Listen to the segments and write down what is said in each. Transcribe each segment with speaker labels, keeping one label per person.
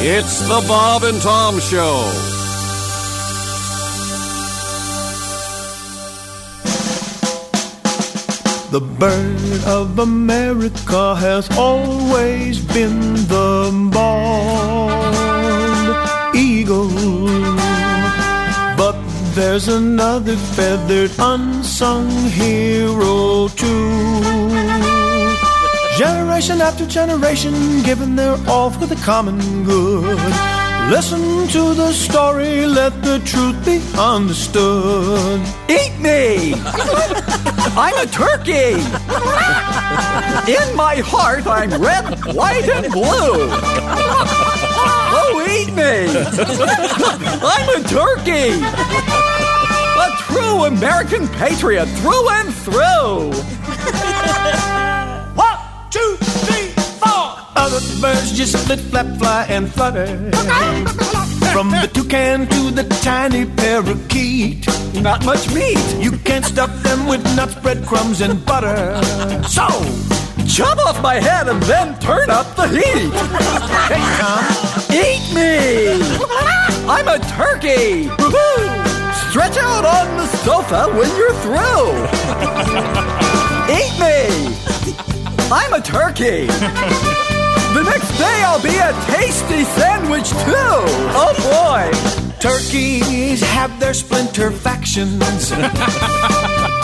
Speaker 1: It's the Bob and Tom Show.
Speaker 2: The bird of America has always been the bald eagle. But there's another feathered unsung hero too. Generation after generation giving their all for the common good. Listen to the story, let the truth be understood.
Speaker 3: Eat me! I'm a turkey! In my heart, I'm red, white, and blue! Oh, eat me! I'm a turkey! A true American patriot through and through!
Speaker 2: One, two, three, four. Other birds just split, flap, fly, and flutter. From the toucan to the tiny parakeet,
Speaker 3: Not much meat!
Speaker 2: you can stuff them with nuts, breadcrumbs, and butter. So,
Speaker 3: Chop off my head and then turn up the heat!
Speaker 2: hey, Tom,
Speaker 3: Eat me! I'm a turkey! Woohoo! Stretch out on the sofa when you're through! Eat me! I'm a turkey! The next day I'll be a tasty sandwich too! Oh boy!
Speaker 2: turkeys have their splinter factions.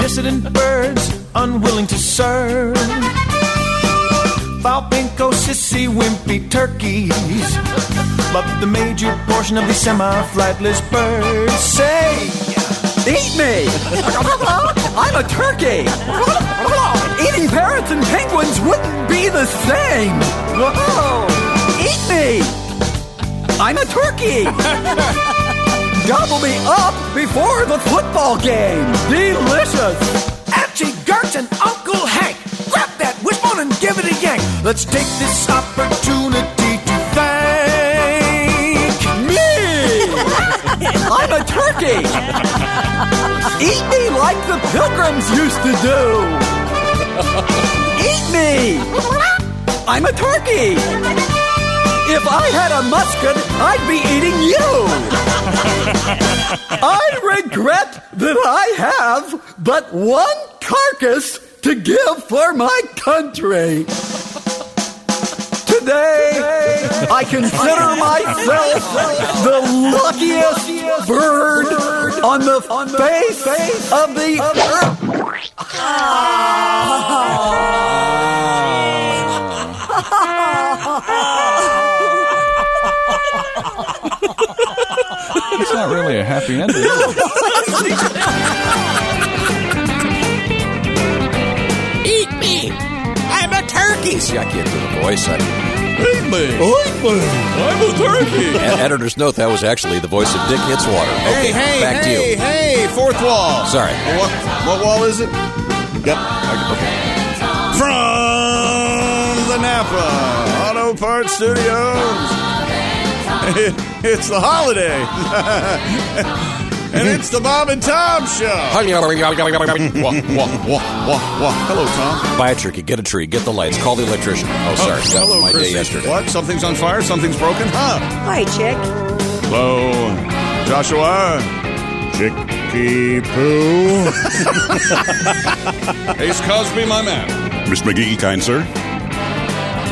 Speaker 2: Dissident birds unwilling to serve. Foul, pinko, sissy, wimpy turkeys. But the major portion of the semi-flightless birds say,
Speaker 3: Eat me! I'm a turkey! Eating parrots and penguins wouldn't be the same! Whoa! Eat me! I'm a turkey! Gobble me up before the football game! Delicious!
Speaker 2: Archie, Gert, and Uncle Hank, grab that wishbone and give it a yank. Let's take this opportunity to thank
Speaker 3: Me! I'm a turkey! Eat me like the pilgrims used to do! Eat me! I'm a turkey! If I had a musket, I'd be eating you! I regret that I have but one carcass to give for my country! Today, I consider myself the luckiest bird on the face of the earth.
Speaker 4: It's not really a happy ending. is it?
Speaker 5: Eat me! I'm a turkey! See, I can't do the voice. I,
Speaker 4: I'm a turkey.
Speaker 5: and E-, editor's note, that was actually the voice of Dick Hitswater. Okay,
Speaker 6: Hey, hey,
Speaker 5: back
Speaker 6: hey,
Speaker 5: to you.
Speaker 6: hey, fourth wall.
Speaker 5: Sorry.
Speaker 6: What, what wall is it? Yep. Okay. From the Napa Auto Parts Studios. It's the holiday. and it's the Bob and Tom Show. Wah, wah, wah, wah. Hello, Tom.
Speaker 5: Buy a turkey, get a tree, get the lights, call the electrician. Oh, sorry, that
Speaker 6: Hello,
Speaker 5: was my
Speaker 6: Chrissy.
Speaker 5: day yesterday.
Speaker 6: What? Something's on fire? Something's broken? Huh?
Speaker 7: Hi, chick.
Speaker 6: Hello, Joshua.
Speaker 8: Chicky Poo.
Speaker 6: Ace Cosby, my man.
Speaker 8: Miss McGee, kind sir.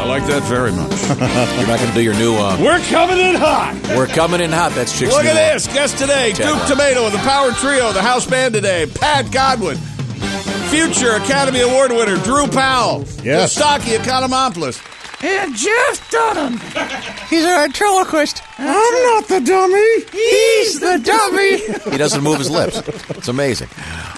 Speaker 6: I like that very much.
Speaker 5: You're not going to do your new. Uh,
Speaker 8: We're coming in hot.
Speaker 5: we're coming in hot. That's chicks.
Speaker 6: Look
Speaker 5: new uh,
Speaker 6: at this. Guest today,
Speaker 5: Check
Speaker 6: Duke
Speaker 5: one.
Speaker 6: Tomato of the Power Trio, the house band today, Pat Godwin. Future Academy Award winner Drew Powell.
Speaker 8: Yes.
Speaker 6: Kostaki Economopoulos.
Speaker 9: And Jeff Dunham. He's a ventriloquist. I'm not the dummy. He's the dummy.
Speaker 5: He doesn't move his lips. It's amazing.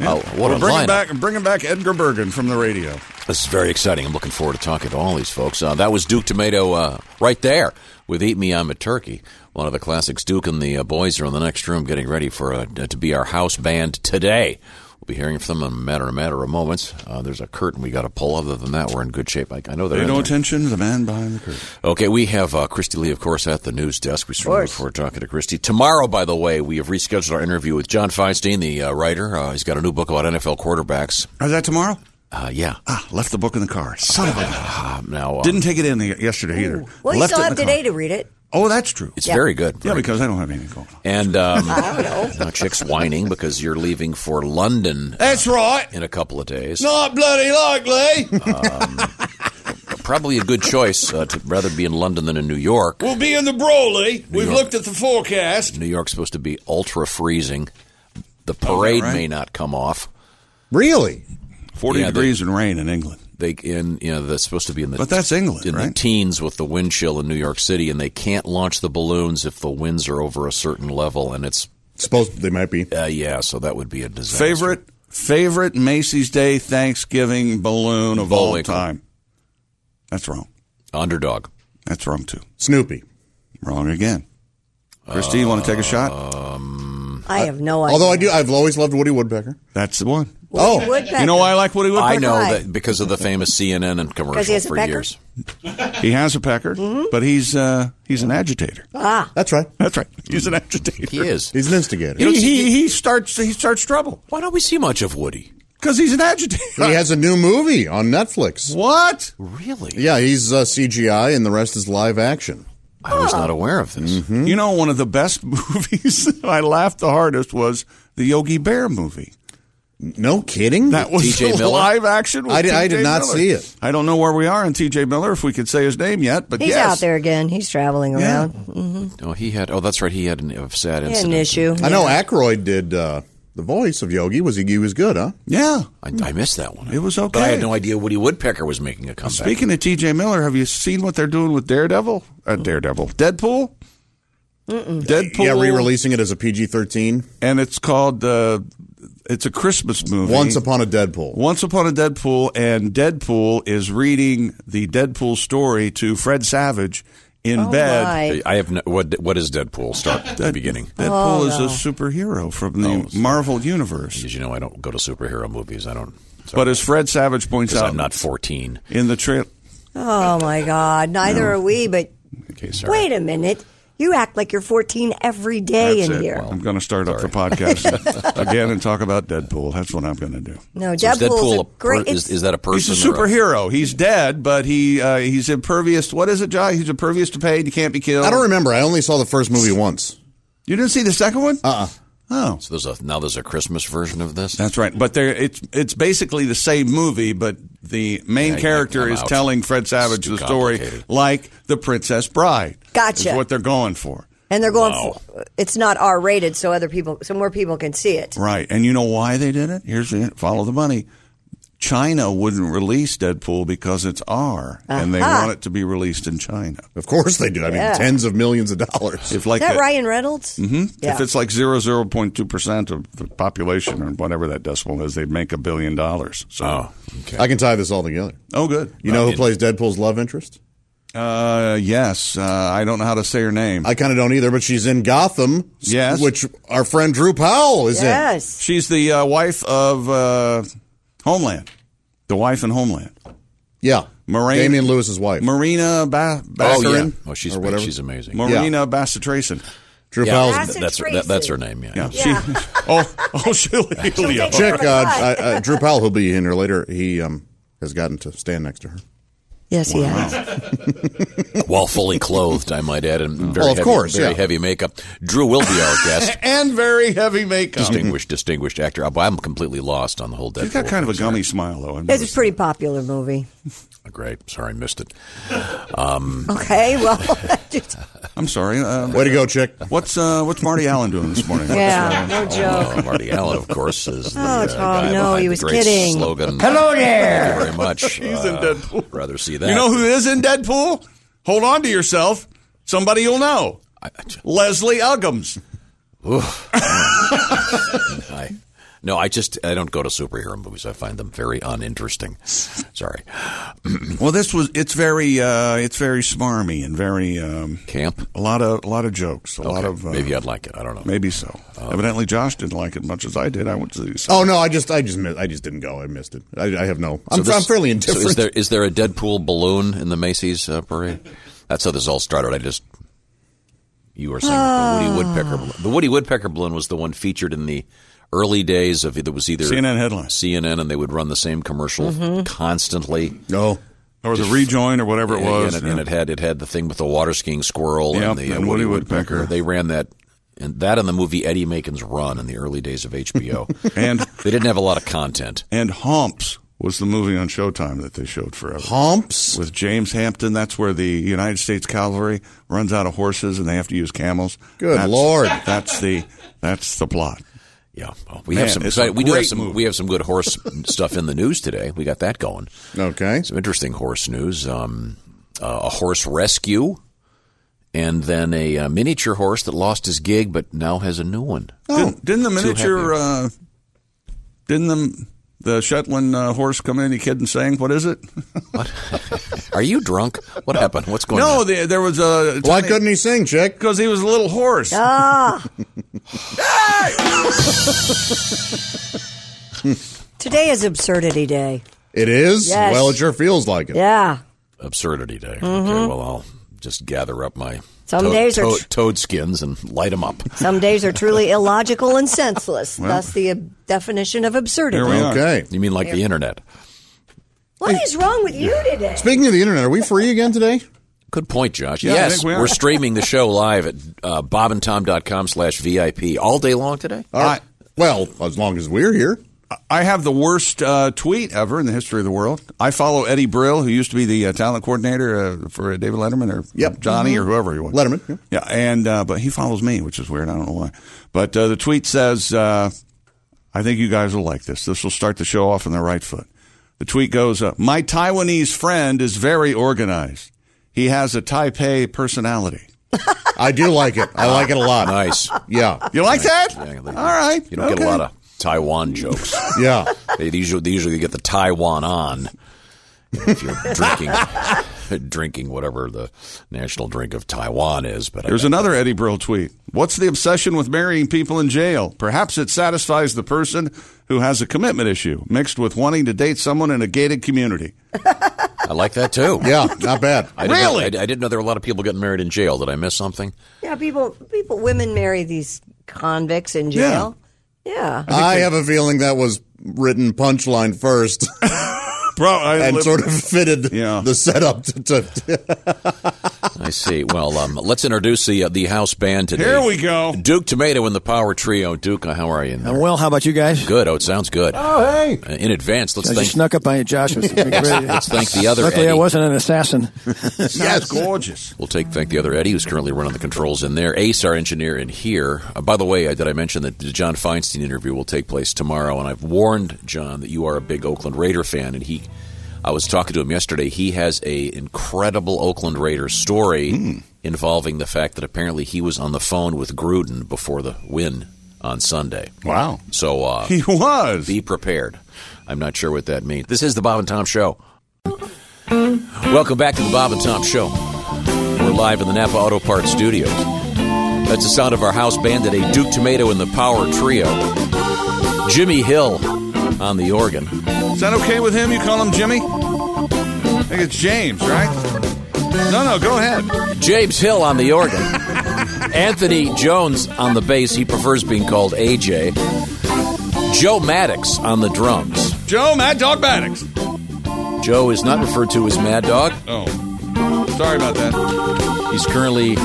Speaker 5: Oh, what
Speaker 6: We're
Speaker 5: a
Speaker 6: bringing
Speaker 5: lineup!
Speaker 6: back, bringing back Edgar Bergen from the radio.
Speaker 5: This is very exciting. I'm looking forward to talking to all these folks. Uh, that was Duke Tomato uh, right there with "Eat Me, I'm a Turkey," one of the classics. Duke and the uh, boys are in the next room getting ready for uh, to be our house band today. We'll be hearing from them in a matter, a matter of moments. Uh, there's a curtain we got to pull. Other than that, we're in good shape. I, I know they're
Speaker 6: Pay
Speaker 5: in
Speaker 6: no
Speaker 5: there.
Speaker 6: attention to the man behind the curtain.
Speaker 5: Okay, we have uh, Christy Lee, of course, at the news desk. We certainly look forward to talking to Christy. Tomorrow, by the way, we have rescheduled our interview with John Feinstein, the uh, writer. Uh, he's got a new book about NFL quarterbacks.
Speaker 6: Is that tomorrow?
Speaker 5: Uh, yeah.
Speaker 6: Ah, left the book in the car. Son of a.
Speaker 5: Uh, now, uh,
Speaker 6: Ah, Didn't take it in the- yesterday either.
Speaker 7: Well, you
Speaker 6: left
Speaker 7: still
Speaker 6: it in
Speaker 7: have
Speaker 6: the
Speaker 7: today
Speaker 6: car.
Speaker 7: to read it.
Speaker 6: Oh, that's true.
Speaker 5: It's
Speaker 10: Yeah.
Speaker 5: very good.
Speaker 6: yeah,
Speaker 5: Very
Speaker 6: because I don't have anything going on.
Speaker 5: And um, now Chick's whining because you're leaving for London
Speaker 11: That's right.
Speaker 5: in a couple of days.
Speaker 11: Not bloody likely.
Speaker 5: Probably a good choice uh, to rather be in London than in New York.
Speaker 11: We'll be in the Broly. We've
Speaker 5: York.
Speaker 11: looked at the forecast.
Speaker 5: New York's supposed to be ultra freezing. The parade
Speaker 6: right?
Speaker 5: may not come off.
Speaker 10: Really?
Speaker 6: 40
Speaker 5: Yeah, they-
Speaker 6: degrees and rain in England.
Speaker 5: They in you know that's supposed to be in the
Speaker 6: But that's England,
Speaker 5: in the
Speaker 6: right?
Speaker 5: teens with the wind chill in New York City, and they can't launch the balloons if the winds are over a certain level, and it's
Speaker 10: Supposed they might be.
Speaker 5: uh, yeah, so that would be a disaster.
Speaker 6: Favorite favorite Macy's Day Thanksgiving balloon of all
Speaker 5: Bullwinkle.
Speaker 6: time. That's wrong.
Speaker 5: underdog.
Speaker 6: That's wrong too.
Speaker 10: Snoopy.
Speaker 6: Wrong again. Christy, you want to take a shot?
Speaker 10: I
Speaker 7: have no idea.
Speaker 10: Although I do, I've always loved Woody Woodpecker.
Speaker 6: That's the one.
Speaker 10: Oh,
Speaker 7: Woodpecker.
Speaker 6: You know why I like Woody Woodpecker?
Speaker 5: I know
Speaker 7: Why?
Speaker 5: that because of the famous CNN and
Speaker 7: Because he
Speaker 5: commercial
Speaker 7: has a
Speaker 5: for
Speaker 7: pecker?
Speaker 5: years.
Speaker 6: He has a pecker, but he's uh, he's an agitator.
Speaker 7: ah.
Speaker 10: that's right.
Speaker 6: That's right. He's an agitator.
Speaker 5: He is.
Speaker 10: He's an instigator.
Speaker 6: He, he, he starts he starts trouble
Speaker 5: Why don't we see much of Woody?
Speaker 6: because he's an agitator.
Speaker 10: He has a new movie on Netflix.
Speaker 6: what?
Speaker 5: Really?
Speaker 10: Yeah, he's uh, CGI and the rest is live action. Mm-hmm.
Speaker 5: I was not aware of this.
Speaker 6: You know, one of the best movies that I laughed the hardest was the Yogi Bear movie.
Speaker 10: No kidding.
Speaker 6: That was
Speaker 5: T.J.
Speaker 6: the
Speaker 5: Miller?
Speaker 6: live action. With
Speaker 10: I did- I
Speaker 6: T.J.
Speaker 10: did not
Speaker 6: Miller.
Speaker 10: see it.
Speaker 6: I don't know where we are in T.J. Miller if we could say his name yet, but
Speaker 7: He's
Speaker 6: yes.
Speaker 7: out there again. He's traveling
Speaker 6: Yeah.
Speaker 7: around. Mm-hmm.
Speaker 5: Oh, he had. Oh, that's right. He had an, a sad
Speaker 7: He had
Speaker 5: incident.
Speaker 7: an issue.
Speaker 10: I know Aykroyd did uh, the voice of Yogi. Was he? He was good, huh?
Speaker 6: Yeah,
Speaker 5: I, I missed that one.
Speaker 6: it was okay.
Speaker 5: But I had no idea Woody Woodpecker was making a comeback.
Speaker 6: Speaking of T.J. Miller, have you seen what they're doing with Daredevil? Uh, Daredevil, Deadpool, Deadpool.
Speaker 10: Yeah, re-releasing it as a PG-13.
Speaker 6: and it's called. Uh, it's a Christmas movie.
Speaker 10: Once upon a Deadpool.
Speaker 6: Once upon a Deadpool, and Deadpool is reading the Deadpool story to Fred Savage in
Speaker 7: Oh,
Speaker 6: bed.
Speaker 7: my.
Speaker 5: I have no, what? What is Deadpool? Start at the beginning.
Speaker 6: Deadpool
Speaker 7: Oh,
Speaker 6: is
Speaker 7: no.
Speaker 6: a superhero from the
Speaker 5: Oh, sorry.
Speaker 6: Marvel universe.
Speaker 5: Because you know I don't go to superhero movies. I don't. so-
Speaker 6: But as Fred Savage points
Speaker 5: 'cause
Speaker 6: out
Speaker 5: I'm not 14.
Speaker 6: in the trailer,
Speaker 7: Oh my God! Neither are we. But
Speaker 5: Okay, sorry.
Speaker 7: wait a minute. You act like you're 14 every day in here.
Speaker 6: I'm going to start up the podcast again and talk about Deadpool. That's what I'm going to do.
Speaker 7: no,
Speaker 5: So is
Speaker 7: Deadpool's
Speaker 5: Deadpool a
Speaker 7: a great.
Speaker 5: per- is, is that a
Speaker 6: He's
Speaker 5: person?
Speaker 6: a
Speaker 5: or
Speaker 6: superhero. He's dead, but he uh, he's impervious. What is it, Jai? He's impervious to pain. You can't be killed.
Speaker 10: I don't remember. I only saw the first movie once.
Speaker 6: You didn't see the second one?
Speaker 5: Uh-uh.
Speaker 6: Uh. Oh,
Speaker 5: So there's a now there's a Christmas version of this.
Speaker 6: that's right. But there, it's it's basically the same movie, but the main
Speaker 5: Yeah,
Speaker 6: character
Speaker 5: I'm
Speaker 6: is
Speaker 5: out.
Speaker 6: telling Fred Savage
Speaker 5: too
Speaker 6: the story
Speaker 5: complicated.
Speaker 6: like the Princess Bride.
Speaker 7: Gotcha.
Speaker 6: Is what they're going for.
Speaker 7: and they're going.
Speaker 5: Wow.
Speaker 7: For, it's not R rated, so other people, so more people can see it.
Speaker 6: Right. And you know why they did it? Here's the follow the money. China wouldn't release Deadpool because it's R, and they want it to be released in China.
Speaker 10: Of course they do. I mean,
Speaker 7: Uh-huh. Yeah.
Speaker 10: tens of millions of dollars.
Speaker 6: If like
Speaker 7: Is that
Speaker 6: a-
Speaker 7: Ryan Reynolds? Mm-hmm. Yeah.
Speaker 6: if it's like zero zero point two percent of the population or whatever that decimal is, they'd make a billion dollars. So,
Speaker 5: Oh, okay.
Speaker 10: I can tie this all together.
Speaker 6: oh, good.
Speaker 10: You know who plays Deadpool's love interest?
Speaker 6: Uh, yes, uh, I don't know how to say her name.
Speaker 10: I kind of don't either, but she's in Gotham. s-
Speaker 6: Yes.
Speaker 10: Which our friend Drew Powell is in.
Speaker 7: yes.
Speaker 6: She's the uh, wife of uh, Homeland, the wife in Homeland,
Speaker 10: Yeah.
Speaker 6: Moraine-
Speaker 10: Damian Lewis's wife.
Speaker 6: Marina ba-
Speaker 5: oh
Speaker 6: Baccarin.
Speaker 5: yeah. Oh, she's
Speaker 10: or whatever.
Speaker 5: she's amazing.
Speaker 6: Marina Bacitracin.
Speaker 10: Drew
Speaker 5: yeah,
Speaker 10: Powell's
Speaker 7: Bassett
Speaker 5: that's her, that, that's her name.
Speaker 6: Yeah,
Speaker 5: Yeah.
Speaker 6: she. Oh, oh, she'll, heal you.
Speaker 7: take
Speaker 10: chick. Uh,
Speaker 7: Oh my God.
Speaker 10: uh, uh, Drew Powell, who'll be in here later, he um, has gotten to stand next to her.
Speaker 7: Yes, he has.
Speaker 5: While fully clothed, I might add, and very
Speaker 10: Well, of
Speaker 5: heavy,
Speaker 10: course,
Speaker 5: very
Speaker 10: yeah.
Speaker 5: heavy makeup. Drew will be our guest.
Speaker 6: and very heavy makeup.
Speaker 5: distinguished, distinguished actor. I- I'm completely lost on the whole Deadpool.
Speaker 6: She's got kind of a
Speaker 5: thing.
Speaker 6: gummy smile, though. I've
Speaker 7: It's
Speaker 6: noticed.
Speaker 7: a pretty popular movie.
Speaker 5: Oh, Great. Sorry, I missed it.
Speaker 7: Okay, well, just-
Speaker 6: Um, I'm sorry. Uh,
Speaker 10: Way to go, chick.
Speaker 6: what's uh, what's Marty Allen doing this morning?
Speaker 7: yeah, no joke.
Speaker 5: Uh, Marty Allen, of course, is the uh,
Speaker 7: Oh, Tom,
Speaker 5: guy
Speaker 7: no,
Speaker 5: behind
Speaker 7: he
Speaker 5: the
Speaker 7: was
Speaker 5: great
Speaker 7: kidding.
Speaker 5: slogan.
Speaker 9: Hello there.
Speaker 5: Thank you very much. He's
Speaker 6: in Deadpool.
Speaker 5: Rather see that.
Speaker 6: You know who is in Deadpool? Hold on to yourself. Somebody you'll know.
Speaker 5: I,
Speaker 6: Leslie Uggams.
Speaker 5: I, no, I just I don't go to superhero movies. I find them very uninteresting. Sorry,
Speaker 6: Well, this was it's very uh, it's very smarmy and very um,
Speaker 5: camp.
Speaker 6: a lot of a lot of jokes, a lot
Speaker 5: Okay,
Speaker 6: of uh,
Speaker 5: maybe I'd like it. Oh. I don't know.
Speaker 6: maybe so. Evidently, Josh didn't like it much as I did. I went to these.
Speaker 10: Oh no, I just, I just, mi- I just didn't go. I missed it. I, I have no. I'm, I'm fairly indifferent.
Speaker 5: So is there is there a Deadpool balloon in the Macy's uh, parade? That's how this all started. I just you were saying the
Speaker 10: Ah.
Speaker 5: Woody Woodpecker. balloon. The Woody Woodpecker balloon was the one featured in the early days of it was either
Speaker 6: CNN headline.
Speaker 10: Mm-hmm.
Speaker 5: CNN, and they would run the same commercial constantly.
Speaker 10: no.
Speaker 6: Or the rejoin or whatever it
Speaker 5: Yeah, yeah,
Speaker 6: was.
Speaker 5: and, it, and it had it had the thing with the water skiing squirrel
Speaker 6: Yep,
Speaker 5: and the uh,
Speaker 6: and Woody Woodpecker.
Speaker 5: They ran that and that and the movie Eddie Macon's Run in the early days of HBO.
Speaker 6: and
Speaker 5: they didn't have a lot of content.
Speaker 6: And Humps was the movie on Showtime that they showed forever.
Speaker 11: Humps
Speaker 6: with James Hampton. That's where the United States Cavalry runs out of horses and they have to use camels.
Speaker 11: Good
Speaker 6: That's-
Speaker 11: Lord.
Speaker 6: that's the that's the plot.
Speaker 5: Yeah, well, we
Speaker 6: Man,
Speaker 5: have some.
Speaker 6: it's a
Speaker 5: exciting- we do have
Speaker 6: great
Speaker 5: some.
Speaker 6: movie.
Speaker 5: We have some good horse stuff in the news today. We got that going.
Speaker 11: Okay.
Speaker 5: Some interesting horse news. Um, uh, a horse rescue, and then a, uh miniature horse that lost his gig but now has a new one.
Speaker 6: Didn't, didn't the
Speaker 5: Too
Speaker 6: miniature? Uh, didn't the the Shetland uh, horse come in? Any kid and saying, "What is it?"
Speaker 5: Are you drunk? What happened? What's going
Speaker 6: no,
Speaker 5: on?
Speaker 6: the, there was a.
Speaker 11: Why couldn't he sing, Chick?
Speaker 6: Because he was a little horse.
Speaker 7: Ah. Today is Absurdity Day.
Speaker 11: It is?
Speaker 7: Yes.
Speaker 11: Well, it sure feels like it.
Speaker 7: Yeah.
Speaker 5: Absurdity day. Okay,
Speaker 7: Mhm.
Speaker 5: well I'll just gather up my
Speaker 7: Some days are
Speaker 5: toad,
Speaker 7: tr-
Speaker 5: toad skins and light them up.
Speaker 7: Some days are truly illogical and senseless.
Speaker 5: Well.
Speaker 7: That's the uh, definition of absurdity.
Speaker 11: Okay.
Speaker 5: You mean like the
Speaker 7: Here.
Speaker 5: internet?
Speaker 7: What is wrong with you today?
Speaker 11: Speaking of the internet, are we free again today?
Speaker 5: Good point, Josh.
Speaker 11: Yeah, I
Speaker 5: yes,
Speaker 11: think we are.
Speaker 5: are streaming the show live at uh, bobandtom.com slash VIP all day long today.
Speaker 11: All right. well, as long as we're here.
Speaker 6: I have the worst uh, tweet ever in the history of the world. I follow Eddie Brill, who used to be the uh, talent coordinator uh, for uh, David Letterman or Johnny or whoever he was.
Speaker 11: Mm-hmm. Letterman, yeah.
Speaker 6: Yeah, and uh, but he follows me, which is weird. I don't know why. But uh, the tweet says, uh, "I think you guys will like this. This will start the show off on the right foot." The tweet goes, uh, "My Taiwanese friend is very organized. He has a Taipei personality."
Speaker 11: I do like it. I like it a lot.
Speaker 5: Nice.
Speaker 11: Yeah.
Speaker 6: You like that? All right.
Speaker 5: You don't
Speaker 6: Okay.
Speaker 5: get a lot of Taiwan jokes.
Speaker 11: Yeah.
Speaker 5: they usually they usually get the Taiwan on if you're drinking drinking whatever the national drink of Taiwan is. But I-
Speaker 6: There's another Eddie Brill tweet. What's the obsession with marrying people in jail? Perhaps it satisfies the person who has a commitment issue mixed with wanting to date someone in a gated community.
Speaker 5: I like that too.
Speaker 11: Yeah, not bad.
Speaker 5: I didn't
Speaker 6: Really?
Speaker 5: Know, I, I didn't know there were a lot of people getting married in jail. Did I miss something?
Speaker 7: Yeah, people, people, women marry these convicts in jail. Yeah.
Speaker 11: I have a feeling that was written punchline first
Speaker 6: Bro, I
Speaker 11: and
Speaker 6: live-
Speaker 11: sort of fitted
Speaker 6: Yeah.
Speaker 11: the setup to. to
Speaker 5: I see. Well, um, let's introduce the uh, the house band today.
Speaker 6: Here we go.
Speaker 5: Duke Tomato and the Power Trio. Duke, how are you?
Speaker 2: I'm well. How about you guys?
Speaker 5: Good. Oh, it sounds good. Uh,
Speaker 2: Oh, hey.
Speaker 5: in advance, let's
Speaker 2: I
Speaker 5: thank
Speaker 2: just snuck up on you, Josh. It was great.
Speaker 5: let's thank the other
Speaker 2: Luckily, I
Speaker 5: Eddie.
Speaker 2: wasn't an assassin.
Speaker 6: That's gorgeous.
Speaker 5: We'll take thank the other Eddie, who's currently running the controls in there. Ace, our engineer, in here. Uh, by the way, uh, did I mention that the John Feinstein interview will take place tomorrow? And I've warned John that you are a big Oakland Raider fan, and he. I was talking to him yesterday. He has a incredible Oakland Raider story
Speaker 6: Hmm.
Speaker 5: involving the fact that apparently he was on the phone with Gruden before the win on Sunday.
Speaker 6: Wow.
Speaker 5: So uh,
Speaker 6: He was.
Speaker 5: be prepared. I'm not sure what that means. This is the Bob and Tom Show. Welcome back to the Bob and Tom Show. We're live in the Napa Auto Parts Studios. That's the sound of our house band today Duke Tomato and the Power Trio. Jimmy Hill on the organ.
Speaker 6: Is that okay with him? You call him Jimmy? I think it's James, right? No, no, go ahead.
Speaker 5: James Hill on the organ. Anthony Jones on the bass. He prefers being called AJ. Joe Maddox on the drums.
Speaker 6: Joe, Mad Dog Maddox.
Speaker 5: Joe is not referred to as Mad Dog.
Speaker 6: Oh. Sorry about that.
Speaker 5: He's currently.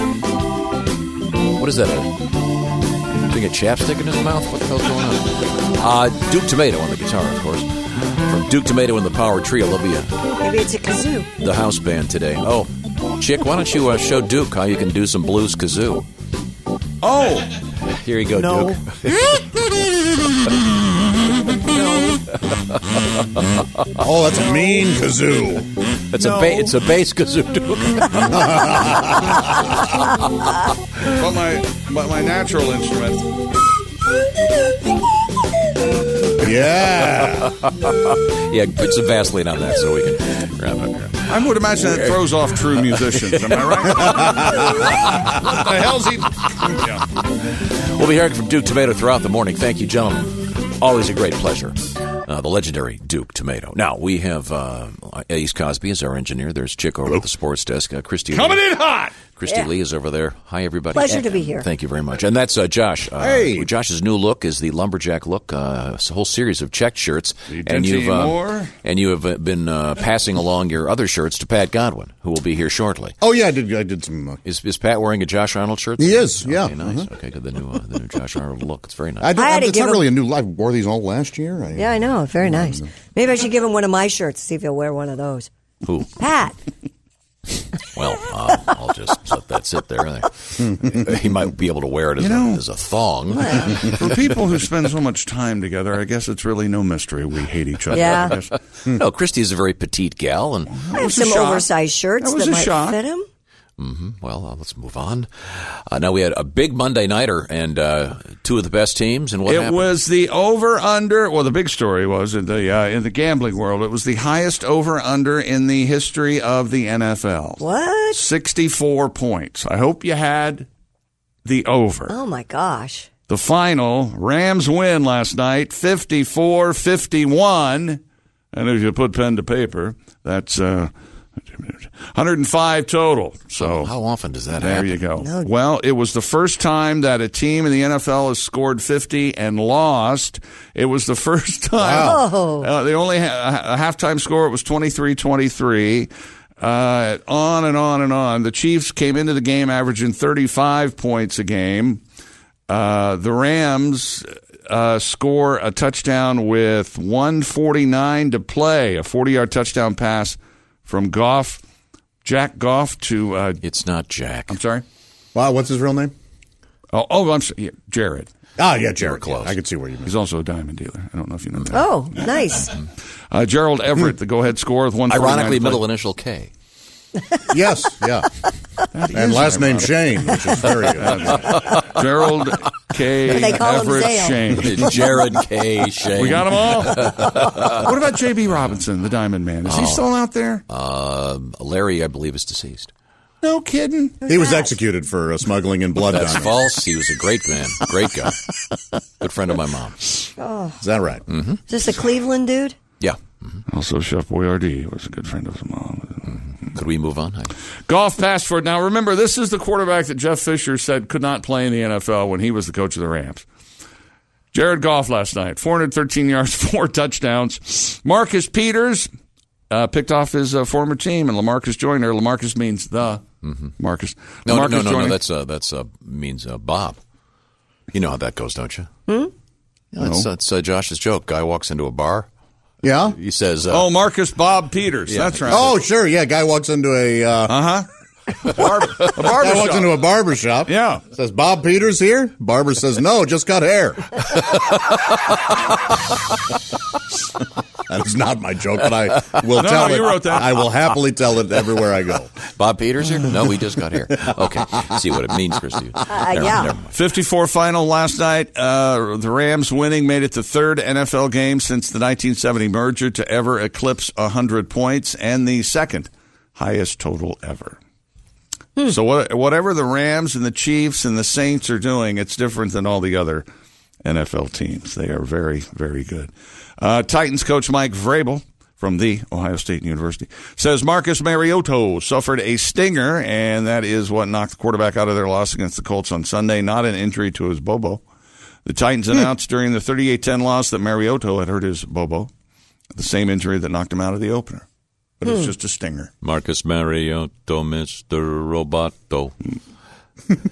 Speaker 5: What is that? A thing of chapstick in his mouth? What the hell's going on? Uh, Duke Tomato on the guitar, of course. From Duke Tomato and the Power Trio, they'll be uh,
Speaker 7: Maybe it's a kazoo.
Speaker 5: the house band today. Oh, Chick, why don't you uh, show Duke how you can do some blues kazoo?
Speaker 6: Oh,
Speaker 5: Here you go,
Speaker 2: No.
Speaker 5: Duke.
Speaker 11: oh, that's a mean kazoo.
Speaker 5: It's a ba- it's a bass kazoo, Duke.
Speaker 6: but my but my natural instrument.
Speaker 11: Yeah.
Speaker 5: yeah, put some Vaseline on that so we can wrap it up here.
Speaker 6: I would imagine that throws off true musicians. Am I right? what the hell's he? Yeah.
Speaker 5: We'll be hearing from Duke Tomato throughout the morning. Thank you, gentlemen. Always a great pleasure. Uh, the legendary Duke Tomato. Now, we have uh, Ace Cosby as our engineer. There's Chick over at the sports desk. Uh, Christy
Speaker 11: in hot.
Speaker 5: Christy
Speaker 7: Yeah.
Speaker 5: Lee is over there. Hi, everybody.
Speaker 7: Pleasure to be here.
Speaker 5: Thank you very much. And that's uh, Josh. Uh,
Speaker 7: Hey.
Speaker 5: Josh's new look is the lumberjack look. Uh, it's a whole series of check shirts. and
Speaker 6: Dempsey
Speaker 5: you've uh,
Speaker 6: Moore.
Speaker 5: and you have uh, been uh, passing along your other shirts to Pat Godwin, who will be here shortly.
Speaker 10: Oh yeah, I did. I did some. Uh,
Speaker 5: Is is Pat wearing a Josh Arnold shirt?
Speaker 10: He is,
Speaker 5: Okay,
Speaker 10: yeah.
Speaker 5: Nice.
Speaker 10: Uh-huh.
Speaker 5: Okay. Good. The new uh, the new Josh Arnold look. It's very nice.
Speaker 10: I, don't-
Speaker 7: I had to
Speaker 10: it's
Speaker 7: give
Speaker 10: not
Speaker 7: him-
Speaker 10: really a new. I wore these all last year. I,
Speaker 7: Yeah, I know. Very nice. Maybe I should give him one of my shirts, see if he'll wear one of those.
Speaker 5: Who?
Speaker 7: Pat.
Speaker 5: Well, uh, I'll just let that sit there. he might be able to wear it as, a, as a thong.
Speaker 6: For people who spend so much time together, I guess it's really no mystery we hate each other.
Speaker 7: Yeah.
Speaker 6: I guess.
Speaker 5: no, Christy is a very petite gal, and
Speaker 7: I have
Speaker 6: was a
Speaker 7: some
Speaker 6: shock.
Speaker 7: oversized shirts
Speaker 6: That
Speaker 7: that,
Speaker 6: was a
Speaker 7: might
Speaker 6: shock.
Speaker 7: fit him.
Speaker 5: hmm Well, uh, let's move on. Uh, now we had a big Monday nighter and uh, two of the best teams. And what
Speaker 6: it
Speaker 5: happened?
Speaker 6: was the over under. Well, the big story was in the uh, in the gambling world. It was the highest over under in the history of the NFL.
Speaker 7: What?
Speaker 6: Sixty four points. I hope you had the over.
Speaker 7: Oh my gosh.
Speaker 6: The final Rams win last night 54 51. And if you put pen to paper, that's uh, 105 total. So
Speaker 5: how often does that
Speaker 6: there
Speaker 5: happen?
Speaker 6: you go. Well, it was the first time that a team in the NFL has scored 50 and lost. It was the first time.
Speaker 7: Wow.
Speaker 6: Uh, they only ha- a halftime score it was 23-23. Uh, on and on and on. The Chiefs came into the game averaging 35 points a game. Uh, the Rams uh, score a touchdown with 149 to play, a 40-yard touchdown pass from Goff, Jack Goff to uh,
Speaker 5: It's not Jack.
Speaker 6: I'm sorry.
Speaker 10: Wow, what's his real name?
Speaker 6: Oh, oh I'm sorry. Yeah, Jared.
Speaker 10: Ah, yeah, Jared.
Speaker 5: close.
Speaker 10: I could see where you.
Speaker 6: He's also a diamond dealer. I don't know if you know that.
Speaker 7: Oh, nice.
Speaker 6: Uh, Gerald Everett, the go-ahead score with one.
Speaker 5: Ironically, middle initial K.
Speaker 10: Yes, yeah. and
Speaker 6: is
Speaker 10: last name
Speaker 6: ironic.
Speaker 10: Shane, which is very good.
Speaker 6: Gerald K.
Speaker 7: They call him
Speaker 6: Everett
Speaker 7: Zale.
Speaker 6: Shane.
Speaker 5: Jared K. Shane.
Speaker 6: We got them all. uh, what about J.B. Robinson, the Diamond Man? Is he still out there?
Speaker 5: Oh. Uh, Larry, I believe, is deceased.
Speaker 6: No kidding.
Speaker 10: He was executed for uh, smuggling in blood
Speaker 5: That's
Speaker 10: diamonds.
Speaker 5: false. He was a great man, great guy, good friend of my mom.
Speaker 10: Is that right?
Speaker 7: Oh.
Speaker 5: Mm-hmm.
Speaker 7: Is this a Cleveland dude?
Speaker 5: Yeah.
Speaker 6: Mm-hmm. Also, Chef Boyardee was a good friend of his mom.
Speaker 5: Mm-hmm. Could we move on? I-
Speaker 6: Golf Passford. Now, remember, this is the quarterback that Jeff Fisher said could not play in the NFL when he was the coach of the Rams. Jared Goff last night, 413 yards, four touchdowns. Marcus Peters uh, picked off his uh, former team, and Lamarcus Joyner. Lamarcus means the
Speaker 5: Mm-hmm.
Speaker 6: Marcus.
Speaker 5: No, no,
Speaker 6: Lamarcus
Speaker 5: no, no, no.
Speaker 6: Joyner-
Speaker 5: That's uh, that's uh, means uh, Bob. You know how that goes, don't you? Hmm. that's
Speaker 6: No.
Speaker 5: that's uh, Josh's joke. Guy walks into a bar.
Speaker 10: Yeah.
Speaker 5: He says, uh,
Speaker 6: oh, Marcus Bob Peters.
Speaker 5: Yeah.
Speaker 6: That's right.
Speaker 10: Oh, sure. Yeah, guy walks into a uh,
Speaker 6: uh huh. a
Speaker 10: guy
Speaker 6: barber
Speaker 10: walks into a barber shop.
Speaker 6: Yeah.
Speaker 10: Says Bob Peters here. Barber says no, just got hair. that is not my joke, but I will
Speaker 6: No,
Speaker 10: tell
Speaker 6: no,
Speaker 10: it.
Speaker 6: you wrote that.
Speaker 10: I will happily tell it everywhere I go.
Speaker 5: Bob Peters here? No, we just got here. Okay. See what it means, Christy.
Speaker 3: Uh,
Speaker 5: Never-
Speaker 7: yeah.
Speaker 5: never mind.
Speaker 6: 54 final last night. Uh, the Rams winning made it the third NFL game since the 1970 merger to ever eclipse 100 points and the second highest total ever. So, what, whatever the Rams and the Chiefs and the Saints are doing, it's different than all the other NFL teams. They are very, very good. Uh, Titans coach Mike Vrabel from the Ohio State University says Marcus Mariota suffered a stinger, and that is what knocked the quarterback out of their loss against the Colts on Sunday, not an injury to his Bobo. The Titans announced during the 38 10 loss that Mariota had hurt his Bobo, the same injury that knocked him out of the opener. But it's just a stinger.
Speaker 5: Marcus Mariotto, Mr. Roboto,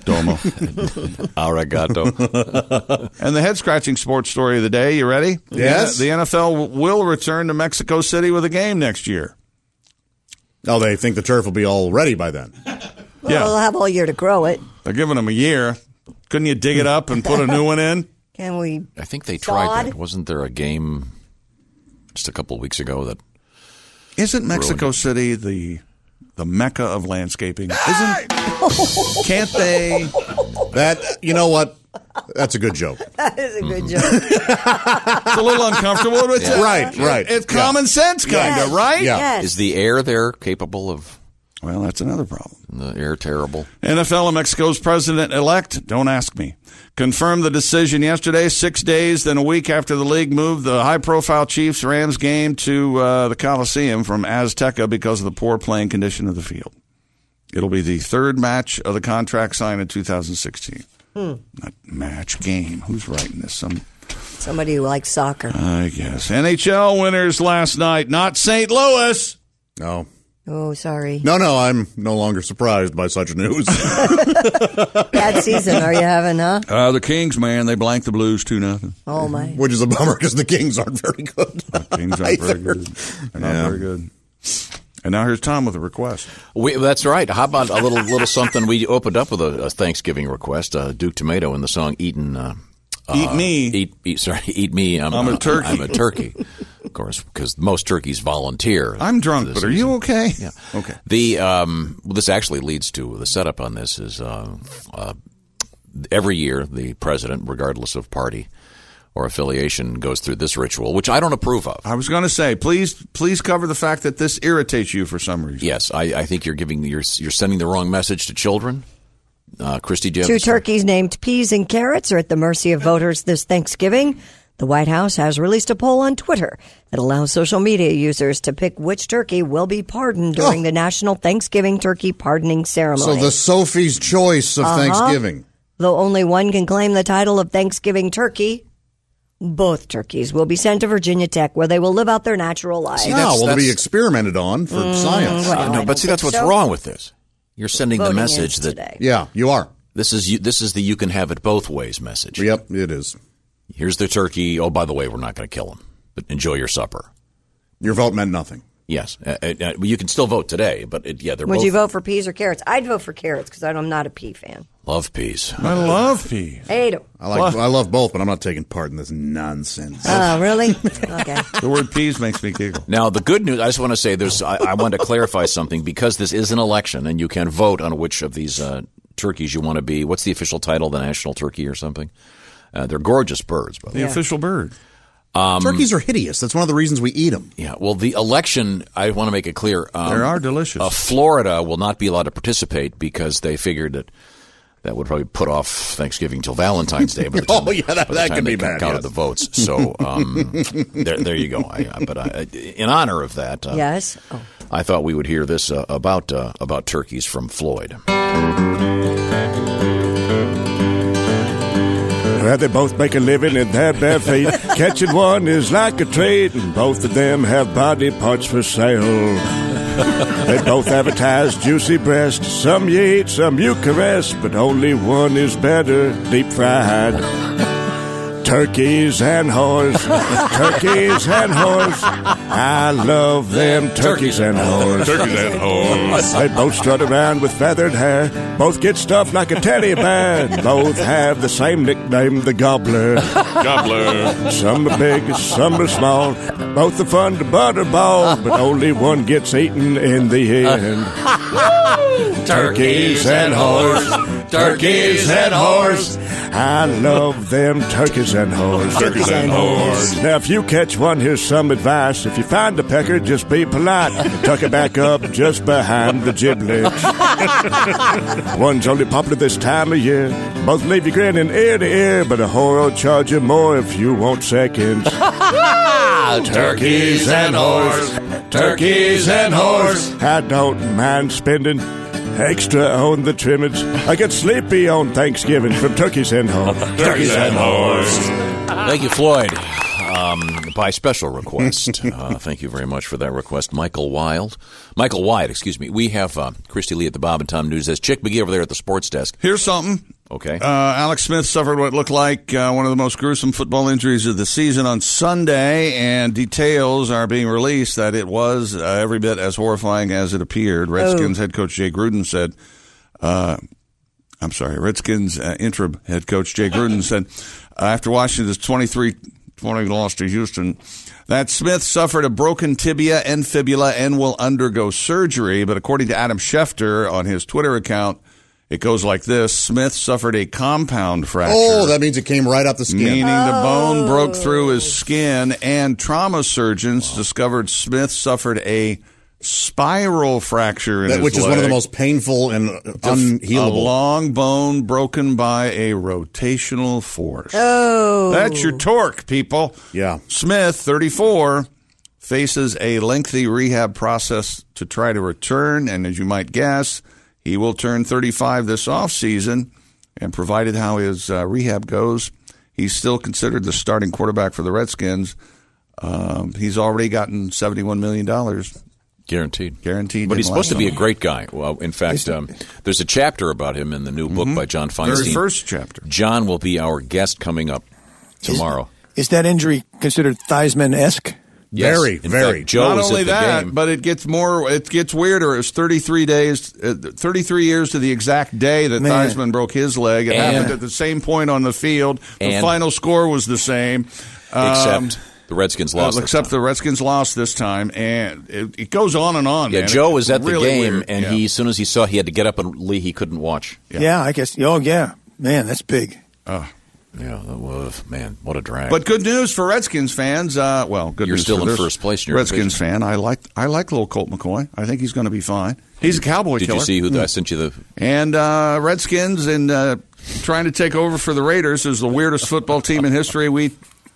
Speaker 6: Domo.
Speaker 5: Arigato.
Speaker 6: And the head scratching sports story of the day. You ready?
Speaker 10: Yes.
Speaker 6: The NFL will return to Mexico City with a game next year.
Speaker 10: Oh, they think the turf will be all ready by then.
Speaker 7: Well, we'll have all year to grow it.
Speaker 6: They're giving them a year. Couldn't you dig it up and put a new one in?
Speaker 7: Can we?
Speaker 5: I think they tried
Speaker 7: Sod.
Speaker 5: that. Wasn't there a game just a couple weeks ago that.
Speaker 6: Isn't Mexico City the the mecca of landscaping? Isn't can't they?
Speaker 10: That you know what? That's a good joke.
Speaker 7: That is a good joke.
Speaker 6: Mm-hmm. It's a little uncomfortable. But it's,
Speaker 10: Right, right.
Speaker 6: It's
Speaker 10: Yeah.
Speaker 6: common sense, kind of
Speaker 7: Yes.
Speaker 6: right.
Speaker 10: Yeah.
Speaker 7: Yes.
Speaker 5: Is the air there capable of.
Speaker 6: Well, that's another problem.
Speaker 5: The air terrible?
Speaker 6: NFL and Mexico's president elect, don't ask me, confirmed the decision yesterday, six days, then a week after the league moved the high profile Chiefs Rams game to uh, the Coliseum from Azteca because of the poor playing condition of the field. It'll be the third match of the contract signed in 2016.
Speaker 7: Hmm.
Speaker 6: Not match game. Who's writing this? Some
Speaker 7: Somebody who likes soccer.
Speaker 6: I guess. NHL winners last night, not St. Louis.
Speaker 10: No.
Speaker 7: Oh, sorry.
Speaker 10: No, no, I'm no longer surprised by such news.
Speaker 7: Bad season are you having, huh?
Speaker 6: Uh, the Kings, man, they blanked the Blues 2 nothing.
Speaker 7: Oh, my.
Speaker 10: Which is a bummer because the Kings aren't very good.
Speaker 6: Kings aren't very good. They're not very good. And now here's Tom with a request.
Speaker 5: We, that's right. How about a little little something we opened up with a, a Thanksgiving request? Uh, Duke Tomato in the song "Eatin' uh,
Speaker 6: Eat
Speaker 5: uh,
Speaker 6: Me."
Speaker 5: Eat, eat sorry, eat me. I'm,
Speaker 6: I'm a turkey.
Speaker 5: I'm, a turkey. Of course, because most turkeys volunteer.
Speaker 6: I'm drunk, but are you okay? Yeah.
Speaker 5: Okay. The um, well, this actually leads to the setup on this is uh, uh, every year the president, regardless of party or affiliation, goes through this ritual, which I don't approve of.
Speaker 6: I was going to say, please, please cover the fact that this irritates you for some reason.
Speaker 5: Yes, I, I think you're giving you're you're sending the wrong message to children. Uh, Christy, do you have
Speaker 7: Two
Speaker 5: a-
Speaker 7: turkeys named Peas and Carrots are at the mercy of voters this Thanksgiving. The White House has released a poll on Twitter that allows social media users to pick which turkey will be pardoned
Speaker 6: Oh.
Speaker 7: during the National Thanksgiving Turkey Pardoning
Speaker 10: so
Speaker 7: Ceremony.
Speaker 10: the Sophie's choice of
Speaker 7: Uh-huh.
Speaker 10: Thanksgiving.
Speaker 7: Though only one can claim the title of Thanksgiving turkey, both turkeys will be sent to Virginia Tech where they will live out their natural lives.
Speaker 10: no, well, they'll be experimented on for
Speaker 7: Mm,
Speaker 10: science.
Speaker 7: well, I
Speaker 5: no,
Speaker 7: don't
Speaker 5: but see, that's
Speaker 7: think
Speaker 5: what's
Speaker 7: so.
Speaker 5: wrong with this. You're sending the
Speaker 7: Voting
Speaker 5: message
Speaker 7: ends
Speaker 5: that
Speaker 7: today.
Speaker 10: yeah, you are.
Speaker 5: This is you, this is the you can have it both ways message.
Speaker 10: Yep, it is.
Speaker 5: Here's the turkey. Oh, by the way, we're not going to kill him, but enjoy your supper.
Speaker 10: Your vote meant nothing.
Speaker 5: Yes, uh, uh, uh, you can still vote today, but it, yeah, they're
Speaker 7: Would
Speaker 5: both
Speaker 7: you vote for peas or carrots? I'd vote for carrots because I'm not a pea fan.
Speaker 5: love peas.
Speaker 6: I love peas.
Speaker 7: Hate 'em.
Speaker 10: I like. I love both, but I'm not taking part in this nonsense.
Speaker 7: Oh, really? Okay.
Speaker 6: The word peas makes me giggle.
Speaker 5: Now, the good news, I just want to say there's, I, I want to clarify something because this is an election and you can vote on which of these uh, turkeys you want to be. What's the official title? The national turkey or something? Uh, they're gorgeous birds, by the
Speaker 6: The
Speaker 5: way.
Speaker 6: official bird.
Speaker 5: Um,
Speaker 10: Turkeys are hideous. That's one of the reasons we eat them.
Speaker 5: Yeah, well, the election, I want to make it clear. Um,
Speaker 6: They are delicious.
Speaker 5: Uh, Florida will not be allowed to participate because they figured that that would probably put off Thanksgiving till Valentine's Day. by the
Speaker 10: Oh,
Speaker 5: time-
Speaker 10: yeah, that-
Speaker 5: by the
Speaker 10: that
Speaker 5: time
Speaker 10: could be
Speaker 5: they
Speaker 10: bad,
Speaker 5: Counted
Speaker 10: yes.
Speaker 5: the votes, so um, there, there you go. I, I- but I, in honor of that, uh,
Speaker 7: yes. Oh.
Speaker 5: I thought we would hear this uh, about uh, about turkeys from Floyd.
Speaker 12: Well, they both make a living in their bare feet. Catching one is like a trade, and both of them have body parts for sale. They both advertise juicy breast. Some you eat, some you caress, but only one is better deep fried. Turkeys and whores, turkeys and whores. I love them turkeys and whores.
Speaker 10: Turkeys and whores.
Speaker 12: They both strut around with feathered hair. Both get stuffed like a teddy bear. Both have the same nickname, the gobbler.
Speaker 10: Gobbler.
Speaker 12: Some are big, some are small. Both are fun to butterball, but only one gets eaten in the end. Turkeys and whores. Turkeys and whores. I love them turkeys and whores.
Speaker 10: Turkeys and whores.
Speaker 12: Now, if you catch one, here's some advice. If you find a pecker, just be polite. Tuck it back up just behind the giblet. One's only popular this time of year. Both leave you grinning ear to ear, but a whore will charge you more if you want seconds.
Speaker 9: Turkeys and whores. Turkeys and whores.
Speaker 12: I don't mind spending extra on the trimmings. I get sleepy on Thanksgiving from turkeys and whores.
Speaker 5: Thank you, Floyd. Um, by special request. Uh, thank you very much for that request, Michael Wild. Michael Wyatt, excuse me. We have uh, Christy Lee at the Bob and Tom News Desk. Chick McGee over there at the sports desk.
Speaker 6: Here's something.
Speaker 5: Okay.
Speaker 6: Uh, Alex Smith suffered what looked like uh, one of the most gruesome football injuries of the season on Sunday, and details are being released that it was uh, every bit as horrifying as it appeared. Redskins head coach Jay Gruden said, uh, I'm sorry, Redskins uh, interim head coach Jay Gruden said, uh, after Washington's 23 20 loss to Houston, that Smith suffered a broken tibia and fibula and will undergo surgery. But according to Adam Schefter on his Twitter account, it goes like this Smith suffered a compound fracture.
Speaker 10: Oh, that means it came right off the skin. Oh.
Speaker 6: Meaning
Speaker 7: Oh.
Speaker 6: the bone broke through his skin, and trauma surgeons discovered Smith suffered a spiral fracture in
Speaker 10: That-
Speaker 6: his
Speaker 10: which is one of the
Speaker 6: leg.
Speaker 10: most painful and uh,
Speaker 6: A
Speaker 10: unhealable.
Speaker 6: long bone broken by a rotational force.
Speaker 7: Oh.
Speaker 6: That's your torque, people.
Speaker 10: Yeah.
Speaker 6: Smith, 34, faces a lengthy rehab process to try to return, and as you might guess, He will turn 35 this offseason, and provided how his uh, rehab goes, he's still considered the starting quarterback for the Redskins. Um, he's already gotten $71 million.
Speaker 5: Guaranteed.
Speaker 6: Guaranteed.
Speaker 5: But
Speaker 6: in
Speaker 5: he's supposed
Speaker 6: last
Speaker 5: to be a
Speaker 6: summer.
Speaker 5: great guy. Well, in fact, um, there's a chapter about him in the new book by John Feinstein.
Speaker 6: Mm-hmm. Very first chapter.
Speaker 5: John will be our guest coming up tomorrow.
Speaker 2: Is that injury considered Theismann esque?
Speaker 5: Yes.
Speaker 2: Very,
Speaker 5: In
Speaker 2: very.
Speaker 5: Fact, Joe
Speaker 6: Not
Speaker 5: was
Speaker 6: only
Speaker 5: at the
Speaker 6: that,
Speaker 5: game.
Speaker 6: but it gets more. It gets weirder. It's 33 days, uh, 33 years to the exact day that
Speaker 2: Man.
Speaker 6: Theismann broke his leg. It
Speaker 5: And-
Speaker 6: happened at the same point on the field. The
Speaker 5: And-
Speaker 6: final score was the same. Um,
Speaker 5: except the Redskins lost.
Speaker 6: uh,
Speaker 5: this
Speaker 6: except the Redskins lost this time, and it, it goes on and on.
Speaker 5: Yeah,
Speaker 6: man.
Speaker 5: Joe
Speaker 6: It's
Speaker 5: was at the
Speaker 6: really
Speaker 5: game,
Speaker 6: weird.
Speaker 5: and
Speaker 6: Yeah.
Speaker 5: he as soon as he saw, he had to get up and leave. He couldn't watch.
Speaker 2: Yeah. I guess. Oh, yeah. Man, that's big.
Speaker 5: Yeah, that was man, what a drag.
Speaker 6: Uh, But good news for Redskins fans. Uh, well, good
Speaker 5: You're
Speaker 6: news
Speaker 5: still
Speaker 6: for
Speaker 5: in
Speaker 6: this
Speaker 5: first place in your
Speaker 6: Redskins fan. I like I like little Colt McCoy. I think he's going to be fine. He's a cowboy
Speaker 5: did
Speaker 6: killer. Hmm.
Speaker 5: you see who the, I sent you the?
Speaker 6: And uh, Redskins and uh, trying to take over for the Raiders is the weirdest football team in history. We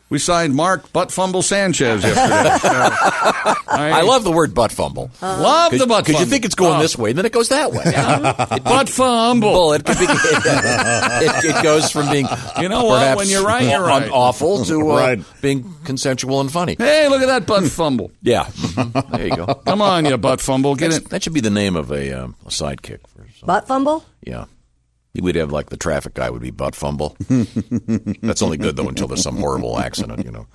Speaker 6: we signed Mark Butt Fumble Sanchez yesterday.
Speaker 5: I, love the word butt fumble.
Speaker 7: Uh,
Speaker 6: Love the butt
Speaker 5: because you
Speaker 6: fumble.
Speaker 5: think it's going
Speaker 6: Oh.
Speaker 5: this way, and then it goes that way. It-
Speaker 6: butt fumble.
Speaker 5: Well, it, could be, it, it goes from being
Speaker 6: You know what?
Speaker 5: perhaps
Speaker 6: When you're right, you're right.
Speaker 5: awful to uh,
Speaker 10: Right.
Speaker 5: being consensual and funny.
Speaker 6: Hey, look at that butt fumble.
Speaker 5: Yeah, Mhm. there you go.
Speaker 6: Come on, you butt fumble. Get
Speaker 5: That's-
Speaker 6: it.
Speaker 5: That should be the name of a, um, a sidekick. For,
Speaker 7: Butt fumble?
Speaker 5: yeah, we'd have like the traffic guy would be butt fumble. That's only good though until there's some horrible accident, you know.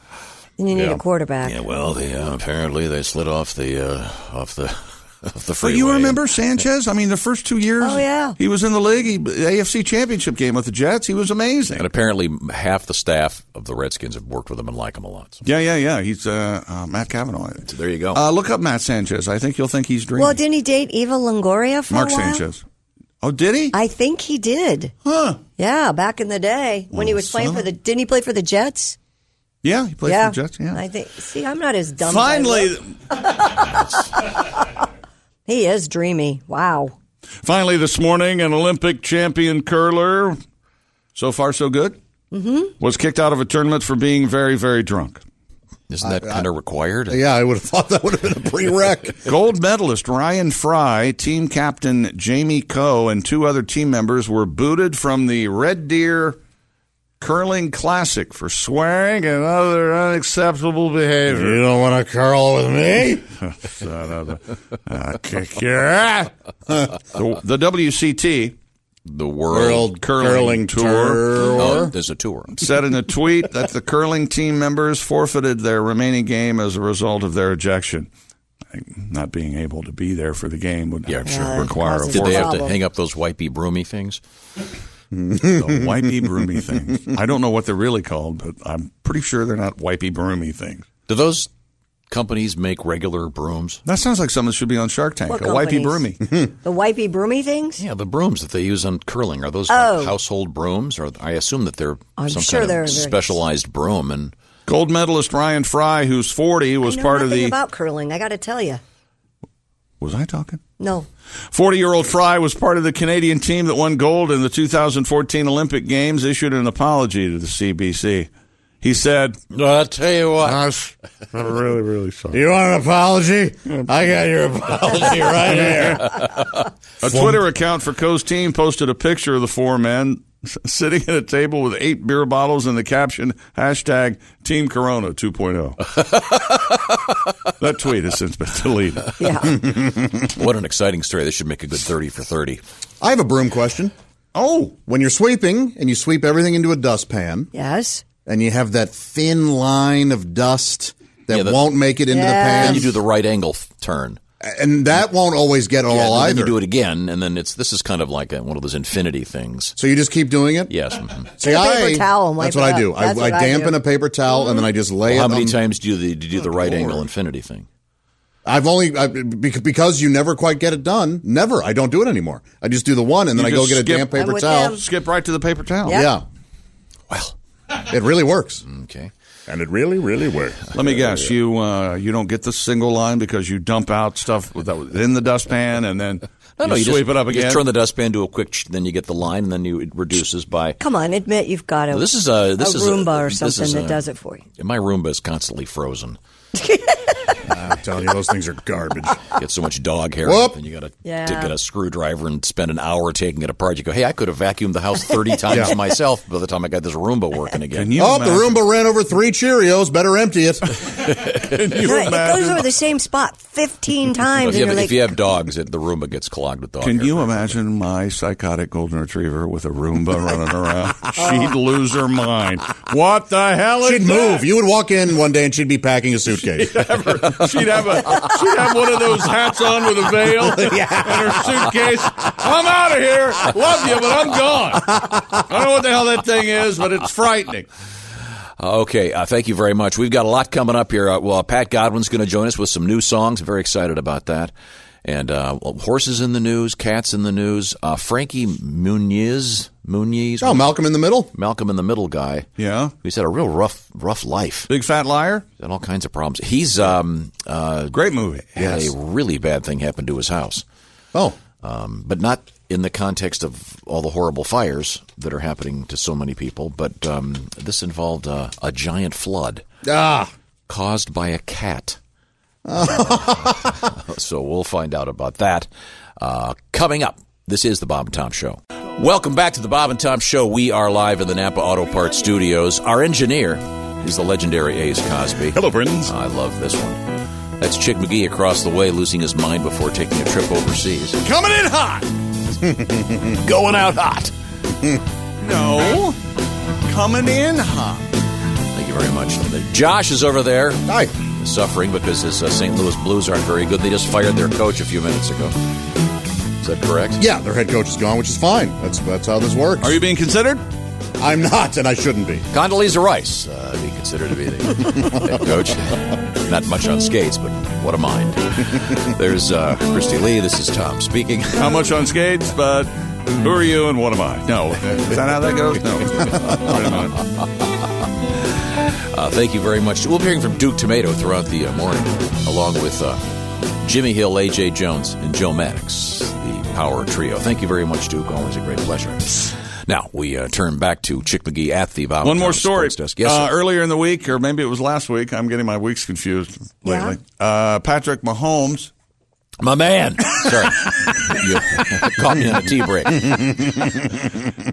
Speaker 7: Then you need
Speaker 5: Yeah.
Speaker 7: a quarterback.
Speaker 5: Yeah, well, they, uh, apparently they slid off the uh, off the off the freeway.
Speaker 6: But you remember Sanchez? I mean, the first two years
Speaker 7: Oh, yeah.
Speaker 6: he was in the league, he, AFC Championship game with the Jets, he was amazing.
Speaker 5: And apparently, half the staff of the Redskins have worked with him and like him a lot. So
Speaker 6: Yeah, yeah, yeah. He's uh, uh, Matt Kavanaugh.
Speaker 5: there you go.
Speaker 6: Uh, look up Matt Sanchez. I think you'll think he's dreaming.
Speaker 7: Well, didn't he date Eva Longoria for
Speaker 6: Mark
Speaker 7: a while?
Speaker 6: Sanchez. Oh, did he?
Speaker 7: I think he did.
Speaker 6: Huh.
Speaker 7: Yeah, back in the day when he was playing for the. Didn't he play for the Jets?
Speaker 6: Yeah, he played
Speaker 7: yeah,
Speaker 6: for the Jets. Yeah.
Speaker 7: I think. See, I'm not as dumb. as I
Speaker 6: Finally,
Speaker 7: look. he is dreamy. Wow.
Speaker 6: Finally, this morning, an Olympic champion curler, so far so good, mm-hmm. was kicked out of a tournament for being very, very drunk.
Speaker 5: isn't that kind of required?
Speaker 10: Yeah, I would have thought that would have been a prereq.
Speaker 6: Gold medalist Ryan Fry, team captain Jamie Coe, and two other team members were booted from the Red Deer Curling Classic for swearing and other unacceptable behavior.
Speaker 10: you don't want to curl with me?
Speaker 6: I'll kick your ass. the, the WCT
Speaker 5: The world.
Speaker 10: World curling,
Speaker 6: Curling Tour.
Speaker 10: tour.
Speaker 5: Oh, there's a tour.
Speaker 6: said in a tweet that the curling team members forfeited their remaining game as a result of their ejection. I think Not being able to be there for the game would
Speaker 5: Yeah, sure. Yeah,
Speaker 6: require a
Speaker 7: causes
Speaker 5: Did they have to
Speaker 7: Problem.
Speaker 5: hang up those wipey broomy things?
Speaker 6: the wipey broomy thing. I don't know what they're really called, but I'm pretty sure they're not wipey broomy things.
Speaker 5: Do those companies make regular brooms?
Speaker 6: That sounds like something that should be on Shark Tank.
Speaker 7: What
Speaker 6: a wipey
Speaker 7: companies?
Speaker 6: broomy.
Speaker 7: The wipey broomy things.
Speaker 5: Yeah, the brooms that they use on curling are those
Speaker 7: Oh.
Speaker 5: like household brooms, or I assume that they're
Speaker 7: I'm
Speaker 5: some
Speaker 7: sure
Speaker 5: kind
Speaker 7: they're- they're-
Speaker 5: of specialized broom. And
Speaker 6: Gold medalist Ryan Fry, who's 40,
Speaker 7: I
Speaker 6: was
Speaker 7: know
Speaker 6: part of
Speaker 7: nothing
Speaker 6: the.
Speaker 7: about curling. I got to tell you.
Speaker 6: was I talking?
Speaker 7: No.
Speaker 6: 40 year old Fry was part of the Canadian team that won gold in the 2014 Olympic Games, issued an apology to the CBC. He said,
Speaker 5: I tell you what,
Speaker 10: I'm really, really sorry. You want an apology? I got your apology right here.
Speaker 6: A Twitter account for Coe's team posted a picture of the four men s- sitting at a table with eight beer bottles and the caption hashtag Team Corona 2.0. that tweet has since been deleted.
Speaker 7: Yeah.
Speaker 5: what an exciting story! This should make a good thirty for thirty.
Speaker 13: I have a broom question.
Speaker 6: Oh,
Speaker 13: When you're sweeping and you sweep everything into a dustpan
Speaker 7: yes.
Speaker 13: and you have that thin line of dust that
Speaker 5: Yeah, that-
Speaker 13: won't make it into
Speaker 7: Yeah.
Speaker 13: the pan,
Speaker 5: Then you do the right angle f- turn.
Speaker 13: and that won't always get all
Speaker 5: Yeah, and then
Speaker 13: either.
Speaker 5: you do it again, and then it's this is kind of like a, one of those infinity things.
Speaker 13: So you just keep doing it.
Speaker 5: Yes. mhm.
Speaker 13: See,
Speaker 7: Get a
Speaker 13: I
Speaker 7: paper towel and wipe
Speaker 13: that's what
Speaker 7: it
Speaker 13: I do.
Speaker 7: up. That's
Speaker 13: I,
Speaker 7: what I
Speaker 13: I dampen
Speaker 7: do.
Speaker 13: a paper towel and then I just lay
Speaker 5: Well, how
Speaker 13: it.
Speaker 5: many
Speaker 13: on-
Speaker 5: times do you, do you do the right angle infinity thing?
Speaker 13: I've only I, bec- because you never quite get it done. Never, I don't do it anymore. I just do the one and
Speaker 6: You
Speaker 13: then I go
Speaker 6: just
Speaker 13: get a
Speaker 6: skip-
Speaker 13: damp
Speaker 7: I'm
Speaker 13: paper
Speaker 7: with
Speaker 13: towel.
Speaker 7: them.
Speaker 6: Skip right to the paper towel.
Speaker 7: Yeah.
Speaker 13: Yeah,
Speaker 5: Well,
Speaker 13: it really works.
Speaker 5: okay.
Speaker 12: And it really, really works.
Speaker 6: Let me guess, you uh, you don't get the single line because you dump out stuff with- that was in the dustpan and then
Speaker 5: No,
Speaker 6: you
Speaker 5: no, you
Speaker 6: sweep
Speaker 5: just,
Speaker 6: it up
Speaker 5: you
Speaker 6: again.
Speaker 5: just turn the dustpan to a quick, ch- then you get the line, and then you it reduces by.
Speaker 7: Come on, admit you've got a.
Speaker 5: Well, this is a- this
Speaker 7: a
Speaker 5: is uh, a-
Speaker 7: Roomba or
Speaker 5: this
Speaker 7: something
Speaker 5: is
Speaker 7: that
Speaker 5: a-
Speaker 7: does it for you.
Speaker 5: My Roomba is constantly frozen.
Speaker 13: I'm telling you, those things are garbage.
Speaker 5: Get so much dog hair,
Speaker 13: Whoop.
Speaker 5: and you got to
Speaker 13: Yeah.
Speaker 5: get a screwdriver and spend an hour taking it apart. You go, hey, I could have vacuumed the house thirty times
Speaker 13: Yeah.
Speaker 5: myself by the time I got this Roomba working again.
Speaker 13: oh, the Roomba ran over three Cheerios. Better empty it.
Speaker 7: No, it goes over the same spot 15
Speaker 5: Well,
Speaker 7: times.
Speaker 5: if,
Speaker 7: and
Speaker 5: you
Speaker 7: you're
Speaker 5: have,
Speaker 7: like,
Speaker 5: if you have dogs, it, the Roomba gets clogged with dog
Speaker 6: Can
Speaker 5: hair.
Speaker 6: you imagine my psychotic golden retriever with a Roomba running around? She'd lose her mind. What the hell is
Speaker 13: She'd move. You would walk in one day and she'd be packing a suitcase.
Speaker 11: She'd have a she'd have one of those hats on with a veil and her suitcase. I'm out of here. Love you, but I'm gone. I don't know what the hell that thing is, but it's frightening.
Speaker 5: Okay, uh, thank you very much. We've got a lot coming up here. Uh, well, Pat Godwin's going to join us with some new songs. Very excited about that. And uh, well, horses in the news, cats in the news. Uh, Frankie Muniz, Muniz.
Speaker 13: Oh, Malcolm in the Middle.
Speaker 5: Malcolm in the Middle guy.
Speaker 6: Yeah,
Speaker 5: he's had a real rough, rough life.
Speaker 6: Big fat liar.
Speaker 5: He's had all kinds of problems. He's um, uh,
Speaker 6: great movie.
Speaker 5: Had
Speaker 6: Yes.
Speaker 5: a really bad thing happen to his house.
Speaker 13: Oh,
Speaker 5: um, but not in the context of all the horrible fires that are happening to so many people. But um, this involved uh, a giant flood
Speaker 13: ah.
Speaker 5: caused by a cat. so we'll find out about that uh, coming up. This is the Bob and Tom Show. Welcome back to the Bob and Tom Show. We are live in the Napa Auto Parts Studios. Our engineer is the legendary Ace Cosby. Hello, friends. I love this one. That's Chick McGee across the way losing his mind before taking a trip overseas.
Speaker 11: Coming in hot.
Speaker 5: Going out hot.
Speaker 11: Oh?
Speaker 6: no. Coming in hot.
Speaker 5: Thank you very much. Josh is over there. Hi. Suffering because his uh, St. Louis Blues aren't very good. They just fired their coach a few minutes ago. Is that correct?
Speaker 13: Yeah, their head coach is gone, which is fine. That's that's how this works. Are
Speaker 6: you being considered?
Speaker 13: I'm not, and I shouldn't be.
Speaker 5: Condoleezza Rice uh, being considered to be the head coach. Not much on skates, but what a mind. There's uh, Christy Lee. This is Tom speaking.
Speaker 6: How much on skates, but who are you and what am I? No. Is that how that goes? No. Never mind.
Speaker 5: Uh, thank you very much. We'll be hearing from Duke Tomato throughout the uh, morning, along with uh, Jimmy Hill, AJ Jones, and Joe Maddox, the Power Trio. Thank you very much, Duke. Always a great pleasure. Now we uh, turn back to Chick McGee at the Bob.
Speaker 6: One
Speaker 5: and
Speaker 6: more
Speaker 5: Tom
Speaker 6: story.
Speaker 5: Sports Desk. Yes,
Speaker 6: uh,
Speaker 5: sir.
Speaker 6: earlier in the week, or maybe it was last week. I'm getting my weeks confused lately. Uh, Patrick Mahomes.
Speaker 5: My man. Sorry. you caught me on a tea break.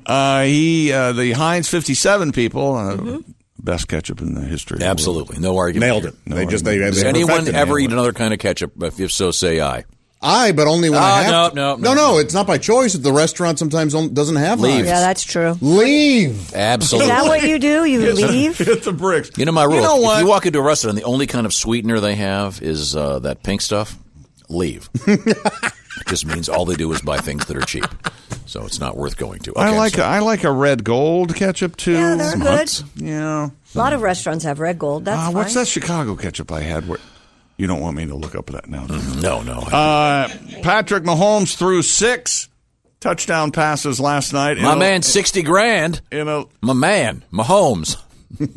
Speaker 6: uh, he, uh, the Heinz 57 people, uh, best ketchup in the history.
Speaker 5: Mm-hmm. Absolutely, no argument.
Speaker 6: Nailed
Speaker 13: it. They just- they-
Speaker 5: Does
Speaker 13: they
Speaker 5: anyone
Speaker 13: perfected
Speaker 5: ever
Speaker 13: it.
Speaker 5: eat another kind of ketchup? If if so, say aye.
Speaker 13: I, but only when
Speaker 5: Ah,
Speaker 13: I have
Speaker 5: no,
Speaker 13: to. no,
Speaker 5: no, no.
Speaker 13: It's not by choice. The restaurant sometimes on- doesn't have
Speaker 5: Leave.
Speaker 13: leaves.
Speaker 7: yeah, that's true.
Speaker 13: Leave.
Speaker 7: Is
Speaker 5: Absolutely.
Speaker 7: that what you do? You leave?
Speaker 6: Hit the bricks.
Speaker 5: You know my rule.
Speaker 7: know
Speaker 5: if
Speaker 7: what?
Speaker 5: you walk into a restaurant, and the only kind of sweetener they have is uh, that pink stuff. Leave. it just means all they do is buy things that are cheap, so it's not worth going to. Okay,
Speaker 6: I like
Speaker 5: so- Mm-hmm.
Speaker 6: I like a red gold ketchup too.
Speaker 7: Yeah, "Oh, they're good.
Speaker 6: Yeah.
Speaker 7: A lot of restaurants have red gold. That's
Speaker 6: Uh,
Speaker 7: fine.
Speaker 6: what's that Chicago ketchup I had? Where you don't want me to look up that now. do you?
Speaker 5: Mm, No, no.
Speaker 6: Uh, Patrick Mahomes threw six touchdown passes last night.
Speaker 5: My man, sixty grand.
Speaker 6: You know,
Speaker 5: my man, Mahomes.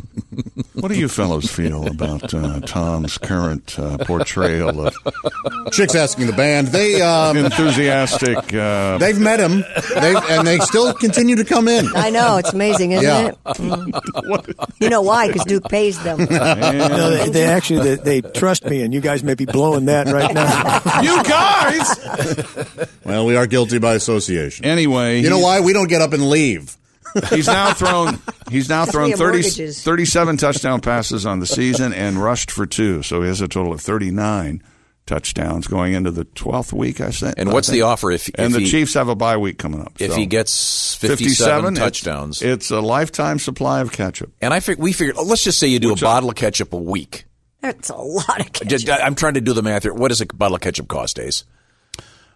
Speaker 6: What do you fellows feel about uh, Tom's current uh, portrayal of
Speaker 13: Chicks asking the band. They um,
Speaker 6: enthusiastic? Uh,
Speaker 13: They've met him, They've, and they still continue to come in.
Speaker 7: I know. It's amazing, isn't
Speaker 13: Yeah.
Speaker 7: it? Mm. you know why? Because Duke pays them.
Speaker 2: No, they, they actually they, they trust me, and you guys may be blowing that right now.
Speaker 6: you guys.
Speaker 13: Well, we are guilty by association.
Speaker 6: Anyway,
Speaker 13: you know
Speaker 6: he's-
Speaker 13: why we don't get up and leave?
Speaker 6: He's now thrown. He's now
Speaker 13: That's why
Speaker 6: thrown
Speaker 13: you have
Speaker 6: 30,
Speaker 13: mortgages.
Speaker 6: 37 touchdown passes on the season and rushed for two, so he has a total of thirty nine touchdowns going into the twelfth week. I said.
Speaker 5: And what's the offer if-
Speaker 6: and
Speaker 5: if
Speaker 6: the
Speaker 5: he-
Speaker 6: Chiefs have a bye week coming up?
Speaker 5: If
Speaker 6: so.
Speaker 5: he gets 57,
Speaker 6: it's-
Speaker 5: touchdowns.
Speaker 6: it's, a lifetime supply of ketchup.
Speaker 5: and I fig- we figured, oh, let's just say you do a bottle of ketchup a week.
Speaker 7: That's a lot of ketchup.
Speaker 5: Just, I- I'm trying to do the math here. What does a bottle of ketchup cost, Days?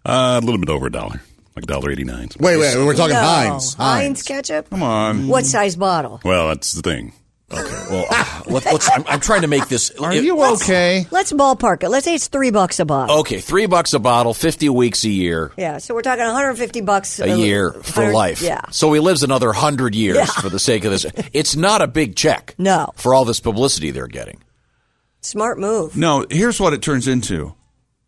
Speaker 14: Uh, a little bit over a dollar, like dollar eighty nine.
Speaker 13: Wait, wait, we're talking
Speaker 7: no.
Speaker 13: Heinz.
Speaker 7: Heinz ketchup?
Speaker 6: Come on.
Speaker 7: What size bottle?
Speaker 14: Well, that's the thing.
Speaker 5: Okay. Well, let, let's. I'm, I'm trying to make this. Are
Speaker 6: you okay?
Speaker 7: Let's ballpark it. Let's say it's three bucks a bottle.
Speaker 5: Okay, three bucks a bottle, fifty weeks a year,
Speaker 7: Yeah, so we're talking 150 bucks
Speaker 5: Oh. a year for
Speaker 7: 100
Speaker 5: life.
Speaker 7: Yeah.
Speaker 5: So he lives another hundred years
Speaker 7: Yeah.
Speaker 5: for the sake of this. It's not a big check.
Speaker 7: No.
Speaker 5: For all this publicity they're getting.
Speaker 7: Smart move.
Speaker 6: No, here's what it turns into.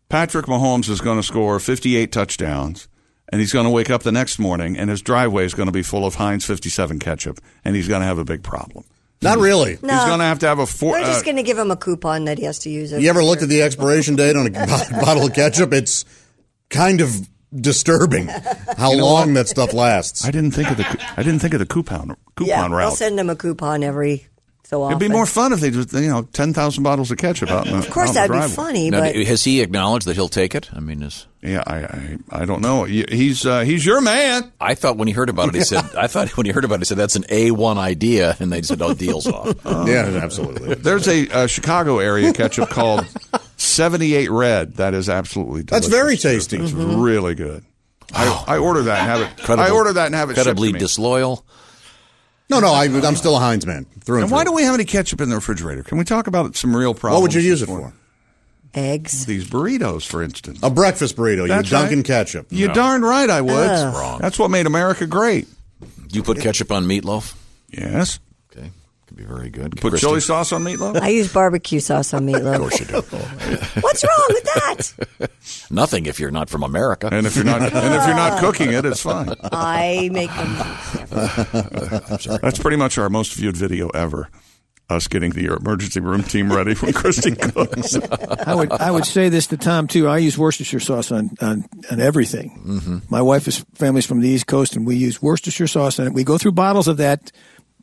Speaker 6: Patrick Mahomes is going to score 58 touchdowns, and he's going to wake up the next morning, and his driveway is going to be full of Heinz 57 ketchup, and he's going to have a big problem.
Speaker 13: Not really.
Speaker 7: No.
Speaker 6: He's going to have to have a four.
Speaker 7: We're
Speaker 6: uh,
Speaker 7: just going to give him a coupon that he has to use.
Speaker 13: You ever looked at the expiration date on a bo- bottle of ketchup? It's kind of disturbing how
Speaker 6: You know
Speaker 13: long
Speaker 6: what?
Speaker 13: that stuff lasts.
Speaker 6: I didn't think of the. cou- I didn't think of the coupon coupon
Speaker 7: yeah, We'll
Speaker 6: route.
Speaker 7: send him a coupon every so often.
Speaker 6: It'd be more fun if they just you know ten thousand bottles of ketchup out. In the,
Speaker 7: Of course
Speaker 6: out in the
Speaker 7: that'd be
Speaker 6: driveway.
Speaker 7: funny, Now, but-
Speaker 5: Has he acknowledged that he'll take it? I mean, is
Speaker 6: yeah, I I, I don't know. Y- He's uh, he's your man.
Speaker 5: I thought when he heard about it, he said, "I thought when he heard about it, he said that's an A one idea," and they said, "Oh, deals off."
Speaker 6: Uh-huh.
Speaker 13: absolutely.
Speaker 6: There's a uh, Chicago area ketchup called 78 Red. That is absolutely
Speaker 13: That's
Speaker 6: delicious.
Speaker 13: very tasty.
Speaker 6: It's
Speaker 3: Mm-hmm.
Speaker 13: Mhm.
Speaker 6: really good. I, I order that and have it. I
Speaker 13: Credible-
Speaker 6: order that and have it shipped to
Speaker 13: credibly
Speaker 6: me.
Speaker 5: disloyal.
Speaker 13: No, no, I, I'm still a Heinz man through and,
Speaker 6: And
Speaker 13: through.
Speaker 6: why do we have any ketchup in the refrigerator? Can we talk about some real problems?
Speaker 13: What would you use it for?
Speaker 7: Eggs.
Speaker 6: These burritos, for instance.
Speaker 13: A breakfast burrito.
Speaker 6: That's
Speaker 13: you dunk
Speaker 6: right.
Speaker 13: in ketchup.
Speaker 6: You darn right I would.
Speaker 13: Ugh.
Speaker 6: wrong. That's what made America great.
Speaker 5: You put ketchup on meatloaf?
Speaker 6: Yes.
Speaker 5: Okay, could be very good.
Speaker 6: Put
Speaker 5: Christy?
Speaker 6: chili sauce on meatloaf?
Speaker 7: I use barbecue sauce on meatloaf. of
Speaker 5: course you do.
Speaker 7: What's wrong with that?
Speaker 5: Nothing if you're not from America,
Speaker 6: and if you're not, and if you're not cooking it, it's fine.
Speaker 7: I make them.
Speaker 6: That's pretty much our most viewed video ever. Us getting the emergency room team ready when Christy cooks.
Speaker 15: I would I would say this to Tom too. I use Worcestershire sauce on on, on everything.
Speaker 5: Mm-hmm.
Speaker 15: My wife is family's from the East Coast, and we use Worcestershire sauce on it. We go through bottles of that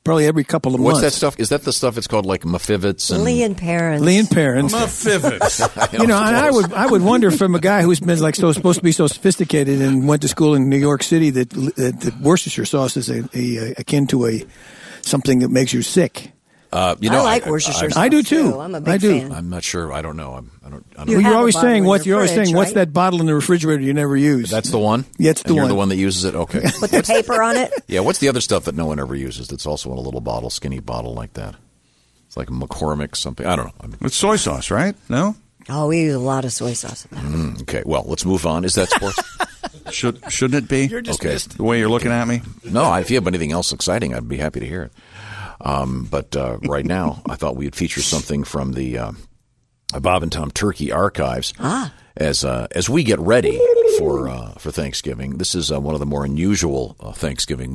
Speaker 15: probably every couple of
Speaker 5: What's that
Speaker 15: months.
Speaker 5: stuff? Is that the stuff it's called like Mafivits and
Speaker 7: Lee and parents.
Speaker 15: Lee and parents. You know, and I would I would wonder from a guy who's been like so supposed to be so sophisticated and went to school in New York City that that, that Worcestershire sauce is a, a, akin to a something that makes you sick.
Speaker 5: Uh, you know,
Speaker 15: I like Worcestershire I do sauce, too. too. I'm a big I do. fan.
Speaker 5: I'm not sure. I don't know. I'm, I don't. I don't
Speaker 15: Well,
Speaker 5: know.
Speaker 15: you're always saying what you're always saying. What's that bottle in the refrigerator you never use?
Speaker 5: That's the one.
Speaker 15: Yeah, it's the
Speaker 5: And you're
Speaker 15: one.
Speaker 5: the one that uses it. Okay.
Speaker 7: Put the paper on it.
Speaker 5: yeah. What's the other stuff that no one ever uses? That's also in a little bottle, skinny bottle like that. It's like McCormick something. I don't know. I mean,
Speaker 6: It's soy sauce, right? No.
Speaker 7: Oh, we use a lot of soy sauce.
Speaker 5: Mm, okay. Well, let's move on. Is that sports?
Speaker 6: Should shouldn't it be?
Speaker 7: You're
Speaker 5: dismissed.
Speaker 6: The way you're looking at me.
Speaker 5: No, if you have anything else exciting, I'd be happy to hear it. Um, but uh, right now, I thought we'd feature something from the uh, Bob and Tom Turkey archives. Ah. As uh, as we get ready for uh, for Thanksgiving, this is uh, one of the more unusual uh, Thanksgiving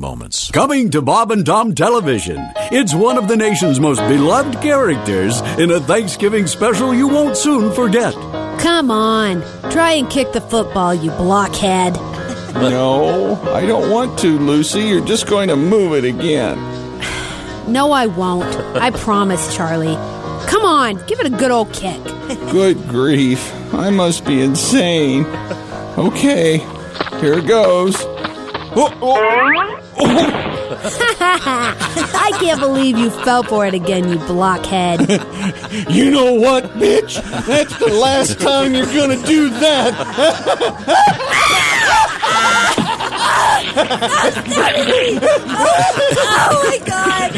Speaker 5: moments.
Speaker 16: Coming to Bob and Tom Television, it's one of the nation's most beloved characters in a Thanksgiving special you won't soon forget.
Speaker 17: Come on, try and kick the football, you blockhead.
Speaker 3: No, I don't want to, Lucy. You're just going to move it again.
Speaker 17: No, I won't. I promise, Charlie. Come on, give it a good old kick.
Speaker 3: Good grief. I must be insane. Okay, here goes. Oh, oh.
Speaker 17: I can't believe you fell for it again, you blockhead.
Speaker 3: You know what, bitch? That's the last time you're gonna do that.
Speaker 17: oh my god!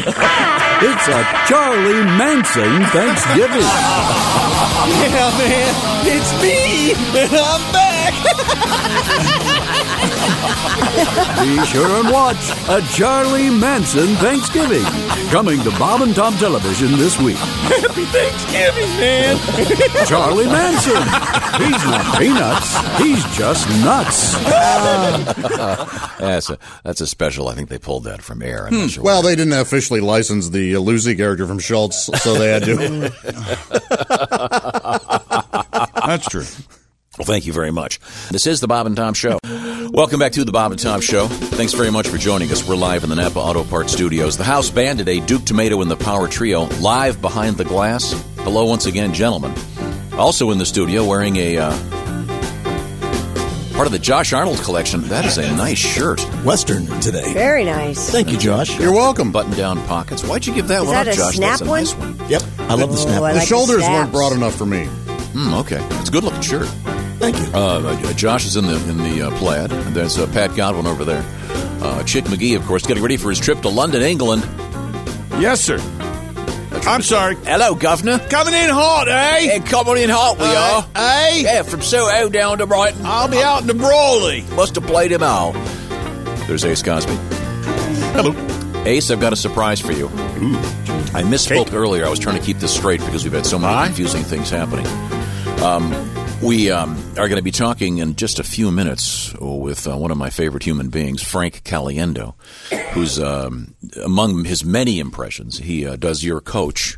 Speaker 16: It's a Charlie Manson Thanksgiving.
Speaker 3: Yeah, man, it's me, and I'm back.
Speaker 16: Be sure and watch a Charlie Manson Thanksgiving coming to Bob and Tom Television this week.
Speaker 3: Happy Thanksgiving, man.
Speaker 16: Charlie Manson. He's not peanuts. He's just nuts.
Speaker 5: that's a that's a special. I think they pulled that from air.
Speaker 6: Hmm.
Speaker 5: I'm not sure.
Speaker 13: Well, they didn't officially license the uh, Lucy character from Schultz, so they had to.
Speaker 6: That's true.
Speaker 5: Well, thank you very much. This is the Bob and Tom Show. Welcome back to the Bob and Tom Show. Thanks very much for joining us. We're live in the Napa Auto Parts Studios. The house band today, Duke Tomato and the Power Trio, live behind the glass. Hello, once again, gentlemen. Also in the studio, wearing a uh, part of the Josh Arnold collection. That is a nice shirt.
Speaker 18: Western today.
Speaker 7: Very nice.
Speaker 18: Thank you, Josh.
Speaker 5: You're welcome. Button down pockets. Why'd you give that
Speaker 7: Is
Speaker 5: one
Speaker 7: that
Speaker 5: up,
Speaker 7: a
Speaker 5: Josh?
Speaker 7: snap
Speaker 5: That's a
Speaker 7: one?
Speaker 5: nice one.
Speaker 18: Yep, I love the snap.
Speaker 7: Oh, I
Speaker 13: the
Speaker 7: like
Speaker 13: shoulders
Speaker 7: snaps.
Speaker 13: weren't broad enough for me.
Speaker 5: Mm, okay, it's a good looking shirt. Thank you. Uh, uh, Josh is in the in the uh, plaid. And There's uh, Pat Godwin over there. Uh, Chick McGee, of course, getting ready for his trip to London, England.
Speaker 6: Yes, sir. I'm sorry.
Speaker 5: Hello, Governor.
Speaker 6: Coming in hot, eh?
Speaker 5: Hey, coming in hot we
Speaker 6: Uh,
Speaker 5: are. Hey? Yeah, from Soho down to Brighton. I'll be out in the Brawley. Must have played him out. There's Ace Cosby. Hello. Ace, I've got a surprise for you. I misspoke earlier. I was trying to keep this straight because we've had so many confusing things happening. Um, We um, are going to be talking in just a few minutes with uh, one of my favorite human beings, Frank Caliendo, who's um, among his many impressions. He uh, does your coach,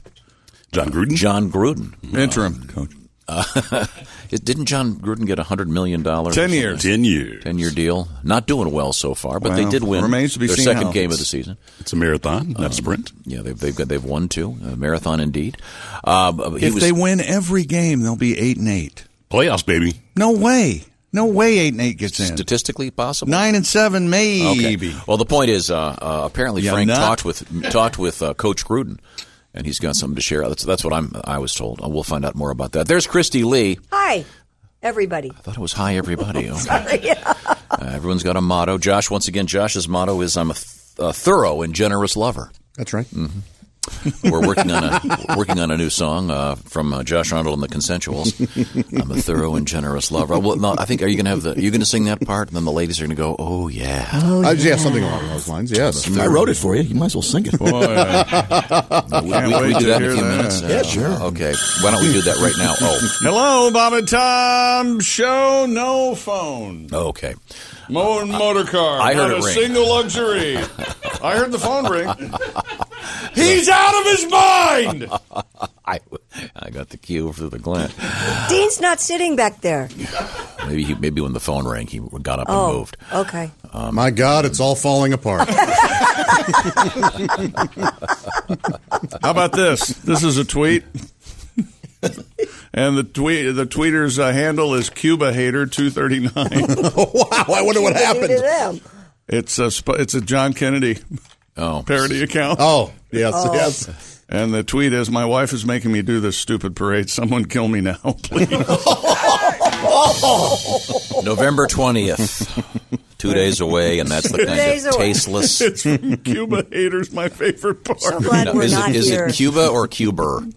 Speaker 5: John Gruden. John Gruden,
Speaker 6: Mm-hmm. interim
Speaker 5: coach. Uh, didn't John Gruden get a hundred million dollars?
Speaker 6: Ten years.
Speaker 5: ten years, ten year deal. Not doing well so far, but they
Speaker 6: Well,
Speaker 5: did win.
Speaker 6: remains to be
Speaker 5: their
Speaker 6: seen
Speaker 5: second
Speaker 6: how.
Speaker 5: game of the season.
Speaker 14: It's a marathon, not a sprint.
Speaker 5: Uh, Yeah, they've they've, got, they've won two, a marathon indeed. Uh, he
Speaker 6: If
Speaker 5: was,
Speaker 6: they win every game, they'll be eight and eight.
Speaker 14: Playoffs, baby.
Speaker 6: No way. No way. Eight and eight gets in.
Speaker 5: Statistically possible.
Speaker 6: Nine and seven,
Speaker 5: Okay.
Speaker 6: maybe.
Speaker 5: Well, the point is, uh, uh, apparently
Speaker 6: Yeah,
Speaker 5: Frank
Speaker 6: nut.
Speaker 5: talked with talked with uh, Coach Gruden, and he's got something to share. That's that's what I'm I was told. Uh, We'll find out more about that. There's Christy Lee.
Speaker 7: Hi, everybody.
Speaker 5: I thought it was hi everybody. Okay.
Speaker 7: Sorry.
Speaker 5: Uh, everyone's got a motto. Josh, once again, Josh's motto is I'm a, th- a thorough and generous lover.
Speaker 13: That's right.
Speaker 5: hmm We're working on a working on a new song uh, from uh, Josh Arnold and the Consensuals. I'm a thorough and generous lover. Well, no, I think are you going to have the are you going to sing that part, and then the ladies are going to go, oh yeah,
Speaker 13: Oh, Uh, yeah, yeah. something along those lines, yes. I wrote it for you. You might as well sing it. Boy.
Speaker 5: No, we,
Speaker 13: Can't wait
Speaker 5: we- we
Speaker 13: to
Speaker 5: do that in a
Speaker 13: hear
Speaker 5: few
Speaker 13: that.
Speaker 5: minutes. Uh,
Speaker 13: Yeah, sure.
Speaker 5: Okay, why don't we do that right now? Oh,
Speaker 11: Hello, Bob and Tom. Show no phone.
Speaker 5: okay.
Speaker 11: Mo and motor car.
Speaker 5: I heard
Speaker 11: Not
Speaker 5: it
Speaker 11: a
Speaker 5: ring.
Speaker 11: single luxury. I heard the phone ring. He's out of his mind.
Speaker 5: I, I got the cue through the glen.
Speaker 7: Dean's not sitting back there.
Speaker 5: Maybe he, maybe when the phone rang, he got up and
Speaker 7: Oh,
Speaker 5: moved. Um,
Speaker 7: okay.
Speaker 13: My God, it's all falling apart.
Speaker 6: How about this? This is a tweet. And the tweet, the tweeter's uh, handle is Cuba Hater two thirty nine. wow!
Speaker 13: I wonder what happened.
Speaker 7: To them.
Speaker 6: It's a sp- it's a John Kennedy
Speaker 5: oh.
Speaker 6: parody account.
Speaker 13: Oh yes,
Speaker 7: Oh.
Speaker 13: yes.
Speaker 6: And the tweet is, "My wife is making me do this stupid parade. Someone kill me now, please."
Speaker 5: November twentieth, two days away, and that's the
Speaker 6: Two
Speaker 5: kind
Speaker 6: days
Speaker 5: of
Speaker 6: away.
Speaker 5: tasteless.
Speaker 6: it's from Cuba Hater's my favorite part.
Speaker 5: No, is it, is it Cuba or Cuber?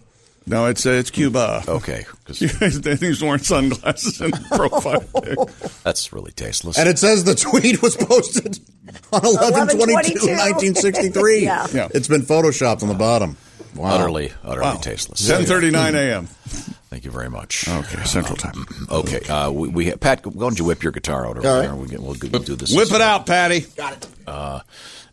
Speaker 6: No, it's uh, it's Cuba.
Speaker 5: Okay,
Speaker 6: he's wearing sunglasses in the profile pic.
Speaker 5: that's really tasteless.
Speaker 13: And it says the tweet was posted on 11
Speaker 9: 11/22.
Speaker 13: 1963.
Speaker 9: Yeah.
Speaker 5: Yeah.
Speaker 13: It's been photoshopped on the bottom. Wow.
Speaker 5: Utterly, utterly tasteless.
Speaker 6: 10:39 a.m.
Speaker 5: Hmm. Thank you very much. Um,
Speaker 6: Okay, Central Time.
Speaker 5: Okay, uh, we, we Pat, why don't you whip your guitar out over
Speaker 6: All right.
Speaker 5: there? We get, we'll, we'll do this.
Speaker 6: Whip it out, Patty.
Speaker 5: Got it. Uh,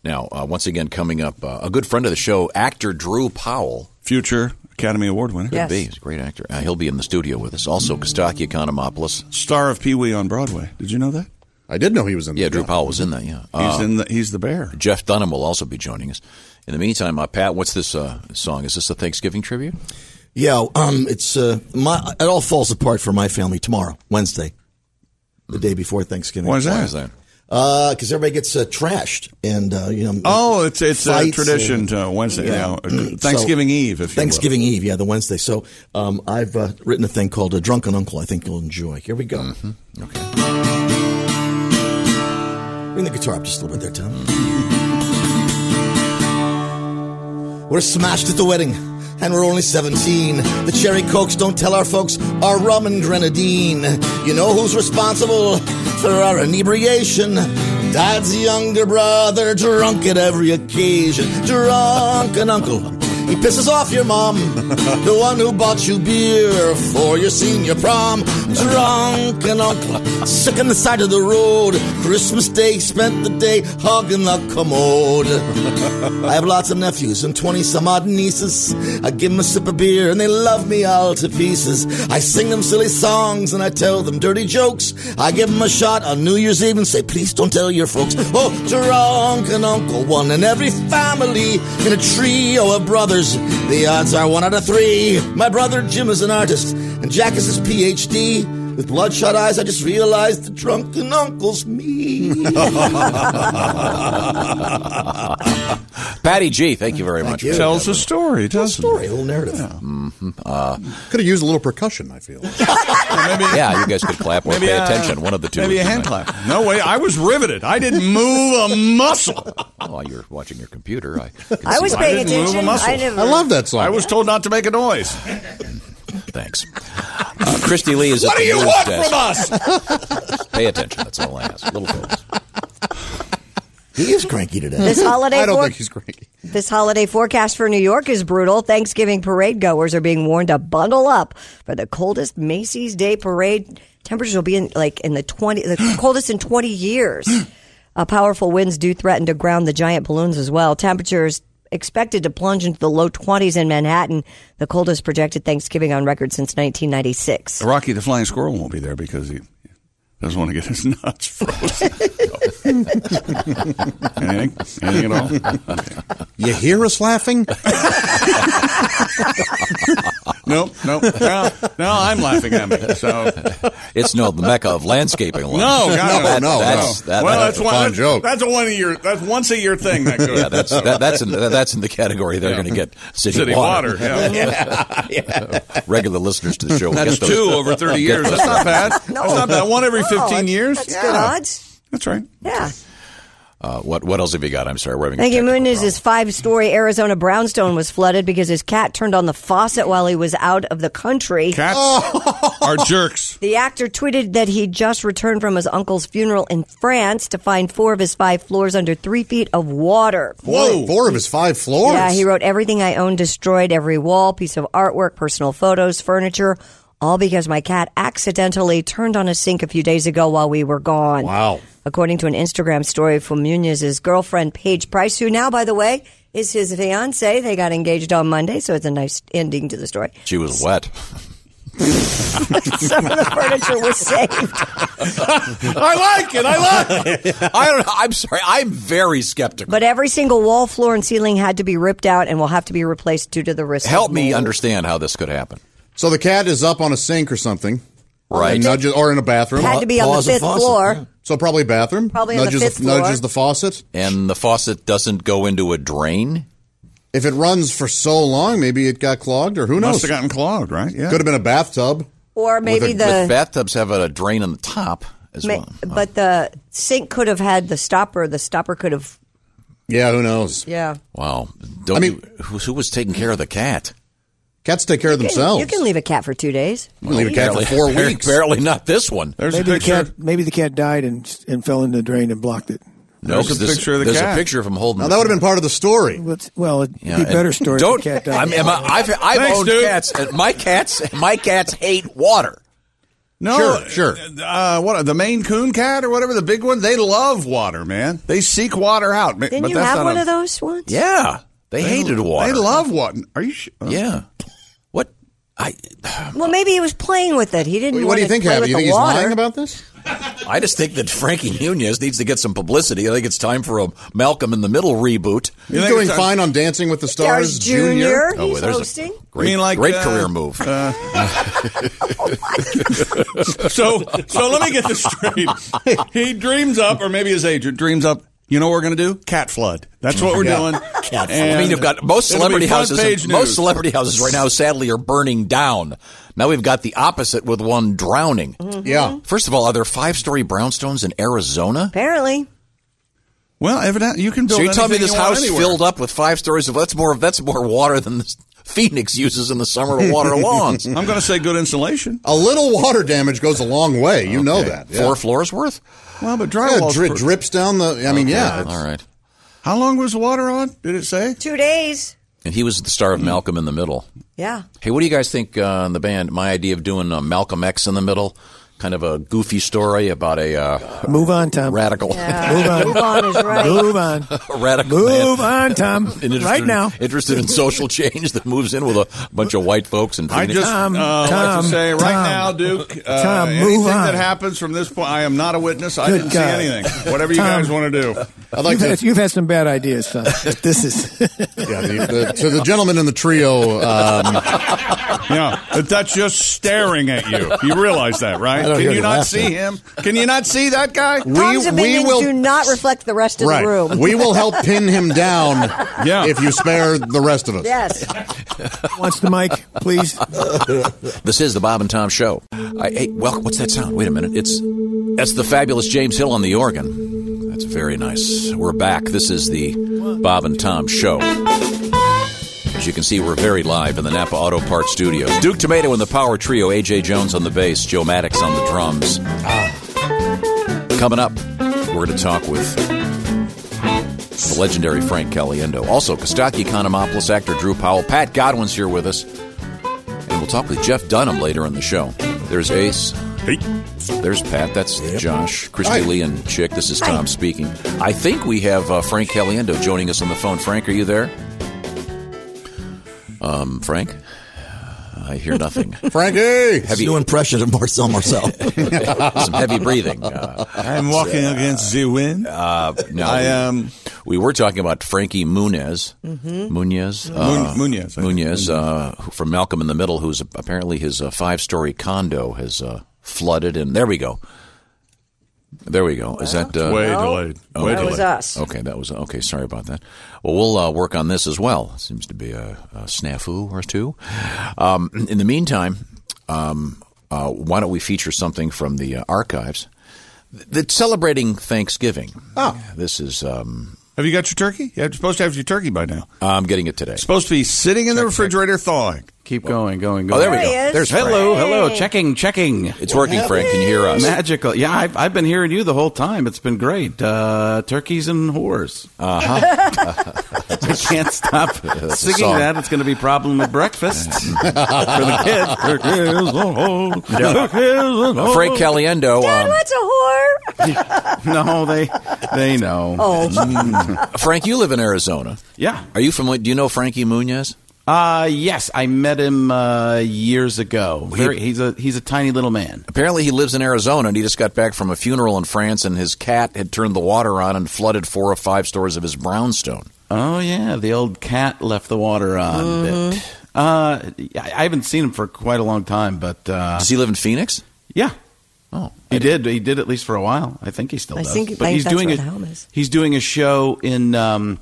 Speaker 5: now, uh, once again, coming up, uh, a good friend of the show, actor Drew Powell.
Speaker 6: Future Academy Award winner.
Speaker 5: Could
Speaker 6: Yes.
Speaker 5: be. He's a great actor. Uh, he'll be in the studio with us. Also, Kostaki Economopoulos.
Speaker 6: Star of Pee Wee on Broadway. Did you know that?
Speaker 13: I did know he was in.
Speaker 5: Yeah, Drew Powell was in that. Yeah, he's
Speaker 6: in the he's the bear.
Speaker 5: Jeff Dunham will also be joining us. In the meantime, uh, Pat, what's this uh, song? Is this a Thanksgiving tribute?
Speaker 18: Yeah, um, it's uh, my, it all falls apart for my family tomorrow, Wednesday, the day before Thanksgiving.
Speaker 6: Why is that? Why is that?
Speaker 18: Because everybody gets uh, trashed, and uh, you know.
Speaker 6: Oh, it's it's a
Speaker 18: fights
Speaker 6: tradition
Speaker 18: and-
Speaker 6: to Wednesday
Speaker 18: Yeah. Mm-hmm.
Speaker 6: now. Thanksgiving
Speaker 18: So-
Speaker 6: Eve, if you will.
Speaker 18: Thanksgiving Eve, yeah, the Wednesday. So um, I've uh, written a thing called "A Drunken Uncle." I think you'll enjoy. Here we go.
Speaker 6: Mm-hmm.
Speaker 18: Okay. Bring the guitar up just a little bit there, Tom. We're smashed at the wedding, and we're only 17. The cherry cokes don't tell our folks our rum and grenadine. You know who's responsible for our inebriation? Dad's younger brother, drunk at every occasion. Drunken uncle. He pisses off your mom, the one who bought you beer for your senior prom. Drunk and uncle, sick on the side of the road. Christmas Day, spent the day hugging the commode. I have lots of nephews and 20 some odd nieces. I give them a sip of beer and they love me all to pieces. I sing them silly songs and I tell them dirty jokes. I give them a shot on New Year's Eve and say, please don't tell your folks. Oh, drunk and uncle, one in every family, in a trio of brothers. The odds are one out of three. My brother Jim is an artist, and Jack is his PhD. With bloodshot eyes, I just realized the drunken uncle's me.
Speaker 5: Patty G, thank you very much.
Speaker 13: you.
Speaker 5: Tell
Speaker 13: us a
Speaker 6: story. Tell us
Speaker 13: a story,
Speaker 18: a little narrative.
Speaker 5: hmm Uh,
Speaker 13: Could have used a little percussion, I feel.
Speaker 5: yeah, you guys could clap or
Speaker 13: Maybe,
Speaker 5: pay
Speaker 13: uh,
Speaker 5: attention. One of the two.
Speaker 13: maybe
Speaker 5: would
Speaker 13: a
Speaker 5: be
Speaker 13: hand
Speaker 5: nice.
Speaker 6: clap. No way. I was riveted. I didn't move a muscle.
Speaker 5: Oh, While you're watching your computer, I. can
Speaker 7: I
Speaker 5: see
Speaker 7: was
Speaker 5: why.
Speaker 7: paying attention. I never.
Speaker 13: that song.
Speaker 6: I was told not to make a noise.
Speaker 5: Thanks. Uh, Christy Lee is at
Speaker 6: What
Speaker 5: the
Speaker 6: do you
Speaker 5: news
Speaker 6: want
Speaker 5: desk.
Speaker 6: from
Speaker 9: us?
Speaker 5: Pay attention. That's all I ask. Little folks.
Speaker 18: He is cranky today.
Speaker 7: This holiday
Speaker 13: I don't
Speaker 7: for-
Speaker 13: think he's cranky.
Speaker 7: This holiday forecast for New York is brutal. Thanksgiving parade goers are being warned to bundle up for the coldest Macy's Day parade. Temperatures will be in like in the 20 the coldest in 20 years. Uh, powerful winds do threaten to ground the giant balloons as well. Temperatures expected to plunge into the low 20s in Manhattan, the coldest projected Thanksgiving on record since 1996.
Speaker 6: Rocky the Flying Squirrel won't be there because he doesn't want to get his nuts frozen. anything? Anything at all?
Speaker 13: You hear us laughing?
Speaker 6: Nope, nope. No, no, I'm laughing at me. So
Speaker 5: it's no the mecca of landscaping.
Speaker 6: no,
Speaker 5: Lon.
Speaker 6: God,
Speaker 5: That- that's, that-
Speaker 6: well, that's,
Speaker 5: that's, a
Speaker 6: one.
Speaker 5: fun
Speaker 6: that's,
Speaker 5: joke.
Speaker 6: That's a one of your. That's once a year thing. That goes.
Speaker 5: yeah, that's that, that's in, that's in the category they're going to get city,
Speaker 6: City water, yeah.
Speaker 5: yeah. Regular listeners to the show. will
Speaker 6: That's
Speaker 5: get those-
Speaker 6: two over 30
Speaker 5: get
Speaker 6: years.
Speaker 5: those.
Speaker 6: That's not bad. That's not bad. One every 15 years.
Speaker 7: That's good odds.
Speaker 6: That's right.
Speaker 7: Yeah.
Speaker 5: Uh, what what else have you got? I'm sorry, we're having a
Speaker 7: Thank you.
Speaker 5: tech-
Speaker 7: Moon News is five story Arizona brownstone was flooded because his cat turned on the faucet while he was out of the country.
Speaker 6: Cats are jerks.
Speaker 7: The actor tweeted that he just returned from his uncle's funeral in France to find four of his five floors under three feet of water.
Speaker 13: Whoa. Four of his five floors.
Speaker 7: Yeah, he wrote everything I own destroyed, every wall, piece of artwork, personal photos, furniture, all because my cat accidentally turned on a sink a few days ago while we were gone. Wow. According to an Instagram story from Muniz's girlfriend Paige Price, who now, by the way, is his fiance. They got engaged on Monday, so it's a nice ending to the story.
Speaker 5: She was wet.
Speaker 7: Some of the furniture was saved.
Speaker 5: I like it. I like it. I don't know. I'm sorry. I'm very skeptical.
Speaker 7: But every single wall, floor, and ceiling had to be ripped out and will have to be replaced due to the risk. of
Speaker 5: Help me
Speaker 7: mold.
Speaker 5: understand how this could happen.
Speaker 13: So the cat is up on a sink or something,
Speaker 5: Right.
Speaker 13: And nudges, or in a bathroom.
Speaker 7: Had to be on the Paws and fifth faucet, floor. yeah.
Speaker 13: So probably bathroom.
Speaker 7: Probably on the
Speaker 13: nudges
Speaker 7: fifth floor.
Speaker 13: nudges the faucet.
Speaker 5: And the faucet doesn't go into a drain.
Speaker 13: If it runs for so long, maybe it got clogged, or who knows?
Speaker 5: Must have gotten
Speaker 6: clogged, right? Yeah.
Speaker 13: Could have been a bathtub.
Speaker 7: Or maybe
Speaker 5: with
Speaker 7: the
Speaker 5: a, with bathtubs have a drain on the top as
Speaker 7: Ma-
Speaker 5: well.
Speaker 7: But the sink could have had the stopper. The stopper could have.
Speaker 13: Yeah, who knows?
Speaker 7: Yeah.
Speaker 5: Wow. Don't you, who, who was taking care of the cat?
Speaker 13: Cats take care of
Speaker 7: You can, you can leave a cat for two days.
Speaker 5: Apparently- Apparently not this one.
Speaker 2: maybe The cat, maybe the cat died and and fell in the drain and blocked it.
Speaker 5: No,
Speaker 2: There's a
Speaker 5: 'cause this-
Speaker 2: picture of the
Speaker 5: there's
Speaker 2: cat.
Speaker 5: a picture of him holding.
Speaker 2: Now,
Speaker 5: the
Speaker 2: that would've
Speaker 13: been part of the story.
Speaker 2: well, it'd
Speaker 5: Yeah,
Speaker 2: be
Speaker 5: and
Speaker 2: better story.
Speaker 5: Don't.
Speaker 2: If the cat died.
Speaker 5: I'm, am I, I've, I've
Speaker 2: Thanks,
Speaker 5: owned
Speaker 2: dude.
Speaker 5: cats. And my cats. My cats hate water.
Speaker 6: No, sure, Uh, what the Maine Coon cat or whatever the big one? They love water, man. They seek water out. Ma-
Speaker 7: Didn't
Speaker 6: but
Speaker 7: you
Speaker 6: that's
Speaker 7: have
Speaker 6: not
Speaker 7: one
Speaker 6: a-
Speaker 7: of those once?
Speaker 5: Yeah, they, hated water.
Speaker 6: They love water. Are you? Sure?
Speaker 5: Yeah. What? I.
Speaker 7: Well, maybe he was playing with it. He didn't. want to play with the water.
Speaker 13: about this?
Speaker 5: I just think that Frankie Muniz needs to get some publicity. I think it's time for a Malcolm in the Middle reboot.
Speaker 13: He's doing fine on Dancing with the Stars, Junior.
Speaker 5: Oh, well, there's a great, great
Speaker 6: uh,
Speaker 5: career move.
Speaker 7: Oh
Speaker 6: so so let me get this straight. He dreams up, or maybe his agent dreams up. You know what we're going to do? Cat flood. That's what we're
Speaker 5: Yeah.
Speaker 6: doing.
Speaker 5: Cat I mean, you've got most
Speaker 6: it'll be
Speaker 5: celebrity
Speaker 6: front
Speaker 5: houses.
Speaker 6: page
Speaker 5: Most
Speaker 6: news.
Speaker 5: celebrity houses right now, sadly, are burning down. Now we've got the opposite with one drowning.
Speaker 6: Mm-hmm.
Speaker 13: Yeah.
Speaker 5: First of all, are there five-story brownstones in Arizona?
Speaker 7: Apparently.
Speaker 6: Well, evidently you can build.
Speaker 5: So you're telling me
Speaker 6: anything
Speaker 5: this
Speaker 6: you want
Speaker 5: house
Speaker 6: anywhere.
Speaker 5: filled up with five stories of that's more that's more water than the Phoenix uses in the summer to water lawns.
Speaker 6: I'm going to say good insulation.
Speaker 13: A little water damage goes a long way. You know that. Yeah.
Speaker 5: Four floors worth.
Speaker 6: Well, but
Speaker 13: Yeah,
Speaker 6: drywall
Speaker 13: dri- drips down the. I mean, yeah. it's-
Speaker 5: All right.
Speaker 6: How long was the water on? Did it say?
Speaker 7: Two days.
Speaker 5: And he was the star of Malcolm in the Middle.
Speaker 7: Yeah.
Speaker 5: Hey, what do you guys think uh, in the band? My idea of doing uh, Malcolm X in the Middle, kind of a goofy story about a uh,
Speaker 2: Move on, Tom.
Speaker 5: radical,
Speaker 2: Move on.
Speaker 7: Move on is right.
Speaker 2: Move on.
Speaker 5: a radical.
Speaker 2: Move
Speaker 5: man.
Speaker 2: on, Tom.
Speaker 5: And interested
Speaker 2: Right
Speaker 5: in-
Speaker 2: now.
Speaker 5: interested in social change that moves in with a bunch of white folks and
Speaker 6: I just
Speaker 2: Tom,
Speaker 6: uh, like
Speaker 2: Tom,
Speaker 6: to say right
Speaker 2: Tom.
Speaker 6: now, Duke. Uh,
Speaker 2: Tom, move
Speaker 6: anything
Speaker 2: on.
Speaker 6: that happens from this point, I am not a witness. I
Speaker 2: Good
Speaker 6: didn't
Speaker 2: God.
Speaker 6: see anything. Whatever you
Speaker 2: Tom.
Speaker 6: guys want to do,
Speaker 13: I'd like
Speaker 2: you've,
Speaker 13: to-
Speaker 2: had, you've had some bad ideas, son. But this is.
Speaker 13: yeah, the, the, to the gentleman in the trio, um,
Speaker 6: yeah, but that's just staring at you. You realize that, right?
Speaker 13: I don't
Speaker 6: Can
Speaker 13: hear
Speaker 6: you
Speaker 13: the
Speaker 6: not
Speaker 13: laughter.
Speaker 6: see him? Can you not see that guy?
Speaker 7: Tom's opinions do not reflect the rest of
Speaker 13: right.
Speaker 7: the room.
Speaker 13: We will help pin him down
Speaker 6: Yeah.
Speaker 13: if you spare the rest of us.
Speaker 7: Yes.
Speaker 2: Wants the mic, please.
Speaker 5: This is the Bob and Tom Show. I, hey, well, what's that sound? Wait a minute. It's that's the fabulous James Hill on the organ. That's very nice. We're back. This is the Bob and Tom Show. As you can see, we're very live in the Napa Auto Parts Studios. Duke Tomato and the Power Trio: AJ Jones on the bass, Joe Maddox on the drums. Coming up, we're going to talk with The legendary Frank Caliendo. Also, Kostaki Economopoulos, actor Drew Powell. Pat Godwin's here with us. And we'll talk with Jeff Dunham later in the show. There's Ace. There's Pat. That's Josh.
Speaker 19: Hi.
Speaker 5: Christy Lee and Chick. This is Tom speaking. I think we have uh, Frank Caliendo joining us on the phone. Frank, are you there? Um, Frank? I hear nothing.
Speaker 18: Frankie!
Speaker 5: Heavy-
Speaker 18: new impression of Marcel Marcel.
Speaker 5: Some heavy breathing. Uh,
Speaker 6: I'm walking against the wind.
Speaker 5: Uh, no,
Speaker 6: I,
Speaker 5: we-
Speaker 6: um,
Speaker 5: we were talking about Frankie Muniz.
Speaker 6: Mhm.
Speaker 5: Muniz.
Speaker 6: Mun- Muñez, I think.
Speaker 5: Muñez, uh, who- from Malcolm in the Middle, who's apparently his uh, five story condo has uh, flooded. And there we go. There we go. Is that uh,
Speaker 7: Way No. delayed.
Speaker 5: Oh,
Speaker 7: Way
Speaker 5: okay.
Speaker 7: That was delayed. us.
Speaker 5: Okay, that was okay. Sorry about that. Well, we'll uh, work on this as well. Seems to be a, a snafu or two. Um, in the meantime, um, uh, why don't we feature something from the uh, archives that's celebrating Thanksgiving? Oh, this is. Um,
Speaker 6: have you got your turkey? You're supposed to have your turkey by now.
Speaker 5: I'm getting it today.
Speaker 6: Supposed to be sitting in the refrigerator thawing.
Speaker 19: Keep going, going,
Speaker 5: Oh,
Speaker 19: going.
Speaker 5: there we There go. he is. There's
Speaker 19: hello,
Speaker 5: Frank.
Speaker 19: hello. Checking, checking. It's
Speaker 5: working, Frank. Can you hear us?
Speaker 19: Magical. Yeah, I've, I've been hearing you the whole time. It's been great. Uh, turkeys and whores. Uh I can't stop
Speaker 5: a
Speaker 19: singing
Speaker 5: song.
Speaker 19: that. It's going to be a problem at breakfast for the kids. Turkeys and whores.
Speaker 5: Yeah.
Speaker 19: Turkeys and whores.
Speaker 5: Frank Caliendo.
Speaker 7: Dad,
Speaker 5: um,
Speaker 7: what's a whore?
Speaker 19: No, they they know.
Speaker 7: Oh.
Speaker 5: Mm. Frank, you live in Arizona.
Speaker 19: Yeah.
Speaker 5: Are you familiar? Do you know Frankie Munoz?
Speaker 19: Uh, yes, I met him uh, years ago. Very, he's a he's a tiny little man.
Speaker 5: Apparently, he lives in Arizona, and he just got back from a funeral in France, and his cat had turned the water on and flooded four or five stories of his brownstone.
Speaker 19: Oh yeah, the old cat left the water on. Bit. Uh, I I haven't seen him for quite a long time, but uh,
Speaker 5: does he live in Phoenix?
Speaker 19: Yeah.
Speaker 5: Oh,
Speaker 19: he did. He did at least for a while. I think he still
Speaker 7: I
Speaker 19: does.
Speaker 7: think-
Speaker 19: but
Speaker 7: I think
Speaker 19: he's
Speaker 7: that's
Speaker 19: doing
Speaker 7: where
Speaker 19: a,
Speaker 7: the home is.
Speaker 19: He's doing a show in. Um,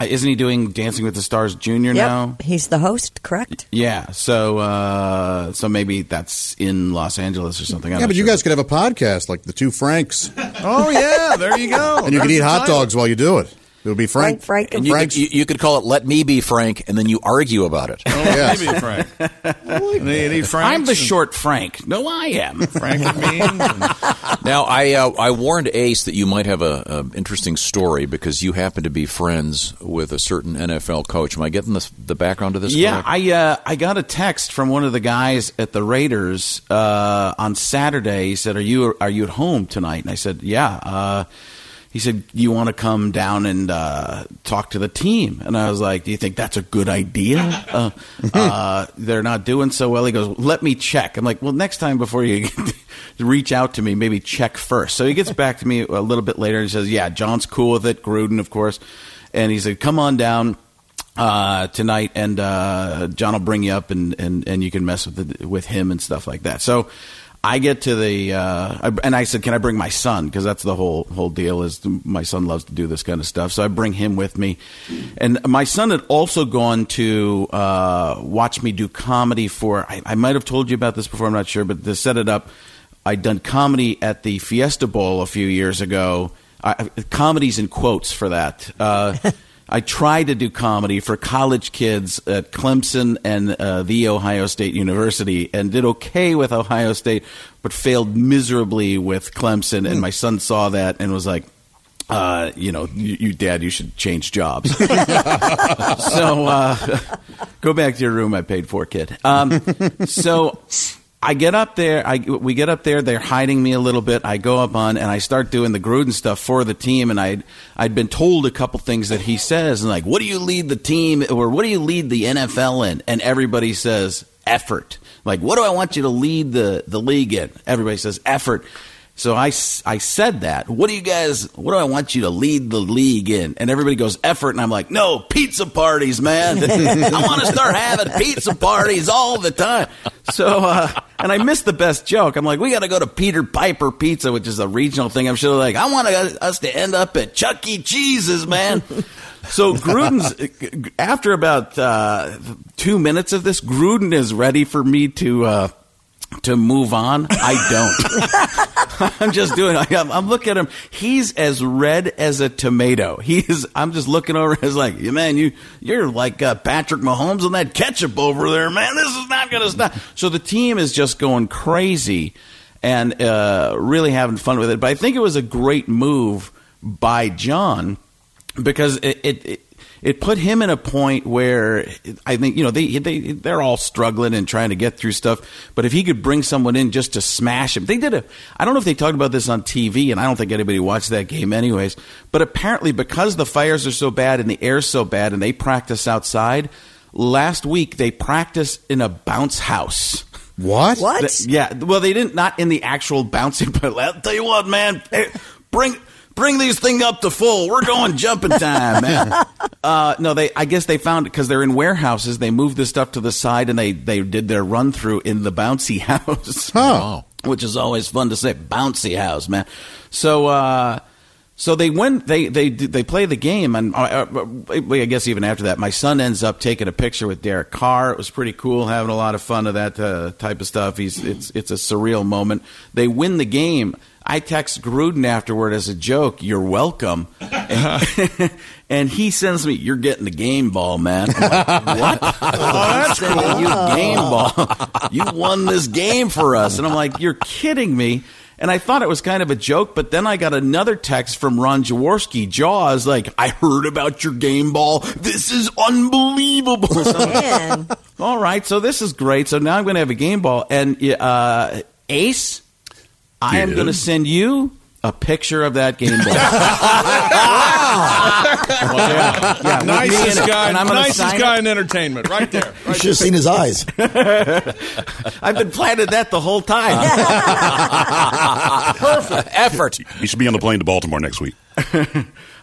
Speaker 19: uh, isn't he doing Dancing with the Stars Junior
Speaker 7: yep.
Speaker 19: now?
Speaker 7: He's the host, correct?
Speaker 19: Yeah. So uh, so maybe that's in Los Angeles or something. I'm
Speaker 13: yeah,
Speaker 19: not
Speaker 13: but you
Speaker 19: sure.
Speaker 13: guys could have a podcast like the Two Franks,
Speaker 6: Oh yeah, there you go.
Speaker 13: and you could
Speaker 6: There's
Speaker 13: eat
Speaker 6: the
Speaker 13: hot
Speaker 6: title.
Speaker 13: dogs while you do it. It would be Frank.
Speaker 5: and you could, you, you could call it "Let Me Be Frank," and then you argue about it.
Speaker 13: Yes.
Speaker 6: Maybe Frank. They need Franks
Speaker 19: I'm the
Speaker 6: and-
Speaker 19: short Frank. No, I am.
Speaker 6: Frank and beans.
Speaker 5: now, I uh, I warned Ace that you might have a, a interesting story because you happen to be friends with a certain NFL coach. Am I getting the the background to this?
Speaker 19: yeah,
Speaker 5: correct?
Speaker 19: I uh, I got a text from one of the guys at the Raiders uh, on Saturday. He said, "Are you are you at home tonight?" And I said, "Yeah." Uh, he said, "You want to come down and uh, talk to the team?" And I was like, "Do you think that's a good idea?" Uh, uh, they're not doing so well. He goes, "Let me check." I'm like, "Well, next time before you reach out to me, maybe check first. So he gets back to me a little bit later and says, "Yeah, John's cool with it. Gruden, of course." And he said, "Come on down." uh, tonight, and uh, John will bring you up, and, and, and you can mess with the, with him and stuff like that. So I get to the uh, I, and I said, can I bring my son? Because that's the whole whole deal is my son loves to do this kind of stuff. So I bring him with me, and my son had also gone to uh, watch me do comedy for. I, I might have told you about this before. I'm not sure, but to set it up. I'd done comedy at the Fiesta Bowl a few years ago. I, I- comedies in quotes for that. Uh, I tried to do comedy for college kids at Clemson and uh, the Ohio State University and did okay with Ohio State, but failed miserably with Clemson. And my son saw that and was like, uh, you know, you, you dad, you should change jobs. so uh, go back to your room. I paid for kid. Um, so I get up there. I we get up there. They're hiding me a little bit. I go up on and I start doing the Gruden stuff for the team. And I would I'd been told a couple things that he says and like, what do you lead the team or what do you lead the NFL in? And everybody says effort. Like, what do I want you to lead the the league in? Everybody says effort. So I, s- I said that. What do you guys, what do I want you to lead the league in? And everybody goes, effort. And I'm like, no, pizza parties, man. I want to start having pizza parties all the time. So, uh, and I missed the best joke. I'm like, we got to go to Peter Piper Pizza, which is a regional thing. I'm sure like, I want us to end up at Chuck E. Cheese's, man. So Gruden's, after about uh, two minutes of this, Gruden is ready for me to, uh, to move on. I don't. I'm just doing. I'm, I'm looking at him. He's as red as a tomato. He is. I'm just looking over. It's like, "Yeah, man, you you're like uh, Patrick Mahomes on that ketchup over there, man. This is not gonna stop. So the team is just going crazy and uh, really having fun with it. But I think it was a great move by John because it it, it it put him in a point where I think you know they they they're all struggling and trying to get through stuff. But if he could bring someone in just to smash him, they did a. I don't know if they talked about this on TV, and I don't think anybody watched that game anyways. But apparently, because the fires are so bad and the air's so bad, and they practice outside. Last week they practiced in a bounce house.
Speaker 13: What?
Speaker 19: What? yeah. Well, they didn't. Not in the actual bouncing, but I'll tell you what, man. eh, Bring bring these thing up to full. We're going jumping time, man. uh, no, they. I guess they found it because they're in warehouses. They moved this stuff to the side and they they did their run through in the bouncy house. Oh. Which is always fun to say, bouncy house, man. So. uh so they went. They they they play the game, and uh, uh, I guess even after that, my son ends up taking a picture with Derek Carr. It was pretty cool, having a lot of fun of that uh, type of stuff. He's it's it's a surreal moment. They win the game. I text Gruden afterward as a joke. You're welcome, and, and he sends me, "You're getting the game ball, man." I'm like, what? Oh, that's cool. You game ball. you won this game for us, and I'm like, "You're kidding me." And I thought it was kind of a joke, but then I got another text from Ron Jaworski, Jaws, like, I heard about your game ball. This is unbelievable. So I'm like, All right, so this is great. So now I'm going to have a game ball. And uh, Ace, I am
Speaker 9: Yeah.
Speaker 19: going to send you a picture of that game ball. yeah, yeah, with me in
Speaker 11: nicest
Speaker 19: it.
Speaker 11: guy,
Speaker 19: And I'm gonna sign
Speaker 11: nicest
Speaker 19: it.
Speaker 11: guy in entertainment, right there.
Speaker 18: You should have seen his eyes.
Speaker 19: I've been planning that the whole time. Perfect effort.
Speaker 14: You should be on the plane to Baltimore next week.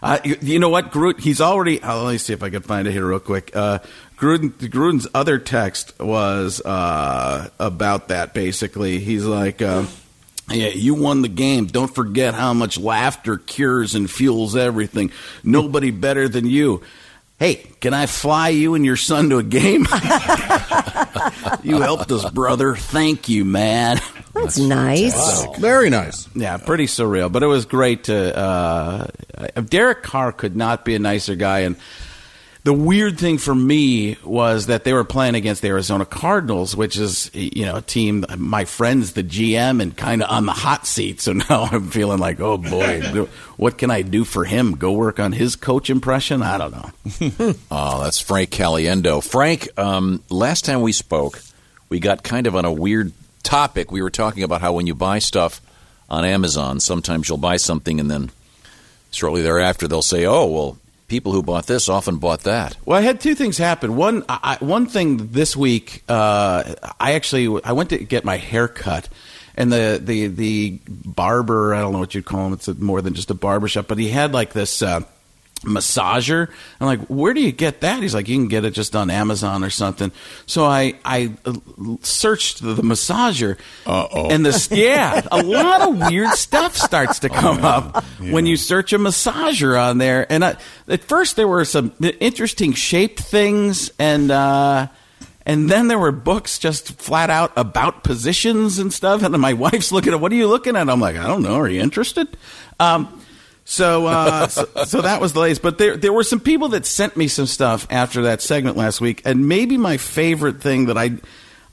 Speaker 19: Uh, you, you know what, Gruden? He's already. Uh, let me see if I can find it here real quick. Uh, Gruden, Gruden's other text was uh, about that. Basically, he's like, uh, "Yeah, you won the game. Don't forget how much laughter cures and fuels everything. Nobody better than you." Hey, can I fly you and your son to a game? you helped us, brother. Thank you, man.
Speaker 7: That's nice.
Speaker 19: Very nice. Yeah, pretty surreal, but it was great to. Uh, Derek Carr could not be a nicer guy, and the weird thing for me was that they were playing against the Arizona Cardinals, which is you know a team. My friend's the GM and kind of on the hot seat, so now I'm feeling like, oh boy, what can I do for him? Go work on his coach impression? I don't know.
Speaker 5: Oh, that's Frank Caliendo. Frank, um, last time we spoke, we got kind of on a weird topic. We were talking about how when you buy stuff on Amazon, sometimes you'll buy something and then shortly thereafter they'll say, "Oh, well, people who bought this often bought that."
Speaker 19: Well, I had two things happen. One, I, I- one thing this week, uh, I actually I went to get my hair cut, and the the the barber I don't know what you'd call him. It's more than just a barber shop, but he had like this. Uh, massager i'm like where do you get that he's like you can get it just on amazon or something so i i uh, searched the, the massager uh-oh and this yeah a lot of weird stuff starts to come up when you search a massager on there. And I, at first there were some interesting shaped things, and uh, and then there were books just flat out about positions and stuff. And then my wife's looking at, what are you looking at? I'm like, I don't know. Are you interested? Um, so, uh, so, so that was the latest. But there, there were some people that sent me some stuff after that segment last week, and maybe my favorite thing that I,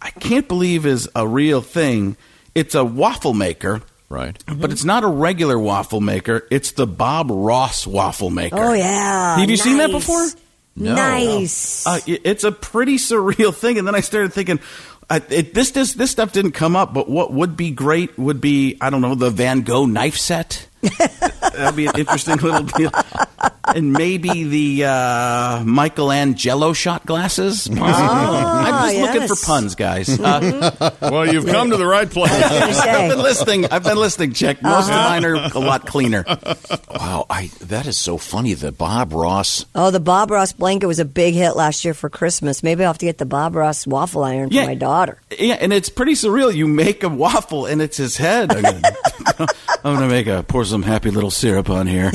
Speaker 19: I can't believe is a real thing. It's a waffle maker,
Speaker 5: right?
Speaker 19: But it's not a regular waffle maker. It's the Bob Ross waffle maker.
Speaker 9: Oh, yeah.
Speaker 19: Have you seen that
Speaker 9: Nice.
Speaker 19: before?
Speaker 9: No. Nice.
Speaker 19: Uh, it- it's a pretty surreal thing. And then I started thinking, I, it, this, this this stuff didn't come up, but what would be great would be I don't know the Van Gogh knife set. That'd be an interesting little deal, and maybe the uh, Michelangelo shot glasses. I'm just looking for
Speaker 9: yes.
Speaker 19: puns, guys. Uh,
Speaker 11: Ah, Well, you've come to the right place.
Speaker 19: I've been listening. I've been listening. Check most
Speaker 5: Uh-huh.
Speaker 19: of mine are a lot cleaner.
Speaker 5: Wow, I that is so funny. The Bob Ross.
Speaker 7: Oh, the Bob Ross blanket was a big hit last year for Christmas. Maybe I'll have to get the Bob Ross waffle iron
Speaker 19: Yeah.
Speaker 7: for my daughter.
Speaker 19: Yeah, and it's pretty surreal. You make a waffle, and it's his head. I'm gonna, I'm gonna make a pour some happy little syrup on here.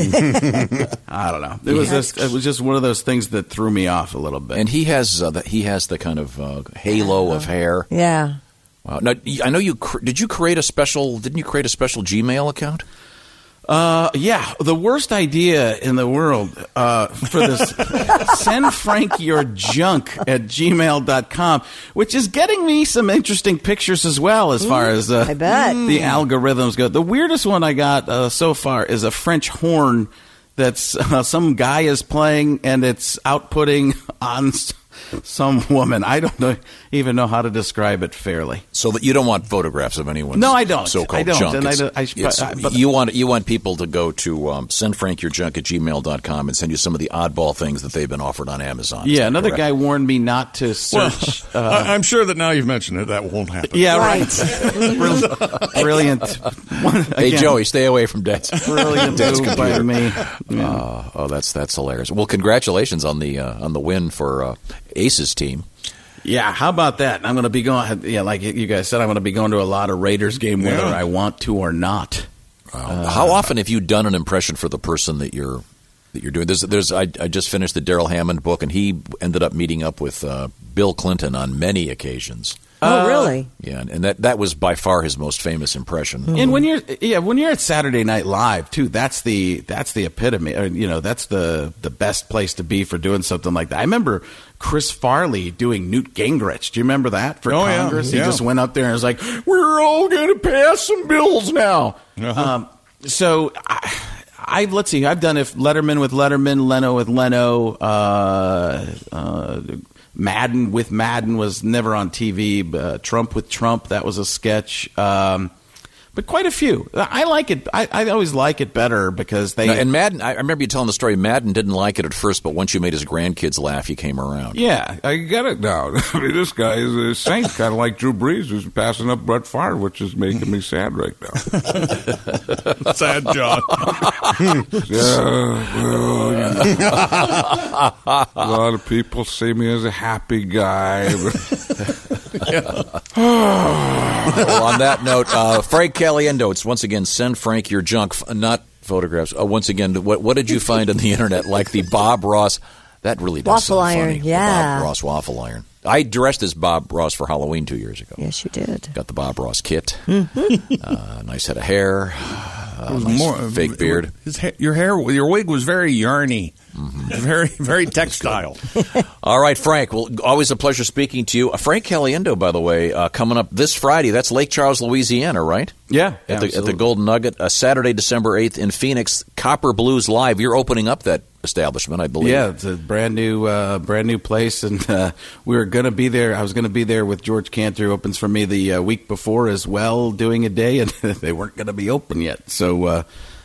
Speaker 19: I don't know. It was
Speaker 5: Yeah.
Speaker 19: just it was just one of those things that threw me off a little bit.
Speaker 5: And he has uh, the, he has the kind of uh, halo of hair.
Speaker 7: Yeah.
Speaker 5: Wow. Now, y- I know you cr- did you create a special didn't you create a special Gmail account?
Speaker 19: Uh, yeah, the worst idea in the world uh, for this send Frank your junk at gmail.com, which is getting me some interesting pictures as well as far as uh,
Speaker 7: I bet. Hmm.
Speaker 19: the algorithms go. The weirdest one I got uh, so far is a French horn that's uh, some guy is playing and it's outputting on s- some woman. I don't know, even know how to describe it fairly.
Speaker 5: So that you don't want photographs of anyone.
Speaker 19: No, I don't.
Speaker 5: So-called
Speaker 19: I don't,
Speaker 5: junk.
Speaker 19: and I
Speaker 5: It's-
Speaker 19: don't- I-
Speaker 5: it's-
Speaker 19: but- but-
Speaker 5: you want you want people to go to um, sendfrankyourjunk at gmail.com and send you some of the oddball things that they've been offered on Amazon. Is
Speaker 19: yeah,
Speaker 5: that
Speaker 19: another
Speaker 5: correct?
Speaker 19: guy warned me not to search.
Speaker 5: Well,
Speaker 19: uh,
Speaker 11: I, am sure that now you've mentioned it, that won't happen.
Speaker 19: yeah, right. Brilliant.
Speaker 5: Hey
Speaker 19: Again.
Speaker 5: Joey, stay away from Dad's
Speaker 19: Brilliant
Speaker 5: Dad's
Speaker 19: move
Speaker 5: computer.
Speaker 19: by me.
Speaker 5: Uh, oh, that's that's hilarious. Well, congratulations on the uh, on the win for uh, Ace's team.
Speaker 19: Yeah, how about that? I'm going to be going. Yeah, like you guys said, I'm going to be going to a lot of Raiders game, whether
Speaker 5: Yeah.
Speaker 19: I want to or not.
Speaker 5: Uh, How often have you done an impression for the person that you're that you're doing? There's, there's I, I just finished the Daryl Hammond book, and he ended up meeting up with uh, Bill Clinton on many occasions.
Speaker 7: Oh, really?
Speaker 5: Yeah, and, and that that was by far his most famous impression.
Speaker 19: And when you're yeah, when you're at Saturday Night Live too, that's the that's the epitome. Or, you know, that's the the best place to be for doing something like that. I remember Chris Farley doing Newt Gingrich. Do you remember that for
Speaker 11: Oh, yeah.
Speaker 19: Congress?
Speaker 11: Yeah.
Speaker 19: He just went up there and was like, "We're all going to pass some bills now."
Speaker 11: Uh-huh.
Speaker 19: Um, so I, I've let's see, I've done if Letterman with Letterman, Leno with Leno, uh, uh, Madden with Madden was never on TV. but, Uh, Trump with Trump that was a sketch. Um, but quite a few. I like it. I, I always like it better because they
Speaker 5: Now, and Madden, I I remember you telling the story. Madden didn't like it at first, but once you made his grandkids laugh, he came around.
Speaker 20: Yeah, I get it now. I mean, this guy is a saint, kind of like Drew Brees, who's passing up Brett Favre, which is making me sad right now. sad John. a lot of people see me as a happy guy.
Speaker 5: well, on that note, uh, Frank Caliendo, it's once again send Frank your junk, f- not photographs. Uh, once again, what what did you find on the internet like the Bob Ross? That really does
Speaker 7: Waffle
Speaker 5: sound
Speaker 7: iron,
Speaker 5: funny. The
Speaker 7: yeah.
Speaker 5: Bob Ross waffle iron. I dressed as Bob Ross for Halloween two years ago.
Speaker 7: Yes, you did.
Speaker 5: Got the Bob Ross kit, uh, nice head of hair, uh, nice fake beard. Mm-hmm.
Speaker 14: His ha- your hair, your wig was very yarny, very very textile.
Speaker 5: All right, Frank. Well, always a pleasure speaking to you. Uh, Frank Caliendo, by the way, uh, coming up this Friday. That's Lake Charles, Louisiana, right?
Speaker 19: Yeah,
Speaker 5: At, the, at the
Speaker 19: absolutely.
Speaker 5: Golden Nugget, uh, Saturday, December 8th in Phoenix, Copper Blues Live. You're opening up that establishment, I believe.
Speaker 19: Yeah, it's a brand new, uh, brand new place, and uh, we were gonna be there. I was gonna be there with George Cantor, who opens for me the uh, week before as well, doing a day, and they weren't gonna be open yet. So uh,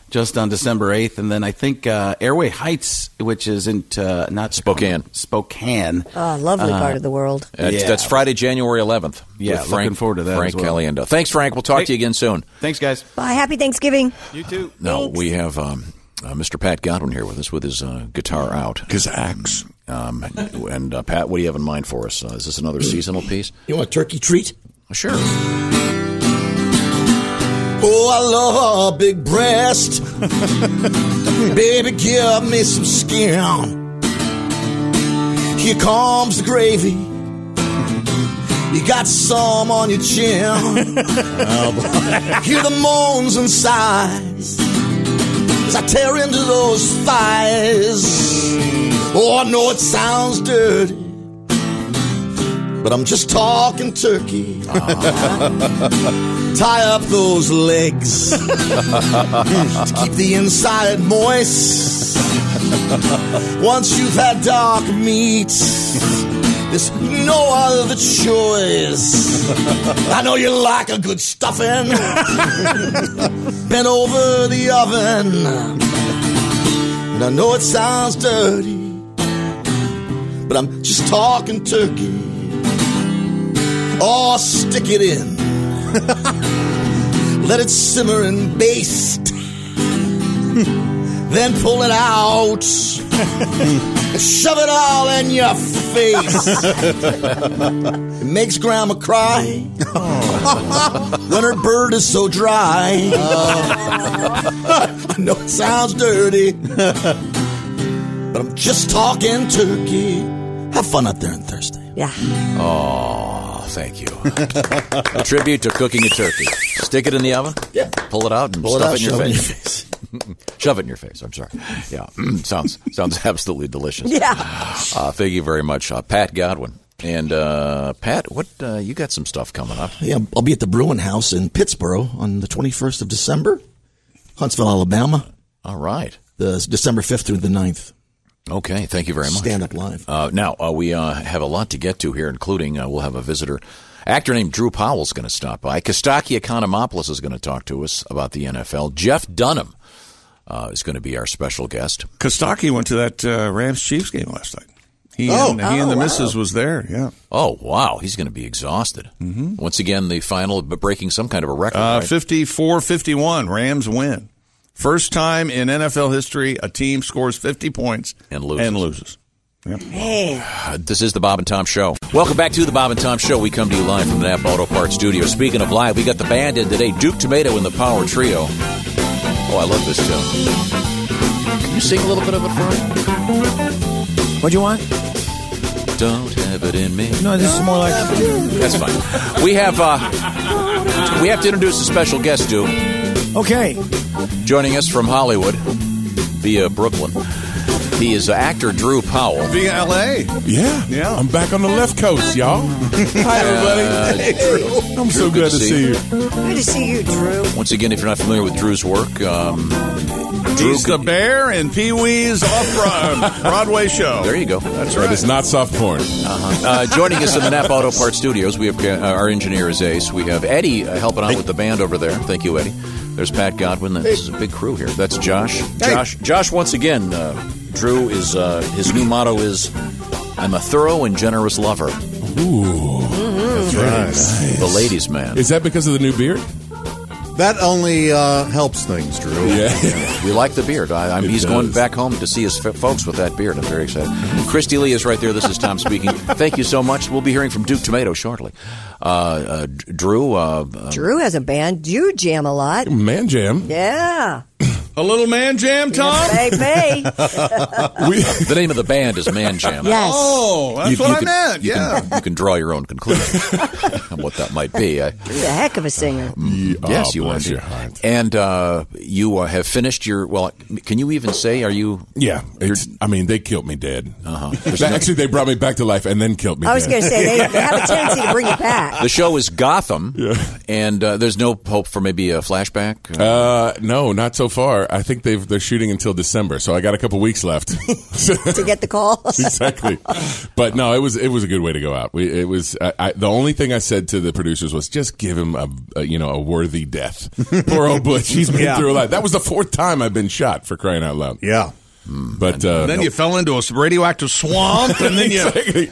Speaker 19: just on December eighth, and then I think uh, Airway Heights, which is in uh, not Spokane, Spokane,
Speaker 7: Oh, lovely
Speaker 19: Uh,
Speaker 7: part of the world.
Speaker 5: That's, that's Friday, January 11th.
Speaker 19: Yeah,
Speaker 5: with Frank,
Speaker 19: looking forward to that
Speaker 5: Frank
Speaker 19: as well.
Speaker 5: Caliendo. Thanks, Frank. We'll talk to you again soon.
Speaker 19: Thanks, guys.
Speaker 7: Bye. Happy Thanksgiving.
Speaker 19: You too.
Speaker 5: No, we have um, uh, Mr. Pat Godwin here with us with his uh, guitar out. His axe. Um, and uh, Pat, what do you have in mind for us? Uh, is this another seasonal piece? Uh,
Speaker 18: You want a turkey treat?
Speaker 5: Sure.
Speaker 18: Oh, I love a big breast. Baby, give me some skin. Here comes the gravy. You got some on your chin. Hear the moans and sighs as I tear into those thighs. Oh, I know it sounds dirty, but I'm just talking turkey. Tie up those legs to keep the inside moist. Once you've had dark meat, there's no other choice. I know you like a good stuffing. Bent over the oven. And I know it sounds dirty, but I'm just talking turkey. Oh, stick it in. Let it simmer and baste. then pull it out. and shove it all in your face. it makes grandma cry. when her bird is so dry. I know it sounds dirty. but I'm just talking turkey. Have fun out there on Thursday.
Speaker 7: Yeah.
Speaker 5: Oh, thank you. a tribute to cooking a turkey. Stick it in the oven. Yeah. Pull it out and
Speaker 18: Pull it
Speaker 5: stuff
Speaker 18: out,
Speaker 5: it in your
Speaker 18: shove it in
Speaker 5: face. shove it in your face. I'm sorry. Yeah. mm, sounds sounds absolutely delicious.
Speaker 7: Yeah.
Speaker 5: Uh, thank you very much, uh, Pat Godwin. And uh, Pat, what uh, you got some stuff coming up?
Speaker 18: Yeah, I'll be at the Bruin House in Pittsburgh on the 21st of December, Huntsville, Alabama.
Speaker 5: All right.
Speaker 18: the December 5th through the 9th.
Speaker 5: Okay, thank you very much.
Speaker 18: Stand up live.
Speaker 5: Uh, now, uh, we uh, have a lot to get to here, including uh, we'll have a visitor. Actor named Drew Powell's going to stop by. Kostaki Economopoulos is going to talk to us about the NFL. Jeff Dunham uh, is going to be our special guest.
Speaker 6: Kostaki went to that uh, Rams Chiefs game last night. He
Speaker 5: Oh.
Speaker 6: and, he and
Speaker 5: Oh,
Speaker 6: the
Speaker 5: wow.
Speaker 6: missus was there. Yeah,
Speaker 5: Oh, wow. He's going to be exhausted. Mm-hmm. Once again, the final, but breaking some kind of a record.
Speaker 6: uh,
Speaker 5: right?
Speaker 6: 54-51, Rams win. First time in NFL history a team scores fifty points
Speaker 5: and loses.
Speaker 6: And loses.
Speaker 5: Uh, This is the Bob and Tom Show. Welcome back to the Bob and Tom Show. We come to you live from the Napa Auto Parts Studio. Speaking of live, we got the band in today, Duke Tomato and the Power Trio. Oh, I love this tune. Can you sing a little bit of it for
Speaker 2: me? What do you want?
Speaker 5: me? Don't have it in me.
Speaker 2: No, this is more like.
Speaker 5: That's fine. We have uh, we have to introduce a special guest, Duke,
Speaker 2: Okay.
Speaker 5: joining us from Hollywood via Brooklyn. He is actor Drew Powell. Uh,
Speaker 6: Via L.A.
Speaker 21: Yeah, yeah. I'm back on the left coast, y'all. Hi, everybody. I'm so
Speaker 5: Drew,
Speaker 21: glad to see you.
Speaker 7: Good to see you, Drew.
Speaker 5: Once again, if you're not familiar with Drew's work, um, Drew
Speaker 6: He's the bear in Pee Wee's off Broadway show.
Speaker 5: There you go.
Speaker 6: That's
Speaker 5: That
Speaker 6: right.
Speaker 5: is
Speaker 21: not soft porn.
Speaker 5: Uh-huh. Uh, joining us in the Napa Auto Parts Studios, we have uh, our engineer is Ace. We have Eddie uh, helping out with the band over there. Thank you, Eddie. There's Pat Godwin. This is a big crew here. That's Josh. Josh. Josh. Once again, uh, Drew is uh, his new motto is, "I'm a thorough and generous lover."
Speaker 21: Ooh.
Speaker 5: That's
Speaker 21: right.
Speaker 5: The ladies' man.
Speaker 21: Is that because of the new beard?
Speaker 5: That only uh, helps things, Drew.
Speaker 21: Yeah.
Speaker 5: we like the beard. I, I'm,
Speaker 21: It
Speaker 5: he's
Speaker 21: does.
Speaker 5: going back home to see his f- folks with that beard. I'm very excited. Christy Lee is right there. This is Tom speaking. Thank you so much. We'll be hearing from Duke Tomato shortly. Uh, uh, D- Drew. Uh, uh,
Speaker 7: Drew has a band. You jam a lot.
Speaker 21: Man jam.
Speaker 7: Yeah.
Speaker 11: A little man jam, Tom?
Speaker 7: Hey, hey.
Speaker 5: the name of the band is Man Jam.
Speaker 7: Yes.
Speaker 11: Oh, that's what I
Speaker 5: can,
Speaker 11: meant,
Speaker 5: You
Speaker 11: yeah.
Speaker 5: Can, you can draw your own conclusion on what that might be. I,
Speaker 7: He's a heck of a singer.
Speaker 5: yes, you are. Drew. And uh, you uh, have finished your. Well, can you even say? Are you?
Speaker 21: Yeah, it's, I mean, they killed me dead.
Speaker 5: Uh-huh.
Speaker 21: They- actually, they brought me back to life and then killed me.
Speaker 7: I was going to say, they, they have a tendency to bring it back.
Speaker 5: The show is Gotham, and uh, there's no hope for maybe a flashback.
Speaker 21: Uh, no, not so far. I think they've they're shooting until December, so I got a couple weeks left.
Speaker 7: to get the call.
Speaker 21: exactly. But no, it was it was a good way to go out. We, it was I, I, the only thing I said to the producers was just give him a, a you know a worthy death. Poor old Butch, he's been
Speaker 11: Yeah.
Speaker 21: through a lot. That was the fourth time I've been shot for crying out loud.
Speaker 13: Yeah,
Speaker 21: but uh,
Speaker 11: then you fell into a radioactive swamp, and then you.
Speaker 21: Exactly.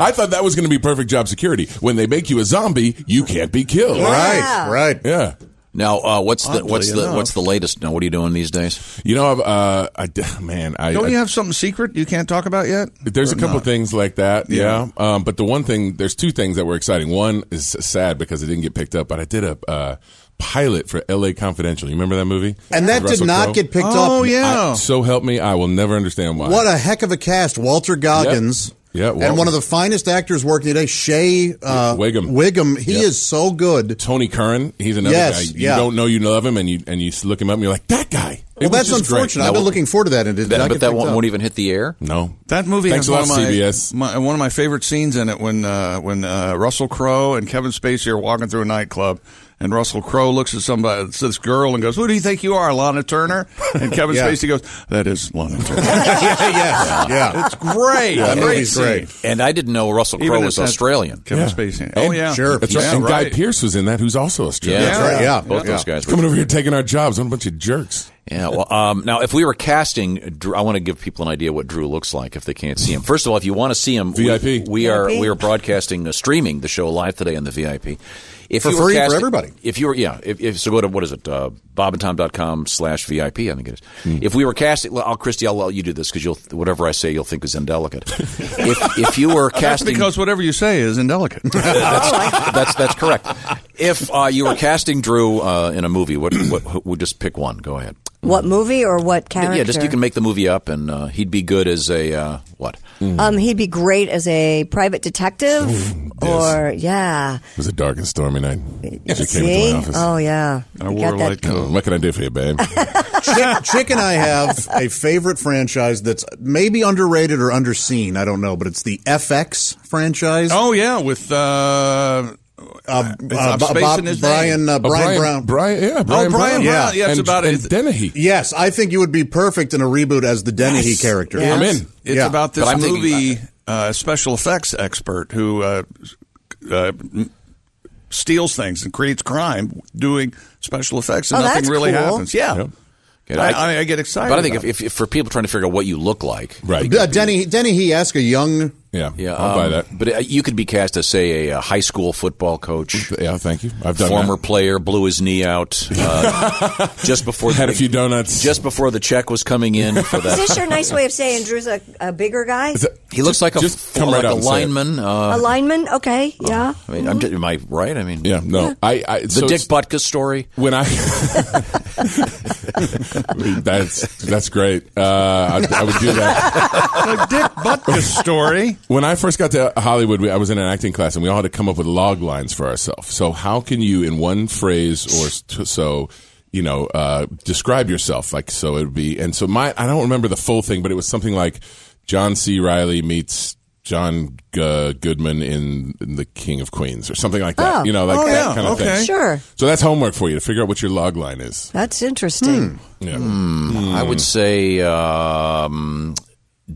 Speaker 21: I thought that was going to be perfect job security. When they make you a zombie, you can't be killed.
Speaker 13: Right,
Speaker 21: right, yeah.
Speaker 5: Now, uh, what's the
Speaker 21: Oddly
Speaker 5: what's the
Speaker 21: enough.
Speaker 5: what's the latest? Now, what are you doing these days?
Speaker 21: You know, I've, uh, I d- man, I
Speaker 5: Don't
Speaker 21: I-
Speaker 5: you
Speaker 11: have something secret you can't talk about yet?
Speaker 21: There's a
Speaker 11: Or
Speaker 21: couple
Speaker 11: not?
Speaker 21: things like that, yeah. Um, but the one thing, there's two things that were exciting. One is sad because it didn't get picked up, but I did a uh, pilot for L.A. Confidential. You remember that movie?
Speaker 13: And that
Speaker 21: With
Speaker 13: did
Speaker 21: Russell
Speaker 13: not
Speaker 21: Crowe?
Speaker 13: get picked up. Oh, yeah.
Speaker 21: I- so help me, I will never understand why.
Speaker 13: What a heck of a cast. Walter Goggins.
Speaker 21: Yeah, Wal-
Speaker 13: and one of the finest actors working today, Shay uh,
Speaker 21: Wiggum.
Speaker 13: Wiggum. He
Speaker 21: Yeah.
Speaker 13: is so good.
Speaker 21: Tony Curran, he's another
Speaker 13: Yes,
Speaker 21: guy. You
Speaker 13: yeah.
Speaker 21: don't know you love him, and you and you look him up, and you're like, that guy.
Speaker 13: Well, that's unfortunate. I've been looking forward to that. And it did
Speaker 5: That-
Speaker 13: not
Speaker 5: but
Speaker 13: get
Speaker 5: that
Speaker 13: picked
Speaker 5: won't-
Speaker 13: up.
Speaker 5: won't even hit the air.
Speaker 21: No,
Speaker 19: That movie
Speaker 21: Thanks
Speaker 19: has
Speaker 21: a
Speaker 19: one
Speaker 21: lot,
Speaker 19: of my,
Speaker 21: CBS.
Speaker 19: my- one of my favorite scenes in it when uh, when uh, Russell Crowe and Kevin Spacey are walking through a nightclub. And Russell Crowe looks at somebody, it's this girl, and goes, "Who do you think you are, Lana Turner?" And Kevin
Speaker 11: Yeah.
Speaker 19: Spacey goes, "That is Lana Turner."
Speaker 11: yeah,
Speaker 19: it's great. great scene.
Speaker 5: And I didn't know Russell
Speaker 19: Even
Speaker 5: Crowe
Speaker 19: if
Speaker 5: was
Speaker 19: that's
Speaker 5: Australian.
Speaker 19: Kevin Spacey. Oh
Speaker 21: And-
Speaker 19: yeah,
Speaker 21: That's right. and Guy Pierce was in that, who's also Australian.
Speaker 5: Yeah, Yeah, yeah. both those guys were-
Speaker 21: coming over here taking our jobs. What a bunch of jerks.
Speaker 5: Yeah. Well, um, now if we were casting, Drew, I want to give people an idea what Drew looks like if they can't see him. First of all, if you want to see him, we,
Speaker 21: VIP.
Speaker 5: we are
Speaker 21: VIP.
Speaker 5: we are broadcasting uh, streaming the show live today on the VIP. If
Speaker 13: For
Speaker 5: you were
Speaker 13: free for
Speaker 5: casting-
Speaker 13: everybody.
Speaker 5: If you were, yeah, if, if so, go to what is it, uh, bobandtom.com slash VIP. I think it is. If we were casting, well, I'll, Christy, I'll let you do this because you'll whatever I say, you'll think is indelicate. if if you were
Speaker 19: That's
Speaker 5: casting,
Speaker 19: because whatever you say is indelicate.
Speaker 5: that's, that's that's correct. If uh, you were casting Drew uh, in a movie, what what? We'll just pick one. Go ahead.
Speaker 7: What movie or what character?
Speaker 5: Yeah, just you can make the movie up, and uh, he'd be good as a uh, what?
Speaker 21: Mm.
Speaker 7: Um, he'd be great as a private detective, or yeah.
Speaker 21: It was a dark and stormy night. She came
Speaker 7: See?
Speaker 21: into my office.
Speaker 7: Oh yeah.
Speaker 21: I
Speaker 7: You
Speaker 21: wore
Speaker 7: got that-
Speaker 21: like a- What can I do for you, babe?
Speaker 13: Chick, Chick and I have a favorite franchise that's maybe underrated or underseen. I don't know, but it's the FX franchise.
Speaker 19: Oh yeah, with uh,
Speaker 13: uh,
Speaker 6: It's
Speaker 13: uh,
Speaker 6: up
Speaker 13: Bo-
Speaker 6: space
Speaker 13: Bob-
Speaker 6: in his
Speaker 13: Brian,
Speaker 6: name.
Speaker 13: uh,
Speaker 6: Oh,
Speaker 13: Brian
Speaker 6: Brian-
Speaker 13: Brown.
Speaker 21: Brian, yeah,
Speaker 6: Brian Brian Brown. Brown, yeah, it's about- it's-
Speaker 21: Dennehy.
Speaker 13: Yes, I think you would be perfect in a reboot as the Dennehy
Speaker 6: Yes.
Speaker 13: character.
Speaker 6: Yes. It's
Speaker 13: Yeah.
Speaker 6: about
Speaker 5: But I'm
Speaker 6: this
Speaker 5: thinking
Speaker 6: movie uh, special effects expert who uh, uh, m- steals things and creates crime doing special effects, and
Speaker 5: Oh,
Speaker 6: nothing
Speaker 5: that's
Speaker 6: really
Speaker 5: cool.
Speaker 6: happens. Yeah.
Speaker 5: Okay,
Speaker 6: I, I, I get excited.
Speaker 5: But I think
Speaker 6: about
Speaker 5: if, if, if for people trying to figure out what you look like, right?
Speaker 13: Uh, Denny, Denny, he asked a young.
Speaker 21: Yeah,
Speaker 5: yeah,
Speaker 21: I'll buy that.
Speaker 5: But uh, you could be cast as, say, a, uh high school football coach.
Speaker 21: Yeah, thank you. I've done
Speaker 5: former player blew his knee out uh, just before
Speaker 21: Had a few donuts
Speaker 5: just before the check was coming in for
Speaker 7: Is
Speaker 5: that.
Speaker 7: this your nice way of saying Drew's a, a bigger guy?
Speaker 5: he looks like a
Speaker 21: just
Speaker 5: f-
Speaker 21: come right
Speaker 5: like a
Speaker 21: out and say it.
Speaker 5: lineman.
Speaker 7: a
Speaker 5: Uh,
Speaker 7: lineman? Okay,
Speaker 21: uh,
Speaker 7: yeah.
Speaker 5: I mean, I'm, am I right? I mean,
Speaker 21: yeah, no, I, I
Speaker 5: the
Speaker 21: so
Speaker 5: Dick
Speaker 21: it's-
Speaker 5: Butkus story.
Speaker 21: When I that's that's great. Uh, I, I would do that.
Speaker 6: The Dick Butkus story.
Speaker 21: When I first got to Hollywood, we, I was in an acting class, and we all had to come up with log lines for ourselves. So, how can you, in one phrase or s- t- so, you know, uh, describe yourself? Like, so it would be, and so my, I don't remember the full thing, but it was something like John C. Riley meets. John uh, Goodman in, in The King of Queens, or something like that.
Speaker 7: Oh.
Speaker 21: You know, like
Speaker 7: Oh,
Speaker 21: that
Speaker 7: yeah.
Speaker 21: kind of
Speaker 7: Okay.
Speaker 21: thing.
Speaker 7: Sure.
Speaker 21: So that's homework for you to figure out what your log line is.
Speaker 7: That's interesting.
Speaker 21: Hmm.
Speaker 7: Hmm.
Speaker 21: Yeah.
Speaker 5: Hmm. I would say um,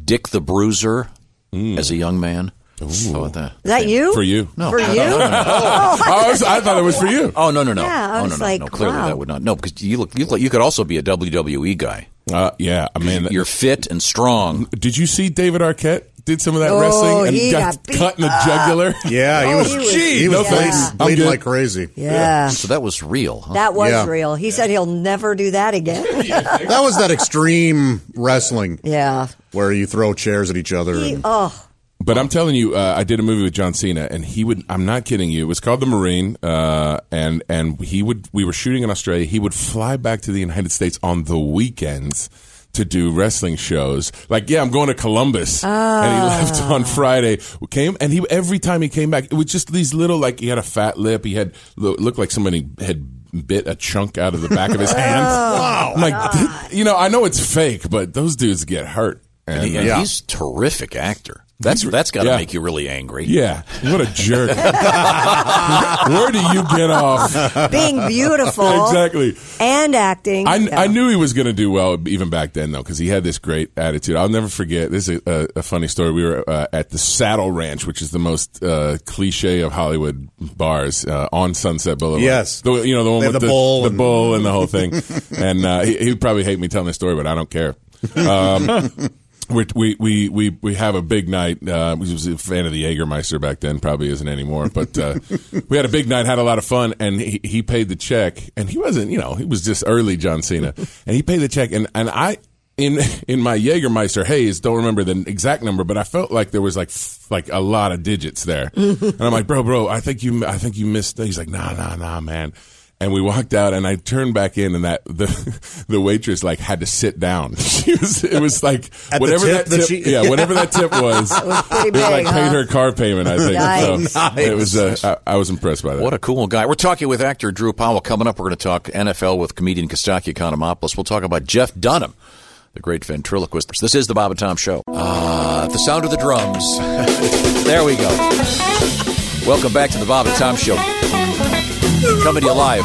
Speaker 5: Dick the Bruiser
Speaker 21: Mm.
Speaker 5: as a young man. How about that?
Speaker 7: Is that you?
Speaker 5: For you? No.
Speaker 7: For you?
Speaker 5: No, no, no.
Speaker 7: Oh,
Speaker 21: I was- I thought it was for you.
Speaker 5: Oh no no no!
Speaker 7: Yeah, I
Speaker 5: oh,
Speaker 7: was
Speaker 5: no, no,
Speaker 7: like,
Speaker 5: no. Clearly
Speaker 7: wow.
Speaker 5: that would not. No, because you look, you look. You could also be a WWE guy.
Speaker 21: Uh, yeah, I mean,
Speaker 5: you're fit and strong.
Speaker 21: Did you see David Arquette did some of that
Speaker 5: Oh,
Speaker 21: wrestling and
Speaker 5: he
Speaker 21: got,
Speaker 5: got beat
Speaker 21: cut in the
Speaker 5: up.
Speaker 21: jugular?
Speaker 13: Yeah, he
Speaker 7: Oh,
Speaker 13: was.
Speaker 7: he was-
Speaker 13: Gee, he
Speaker 7: no
Speaker 13: was
Speaker 7: thanks.
Speaker 13: bleeding,
Speaker 7: I'm
Speaker 13: bleeding
Speaker 21: good.
Speaker 13: like crazy.
Speaker 7: Yeah.
Speaker 5: So that was real. Huh?
Speaker 7: That was
Speaker 13: Yeah.
Speaker 7: real. He said he'll never do that again.
Speaker 13: That was that extreme wrestling
Speaker 7: Yeah.
Speaker 13: where you throw chairs at each other.
Speaker 7: He,
Speaker 13: and-
Speaker 7: oh,
Speaker 21: But I'm telling you, uh, I did a movie with John Cena, and he would. I'm not kidding you. It was called The Marine, uh, and and he would. We were shooting in Australia. He would fly back to the United States on the weekends to do wrestling shows. Like, yeah, I'm going to Columbus, and he left on Friday. Came and he every time he came back, it was just these little like he had a fat lip. He had lo- looked like somebody had. Bit a chunk out of the back of his hand. wow! Like you know, I know it's fake, but those dudes get hurt.
Speaker 5: And, he- and
Speaker 21: Yeah.
Speaker 5: he's terrific actor. That's that's got to
Speaker 21: Yeah.
Speaker 5: make you really angry.
Speaker 21: Yeah, what a jerk. Where do you get off?
Speaker 7: Being beautiful.
Speaker 21: exactly.
Speaker 7: and acting.
Speaker 21: I,
Speaker 7: Yeah.
Speaker 21: I knew he was going to do well even back then, though, because he had this great attitude. I'll never forget. This is a, a funny story. We were uh, at the Saddle Ranch, which is the most uh, cliche of Hollywood bars uh, on Sunset Boulevard.
Speaker 13: Yes.
Speaker 21: The, you know, the one
Speaker 13: They have
Speaker 21: with
Speaker 13: the
Speaker 21: the,
Speaker 13: bull
Speaker 21: the
Speaker 13: and-
Speaker 21: bull and the whole thing. and uh, he, he'd probably hate me telling this story, but I don't care. Um, we're, we we we we have a big night. Uh, he was a fan of the Jägermeister back then, probably isn't anymore. But uh, we had a big night, had a lot of fun, and he, he paid the check. And he wasn't, you know, he was just early John Cena, and he paid the check. And and I in in my Jägermeister haze don't remember the exact number, but I felt like there was like f- like a lot of digits there. and I'm like, bro, bro, I think you I think you missed. He's like, nah, nah, nah, man and we walked out and I turned back in and that the the waitress like had to sit down. She was it was like
Speaker 13: At the
Speaker 21: whatever
Speaker 13: tip
Speaker 21: that
Speaker 13: that
Speaker 21: tip,
Speaker 13: she-
Speaker 21: yeah, whatever that tip was.
Speaker 13: It was
Speaker 7: pretty
Speaker 21: it,
Speaker 7: big,
Speaker 21: like
Speaker 7: huh?
Speaker 21: paid her car payment, I think.
Speaker 7: Yikes.
Speaker 21: So it was uh, I, I was impressed by that.
Speaker 5: What a cool guy. We're talking with actor Drew Powell. Coming up, we're going to talk NFL with comedian Kostaki Economopoulos. We'll talk about Jeff Dunham, the great ventriloquist. This is the Bob and Tom Show. Ah, the sound of the drums. there we go. Welcome back to the Bob and Tom Show. Coming to you live.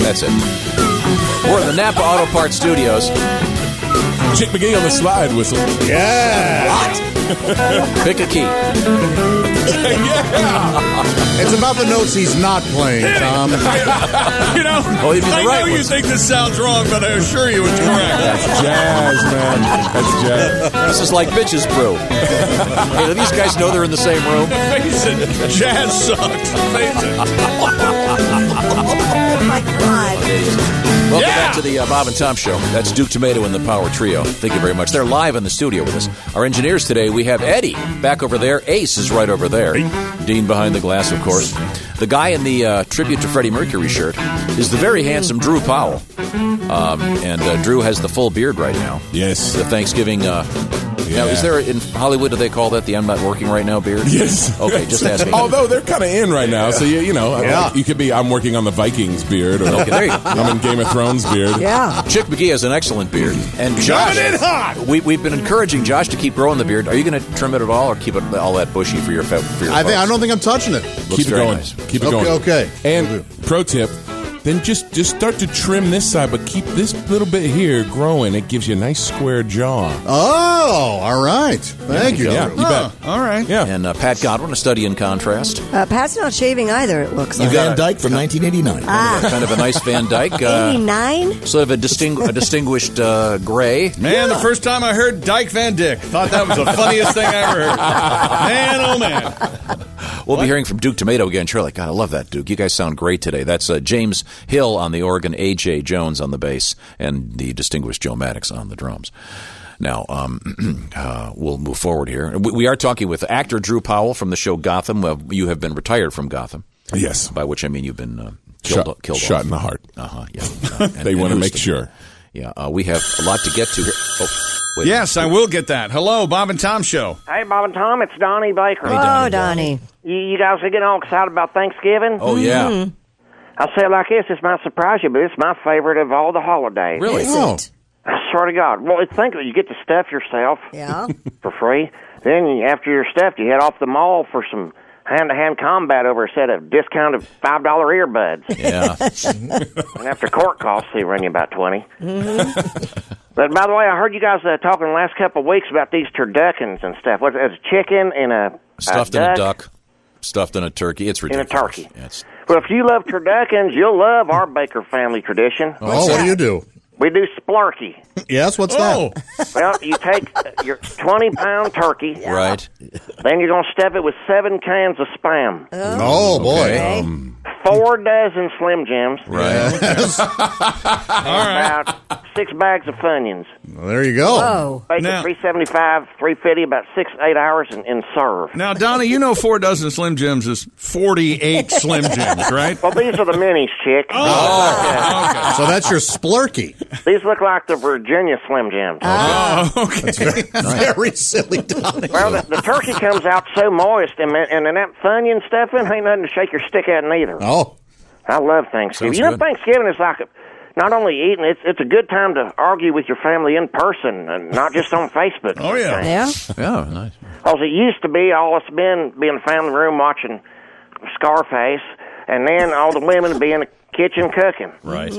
Speaker 5: That's it. We're in the Napa Auto Parts Studios.
Speaker 21: Chick McGee on the slide whistle.
Speaker 13: Yeah.
Speaker 5: Pick a key.
Speaker 13: It's about the notes he's not playing, Tom.
Speaker 11: you know,
Speaker 13: Oh, he'd be the
Speaker 11: I
Speaker 13: right
Speaker 11: know
Speaker 13: one.
Speaker 11: you think this sounds wrong, but I assure you it's correct.
Speaker 21: jazz, man. That's jazz.
Speaker 5: This is like bitches brew. hey, do these guys know they're in the same room?
Speaker 11: Jazz sucks.
Speaker 7: Oh,
Speaker 5: Welcome back to the uh, Bob and Tom Show. That's Duke Tomato and the Power Trio. Thank you very much. They're live in the studio with us. Our engineers today, we have Eddie back over there. Ace is right over there. Dean behind the glass, of course. The guy in the uh, tribute to Freddie Mercury shirt is the very handsome Drew Powell. Um, and uh, Drew has the full beard right now.
Speaker 21: Yes.
Speaker 5: The Thanksgiving uh, Now, is there in Hollywood? Do they call that the "I'm not working right now" beard?
Speaker 21: Yes.
Speaker 5: Okay, just asking.
Speaker 21: Although they're kind of in right now, so you, you know,
Speaker 5: Yeah.
Speaker 21: like, you could be. I'm working on the Vikings beard, or
Speaker 5: Okay, there you go.
Speaker 21: I'm in Game of Thrones beard.
Speaker 5: Yeah. Chick McGee has an excellent beard, and Josh,
Speaker 21: Coming in hot!
Speaker 5: We, we've been encouraging Josh to keep growing the beard. Are you going to trim it at all, or keep it all that bushy for your fe- for your
Speaker 13: I think
Speaker 5: folks?
Speaker 13: I don't think I'm touching it.
Speaker 21: Keep it going. Keep it
Speaker 13: okay,
Speaker 21: going.
Speaker 13: Okay.
Speaker 21: And pro tip. Then just just start to trim this side, but keep this little bit here growing. It gives you a nice square jaw.
Speaker 13: Oh, all right.
Speaker 5: Thank you.
Speaker 21: Yeah, you bet.
Speaker 5: All right. Yeah. And uh, Pat Godwin, a study in contrast.
Speaker 7: Uh, Pat's not shaving either, it looks like.
Speaker 5: Van Dyke from 1989.
Speaker 7: Ah.
Speaker 5: Kind of a nice Van Dyke. Uh,
Speaker 7: 89?
Speaker 5: sort of a, distingu- a distinguished uh, gray.
Speaker 6: Man, the first time I heard Dyke Van Dyck, thought that was the funniest thing I ever heard. Man, oh man.
Speaker 5: We'll be hearing from Duke Tomato again shortly. God, I love that, Duke. You guys sound great today. That's uh, James Hill on the organ, A.J. Jones on the bass, and the distinguished Joe Maddox on the drums. Now, um, uh, we'll move forward here. We, we are talking with actor Drew Powell from the show Gotham. Uh, you have been retired from Gotham.
Speaker 21: Yes.
Speaker 5: By which I mean you've been uh, killed,
Speaker 21: Shot-
Speaker 5: killed
Speaker 21: shot
Speaker 5: off.
Speaker 21: in the heart.
Speaker 5: Uh-huh, yeah.
Speaker 21: They wanna
Speaker 5: who's
Speaker 21: make
Speaker 5: the-
Speaker 21: sure.
Speaker 5: Yeah, uh, we have a lot to get to here. Oh, wait.
Speaker 6: Yes, I will get that. Hello, Bob and Tom Show.
Speaker 22: Hey, Bob and Tom, it's Donnie Baker.
Speaker 7: Hey, Donnie. Oh, Donnie.
Speaker 22: You, you guys are getting all excited about Thanksgiving?
Speaker 5: Oh, yeah.
Speaker 7: Mhm.
Speaker 22: I'll say it like this. This might surprise you, but it's my favorite of all the holidays.
Speaker 5: Really? Is Oh. it?
Speaker 22: I swear to God. Well, it's think you get to stuff yourself
Speaker 7: Yeah.
Speaker 22: for free. Then you- after you're stuffed, you head off the mall for some hand-to-hand combat over a set of discounted $5 earbuds.
Speaker 5: Yeah.
Speaker 22: and after court costs, they run you about 20
Speaker 23: Mm-hmm.
Speaker 22: but by the way, I heard you guys uh, talking the last couple of weeks about these turduckins and stuff. What's it's chicken and a
Speaker 7: Uh,
Speaker 5: Stuffed
Speaker 22: a
Speaker 5: in
Speaker 22: duck.
Speaker 5: a duck, stuffed in a turkey. It's
Speaker 22: a
Speaker 5: ridiculous.
Speaker 22: turkey.
Speaker 5: Yes.
Speaker 22: Well, if you love turduckins, you'll love our Baker family tradition.
Speaker 13: Oh, what do you do?
Speaker 22: We do splarkey.
Speaker 13: Yes, what's
Speaker 22: Oh,
Speaker 13: that?
Speaker 22: well, you take uh, your 20 pound turkey,
Speaker 5: Right.
Speaker 22: then you're going to stuff it with seven cans of spam, Um,
Speaker 13: Oh, boy.
Speaker 5: Okay.
Speaker 22: four dozen Slim Jims,
Speaker 5: Right.
Speaker 22: and about six bags of Funyuns.
Speaker 13: Well, there you go.
Speaker 22: Bake
Speaker 6: Now-
Speaker 22: it 375, 350, about six, eight hours, and, and serve.
Speaker 6: Now, Donnie, you know four dozen Slim Jims is 48 Slim Jims, right? Oh,
Speaker 22: Well, these are the minis, chick.
Speaker 13: So that's your splurky.
Speaker 22: These look like the Virginia Slim Jims.
Speaker 6: Oh, okay.
Speaker 13: Very silly, Donnie.
Speaker 22: Well, the, the turkey comes out so moist, and and, and that funyun stuffing ain't nothing to shake your stick at neither.
Speaker 13: Oh.
Speaker 22: I love Thanksgiving.
Speaker 13: Sounds
Speaker 22: you know,
Speaker 13: good.
Speaker 22: Thanksgiving is like a, not only eating; it's it's a good time to argue with your family in person, and not just on Facebook. oh
Speaker 6: yeah,
Speaker 7: yeah.
Speaker 5: Yeah, nice.
Speaker 22: Because it used to be all it's been being family room watching Scarface, and then all the women would be in the kitchen cooking.
Speaker 5: Right.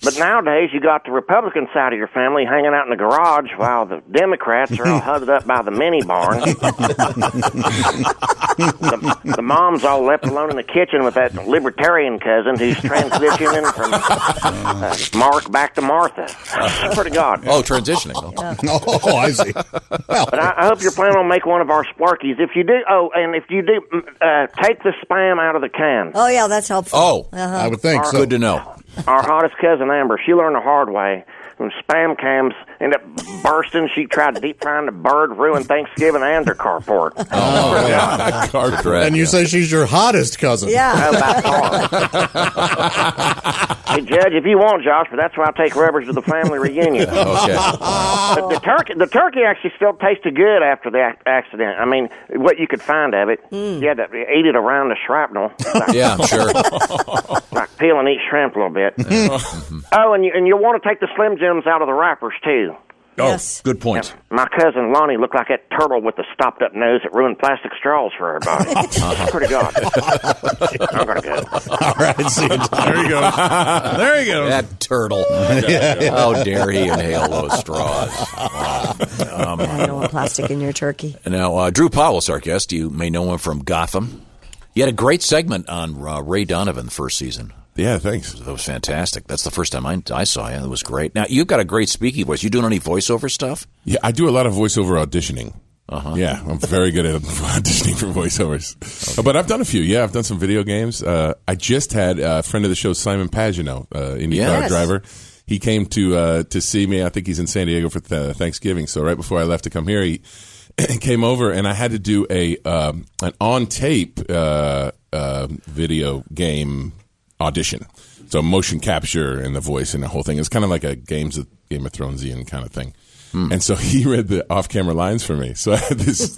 Speaker 22: But nowadays, you got the Republican side of your family hanging out in the garage while the Democrats are all huddled up by the mini barn. the, the mom's all left alone in the kitchen with that libertarian cousin who's transitioning from uh, Mark back to Martha. Swear to God.
Speaker 5: Oh, transitioning.
Speaker 13: Oh, I see.
Speaker 22: But I, I hope you're planning on make one of our Splarkies. If you do, oh, and if you do, mm, uh, take the spam out of the can.
Speaker 7: Oh, yeah, that's helpful.
Speaker 5: Oh,
Speaker 7: Uh-huh.
Speaker 22: Our-
Speaker 5: Good to know.
Speaker 22: Our hottest cousin Amber, she learned the hard way. When spam cams end up bursting, she tried deep frying the bird, ruined Thanksgiving and her carport.
Speaker 13: Oh, and you say she's your hottest cousin.
Speaker 22: Oh, by far. hey, Judge, if you want, Josh, but that's why I take rubbers to the family reunion.
Speaker 5: Okay.
Speaker 22: But the turkey, the turkey actually still tasted good after the ac- accident. I mean, what you could find of it, you had to eat it around the shrapnel. Like,
Speaker 5: Yeah, I'm sure.
Speaker 22: like peel and eat shrimp a little bit. oh, and you and you want to take the Slim Jims out of the wrappers too.
Speaker 5: Oh, good point.
Speaker 22: My cousin Lonnie looked like that turtle with the stopped up nose that ruined plastic straws for everybody.
Speaker 5: Uh-huh.
Speaker 22: Pretty good. I'm gonna go.
Speaker 13: All right, see you. There
Speaker 6: you go. There you go.
Speaker 5: That turtle.
Speaker 13: Yeah.
Speaker 5: How dare he inhale those straws?
Speaker 21: Um,
Speaker 5: Wow.
Speaker 7: I don't want plastic in your turkey.
Speaker 5: Now, uh, Drew Powell's our guest. You may know him from Gotham. You had a great segment on uh, Ray Donovan first season.
Speaker 21: Yeah, thanks.
Speaker 5: That was fantastic. That's the first time I, I saw you. It was great. Now, you've got a great speaking voice. You doing any voiceover stuff?
Speaker 21: Yeah, I do a lot of voiceover auditioning. Uh-huh. Yeah, I'm very good at auditioning for voiceovers. But I've done a few. Yeah, I've done some video games. Uh, I just had a friend of the show, Simon Pagino, uh, IndyCar
Speaker 5: Yes.
Speaker 21: driver. He came to uh, to see me. I think he's in San Diego for th- Thanksgiving. So right before I left to come here, he came over, and I had to do a um, an on tape uh, uh, video game audition. So motion capture and the voice and the whole thing. It's kind of like a games of Game of Thronesian kind of thing.
Speaker 5: Hmm.
Speaker 21: And so he read the off camera lines for me. So I had this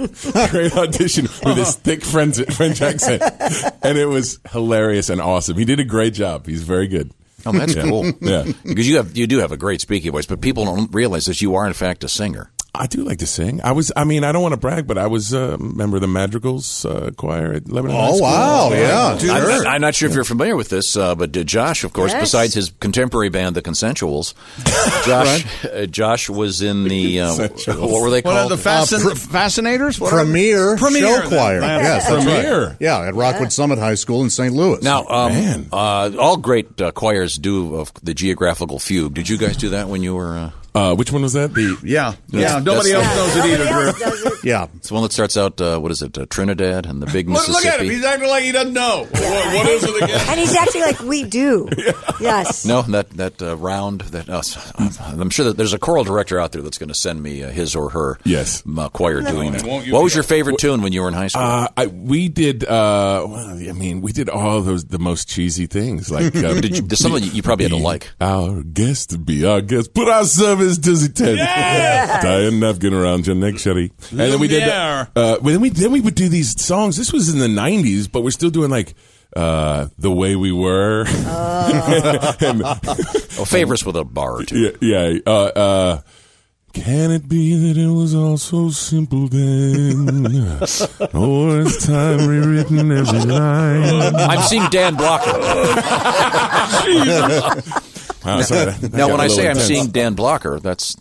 Speaker 21: great audition with this thick French, French accent. And it was hilarious and awesome. He did a great job. He's very good.
Speaker 5: Oh, that's
Speaker 21: Yeah.
Speaker 5: cool.
Speaker 21: Yeah.
Speaker 5: because you have you do have a great speaking voice, but people don't realize that you are in fact a singer.
Speaker 21: I do like to sing. I was, I mean, I don't want to brag, but I was a member of the Madrigals uh, choir at Lebanon. High
Speaker 5: Oh,
Speaker 21: School.
Speaker 5: wow,
Speaker 21: Yeah.
Speaker 5: I'm, I'm not sure if you're familiar with this, uh, but uh, Josh, of course,
Speaker 21: Yes.
Speaker 5: besides his contemporary band, the Consensuals, Josh, uh, Josh was in the uh, what were they
Speaker 19: One
Speaker 5: called? Uh,
Speaker 19: of the fascin- fascinators? What are-
Speaker 13: Premier,
Speaker 19: Premier
Speaker 13: Show Choir.
Speaker 19: then.
Speaker 13: Yes, that's
Speaker 5: Premier.
Speaker 13: right. Yeah, at Rockwood Summit High School in St. Louis.
Speaker 5: Now, um, uh, all great uh, choirs do of the geographical fugue. Did you guys do that when you were?
Speaker 21: Uh, which one was that? The
Speaker 5: yeah,
Speaker 19: Yeah, nobody else knows it either, Drew.
Speaker 13: Yeah,
Speaker 5: it's the one that starts out. Uh, what is it? Uh, Trinidad and the Big
Speaker 11: Look, look
Speaker 5: Mississippi.
Speaker 11: at him. He's acting like he doesn't
Speaker 21: Oh,
Speaker 11: know. What, what is it again?
Speaker 7: And he's acting like we do. Yes.
Speaker 5: No, that that uh, round that uh, I'm sure that there's a choral director out there that's going to send me uh, his or her yes uh, choir
Speaker 21: No.
Speaker 5: doing that.
Speaker 21: Won't you
Speaker 5: What
Speaker 21: be
Speaker 5: was your
Speaker 21: a-
Speaker 5: favorite tune when you were in high school?
Speaker 21: Uh, I, we did. Uh, well, I mean, we did all those the most cheesy things. Like, uh,
Speaker 5: Did you- did some of you- you probably had to
Speaker 21: be
Speaker 5: like.
Speaker 21: Our guest be our guest. Put our service to the test. Diane Nafkin around your neck, Sherry. And then we did.
Speaker 14: Lumiere.
Speaker 21: Uh, well, then we then we would do these songs. This was in the '90s, but we're still doing like. Uh, the way we were.
Speaker 5: oh, favors with a bar or
Speaker 21: two. Yeah. yeah uh, uh, can it be that it was all so simple then? or is time rewritten every line?
Speaker 5: I've seen Dan Blocker.
Speaker 21: Wow, sorry, that- that
Speaker 5: now,
Speaker 21: got
Speaker 5: when
Speaker 21: a
Speaker 5: I
Speaker 21: little
Speaker 5: say I'm
Speaker 21: intense.
Speaker 5: seeing Dan Blocker, that's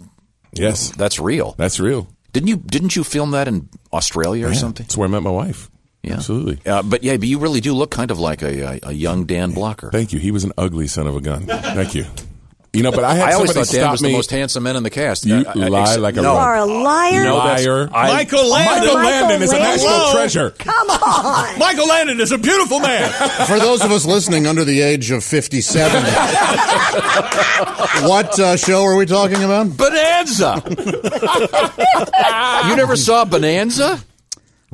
Speaker 21: yes,
Speaker 5: that's real.
Speaker 21: That's real.
Speaker 5: Didn't you didn't you film that in Australia or
Speaker 21: Yeah,
Speaker 5: something? That's
Speaker 21: where I met my wife.
Speaker 5: Yeah,
Speaker 21: absolutely.
Speaker 5: Uh, but yeah, but you really do look kind of like a, a, a young Dan Blocker.
Speaker 21: Thank you. He was an ugly son of a gun. Thank you. You know, but I had
Speaker 5: always
Speaker 21: somebody
Speaker 5: thought Dan
Speaker 21: stop
Speaker 5: was
Speaker 21: me.
Speaker 5: the most handsome man in the cast.
Speaker 21: You
Speaker 5: I- I-
Speaker 21: lie
Speaker 5: except-
Speaker 21: like a
Speaker 5: no.
Speaker 21: rock.
Speaker 7: Are a liar.
Speaker 21: No, that's-
Speaker 11: Liar.
Speaker 21: I-
Speaker 11: Michael Landon.
Speaker 21: Michael Landon is a national
Speaker 11: Hello?
Speaker 21: treasure.
Speaker 7: Come on.
Speaker 11: Michael Landon is a beautiful man.
Speaker 13: For those of us listening under the age of 57, what uh, show are we talking about?
Speaker 5: Bonanza. you never saw Bonanza?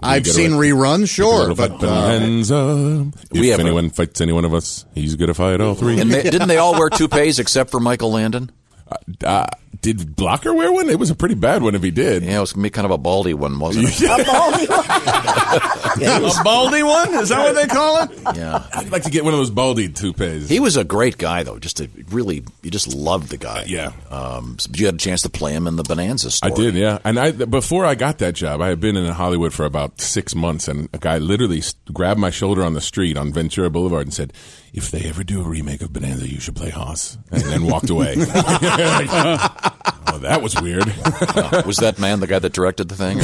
Speaker 13: I've
Speaker 21: gotta
Speaker 13: seen reruns, sure,
Speaker 21: Little
Speaker 13: but
Speaker 21: Fat
Speaker 13: uh,
Speaker 21: Bonanza.
Speaker 5: We
Speaker 21: if
Speaker 5: have a-
Speaker 21: anyone fights any one of us, he's going to fight all three.
Speaker 5: And they, didn't they all wear toupees except for Michael Landon?
Speaker 21: Uh, did Blocker wear one? It was a pretty bad one if he did.
Speaker 5: Yeah, it was kind of a baldy one, wasn't it?
Speaker 11: a baldy one? Is that what they call it?
Speaker 5: Yeah.
Speaker 21: I'd like to get one of those baldy toupees.
Speaker 5: He was a great guy, though. Just a really, you just loved the guy.
Speaker 21: yeah.
Speaker 5: Um, so you had a chance to play him in the Bonanza
Speaker 21: I
Speaker 5: story.
Speaker 21: did, yeah. And I before I got that job, I had been in Hollywood for about six months, and a guy literally s- grabbed my shoulder on the street on Ventura Boulevard and said, "If they ever do a remake of Bonanza, you should play Haas," and then walked away. oh, that was weird.
Speaker 5: Uh, was that man the guy that directed the thing?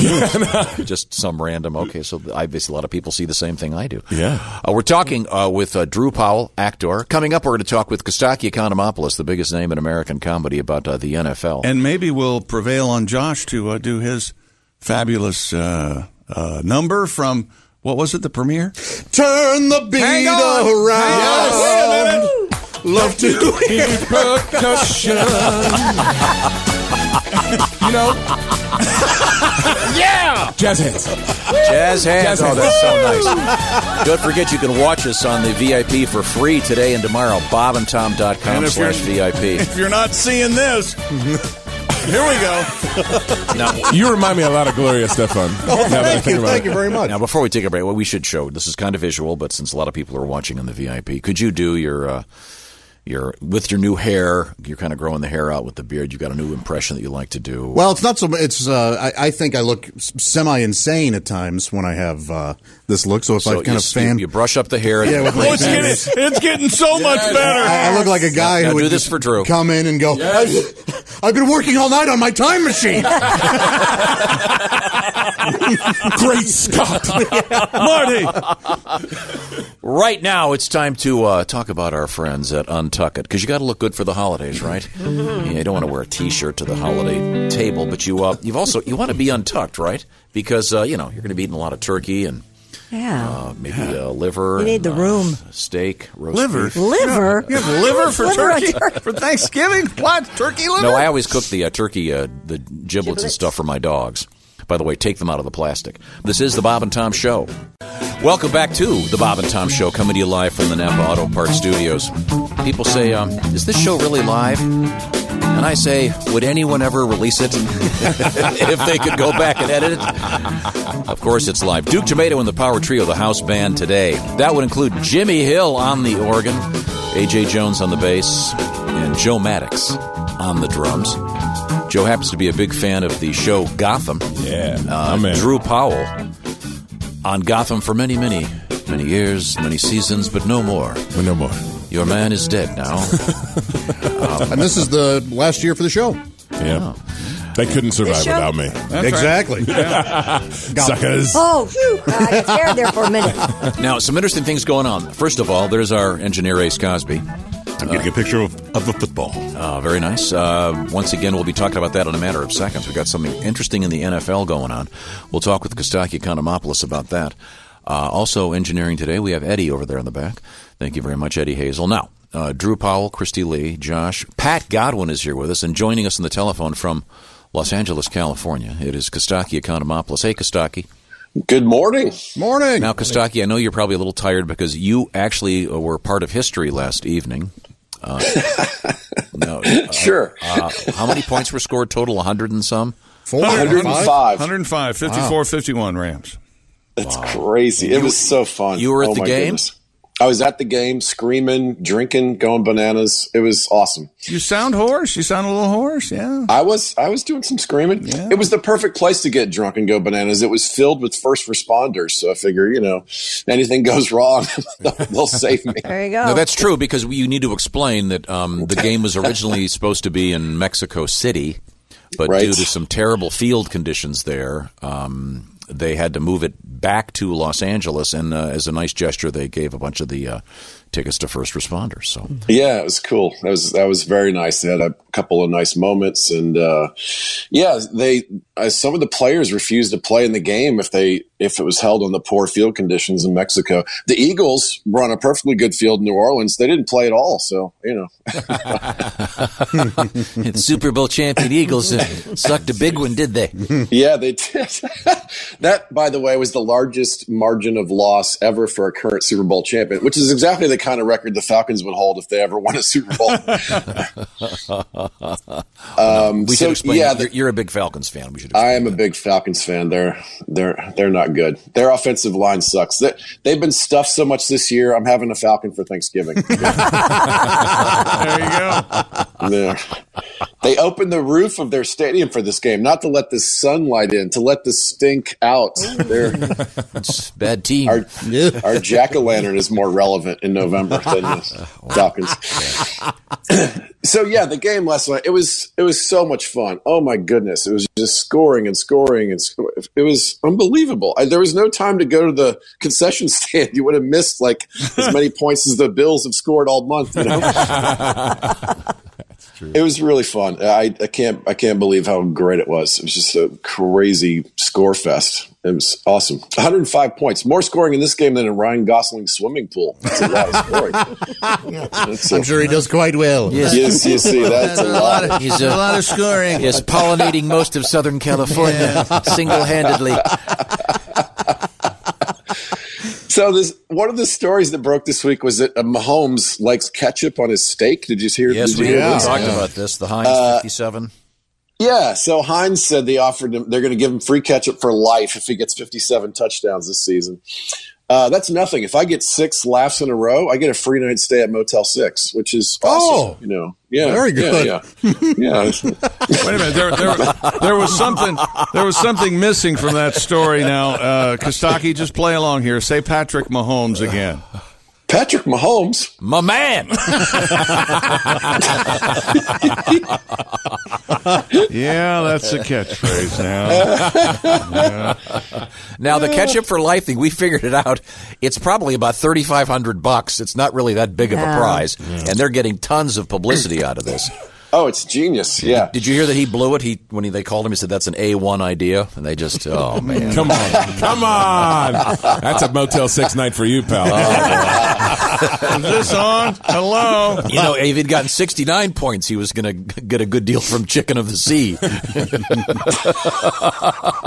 Speaker 5: Or just some random. Okay, so obviously a lot of people see the same thing I do.
Speaker 21: Yeah.
Speaker 5: Uh, we're talking uh, with uh, Drew Powell, actor. Coming up, we're going to talk with Kostaki Economopoulos, the biggest name in American comedy, about uh, the NFL.
Speaker 6: And maybe we'll prevail on Josh to uh, do his fabulous uh, uh, number from what was it? The premiere.
Speaker 13: turn the beat
Speaker 6: Hang
Speaker 13: around.
Speaker 6: on.
Speaker 13: Love to hear percussion.
Speaker 21: you know,
Speaker 9: yeah!
Speaker 21: jazz hands.
Speaker 5: Jazz hands.
Speaker 21: Jazz
Speaker 5: Oh,
Speaker 21: hands.
Speaker 5: that's so nice. Don't forget you can watch us on the VIP for free today and tomorrow. BobandTom.com
Speaker 11: And if you're-
Speaker 5: slash VIP.
Speaker 11: If you're not seeing this, here we go.
Speaker 21: you remind me a lot of Gloria Stefan.
Speaker 11: Oh,
Speaker 21: Now that I
Speaker 11: thank
Speaker 21: think
Speaker 11: you,
Speaker 21: about
Speaker 11: thank
Speaker 21: it.
Speaker 11: you very much.
Speaker 5: Now, before we take a break, what we should show this is kind of visual, but since a lot of people are watching on the VIP, could you do your uh, your with your new hair? You're kind of growing the hair out with the beard. You've got a new impression that you like to do.
Speaker 13: Well, it's not so. mu- It's uh, I, I think I look semi insane at times when I have uh, this look. So if I
Speaker 5: so
Speaker 13: kind
Speaker 5: you,
Speaker 13: of fan,
Speaker 5: you brush up the hair. and-
Speaker 13: Yeah, with my
Speaker 11: Oh, it's getting, it's getting so much better.
Speaker 13: I, I look like a guy
Speaker 5: Now
Speaker 13: who would
Speaker 5: do this
Speaker 13: just
Speaker 5: for Drew.
Speaker 13: come in and go. I've, I've been working all night on my time machine.
Speaker 21: Great Scott,
Speaker 11: Marty.
Speaker 5: Right now, it's time to uh, talk about our friends at Untuck It because you got to look good for the holidays, right? Yeah, you don't want to wear a T-shirt to the holiday table, but you uh, you've also you want to be untucked, right? Because uh, you know you're going to be eating a lot of turkey and
Speaker 7: Yeah.
Speaker 5: uh, maybe uh, liver.
Speaker 7: You need
Speaker 5: and,
Speaker 7: the
Speaker 5: uh,
Speaker 7: room.
Speaker 5: steak, roast
Speaker 19: Liver?
Speaker 5: beef.
Speaker 7: Liver.
Speaker 19: You have liver for
Speaker 7: Liver on
Speaker 19: turkey
Speaker 7: turkey.
Speaker 19: for Thanksgiving? What turkey liver?
Speaker 5: No, I always cook the uh, turkey, uh, the giblets, and stuff for my dogs. By the way, take them out of the plastic. This is the Bob and Tom Show. Welcome back to the Bob and Tom Show, coming to you live from the Napa Auto Parts Studios. People say, um, "Is this show really live?" And I say, would anyone ever release it if they could go back and edit it? Of course, it's live. Duke Tomato and the Power Trio, the house band today. That would include Jimmy Hill on the organ, AJ Jones on the bass, and Joe Maddox on the drums. Joe happens to be a big fan of the show Gotham. Yeah,
Speaker 21: I'm in.
Speaker 5: Drew Powell on Gotham for many, many, many years, many seasons, but no more. No more. Your man is dead now. Um,
Speaker 13: and this is the last year for the show.
Speaker 21: Yeah. They couldn't survive
Speaker 13: show-
Speaker 21: without me.
Speaker 13: That's Exactly. right.
Speaker 21: Suckers.
Speaker 7: Oh, phew. I got scared there for a minute.
Speaker 5: Now, some interesting things going on. First of all, there's our engineer Ace Cosby. I'm getting a picture of, of the football. Uh, very nice. Uh, once again, we'll be talking about that in a matter of seconds. We've got something interesting in the NFL going on. We'll talk with Kostaki Economopoulos about that. Uh, also, engineering today, we have Eddie over there in the back. Thank you very much, Eddie Hazel. Now, uh, Drew Powell, Christy Lee, Josh, Pat Godwin is here with us and joining us on the telephone from Los Angeles, California. It is Kostaki Economopoulos. Hey, Kostaki.
Speaker 24: Good morning.
Speaker 5: Morning. Now, Kostaki, I know you're probably a little tired because you actually uh, were part of history last evening. Uh, no, uh,
Speaker 24: Sure.
Speaker 5: Uh, how many points were scored total? 100 and some?
Speaker 14: 105, 54, 51 Rams.
Speaker 24: That's crazy. It was so fun. Oh
Speaker 5: you were at the
Speaker 24: my
Speaker 5: game?
Speaker 24: goodness. I was at the game, screaming, drinking, going bananas. It was awesome.
Speaker 14: You sound hoarse. You sound a little hoarse. Yeah.
Speaker 24: I was I was doing some screaming. It was the perfect place to get drunk and go bananas. It was filled with first responders, so I figure you know anything goes wrong, they'll, they'll save me.
Speaker 7: There you
Speaker 5: No, that's true because you need to explain that um, the game was originally supposed to be in Mexico City, but
Speaker 24: Right.
Speaker 5: due to some terrible field conditions there, um, they had to move it back to Los Angeles. And uh, as a nice gesture, they gave a bunch of the uh, tickets to first responders. So
Speaker 24: Yeah, it was cool. That was that was very nice. They had a couple of nice moments, and uh, yeah, they uh, some of the players refused to play in the game if they if it was held on the poor field conditions in Mexico. The Eagles were on a perfectly good field in New Orleans. They didn't play at all, so you know.
Speaker 5: the Super Bowl champion Eagles uh, sucked a big one, did they?
Speaker 24: yeah, they did. that, by the way, was the largest margin of loss ever for a current Super Bowl champion, which is exactly the kind of record the Falcons would hold if they ever won a Super Bowl. Um,
Speaker 5: we
Speaker 24: so,
Speaker 5: should explain.
Speaker 24: yeah,
Speaker 5: Yeah,
Speaker 24: the-
Speaker 5: you're, you're a big Falcons fan. We should.
Speaker 24: I am a big Falcons fan. They're they're they're not good. Their offensive line sucks. They, they've been stuffed so much this year. I'm having a Falcon for Thanksgiving.
Speaker 14: there you go.
Speaker 24: Yeah. They opened the roof of their stadium for this game, not to let the sunlight in, to let the stink out. They're
Speaker 5: bad team.
Speaker 24: Our, our jack o' lantern is more relevant in November than the Falcons. so yeah, the game last night it was it was so much fun. Oh my goodness, it was just scoring and scoring and sco- it was unbelievable. I, there was no time to go to the concession stand. You would have missed like as many points as the Bills have scored all month. You know? It was really fun. I, I can't I can't believe how great it was. It was just a crazy score fest. It was awesome. 105 points, more scoring in this game than in Ryan Gosling's swimming pool. That's a lot of scoring. That's a-
Speaker 13: I'm sure he does quite well.
Speaker 24: Yes, you see, that's a lot.
Speaker 13: He's a- A lot of scoring.
Speaker 5: Is pollinating most of Southern California single-handedly.
Speaker 24: So this one of the stories that broke this week was that uh, Mahomes likes ketchup on his steak. Did you hear?
Speaker 5: Yes,
Speaker 24: did you
Speaker 5: we,
Speaker 24: hear
Speaker 5: we
Speaker 24: this?
Speaker 5: talked about this. The Heinz
Speaker 24: Uh,
Speaker 5: 57.
Speaker 24: Yeah, so Hines said they offered him they're going to give him free ketchup for life if he gets 57 touchdowns this season. Uh, that's nothing. If I get six laughs in a row, I get a free night stay at Motel Six, which is
Speaker 5: Oh!
Speaker 24: awesome. you know, yeah,
Speaker 13: very
Speaker 24: yeah,
Speaker 13: good.
Speaker 24: Yeah, yeah.
Speaker 14: Wait a minute. There, there, there was something. There was something missing from that story. Now, uh, Kostaki, just play along here. Say Patrick Mahomes again.
Speaker 24: Patrick Mahomes,
Speaker 5: my man.
Speaker 14: yeah, that's a catchphrase now. Yeah.
Speaker 5: Now the ketchup for life thing, we figured it out. It's probably about thirty five hundred bucks. It's not really that big of a
Speaker 24: Yeah.
Speaker 5: prize, and they're getting tons of publicity out of this.
Speaker 24: Oh, it's genius! Yeah.
Speaker 5: Did you hear that he blew it? He when he, they called him, he said that's an A one idea, and they just oh man,
Speaker 21: Come on. Come on. That's a Motel 6 night for you,
Speaker 5: Oh.
Speaker 21: pal.
Speaker 14: Is this on? Hello.
Speaker 5: You know, if he'd gotten 69 points, he was going to get a good deal from Chicken of the Sea.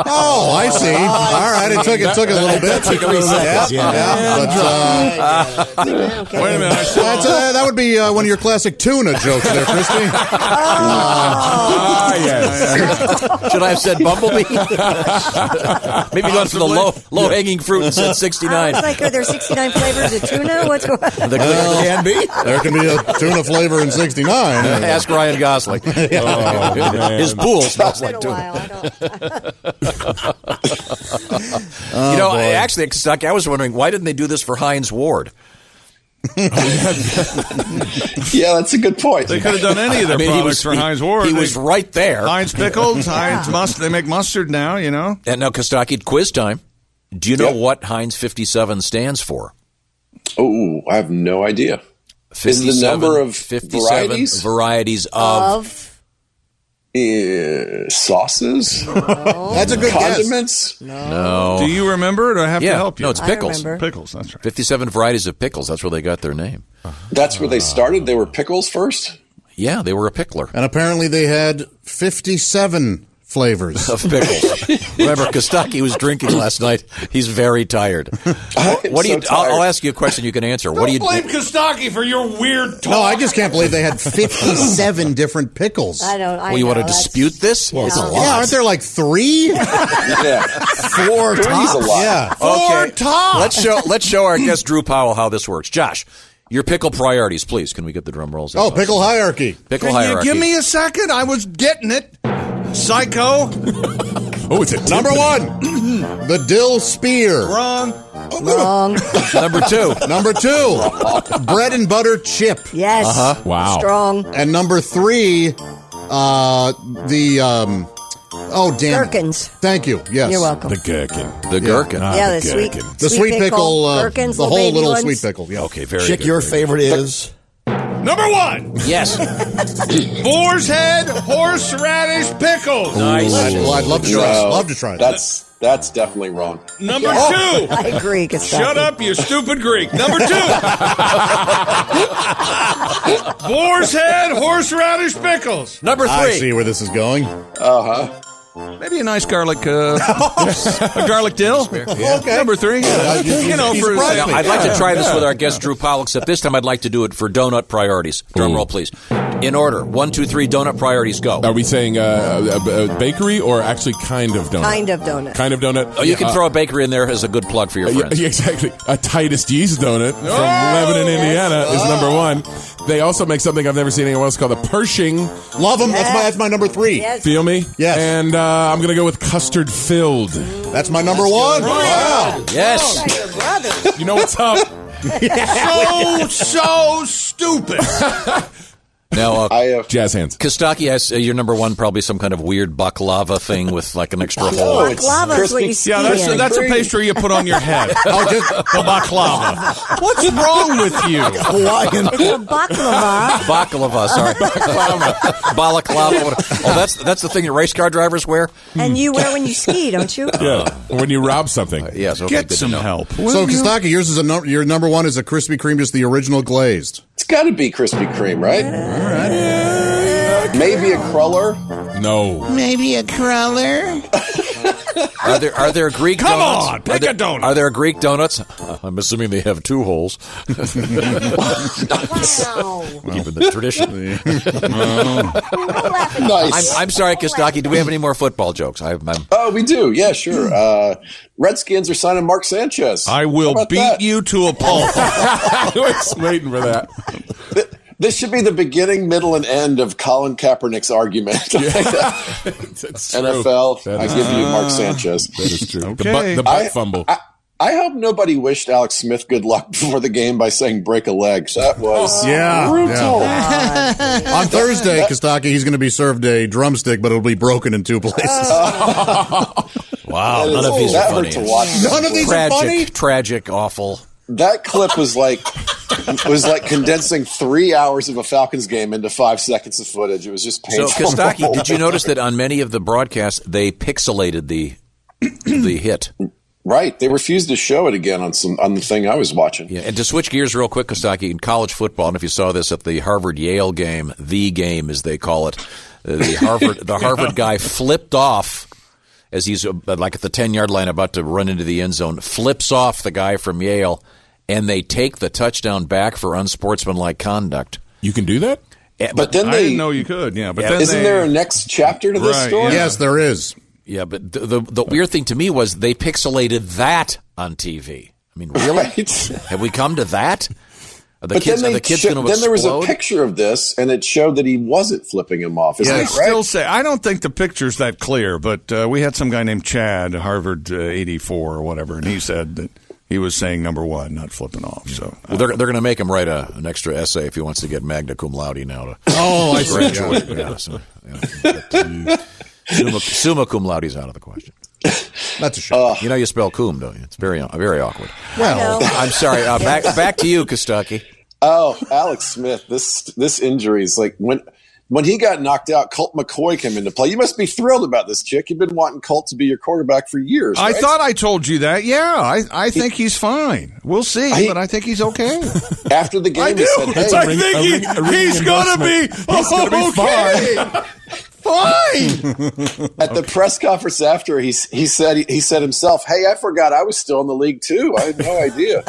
Speaker 13: Oh, I see. All right, it took it took a little bit.
Speaker 5: That took a little
Speaker 13: yeah,
Speaker 5: bit.
Speaker 13: yeah.
Speaker 5: Yeah.
Speaker 13: But, uh, that's, uh, that would be uh, one of your classic tuna jokes, there, Christy.
Speaker 21: ah, yes.
Speaker 5: Should I have said Bumblebee? Maybe gone for the low
Speaker 21: Possibly.
Speaker 5: low hanging fruit and said sixty nine.
Speaker 7: It's like, are there 69 flavors of tuna? What's going on?
Speaker 13: Well,
Speaker 5: can be.
Speaker 13: There can be a tuna flavor in '69.
Speaker 5: Ask Ryan Gosling.
Speaker 13: Yeah.
Speaker 5: Oh, man. His pool smells like tuna. you
Speaker 24: Oh,
Speaker 5: know, I
Speaker 13: boy.
Speaker 5: actually, Kostaki, I was wondering why didn't they do this for Heinz Ward?
Speaker 24: yeah, that's a good point.
Speaker 14: They could have done any of their
Speaker 5: I mean, he
Speaker 14: products
Speaker 5: was-
Speaker 14: for
Speaker 5: he-
Speaker 14: Heinz Ward.
Speaker 5: he
Speaker 14: They-
Speaker 5: was right there.
Speaker 14: Heinz pickles,
Speaker 5: Yeah.
Speaker 14: Heinz mustard. They make mustard now, you know.
Speaker 5: And now, Kostaki, quiz time. Do you know what Heinz 57 stands for?
Speaker 24: Oh, I have no idea. Is the number of
Speaker 5: 57
Speaker 24: varieties?
Speaker 5: varieties of,
Speaker 7: Of
Speaker 24: Uh, sauces?
Speaker 13: That's a good
Speaker 24: Condiments?
Speaker 5: no.
Speaker 14: Do you remember it? Or I have
Speaker 5: Yeah.
Speaker 14: to help you.
Speaker 5: No, it's pickles.
Speaker 14: Pickles. That's right.
Speaker 5: 57 varieties of pickles. That's where they got their name.
Speaker 24: That's where they started. They were pickles first.
Speaker 5: Yeah, they were a pickler.
Speaker 13: And apparently they had 57 flavors
Speaker 5: of pickles. Remember, Kostaki was drinking last night. He's very tired. What, what do you?
Speaker 13: so
Speaker 5: I'll,
Speaker 13: tired.
Speaker 5: I'll ask you a question. You can answer. What do you?
Speaker 13: blame
Speaker 11: Kostaki for your weird
Speaker 13: No, I just can't believe they had 57 different pickles.
Speaker 7: I don't. I
Speaker 5: well, you
Speaker 7: know,
Speaker 5: want to
Speaker 7: that's-
Speaker 5: dispute this?
Speaker 13: Well,
Speaker 5: It's a
Speaker 13: Yeah,
Speaker 5: lot.
Speaker 13: aren't there like three?
Speaker 24: yeah.
Speaker 13: Four
Speaker 5: Three's
Speaker 13: tops.
Speaker 5: a lot.
Speaker 13: Yeah.
Speaker 5: Okay. Let's show let's show our guest Drew Powell how this works. Josh, your pickle priorities, please. Can we get the drum rolls?
Speaker 13: Oh, pickle hierarchy.
Speaker 5: Pickle
Speaker 14: Can
Speaker 5: hierarchy.
Speaker 14: you give me a second? I was getting it. Psycho.
Speaker 13: Oh, it's a number one. The dill spear. Oh,
Speaker 14: Wrong.
Speaker 7: Wrong.
Speaker 5: number two.
Speaker 13: Number two. bread and butter chip.
Speaker 7: Yes.
Speaker 13: Uh-huh.
Speaker 7: Wow. Strong.
Speaker 13: And number three, uh, the um, oh damn it.
Speaker 7: Gherkins.
Speaker 13: Thank you. Yes.
Speaker 7: You're welcome.
Speaker 21: The gherkin.
Speaker 5: The gherkin.
Speaker 7: Yeah, the sweet-
Speaker 13: The
Speaker 7: sweet
Speaker 13: sweet
Speaker 7: pickle,
Speaker 13: pickle. uh,
Speaker 7: gherkins,
Speaker 13: the
Speaker 7: little
Speaker 13: whole
Speaker 7: baby
Speaker 13: little
Speaker 7: ones.
Speaker 13: sweet pickle. Yeah.
Speaker 5: Okay. Very
Speaker 18: Chick,
Speaker 5: good,
Speaker 18: your
Speaker 5: very
Speaker 18: favorite is
Speaker 14: Number one.
Speaker 5: good. Yes.
Speaker 14: Boar's head, horseradish pickles.
Speaker 5: Nice.
Speaker 13: Well, I'd love to try.
Speaker 24: No,
Speaker 13: Love to try. that.
Speaker 24: That's that's definitely wrong.
Speaker 14: Number
Speaker 7: Oh,
Speaker 14: two.
Speaker 7: I agree. Gustavo.
Speaker 14: Shut up, you stupid Greek. Number two. Boar's head, horseradish pickles.
Speaker 5: Number
Speaker 13: I see where this is going.
Speaker 24: Uh huh.
Speaker 5: Uh-huh.
Speaker 14: Maybe a nice garlic, uh, a garlic dill.
Speaker 13: Okay.
Speaker 14: Number three. you know,
Speaker 13: He's
Speaker 14: for
Speaker 13: right.
Speaker 5: I'd like to try this with our guest Drew Powell, except this time I'd like to do it for donut priorities. Drum roll, please. In order, one, two, three. Donut priorities go.
Speaker 21: Are we saying uh, a, a bakery or actually kind of donut?
Speaker 7: Kind of donut.
Speaker 21: Kind of donut.
Speaker 5: Oh, you can
Speaker 21: Uh,
Speaker 5: throw a bakery in there as a good plug for your
Speaker 21: Yeah,
Speaker 5: friends.
Speaker 21: yeah, exactly. A Titus yeast donut
Speaker 13: Oh,
Speaker 21: from Lebanon, Indiana is number one. They also make something I've never seen anywhere else called a Pershing.
Speaker 13: Love them. That's my.
Speaker 7: Yes.
Speaker 13: That's my number three.
Speaker 7: Yes.
Speaker 21: Feel me?
Speaker 13: Yes.
Speaker 21: And uh, I'm going to go with custard filled.
Speaker 13: That's my number one. Wow.
Speaker 5: Yes.
Speaker 7: Like your brother.
Speaker 21: You know what's up?
Speaker 14: so so stupid.
Speaker 5: Now, uh,
Speaker 24: I uh,
Speaker 21: Jazz hands.
Speaker 5: Kostaki, I s- uh, your number one probably some kind of weird baklava thing with like an extra hole.
Speaker 24: it's
Speaker 7: Baklava is what you
Speaker 24: crispy.
Speaker 14: Yeah, that's
Speaker 7: ski in.
Speaker 14: that's a pastry you put on your head.
Speaker 13: Oh, just
Speaker 14: A baklava. What's wrong with you?
Speaker 18: Hawaiian.
Speaker 7: A baklava.
Speaker 5: Baklava, sorry, baklava, balaclava. what- Oh, that's that's the thing that race car drivers wear.
Speaker 7: and you wear when you ski, don't you?
Speaker 21: Yeah. when you rob something.
Speaker 13: Uh,
Speaker 5: Yes, okay,
Speaker 14: Get
Speaker 5: good to
Speaker 14: some
Speaker 5: know.
Speaker 14: help.
Speaker 13: so Kostaki, yours is a num- your number one is a Krispy Kreme, just the original glazed.
Speaker 24: It's got to be Krispy Kreme, right? Maybe a cruller.
Speaker 21: No.
Speaker 18: Maybe a crawler.
Speaker 5: Are there are there Greek
Speaker 14: Come
Speaker 5: donuts?
Speaker 14: on,
Speaker 5: are
Speaker 14: pick
Speaker 5: there,
Speaker 14: a donut.
Speaker 5: Are there Greek donuts? Uh, I'm assuming they have two holes.
Speaker 7: Wow.
Speaker 5: Keeping the tradition. I'm,
Speaker 24: Nice.
Speaker 5: I'm sorry, Kostaki. Do we have any more football jokes? I, I'm,
Speaker 24: oh, we do. Yeah,
Speaker 13: Hmm.
Speaker 24: sure. Uh, Redskins are signing Mark Sanchez.
Speaker 14: I
Speaker 24: How
Speaker 14: will
Speaker 24: about
Speaker 14: beat
Speaker 24: that?
Speaker 14: you to a pulp.
Speaker 21: I was waiting for that.
Speaker 24: Th- This should be the beginning, middle, and end of Colin Kaepernick's argument.
Speaker 21: That's true.
Speaker 24: NFL,
Speaker 21: That
Speaker 24: I
Speaker 21: is-
Speaker 24: give you Mark Sanchez.
Speaker 21: That is true. The
Speaker 14: Okay.
Speaker 21: butt, the butt fumble.
Speaker 24: I, I hope nobody wished Alex Smith good luck before the game by saying break a leg. That was
Speaker 13: Yeah,
Speaker 24: brutal.
Speaker 14: Uh,
Speaker 13: On Thursday, Kostaki, he's going to be served a drumstick, but it'll be broken in two places.
Speaker 5: wow,
Speaker 14: Oh.
Speaker 24: That
Speaker 5: none
Speaker 24: is-
Speaker 5: of these
Speaker 24: that
Speaker 5: are funny.
Speaker 24: hurt to watch.
Speaker 13: None of these
Speaker 5: tragic,
Speaker 13: are funny.
Speaker 5: tragic, awful.
Speaker 24: That clip was like was like condensing three hours of a Falcons game into five seconds of footage. It was just
Speaker 5: So,
Speaker 24: painful.
Speaker 5: Kostaki, did you notice that on many of the broadcasts they pixelated the the hit?
Speaker 24: Right, they refused to show it again on some on the thing I was watching.
Speaker 5: Yeah, and to switch gears real quick, Kostaki, in college football, and if you saw this at the Harvard Yale game, the game as they call it, uh, the Harvard the Harvard guy flipped off as he's uh, like at the ten yard line about to run into the end zone, flips off the guy from Yale, and they take the touchdown back for unsportsmanlike conduct. Eh,
Speaker 21: You can do that?
Speaker 5: Yeah,
Speaker 24: But then they-
Speaker 5: Yeah.
Speaker 24: isn't there a next chapter to this story?
Speaker 5: there is. Yeah, but the, the the weird thing to me was they pixelated that on TV. I mean, really? Have we come to that? Are the
Speaker 24: but
Speaker 5: kids,
Speaker 24: then,
Speaker 5: are
Speaker 24: they
Speaker 5: the kids
Speaker 24: sho-
Speaker 5: going to
Speaker 24: then there was a
Speaker 5: explode?
Speaker 24: picture of this, and it showed that he wasn't flipping him off. Isn't
Speaker 14: yeah, I
Speaker 24: that right?
Speaker 14: still say I don't think the picture's that clear, but uh, we had some guy named Chad, Harvard uh, '84 or whatever, and he said that he was saying number one, not flipping off. So
Speaker 5: Well, they're they're going to make him write a, an extra essay if he wants to get magna cum laude now. To
Speaker 14: Oh, I see.
Speaker 5: graduate.
Speaker 14: Yeah.
Speaker 5: Yeah, so, yeah. But, um, summa, summa cum laude is out of the question. That's a shame. you know you spell cum, don't you? It's very very awkward.
Speaker 24: Well- I know.
Speaker 5: I'm sorry. Uh, back back to you, Kostaki.
Speaker 24: Oh, Alex Smith, this this injury is like when when he got knocked out, Colt McCoy came into play. You must be thrilled about this chick. You've been wanting Colt to be your quarterback for years.
Speaker 14: I
Speaker 24: right?
Speaker 14: thought I told you that. Yeah, I I think he's fine. We'll see,
Speaker 24: I-
Speaker 14: but I think he's okay.
Speaker 24: after the game,
Speaker 14: I
Speaker 24: he
Speaker 14: do.
Speaker 24: said, hey,
Speaker 14: I think he- he's gonna be
Speaker 24: He's gonna be
Speaker 14: okay.
Speaker 24: fine. At the press conference after, he he said he said himself, "Hey, I forgot I was still in the league too. I had no idea."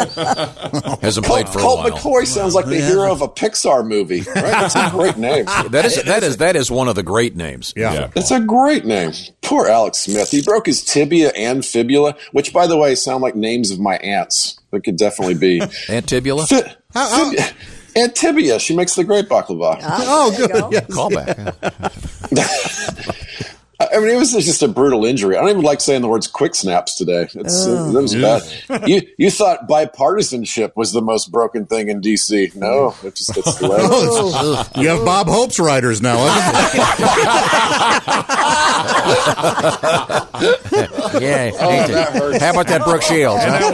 Speaker 5: Hasn't played for a
Speaker 24: Colt
Speaker 5: while.
Speaker 24: McCoy sounds like the
Speaker 5: Yeah.
Speaker 24: hero of a Pixar movie. Right? That's a great name.
Speaker 5: That is that is that is one of the great names. Yeah.
Speaker 24: That's a great name. Poor Alex Smith. He broke his tibia and fibula, which, by the way, sound like names of my aunts. That could definitely be.
Speaker 5: Antibula?
Speaker 24: Fi- Aunt Tibia. She makes the great baklava.
Speaker 9: Oh, there you good. go. Yes.
Speaker 5: Call back.
Speaker 24: I mean, it was just a brutal injury. I don't even like saying the words quick snaps today. It's, uh,
Speaker 9: Ugh.
Speaker 24: that was
Speaker 9: Yeah.
Speaker 24: bad. You, you thought bipartisanship was the most broken thing in D.C. No, it just, it's the way.
Speaker 13: Oh, it's- you have Bob Hope's writers now. haven't
Speaker 5: yeah.
Speaker 13: Oh,
Speaker 5: ain't it?
Speaker 13: that hurts.
Speaker 5: How about that Brooke Shields? huh? How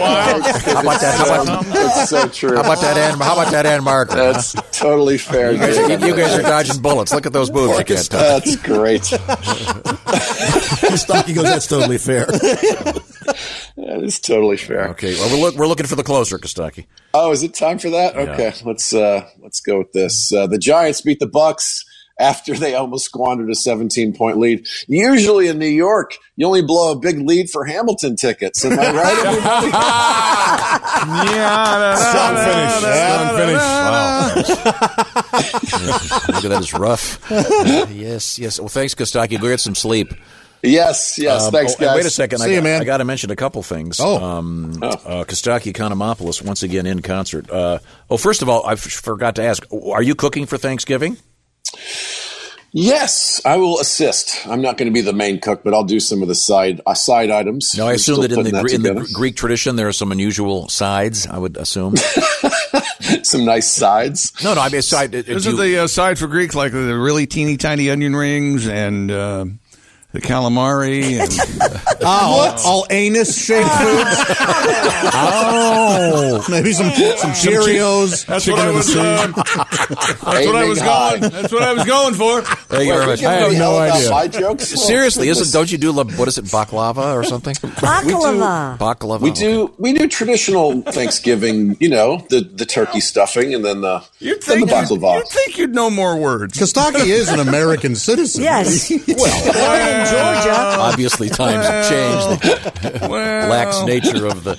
Speaker 5: about that? How about,
Speaker 24: It's so true.
Speaker 5: how about that? Ann, how about that Ann Martin? huh?
Speaker 24: That's totally fair.
Speaker 5: You guys, you- you guys are dodging bullets. Look at those boobs you can't touch.
Speaker 24: That's great.
Speaker 5: Stocky goes, that's totally fair.
Speaker 24: That is totally fair.
Speaker 5: Okay, well, we're, look, we're looking for the closer, Kostaki.
Speaker 24: Oh, is it time for that? Okay, let's uh, let's go with this. Uh, the Giants beat the Bucks after they almost squandered a 17 point lead. Usually in New York, you only blow a big lead for Hamilton tickets. Am I right? everybody?
Speaker 14: Strong finish. Strong finish.
Speaker 5: Wow. Look at that, it's rough. yes, yes. Well, thanks, Kostaki. Go get some sleep.
Speaker 24: Yes, yes.
Speaker 5: Um,
Speaker 24: Thanks,
Speaker 5: oh, and
Speaker 24: guys.
Speaker 5: Wait a second.
Speaker 24: See
Speaker 5: I,
Speaker 24: you, man.
Speaker 5: I got to mention a couple things. Oh, um, Uh, Kostaki Economopoulos once again in concert. Uh, oh, first of all, I f- forgot to ask: Are you cooking for Thanksgiving?
Speaker 24: Yes, I will assist. I'm not going to be the main cook, but I'll do some of the side uh, side items.
Speaker 5: No, I
Speaker 24: We're
Speaker 5: assume
Speaker 24: still
Speaker 5: that in the,
Speaker 24: putting
Speaker 5: Gre- in the
Speaker 24: together.
Speaker 5: Gr- Greek tradition there are some unusual sides. I would assume
Speaker 24: some nice sides.
Speaker 5: No, no. I mean, side. do
Speaker 14: Isn't
Speaker 5: you-
Speaker 14: the uh, side for Greek like the really teeny tiny onion rings and uh, the calamari? And,
Speaker 13: you? Ah, all, all anus shaped foods. oh, maybe some some Cheerios.
Speaker 14: That's
Speaker 13: chicken
Speaker 14: what I
Speaker 13: of the
Speaker 14: was.
Speaker 13: sea.
Speaker 14: Uh, that's what I was going. That's what I was going for.
Speaker 5: Thank you very much.
Speaker 14: I have no idea.
Speaker 5: Seriously, isn't don't you do la- what is it baklava or something?
Speaker 24: We do-
Speaker 5: Baklava.
Speaker 24: We do we do traditional Thanksgiving, you know, the, the turkey stuffing and then the
Speaker 14: you
Speaker 24: then the
Speaker 14: think you'd,
Speaker 24: baklava.
Speaker 14: you'd think you'd know more words.
Speaker 13: Kostaki is an American citizen.
Speaker 14: Yes.
Speaker 5: Obviously, times have changed. The lax
Speaker 18: Oh.
Speaker 5: nature of the.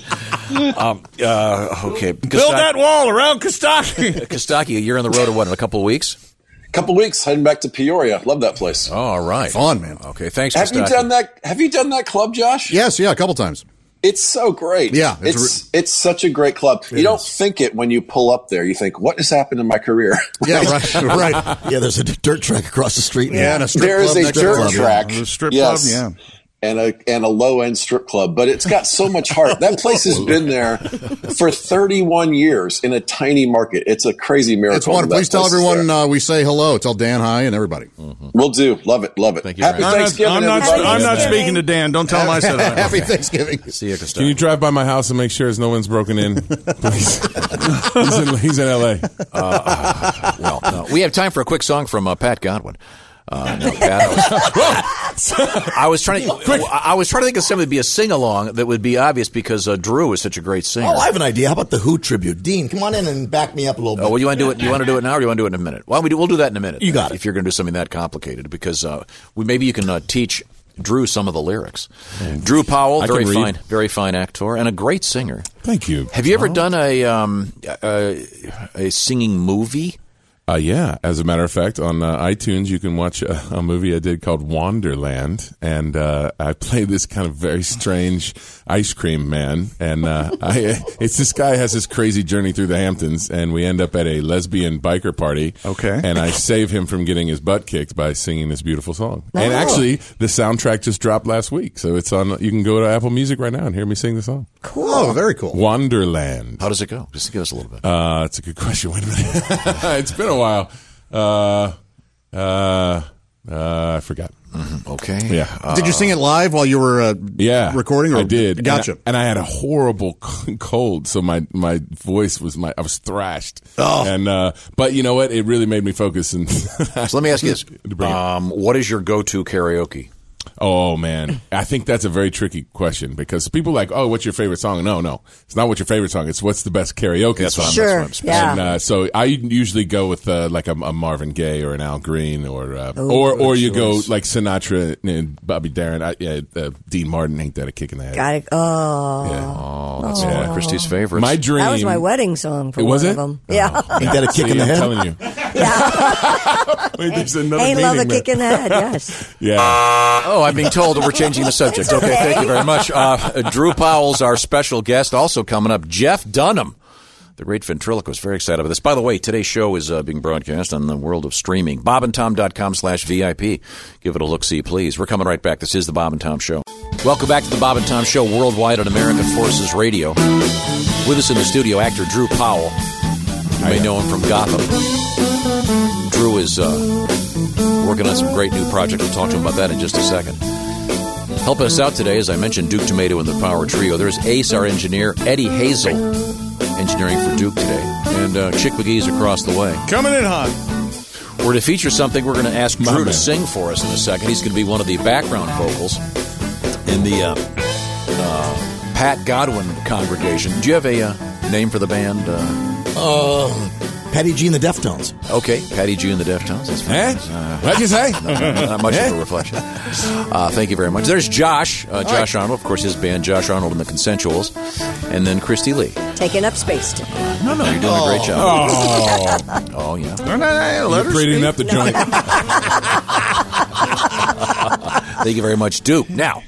Speaker 5: Um, uh, okay,
Speaker 14: Build that wall around Kostaki.
Speaker 5: Kostaki, you're on the road to what in a couple of weeks?
Speaker 24: Couple weeks, heading back to Peoria. Love that place.
Speaker 5: all right,
Speaker 13: Fun, man.
Speaker 5: Okay, thanks.
Speaker 24: have you
Speaker 5: Kostaki.
Speaker 24: done that have you done that club, Josh?
Speaker 13: Yes, yeah, a couple times.
Speaker 24: It's so great.
Speaker 13: Yeah,
Speaker 24: It's
Speaker 13: it's
Speaker 24: it's, such a great club. you don't think it when you pull up there. You think, what has happened in my career?
Speaker 13: Yeah, right, right.
Speaker 18: Yeah, there's a dirt track across the street.
Speaker 13: Yeah, and a strip
Speaker 24: there is
Speaker 13: club
Speaker 24: a
Speaker 13: next
Speaker 24: dirt
Speaker 13: door.
Speaker 24: track.
Speaker 13: Yeah, a strip
Speaker 24: yes.
Speaker 13: club,
Speaker 24: And a and a low end strip club, but it's got so much heart. That place has been there for 31 years in a tiny market. It's a crazy miracle.
Speaker 13: It's wonderful.
Speaker 24: that
Speaker 13: Please tell
Speaker 24: place is there.
Speaker 13: everyone uh, we say hello. Tell Dan hi and everybody.
Speaker 24: We'll do. Love it. Love it. Happy
Speaker 14: I'm not,
Speaker 24: Thanksgiving.
Speaker 14: I'm not,
Speaker 24: everybody.
Speaker 14: I'm not speaking to Dan. Don't tell him I said that.
Speaker 13: Happy Thanksgiving.
Speaker 5: See you, Kostaki.
Speaker 21: Can you drive by my house and make sure there's no one's broken in? Please. he's, in, he's in L.A.
Speaker 5: well, no. Uh, we have time for a quick song from uh, Pat Godwin. Uh, no, Pat, I was, I was trying to. I was trying to think of something that would be a sing along that would be obvious because uh, Drew is such a great singer.
Speaker 18: Oh, I have an idea. How about the Who tribute? Dean, come on in and back me up a little bit.
Speaker 5: Oh, well, you want to do it? You want to do it now, or you want to do it in a minute? Well, we do, we'll do that in a minute.
Speaker 18: You got
Speaker 5: If you're going to do something that complicated, because uh, we maybe you can uh, teach Drew some of the lyrics. Drew Powell,
Speaker 21: Mm. I can
Speaker 5: very
Speaker 21: read.
Speaker 5: fine, very fine actor and a great singer.
Speaker 21: Thank you.
Speaker 5: Have you ever done a um, a, a singing movie?
Speaker 21: Uh, yeah, as a matter of fact, on uh, iTunes you can watch a, a movie I did called Wanderland, and uh, I play this kind of very strange ice cream man, and uh, I it's this guy has this crazy journey through the Hamptons, and we end up at a lesbian biker party. Okay, and I save him from getting his butt kicked by singing this beautiful song. And
Speaker 25: Oh.
Speaker 21: actually, the soundtrack just dropped last week, so it's on. You can go to Apple Music right now and hear me sing the song.
Speaker 7: Cool.
Speaker 13: Oh, very cool.
Speaker 21: Wonderland.
Speaker 5: How does it go? Just give us a little bit.
Speaker 21: Uh, it's a good question. Wait a minute. it's been a while. Uh, uh, uh, I forgot.
Speaker 5: Mm-hmm. Okay.
Speaker 21: Yeah.
Speaker 13: Did you
Speaker 21: Uh,
Speaker 13: sing it live while you were uh,
Speaker 21: yeah,
Speaker 13: recording? Or
Speaker 21: I did.
Speaker 13: Gotcha.
Speaker 21: And I, and I had a horrible c- cold, so my my voice was my I was thrashed. Oh, and uh, but you know what? It really made me focus. And so
Speaker 5: let me ask you this: um, what is your go-to karaoke?
Speaker 21: Oh man, I think that's a very tricky question because people like, oh, what's your favorite song? No, no, it's not what's your favorite song. It's what's the best karaoke
Speaker 5: That's
Speaker 21: song.
Speaker 5: what I'm- Sure, that's what I'm yeah.
Speaker 21: And, uh, so I usually go with uh, like a, a Marvin Gaye or an Al Green or uh,
Speaker 5: Oh,
Speaker 21: or or
Speaker 5: good
Speaker 21: you go
Speaker 5: choice.
Speaker 21: like Sinatra and Bobby Darin. I, yeah, uh, Dean Martin ain't that a kick in the head?
Speaker 7: Got it. Oh,
Speaker 21: Oh,
Speaker 7: that's one of
Speaker 5: Christie's favorites.
Speaker 21: My dream.
Speaker 7: that was my wedding song for
Speaker 21: It
Speaker 7: one
Speaker 21: was
Speaker 7: of
Speaker 21: it?
Speaker 7: them. Yeah,
Speaker 21: Yeah, see, I'm telling you. Wait, there's another
Speaker 7: Ain't love a
Speaker 21: meaning there.
Speaker 7: kick in the head. Yes.
Speaker 21: Yeah.
Speaker 5: Oh, I'm being told that we're changing the subject. Okay, thank you very much. Uh, Drew Powell's our special guest. Also coming up, Jeff Dunham, the great ventriloquist. Very excited about this. By the way, today's show is uh, being broadcast on the world of streaming. BobandTom.com slash VIP. Give it a look-see, please. We're coming right back. This is the Bob and Tom Show. Welcome back to the Bob and Tom Show worldwide on American Forces Radio. With us in the studio, actor Drew Powell. You may know him from Gotham. Drew is uh, working on some great new project. We'll talk to him about that in just a second. Helping us out today, as I mentioned, Duke Tomato and the Power Trio. There's Ace, our engineer, Eddie Hazel, engineering for Duke today, and uh, Chick McGee's across the way.
Speaker 14: Coming in hot.
Speaker 5: We're to feature something we're going to ask
Speaker 14: My
Speaker 5: Drew to
Speaker 14: man.
Speaker 5: sing for us in a second. He's going to be one of the background vocals in the uh, uh, Pat Godwin congregation. Do you have a uh, name for the band? Uh,
Speaker 18: Uh, Patty G and the Deftones.
Speaker 5: Okay, Patty G and the Deftones. That's
Speaker 18: Eh?
Speaker 5: fine. Uh,
Speaker 18: What'd you say?
Speaker 5: Not, not much
Speaker 18: Eh?
Speaker 5: of a reflection. Uh, thank you very much. There's Josh, uh, Josh Arnold, of course, his band, Josh Arnold and the Consensuals, and then Christy Lee.
Speaker 7: Taking up space. Today.
Speaker 5: No, no, you're doing a great job. Oh, yeah.
Speaker 21: let her Breeding speak. up the joint.
Speaker 5: Thank you very much, Duke. Now,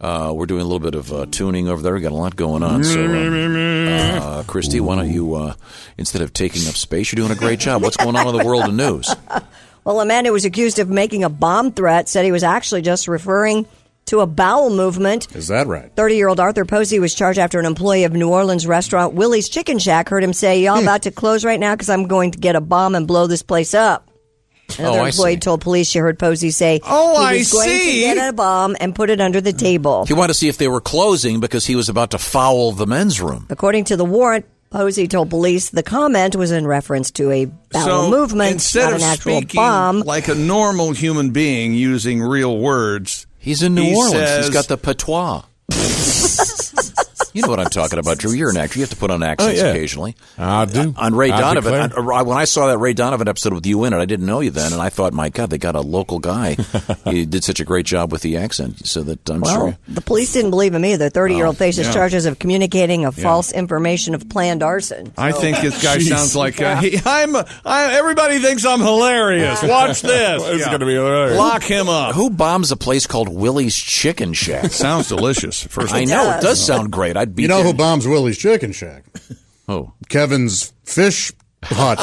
Speaker 5: uh, we're doing a little bit of uh, tuning over there. We got a lot going on. So, um, uh, Christy, why don't you, uh, instead of taking up space, you're doing a great job. What's going on in the world of news?
Speaker 7: Well, a man who was accused of making a bomb threat said he was actually just referring to a bowel movement.
Speaker 13: Is that right?
Speaker 7: 30 year old Arthur Posey was charged after an employee of New Orleans restaurant Willie's Chicken Shack heard him say, Y'all about to close right now because I'm going to get a bomb and blow this place up. Another
Speaker 5: Oh, I
Speaker 7: employee
Speaker 5: see.
Speaker 7: told police she heard Posey say,
Speaker 5: Oh,
Speaker 7: he
Speaker 5: I
Speaker 7: was going
Speaker 5: see.
Speaker 7: to get a bomb and put it under the table.
Speaker 5: He wanted to see if they were closing because he was about to foul the men's room.
Speaker 7: According to the warrant, Posey told police the comment was in reference to a bowel
Speaker 14: so
Speaker 7: movement,
Speaker 14: instead
Speaker 7: not
Speaker 14: of
Speaker 7: an actual
Speaker 14: speaking
Speaker 7: bomb.
Speaker 14: like a normal human being using real words,
Speaker 5: he's in New Orleans. He's got the patois. You know what I'm talking about, Drew. You're an actor. You have to put on accents
Speaker 21: yeah.
Speaker 5: occasionally. Uh,
Speaker 21: I do.
Speaker 5: On Ray
Speaker 21: I
Speaker 5: Donovan,
Speaker 21: declare.
Speaker 5: on- when I saw that Ray Donovan episode with you in it, I didn't know you then, and I thought, my God, they got a local guy. he did such a great job with the accent, so that I'm
Speaker 7: Well,
Speaker 5: sure.
Speaker 7: the police didn't believe him either. 30 year old faces
Speaker 5: yeah.
Speaker 7: charges of communicating of
Speaker 5: Yeah.
Speaker 7: false information of planned arson.
Speaker 14: I think this guy
Speaker 7: Jeez.
Speaker 14: sounds like uh,
Speaker 7: Yeah.
Speaker 14: he, I'm. I, everybody thinks I'm hilarious. Watch this.
Speaker 21: It's gonna be
Speaker 14: hilarious. Lock him up.
Speaker 5: Who bombs a place called Willie's Chicken Shack?
Speaker 14: sounds delicious. First,
Speaker 13: of
Speaker 5: I
Speaker 13: all.
Speaker 5: know
Speaker 13: It
Speaker 5: it does
Speaker 13: does.
Speaker 5: sound great. I'd be
Speaker 13: you know
Speaker 5: there.
Speaker 13: who bombs Willie's Chicken Shack?
Speaker 5: Oh,
Speaker 13: Kevin's fish hut.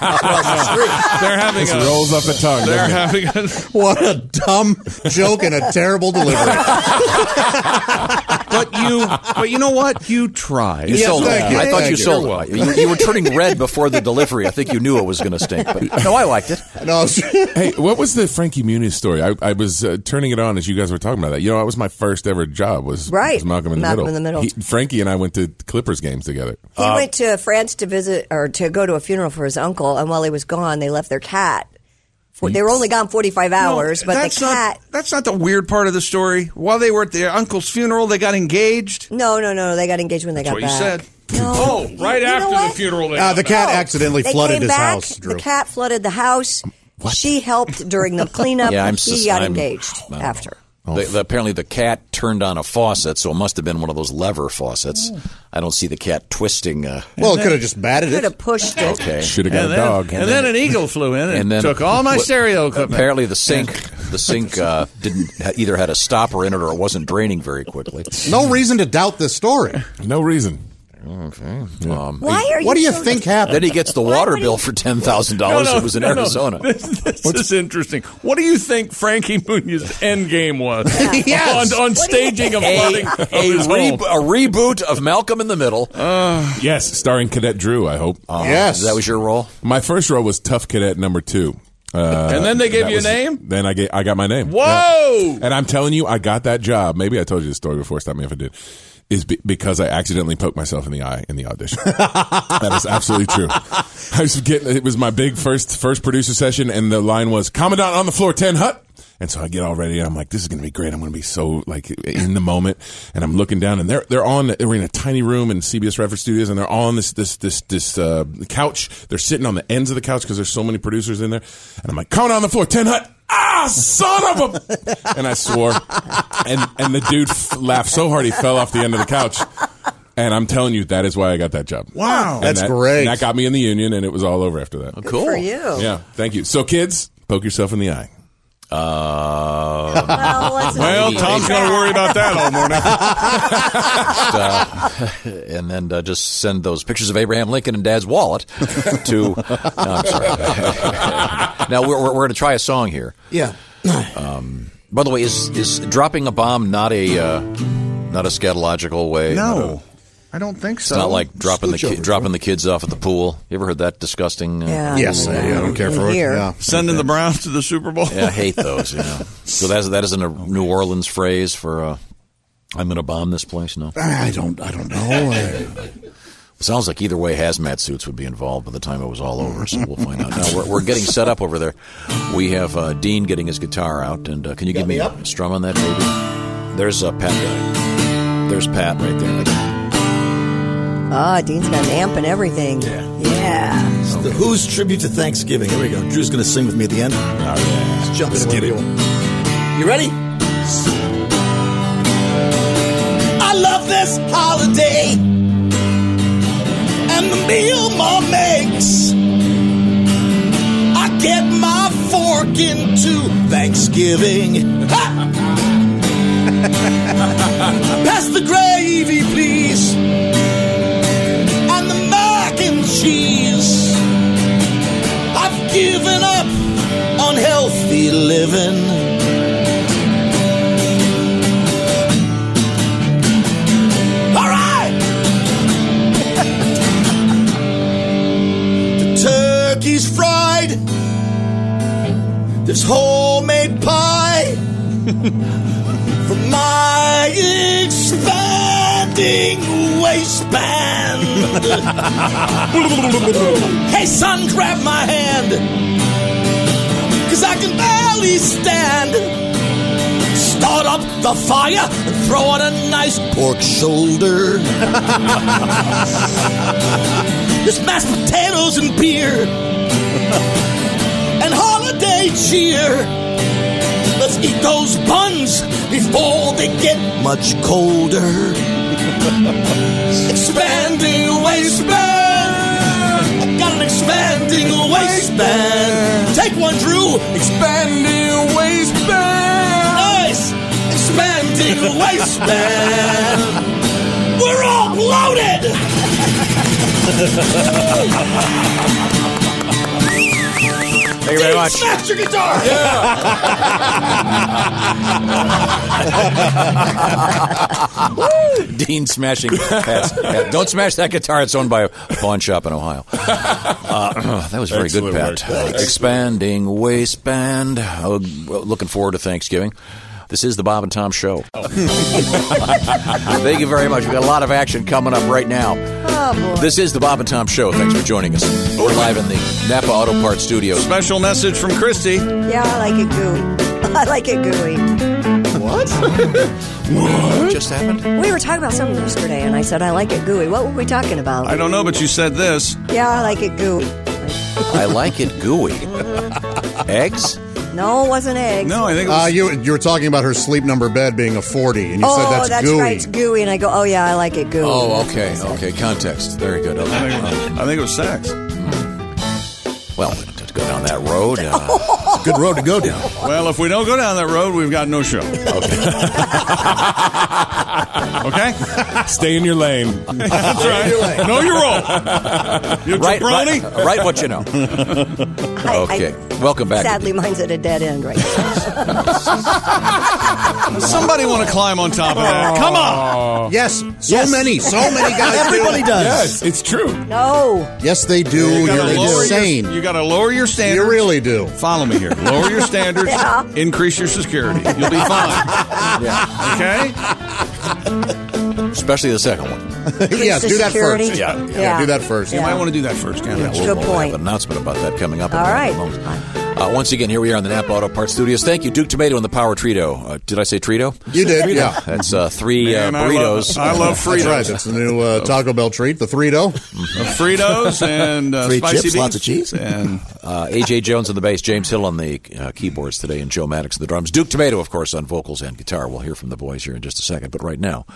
Speaker 14: they're having
Speaker 13: This
Speaker 14: a
Speaker 13: rolls off the tongue,
Speaker 14: They're
Speaker 13: doesn't
Speaker 14: having
Speaker 13: it?
Speaker 14: a
Speaker 13: what a dumb joke and a terrible delivery.
Speaker 14: but you but you know what you tried.
Speaker 5: You sold it. I thought you sold
Speaker 14: You're
Speaker 5: it.
Speaker 14: welcome.
Speaker 5: You, you were turning red before the delivery. I think you knew it was going to stink. But no, I liked it.
Speaker 21: hey, what was the Frankie Muniz story? I, I was uh, turning it on as you guys were talking about that. You know, that was my first ever job. Was
Speaker 7: Right.
Speaker 21: was Malcolm in the
Speaker 7: Malcolm
Speaker 21: Middle?
Speaker 7: in the Middle.
Speaker 21: He- Frankie and I went to Clippers games together.
Speaker 7: He
Speaker 14: Uh,
Speaker 7: went to France to visit or to go to a funeral for his uncle, and while he was gone, they left their cat. For, they were only gone 45 hours, but the
Speaker 14: that's
Speaker 7: cat.
Speaker 14: Not, that's not the weird part of the story. While they were at their uncle's funeral, they got engaged.
Speaker 7: No, no, no. They got engaged when they got
Speaker 14: That's what you
Speaker 7: back.
Speaker 14: said.
Speaker 7: No.
Speaker 14: Oh, right after the funeral. They
Speaker 13: Uh, the cat
Speaker 7: No.
Speaker 13: accidentally
Speaker 7: They
Speaker 13: flooded
Speaker 7: came
Speaker 13: his
Speaker 7: back,
Speaker 13: house, Drew. Um,
Speaker 7: The cat flooded the house. She helped during the cleanup.
Speaker 13: Yeah, I'm
Speaker 7: he
Speaker 13: sus-
Speaker 7: got
Speaker 13: I'm-
Speaker 7: engaged after.
Speaker 5: The, the- apparently, the cat turned on a faucet, so it must have been one of those lever faucets.
Speaker 6: Oh.
Speaker 5: I don't see the cat twisting. Uh,
Speaker 13: Well, it could have just batted it.
Speaker 7: Could have pushed it.
Speaker 5: Okay,
Speaker 13: Shoulda got
Speaker 6: And a then- dog. and then an eagle flew in and took all my stereo equipment.
Speaker 5: Apparently, the sink, the sink uh, didn't either had a stopper in it or it wasn't draining very quickly.
Speaker 13: No reason to doubt this story.
Speaker 21: No reason.
Speaker 5: Okay. Um,
Speaker 13: Why are What you do you so- think happened?
Speaker 5: Then he gets the water bill for ten thousand dollars.
Speaker 6: No, no,
Speaker 5: it was in
Speaker 6: no, no.
Speaker 5: Arizona.
Speaker 6: This, this is interesting. What do you think Frankie Munoz's end game was
Speaker 5: Yes.
Speaker 6: on, on staging a flooding
Speaker 5: a,
Speaker 6: of his
Speaker 5: re-
Speaker 6: home?
Speaker 5: a reboot of Malcolm in the Middle.
Speaker 21: yes, starring Cadet Drew. I hope.
Speaker 5: Yes. that was your role.
Speaker 21: My first role was Tough Cadet Number Two. Uh,
Speaker 6: And then they gave
Speaker 21: that
Speaker 6: you a name?
Speaker 21: Then I get, I got my name.
Speaker 6: Whoa!
Speaker 21: And I'm telling you, I got that job. Maybe I told you this story before. Stop me if I did. Is be- because I accidentally poked myself in the eye in the audition. that is absolutely true. I was getting it was my big first first producer session, and the line was "Commandant on the floor, ten hut." And so I get all ready. And I'm like, "This is going to be great. I'm going to be so like in the moment." And I'm looking down, and they're they're on. We're in a tiny room in CBS Record Studios, and they're all on this this this this uh, couch. They're sitting on the ends of the couch because there's so many producers in there. And I'm like, "Commandant on the floor, ten hut." Ah, son of a! And I swore, and and the dude f- laughed so hard he fell off the end of the couch. And I'm telling you, that is why I got that job.
Speaker 13: Wow.
Speaker 21: And
Speaker 13: That's
Speaker 21: that-
Speaker 13: great.
Speaker 21: and that got me in the union, and it was all over after that.
Speaker 5: Oh, cool.
Speaker 7: for you.
Speaker 21: Yeah, thank you. So, kids, poke yourself in the eye.
Speaker 5: Uh,
Speaker 7: Well, let's not
Speaker 6: Well,
Speaker 5: be
Speaker 6: Tom's going to worry about that all morning.
Speaker 5: uh, and then uh, just send those pictures of Abraham Lincoln and Dad's wallet to. No, I'm sorry. now we're, we're, we're going to try a song here.
Speaker 26: Yeah.
Speaker 5: Um, by the way, is is dropping a bomb not a uh, not a scatological way? Not a-
Speaker 27: No, I don't think
Speaker 5: It's
Speaker 27: so.
Speaker 5: not like dropping the
Speaker 27: Scooch
Speaker 5: ki-
Speaker 27: over.
Speaker 5: dropping the kids off at the pool. You ever heard that disgusting? Uh,
Speaker 27: Yeah. Yes, I- I don't care for it. Here. Yeah. Sending the Browns to the Super Bowl.
Speaker 5: Yeah, I hate those. You know, so that's that isn't a New Orleans phrase for uh, "I'm going to bomb this place." No,
Speaker 13: I don't. I don't know.
Speaker 5: Sounds like either way, hazmat suits would be involved by the time it was all over. So we'll find out. Now we're, we're getting set up over there. We have uh, Dean getting his guitar out, and uh, can you give me, a strum on that, baby? There's uh, Pat. uh, There's Pat right there.
Speaker 7: Ah, Dean's got an amp and everything. Yeah. Yeah.
Speaker 26: It's the Who's tribute to Thanksgiving. Here we go. Drew's going to sing with me at the end. All right. Let's jump in whenever you want. You ready?
Speaker 18: I love this holiday and the meal mom makes. I get my fork into Thanksgiving. Ha! Pass the gravy, please, and the mac and cheese. I've given up on healthy living. All right. the turkey's fried. There's homemade pie for my expanding waistband. hey, son, grab my hand. Cause I can barely stand. Start up the fire and throw on a nice pork shoulder. There's mashed potatoes and beer and holiday cheer. Let's eat those buns before they get much colder. expanding waistband. I got an expanding waistband. Take one, Drew. Expanding waistband. Nice. Expanding waistband. We're all loaded. Thank you very much. Smash your guitar.
Speaker 5: Dean smashing. Pat's, Pat. Don't smash that guitar. It's owned by a pawn shop in Ohio. Uh, that was very
Speaker 21: Excellent
Speaker 5: good,
Speaker 21: work.
Speaker 5: Pat.
Speaker 21: Thanks.
Speaker 5: Expanding waistband. Uh, well, looking forward to Thanksgiving. This is the Bob and Tom Show. Thank you very much. We've got a lot of action coming up right now.
Speaker 7: Oh, boy.
Speaker 5: This is the Bob and Tom Show. Thanks for joining us. We're live in the Napa Auto Parts Studios.
Speaker 27: Special message from Christy.
Speaker 7: Yeah, I like it goo. I like it gooey. What? what
Speaker 5: just happened?
Speaker 7: We were talking about something yesterday, and I said I like it gooey. What were we talking about?
Speaker 27: I don't know, but you said this.
Speaker 7: Yeah, I like it gooey.
Speaker 5: I like it gooey. Eggs?
Speaker 7: No, it wasn't eggs.
Speaker 13: uh, you. You were talking about her sleep number bed being a forty, and you
Speaker 7: oh,
Speaker 13: said that's, gooey.
Speaker 7: right. It's gooey, and I go, oh yeah, I like it gooey.
Speaker 5: Oh, okay, okay. Context. Very good. Okay. I
Speaker 14: think it was sex.
Speaker 5: Well, to go down that road, uh,
Speaker 14: Good road to go down. Well, if we don't go down that road, we've got no show. Okay.
Speaker 21: Stay in your lane.
Speaker 14: That's right. Know your role. You
Speaker 5: Right-
Speaker 14: jabroni.
Speaker 5: right- right what you know. okay. Welcome back.
Speaker 7: Sadly, mine's at a dead end right now.
Speaker 14: Somebody want to climb on top of that? Come on.
Speaker 13: Uh, Yes. So many. So many guys.
Speaker 14: Everybody
Speaker 13: do it.
Speaker 14: does.
Speaker 13: Yes,
Speaker 21: it's true.
Speaker 7: No.
Speaker 13: Yes, they do.
Speaker 14: You
Speaker 13: You
Speaker 14: gotta
Speaker 13: are
Speaker 14: lower your-
Speaker 13: insane.
Speaker 14: you got to lower your standards.
Speaker 13: You really do.
Speaker 14: Follow me here. Lower your standards.
Speaker 13: Yeah.
Speaker 14: Increase your security. You'll be fine. Okay.
Speaker 5: Especially the second one.
Speaker 13: yeah, do that first.
Speaker 5: Yeah, yeah.
Speaker 13: do that first.
Speaker 5: You might want
Speaker 14: to do that first. Yeah,
Speaker 5: we'll,
Speaker 13: Good
Speaker 5: we'll
Speaker 13: point.
Speaker 5: have an announcement about that coming up. in
Speaker 13: All
Speaker 5: a
Speaker 13: right.
Speaker 5: moment. Uh, once again, here we are in the Napa Auto Parts Studios. Thank you, Duke Tomato and the Power Trito. Uh, did I say Trito?
Speaker 13: You did,
Speaker 5: Trito.
Speaker 13: yeah.
Speaker 5: That's uh, three
Speaker 13: Man,
Speaker 5: uh,
Speaker 13: I love-
Speaker 5: burritos.
Speaker 13: I love Fritos. That's right. It's the new uh, Taco Bell treat, the Frito.
Speaker 14: Uh, Fritos and uh, spicy beans.
Speaker 5: cheese.
Speaker 14: And
Speaker 5: uh, AJ Jones on the bass, James Hill on the uh, keyboards today, and Joe Maddox on the drums. Duke Tomato, of course, on vocals and guitar. We'll hear from the boys here in just a second. But right now,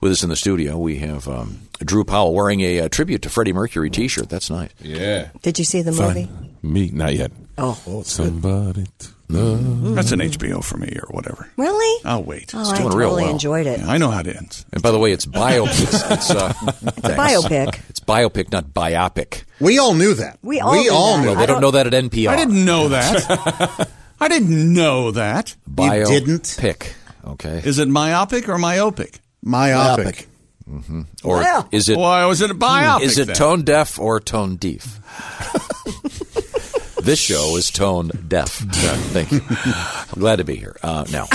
Speaker 5: with us in the studio, we have um, Drew Powell wearing a uh, tribute to Freddie Mercury t shirt. That's nice.
Speaker 21: Yeah.
Speaker 7: Did you see the
Speaker 21: Fine.
Speaker 7: movie?
Speaker 21: Me, not yet.
Speaker 7: Oh.
Speaker 21: somebody. To love.
Speaker 14: That's an HBO for me or whatever.
Speaker 7: Really?
Speaker 14: I'll wait.
Speaker 7: Oh, I totally enjoyed it.
Speaker 14: Yeah, I know how it ends.
Speaker 5: And by the way, it's biopic. it's, it's, uh, thanks.
Speaker 7: biopic.
Speaker 5: It's biopic, not biopic.
Speaker 13: We all knew that.
Speaker 7: We all We knew all that. knew
Speaker 5: They
Speaker 7: that.
Speaker 5: don't know that at NPR.
Speaker 14: I didn't know that. I didn't know that.
Speaker 5: Bio Pick. Okay.
Speaker 14: Is it myopic or myopic?
Speaker 13: Myopic.
Speaker 5: hmm Or
Speaker 14: Well.
Speaker 5: is it?
Speaker 14: Why was it biopic
Speaker 5: Is it
Speaker 14: then?
Speaker 5: tone deaf or tone deaf? this show is tone deaf. Yeah, Thank you. I'm glad to be here. Uh, now,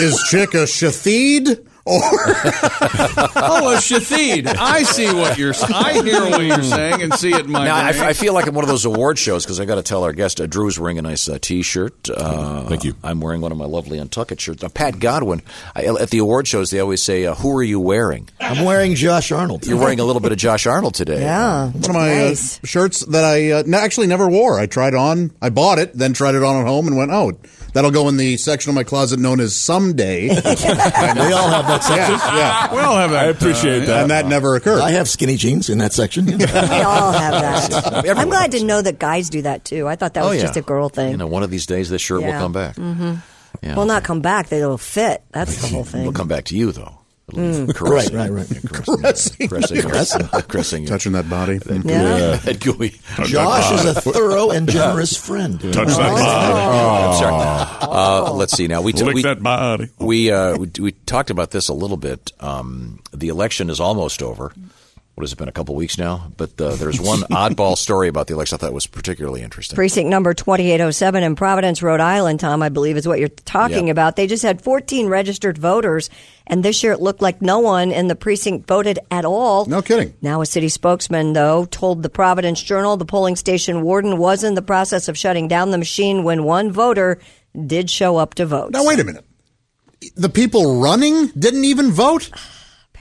Speaker 13: Is Chick a Shathid or
Speaker 14: Oh, a Shathid. I see what you're. s- I hear what you're saying and see it in my.
Speaker 5: Now, I,
Speaker 14: brain.
Speaker 5: I feel like I'm one of those award shows because I got to tell our guest uh, Drew's wearing a nice uh, T-shirt. Uh, Thank you. I'm wearing one of my lovely Untucked shirts. Now, Pat Godwin I, at the award shows, they always say, uh, "Who are you wearing?"
Speaker 18: I'm wearing Josh Arnold.
Speaker 5: You're wearing a little bit of Josh Arnold today.
Speaker 13: One of my uh, shirts that I uh, n- actually never wore. I tried on, I bought it, then tried it on at home and went, oh, that'll go in the section of my closet known as someday. we all have
Speaker 18: that section.
Speaker 13: Yeah. yeah.
Speaker 14: We all have that. I
Speaker 18: appreciate
Speaker 13: that. And that never occurred.
Speaker 18: I have skinny jeans in that section.
Speaker 7: We all have that. I'm glad to know that guys do that too. I thought that was just a girl thing.
Speaker 5: Oh, You know, one of these days, this shirt will
Speaker 7: Yeah.
Speaker 5: come back.
Speaker 7: hmm
Speaker 5: Yeah.
Speaker 7: Well, not come back. They'll fit. That's the whole
Speaker 5: We'll
Speaker 7: thing.
Speaker 5: come back to you though.
Speaker 7: Mm.
Speaker 5: Caressing.
Speaker 18: Right, right, right.
Speaker 5: Caressing. Caressing. Caressing. Caressing.
Speaker 13: Touching that body. That
Speaker 5: gooey-
Speaker 18: Yeah.
Speaker 5: That gooey.
Speaker 18: Josh is a thorough and generous friend.
Speaker 7: Oh.
Speaker 18: Oh.
Speaker 5: I'm sorry. Uh, let's see now. We
Speaker 18: Lick
Speaker 5: we,
Speaker 18: that
Speaker 5: We, uh, we we talked about this a little bit. Um, the election is almost over. What has it been? A couple weeks now. But uh, there's one oddball story about the election I thought was particularly interesting.
Speaker 7: Precinct number 2807 in Providence, Rhode Island, Tom, I believe is what you're talking
Speaker 5: Yep.
Speaker 7: about. They just had 14 registered voters, and this year it looked like no one in the precinct voted at all.
Speaker 13: No kidding.
Speaker 7: Now, a city spokesman, though, told the Providence Journal the polling station warden was in the process of shutting down the machine when one voter did show up to vote.
Speaker 13: Now, wait a minute. The people running didn't even vote?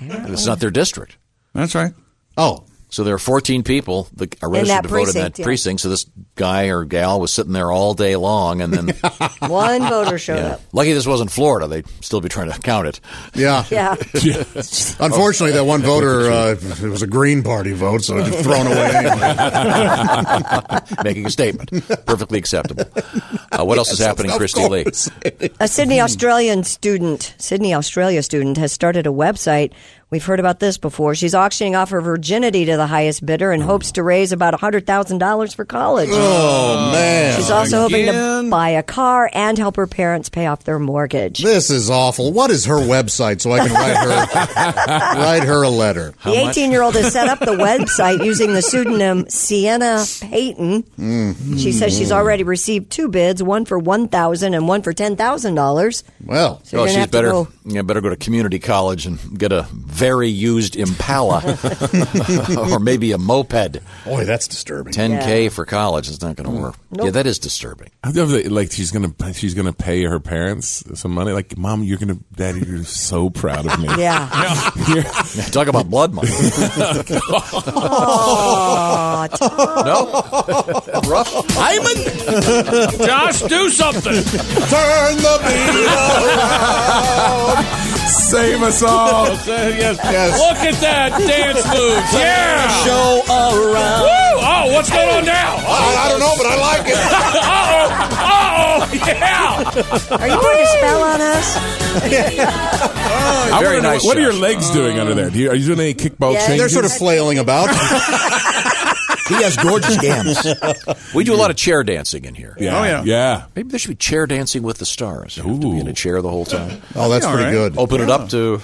Speaker 5: It's not their district.
Speaker 14: That's right.
Speaker 13: Oh.
Speaker 5: So there are 14 people that are
Speaker 7: In that
Speaker 5: registered to vote in
Speaker 7: precinct,
Speaker 5: that
Speaker 7: yeah.
Speaker 5: precinct. So this guy or gal was sitting there all day long, and then
Speaker 7: One voter showed
Speaker 5: Ah, yeah.
Speaker 7: up.
Speaker 5: lucky this wasn't Florida. They'd still be trying to count it. Oh,
Speaker 13: Yeah.
Speaker 7: Yeah.
Speaker 13: Unfortunately, that one voter, uh, it was a Green Party vote, so it's thrown away anyway.
Speaker 5: Making a statement. Perfectly acceptable. Uh, what else is happening, Christy Lee?
Speaker 7: A
Speaker 13: Hmm.
Speaker 7: Sydney Australian student, Sydney Australia student, has started a website. We've heard about this before. She's auctioning off her virginity to the highest bidder
Speaker 13: Hmm.
Speaker 7: and hopes to raise about hundred thousand dollars for college.
Speaker 13: Oh, man.
Speaker 7: She's also hoping to buy a car and help her parents pay off their mortgage.
Speaker 13: This is awful. What is her website so I can write her write her a letter?
Speaker 7: the 18 year old has set up the website using the pseudonym Sienna Payton.
Speaker 13: Mm.
Speaker 7: She says she's already received two bids, one for $1,000 and one for $10,000.
Speaker 13: Well,
Speaker 7: So you're gonna
Speaker 5: she's
Speaker 7: have to
Speaker 5: better.
Speaker 7: go-
Speaker 5: yeah, better go to community college and get a very used Impala or maybe a moped.
Speaker 13: Boy, that's disturbing.
Speaker 5: 10K for college is not going
Speaker 7: Mm.
Speaker 5: to work.
Speaker 21: Nope.
Speaker 5: Yeah, that is disturbing.
Speaker 21: I love that, like she's gonna she's gonna pay her parents some money. Like, mom, you're gonna, daddy, you're so proud of me.
Speaker 7: Yeah.
Speaker 5: Talk about blood money.
Speaker 7: Oh,
Speaker 5: no? Rough?
Speaker 7: Hyman?
Speaker 11: Josh, do something.
Speaker 12: Turn the beat around.
Speaker 21: Save us all.
Speaker 11: yes, yes. Look at that dance move. Yeah.
Speaker 18: Show around.
Speaker 11: Woo! Oh, what's going on now?
Speaker 12: I- I don't know, but I like it.
Speaker 11: Uh-oh. Uh-oh. Yeah.
Speaker 7: Are you putting a spell on us?
Speaker 21: I
Speaker 7: Very
Speaker 21: wanna know,
Speaker 7: nice,
Speaker 21: What are your
Speaker 7: Josh.
Speaker 21: legs doing under there? Do you, are you doing any kickball
Speaker 7: Yeah.
Speaker 21: changes?
Speaker 7: They're sort of
Speaker 13: flailing about.
Speaker 5: He has gorgeous gams. We do a lot of chair dancing in here.
Speaker 21: Yeah. Oh, yeah. Yeah.
Speaker 5: Maybe there should be chair dancing with the stars. You have to be in a chair the whole time.
Speaker 13: Oh, that's That'd be all pretty right. good.
Speaker 5: Open it up to.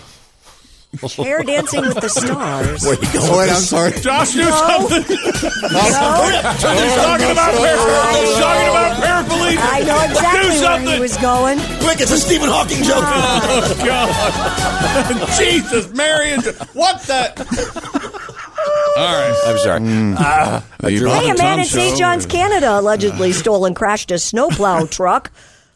Speaker 7: Hair dancing with the stars.
Speaker 5: Where you going?
Speaker 13: Oh, wait, I'm sorry.
Speaker 11: Josh, do something.
Speaker 7: He's
Speaker 11: talking about paraplegics. He's talking about paraplegics.
Speaker 7: I know exactly
Speaker 11: Do
Speaker 7: where he
Speaker 11: something.
Speaker 7: was going.
Speaker 18: Quick, it's a Stephen Hawking joke.
Speaker 11: Oh, God. Jesus, Mary. and- What the? All right.
Speaker 5: I'm sorry.
Speaker 21: Uh,
Speaker 5: Ah, I drew
Speaker 7: Hey, a
Speaker 5: Tom
Speaker 7: man in St.
Speaker 5: Show.
Speaker 7: John's, Canada allegedly stole and crashed a snowplow truck.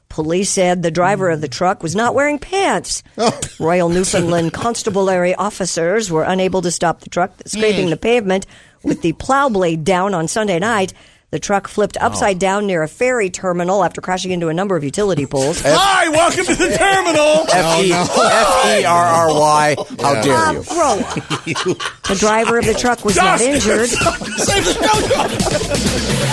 Speaker 7: Police said the driver of the truck was not wearing pants.
Speaker 13: Oh.
Speaker 7: Royal Newfoundland constabulary officers were unable to stop the truck that's scraping the pavement with the plow blade down on Sunday night. The truck flipped upside down near a ferry terminal after crashing into a number of utility poles.
Speaker 11: Hi, welcome to the terminal.
Speaker 5: E,
Speaker 7: E
Speaker 5: F-E-R-R-Y. How
Speaker 7: Yeah.
Speaker 5: dare
Speaker 7: Um,
Speaker 5: you?
Speaker 7: Bro, the driver of the truck was not injured.
Speaker 11: Save the show.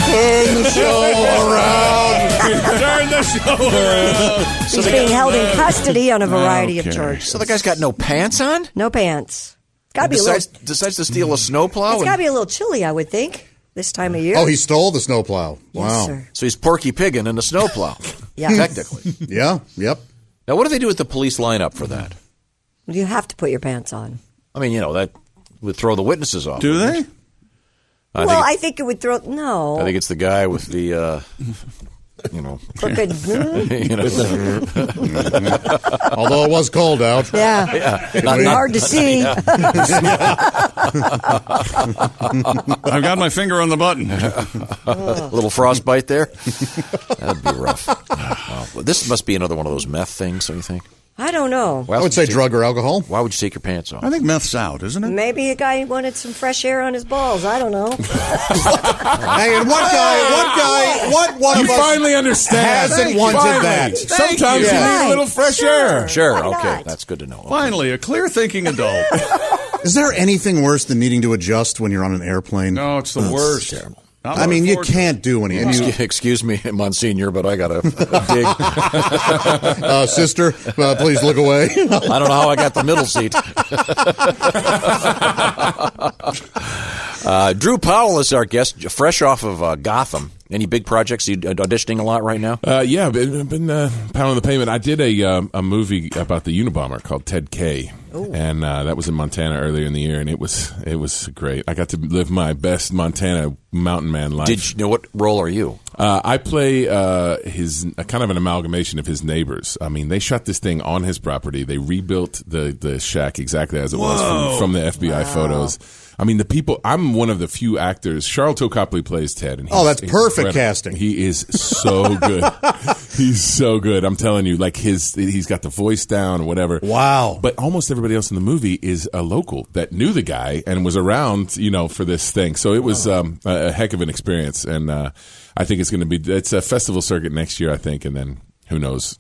Speaker 12: Turn the show around.
Speaker 11: Turn the show around.
Speaker 7: He's being held in custody on a variety of
Speaker 5: Okay.
Speaker 7: charges. So
Speaker 5: the guy's got no pants on?
Speaker 7: No pants. Got to be a
Speaker 5: decides,
Speaker 7: little.
Speaker 5: decides to steal a snowplow?
Speaker 7: It's
Speaker 5: and-
Speaker 7: got to be a little chilly, I would think, this time of year.
Speaker 13: Oh, he stole the snowplow.
Speaker 7: Yes,
Speaker 13: wow.
Speaker 7: sir.
Speaker 5: So he's Porky Piggin in a snowplow.
Speaker 7: Yeah.
Speaker 5: Technically.
Speaker 13: Yeah. Yep.
Speaker 5: Now, what do they do with the police lineup for that?
Speaker 7: You have to put your pants on.
Speaker 5: I mean, you know, that would throw the witnesses off.
Speaker 14: Do they?
Speaker 5: I
Speaker 7: well,
Speaker 5: think,
Speaker 7: I think it would throw. No.
Speaker 5: I think it's the guy with the, uh, you know.
Speaker 7: Crooked.
Speaker 5: you know.
Speaker 13: Although it was cold out.
Speaker 7: Yeah.
Speaker 5: Yeah.
Speaker 7: Not- not- Hard to see.
Speaker 5: Yeah.
Speaker 14: I've got my finger on the button.
Speaker 5: a little frostbite there. That'd be rough. Wow. Well, this must be another one of those meth things, don't you think?
Speaker 7: I don't know.
Speaker 5: Why else you take-
Speaker 13: or alcohol.
Speaker 5: Why would you take your pants off?
Speaker 14: I think meth's out, isn't it?
Speaker 7: Maybe a guy wanted some fresh air on his balls. I don't know.
Speaker 13: Hey, and one guy, one guy, what one
Speaker 21: You
Speaker 13: of us
Speaker 21: finally understand.
Speaker 13: hasn't
Speaker 21: Thank you.
Speaker 13: wanted
Speaker 21: Finally.
Speaker 13: that?
Speaker 21: Thank Sometimes you. you need a Right. little fresh Sure. air.
Speaker 5: Sure.
Speaker 21: Why
Speaker 5: okay,
Speaker 21: not?
Speaker 5: that's good to know.
Speaker 14: Finally, a clear thinking adult.
Speaker 13: Is there anything worse than needing to adjust when you're on an airplane?
Speaker 14: No, it's the
Speaker 13: Ugh.
Speaker 14: worst. Terrible. Not
Speaker 13: I mean, you
Speaker 14: afford-
Speaker 13: can't do anything. You-
Speaker 5: Excuse, excuse me, Monsignor, but I got to dig.
Speaker 13: uh, sister, uh, please look away.
Speaker 5: I don't know how I got the middle seat. uh, Drew Powell is our guest, fresh off of uh, Gotham. Any big projects you uh, auditioning a lot right now?
Speaker 21: Uh, yeah, been, been uh, pounding the pavement. I did a um, a movie about the Unabomber called Ted K, and uh, that was in Montana earlier in the year, and it was it was great. I got to live my best Montana mountain man life.
Speaker 5: Did you know what role are you?
Speaker 21: Uh, I play uh, his a kind of an amalgamation of his neighbors. I mean, they shot this thing on his property. They rebuilt the the shack exactly as it was
Speaker 14: Whoa.
Speaker 21: from, from the FBI photos. I mean, the people. I'm one of the few actors. Charlton Copley plays Ted, and
Speaker 13: Oh,
Speaker 21: he's
Speaker 13: that's perfect
Speaker 21: incredible.
Speaker 13: casting.
Speaker 21: He is so good. he's so good. I'm telling you, like his he's got the voice down or whatever. Wow. But almost everybody else in the movie is a local that knew the guy and was around, you know, for this thing. So it was um, a, a heck of an experience, and uh, I think it's going to be it's a festival circuit next year, I think, and then who knows.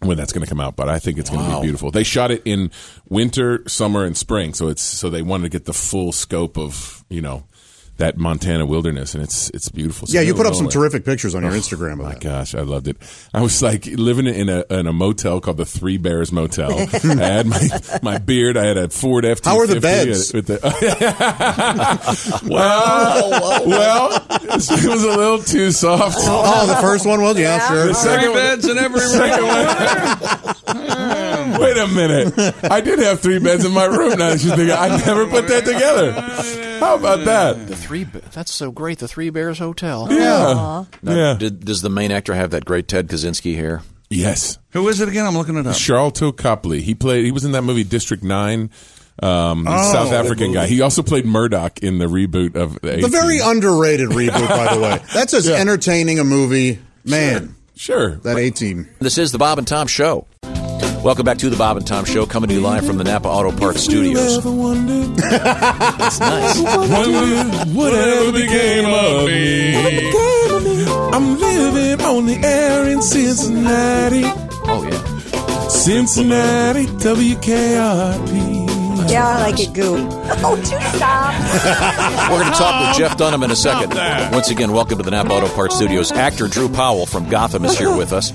Speaker 21: When that's going to come out, but I think it's going to
Speaker 5: Wow.
Speaker 21: be beautiful. They shot it in winter, summer, and spring, so it's so they wanted to get the full scope of you know that Montana wilderness, and it's it's beautiful. So
Speaker 13: yeah, you
Speaker 21: it'll
Speaker 13: put up
Speaker 21: go
Speaker 13: some
Speaker 21: away.
Speaker 13: terrific pictures on your Instagram. Of
Speaker 21: Oh My
Speaker 13: that.
Speaker 21: gosh, I loved it. I was like living in a in a motel called the Three Bears Motel. I had my, my beard. I had a Ford F.
Speaker 13: How are the beds?
Speaker 21: With the, well, well, it was a little too soft.
Speaker 13: Oh, the first one was yeah, sure.
Speaker 21: The second one-
Speaker 11: Beds in every
Speaker 21: Wait a minute. I did have three beds in my room. Now that you think I never put that together. How about that?
Speaker 5: The three. Be- That's so great. The Three Bears Hotel.
Speaker 21: Yeah.
Speaker 5: Now,
Speaker 21: Yeah.
Speaker 5: Did, does the main actor have that great Ted Kaczynski hair?
Speaker 21: Yes.
Speaker 14: Who is it again? I'm looking it up.
Speaker 21: Charlton Copley. He played. He was in that movie District Nine. um,
Speaker 13: Oh.
Speaker 21: South African guy. He also played Murdoch in the reboot of the.
Speaker 5: Oh,
Speaker 13: The very underrated reboot, by the way. That's as entertaining a movie, man.
Speaker 21: Sure.
Speaker 13: That A team.
Speaker 5: This is the Bob and Tom Show. Welcome back to the Bob and Tom Show, coming to you live from the Napa Auto Parts Studios.
Speaker 3: That's
Speaker 5: nice.
Speaker 3: Whatever became of me.
Speaker 21: I'm living on the air in Cincinnati.
Speaker 5: Oh, yeah.
Speaker 21: Cincinnati WKRP.
Speaker 7: Yeah, I like it goo. Oh, do stop.
Speaker 5: We're going to talk with Jeff Dunham in a second. Once again, welcome to the Napa Auto Parts Studios. Actor Drew Powell from Gotham is here with us.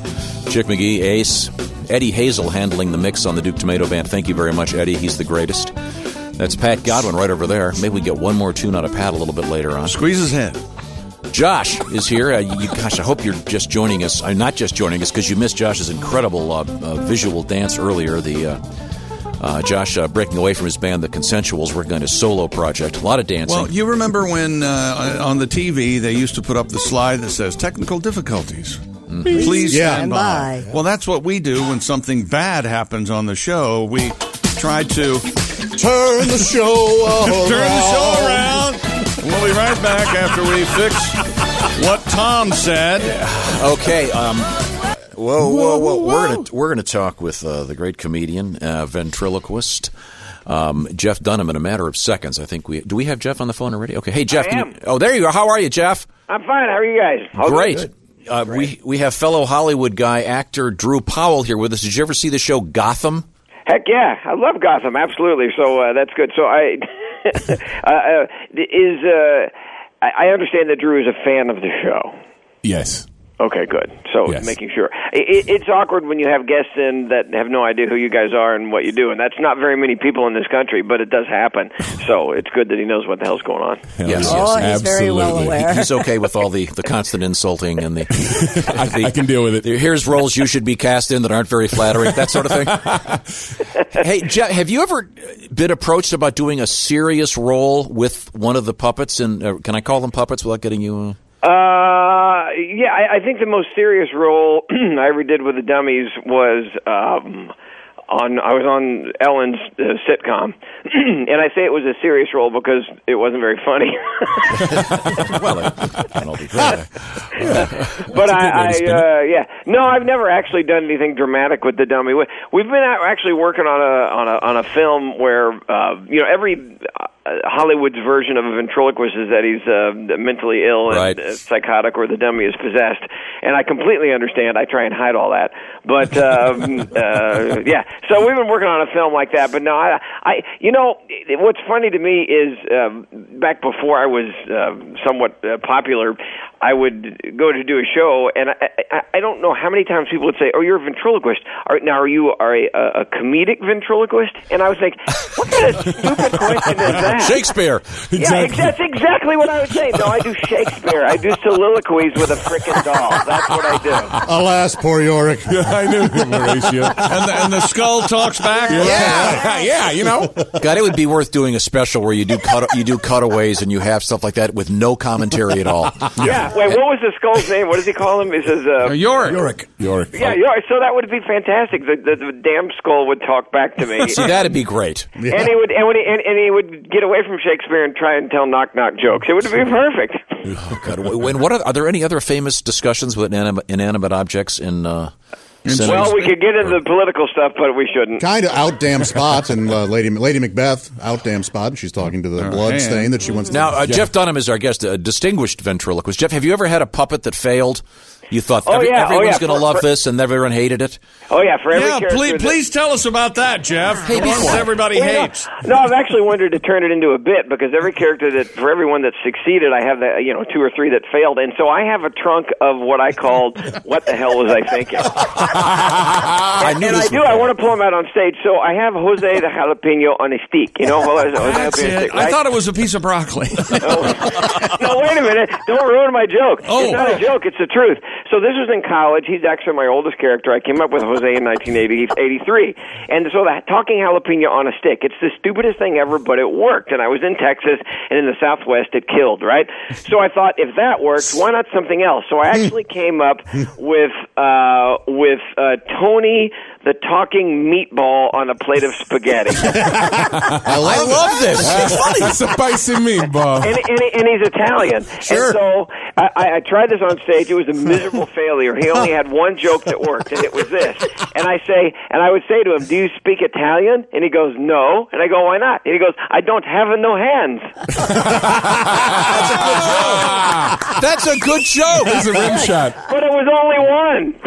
Speaker 5: Chick McGee, Ace, Eddie Hazel handling the mix on the Duke Tomato Band. Thank you very much, Eddie. He's the greatest. That's Pat Godwin right over there. Maybe we get one more tune out of Pat a little bit later on.
Speaker 14: Squeeze his hand.
Speaker 5: Josh is here. Uh, you, gosh, I hope you're just joining us. Uh, not just joining us because you missed Josh's incredible uh, uh, visual dance earlier. The uh, uh, Josh uh, breaking away from his band, the Consensuals, working on his solo project. A lot of dancing.
Speaker 14: Well, you remember when uh, on the TV they used to put up the slide that says technical difficulties.
Speaker 13: Mm-hmm.
Speaker 3: Please
Speaker 14: Please
Speaker 3: stand
Speaker 14: stand by. Well, that's what we do when something bad happens on the show. We try to
Speaker 13: turn the show
Speaker 14: turn the show around. We'll be right back after we fix what Tom said.
Speaker 5: Okay. Um, whoa, whoa, whoa! We're gonna we're gonna talk with uh, the great comedian uh, ventriloquist. Um, Jeff Dunham in a matter of seconds. I think we do. We have Jeff on the phone already. Okay, hey Jeff.
Speaker 28: I
Speaker 5: can
Speaker 28: am.
Speaker 5: You, oh, there you are. How are you, Jeff?
Speaker 28: I'm fine. How are you guys? All
Speaker 5: Great.
Speaker 28: good.
Speaker 5: Uh, We we have fellow Hollywood guy actor Drew Powell here with us. Did you ever see the show Gotham?
Speaker 28: Heck yeah, I love Gotham. Absolutely. So uh, that's good. So I uh, uh, is uh, I I understand that Drew is a fan of the show.
Speaker 21: Yes.
Speaker 28: Okay, good. So
Speaker 21: Yes.
Speaker 28: making sure it, it, it's awkward when you have guests in that have no idea who you guys are and what you do, and that's not very many people in this country, but it does happen. So it's good that he knows what the hell's going on.
Speaker 7: Oh, he's very well aware.
Speaker 5: He- he's okay with all the, the constant insulting and the, the-
Speaker 21: I can deal with it.
Speaker 5: the- Here's roles you should be cast in that aren't very flattering, that sort of thing. hey, Jeff, have you ever been approached about doing a serious role with one of the puppets? And uh, can I call them puppets without getting you?
Speaker 28: Uh, yeah, I, I think the most serious role I ever did with the dummies was um, on I was on Ellen's uh, sitcom, and I say it was a serious role because it wasn't very funny. but I, I
Speaker 3: way to spin
Speaker 28: uh, yeah, no, I've never actually done anything dramatic with the dummy. We- We've been out actually working on a on a on a film where uh, you know every uh, Hollywood's version of a ventriloquist is that he's uh, mentally ill
Speaker 5: Right.
Speaker 28: and uh, psychotic, or the dummy is possessed. And I completely understand. I try and hide all that, but um, uh, yeah. So we've been working on a film like that. But no, I, I you know, it- what's funny to me is um, back before I was uh, somewhat uh, popular, I would go to do a show, and I, I, I don't know how many times people would say, "Oh, you're a ventriloquist." Are, now, are you are a, a comedic ventriloquist? And I was like, "What kind of stupid question is that?"
Speaker 5: Shakespeare.
Speaker 28: Yeah, ex- that's exactly what I would say. No, I do Shakespeare. I do soliloquies with a frickin' doll. That's what I do.
Speaker 13: Alas, poor Yorick.
Speaker 21: I knew Mauricio.
Speaker 14: And the, and the skull talks back.
Speaker 21: yeah, you know.
Speaker 5: God, it would be worth doing a special where you do cut you do cutaways and you have stuff like that with no commentary at all.
Speaker 28: Yeah. Wait, what was the skull's name? What does he call him? He says uh,
Speaker 14: Yorick.
Speaker 28: Yorick.
Speaker 21: Yorick.
Speaker 28: Yeah, Yorick. So that would be fantastic. The, the, the damn skull would talk back to me.
Speaker 5: See, that'd be great.
Speaker 28: And he would, and, when he, and, and he would get away from Shakespeare and try and tell knock knock jokes. It would be perfect.
Speaker 5: Oh, God. When what are, are there any other famous discussions with inanimate, inanimate objects in? Uh,
Speaker 28: Well, we could get into the political stuff, but we shouldn't.
Speaker 13: Kind of out damn spot, and uh, Lady Lady Macbeth out damn spot, and she's talking to the blood stain that she wants.
Speaker 5: Now,
Speaker 13: to
Speaker 5: uh, Jeff Dunham is our guest, a distinguished ventriloquist. Jeff, have you ever had a puppet that failed? You thought
Speaker 28: Oh, yeah. Oh,
Speaker 5: everyone's
Speaker 28: yeah.
Speaker 5: going
Speaker 28: For-
Speaker 5: to love
Speaker 28: for-
Speaker 5: this, and everyone hated it.
Speaker 28: Oh yeah, for every
Speaker 14: Yeah,
Speaker 28: character
Speaker 14: please,
Speaker 28: that-
Speaker 14: please tell us about that, Jeff. the ones
Speaker 28: Well,
Speaker 14: everybody
Speaker 28: well, no.
Speaker 14: hates.
Speaker 28: No, I've actually wanted to turn it into a bit because every character that, for everyone that succeeded, I have that you know two or three that failed, and so I have a trunk of what I called "What the hell was I thinking?"
Speaker 5: I
Speaker 28: Ah. and I do. I want to pull them out on stage, so I have Jose the jalapeno on a stick. You know, Jose the jalapeno
Speaker 14: That's
Speaker 28: on a
Speaker 14: it.
Speaker 28: stick,
Speaker 14: I
Speaker 28: right?
Speaker 14: thought it was a piece of broccoli.
Speaker 28: no, wait a minute. Don't ruin my joke.
Speaker 14: Oh.
Speaker 28: It's not a joke. It's the truth. So this was in college. He's actually my oldest character. I came up with Jose in 1980. He's 83. And so the talking jalapeno on a stick. It's the stupidest thing ever, but it worked. And I was in Texas, and in the Southwest, it killed, right? So I thought, if that worked, why not something else? So I actually came up with, uh, with uh, Tony the talking meatball on a plate of spaghetti.
Speaker 21: I
Speaker 28: love it. It's funny.
Speaker 21: Spicy meatball.
Speaker 28: and, and, and he's Italian. And so I- I, I tried this on stage. It was a miserable failure. He only had one joke that worked, and it was this. And I say, and I would say to him, "Do you speak Italian?" And he goes, "No." And I go, "Why not?" And he goes, "I don't have no hands."
Speaker 5: That's a good joke.
Speaker 21: That's a rim shot.
Speaker 28: But it was only one.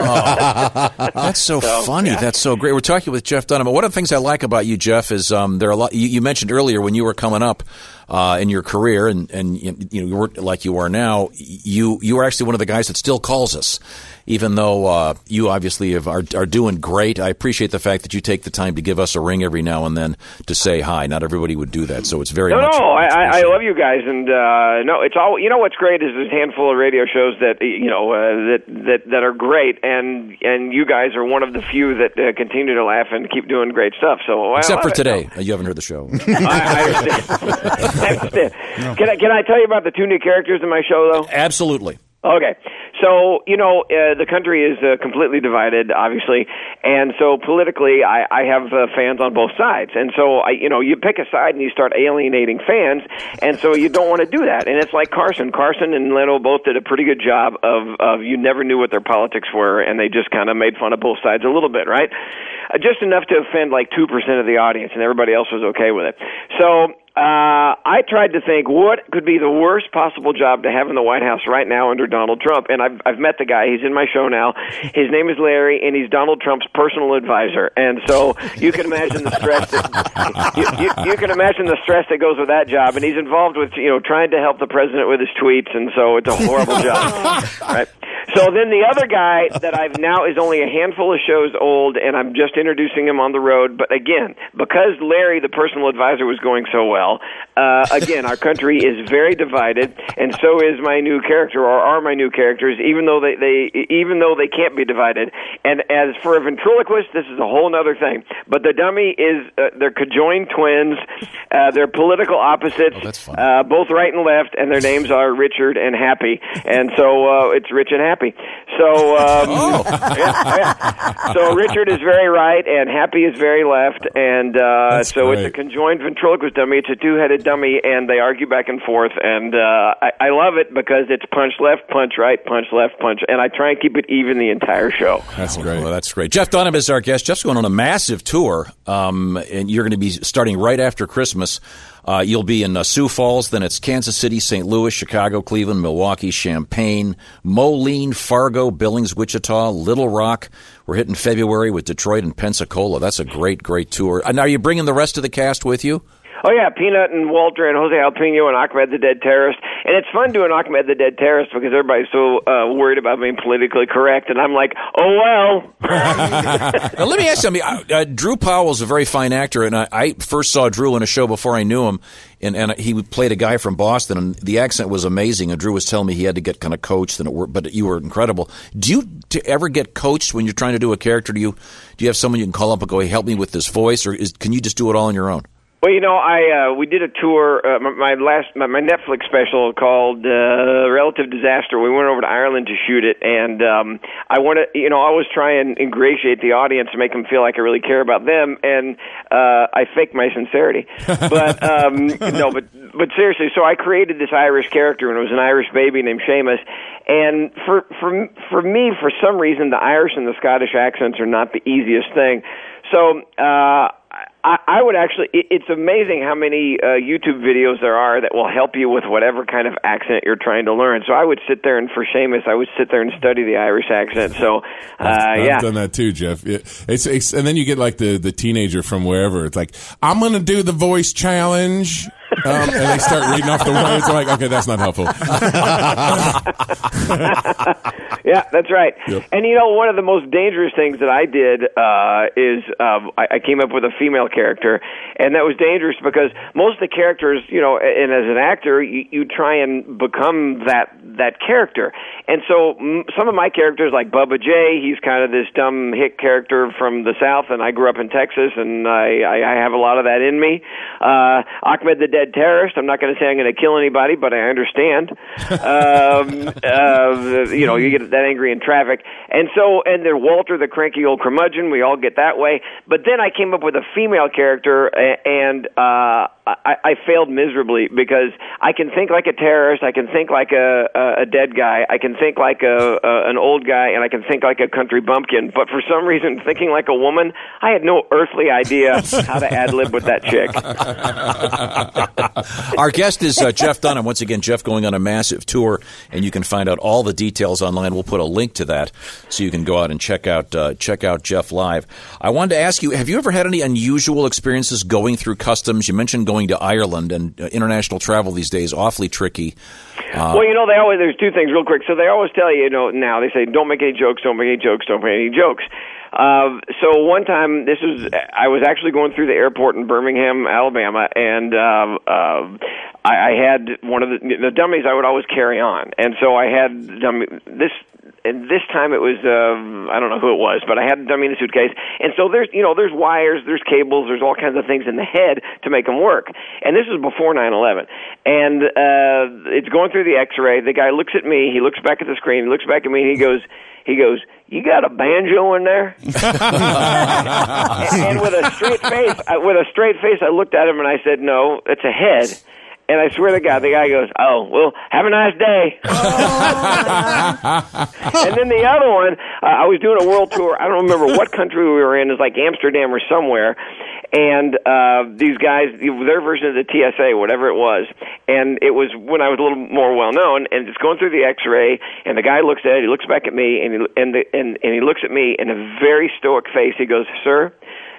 Speaker 5: Oh, That's so, funny. That's so great. We're talking with Jeff Dunham. One of the things I like about you, Jeff, is um, there are a lot. You, you mentioned earlier when you were coming up uh, in your career, and and you, you know you weren't like you are now. You you were actually one of the guys that still calls us, even though uh, you obviously have, are are doing great. I appreciate the fact that you take the time to give us a ring every now and then to say hi. Not everybody would do that, so it's very
Speaker 28: no,
Speaker 5: much.
Speaker 28: no, I, I, I love you guys, and uh, no, it's all. You know what's great is there's a handful of radio shows that you know uh, that that that are great, and and you guys are one of the few that uh, continue to laugh and keep doing great stuff. So I
Speaker 5: Except
Speaker 28: love
Speaker 5: for
Speaker 28: it.
Speaker 5: today, you haven't heard the show.
Speaker 28: Can I can I tell you about the two new characters in my show though?
Speaker 5: Absolutely.
Speaker 28: Okay, so you know uh, the country is uh, completely divided, obviously, and so politically, I, I have uh, fans on both sides, and so I, you know, you pick a side and you start alienating fans, and so you don't want to do that, and it's like Carson, Carson and Leno both did a pretty good job of of you never knew what their politics were, and they just kind of made fun of both sides a little bit, right? Uh, just enough to offend like two percent of the audience, and everybody else was okay with it. So uh, I tried to think what could be the worst possible job to have in the White House right now under Donald Trump, and I've I've met the guy. He's in my show now. His name is Larry, and he's Donald Trump's personal advisor. And so you can imagine the stress. That, you, you, you can imagine the stress that goes with that job. And he's involved with you know trying to help the president with his tweets, and so it's a horrible job. Right. So then the other guy that I've now is only a handful of shows old, and I'm just introducing him on the road. But again, because Larry, the personal advisor, was going so well, uh, again, our country is very divided, and so is my new character, or are my new characters, even though they, they even though they can't be divided. And as for a ventriloquist, this is a whole other thing. But the dummy is uh, they're conjoined twins, uh, they're political opposites, uh, both right and left, and their names are Richard and Happy, and so uh, it's Rich and Happy. So, um, yeah, yeah. so Richard is very right, and Happy is very left, and uh, so it's a conjoined ventriloquist dummy. It's a two-headed dummy, and they argue back and forth, and uh, I, I love it because it's punch left, punch right, punch left, punch, and I try and keep it even the entire show.
Speaker 5: That's great. Well, Oh, that's great. Jeff Dunham is our guest. Jeff's going on a massive tour, um, and you're going to be starting right after Christmas. Uh, you'll be in uh, Sioux Falls, then it's Kansas City, St. Louis, Chicago, Cleveland, Milwaukee, Champaign, Moline, Fargo, Billings, Wichita, Little Rock. We're hitting February with Detroit and Pensacola. That's a great, great tour. And are you bringing the rest of the cast with you?
Speaker 28: Oh yeah, Peanut and Walter and Jose Alpino and Ahmed the Dead Terrorist, and it's fun doing Ahmed the Dead Terrorist because everybody's so uh, worried about being politically correct, and I'm like, oh well.
Speaker 5: now, let me ask you something. Uh, uh, Drew Powell's a very fine actor, and I, I first saw Drew in a show before I knew him, and, and he played a guy from Boston, and the accent was amazing. And Drew was telling me he had to get kind of coached, and it worked, but you were incredible. Do you t- ever get coached when you're trying to do a character? Do you do you have someone you can call up and go, "Hey, help me with this voice," or is, can you just do it all on your own?
Speaker 28: Well, you know, I uh, we did a tour. Uh, my, my last my, my Netflix special called uh, "Relative Disaster." We went over to Ireland to shoot it, and um, I want to, you know, I always try and ingratiate the audience to make them feel like I really care about them, and uh, I fake my sincerity. But um, no, but but seriously, so I created this Irish character, and it was an Irish baby named Seamus. And for for for me, for some reason, the Irish and the Scottish accents are not the easiest thing. So. Uh, I, I would actually. It, it's amazing how many uh, YouTube videos there are that will help you with whatever kind of accent you're trying to learn. So I would sit there and for Seamus, I would sit there and study the Irish accent. So, uh,
Speaker 21: I've
Speaker 28: yeah.
Speaker 21: done that too, Jeff. It- it's, it's and then you get like the the teenager from wherever. It's like I'm gonna do the voice challenge, um, and they start reading off the words. I'm like, okay, that's not helpful.
Speaker 28: yeah, that's right. And you know, one of the most dangerous things that I did uh, is um, I, I came up with a female character, and that was dangerous because most of the characters, you know, a- and as an actor, you, you try and become that that character. And so m- some of my characters, like Bubba J, he's kind of this dumb hick character from the South, and I grew up in Texas, and I, I, I have a lot of that in me. Uh, Ahmed the Dead terrorist. I'm not going to say I'm going to kill anybody, but I understand. um, uh, you know, you get that angry in traffic, and so and then Walter, the cranky old curmudgeon. We all get that way. But then I came up with a female character, a- and uh, I, I failed miserably because I can think like a terrorist, I can think like a a, a dead guy, I can think like a, a an old guy, and I can think like a country bumpkin. But for some reason, thinking like a woman, I had no earthly idea how to ad lib with that chick.
Speaker 5: Our guest is uh, Jeff Dunham. Once again, Jeff going on a massive tour, and you can find out all the details online. We'll put a link to that so you can go out and check out uh, check out Jeff live. I wanted to ask you: Have you ever had any unusual experiences going through customs? You mentioned going to Ireland, and uh, international travel these days awfully tricky. Uh,
Speaker 28: well, you know, they always there's two things real quick. So they always tell you, you know, now they say don't make any jokes, don't make any jokes, don't make any jokes. Uh, so one time, this was I was actually going through the airport in Birmingham, Alabama, and um uh, I, I had one of the, the dummies I would always carry on, and so I had dummy this. And this time it was uh, I don't know who it was, but I had a dummy in a suitcase, and so there's you know there's wires, there's cables, there's all kinds of things in the head to make them work. And this was before 9/11, and uh, it's going through the X-ray. The guy looks at me, he looks back at the screen, he looks back at me, and he goes, he goes, "You got a banjo in there?" and with a straight face, I, with a straight face, I looked at him and I said, "No, it's a head." And I swear to God, the guy goes, "Oh, well, have a nice day." and then the other one, uh, I was doing a world tour. I don't remember what country we were in. It's like Amsterdam or somewhere. And uh, these guys, their version of the TSA, whatever it was, and it was when I was a little more well known. And it's going through the X-ray, and the guy looks at it. He looks back at me, and he, and, the, and and he looks at me in a very stoic face. He goes, "Sir."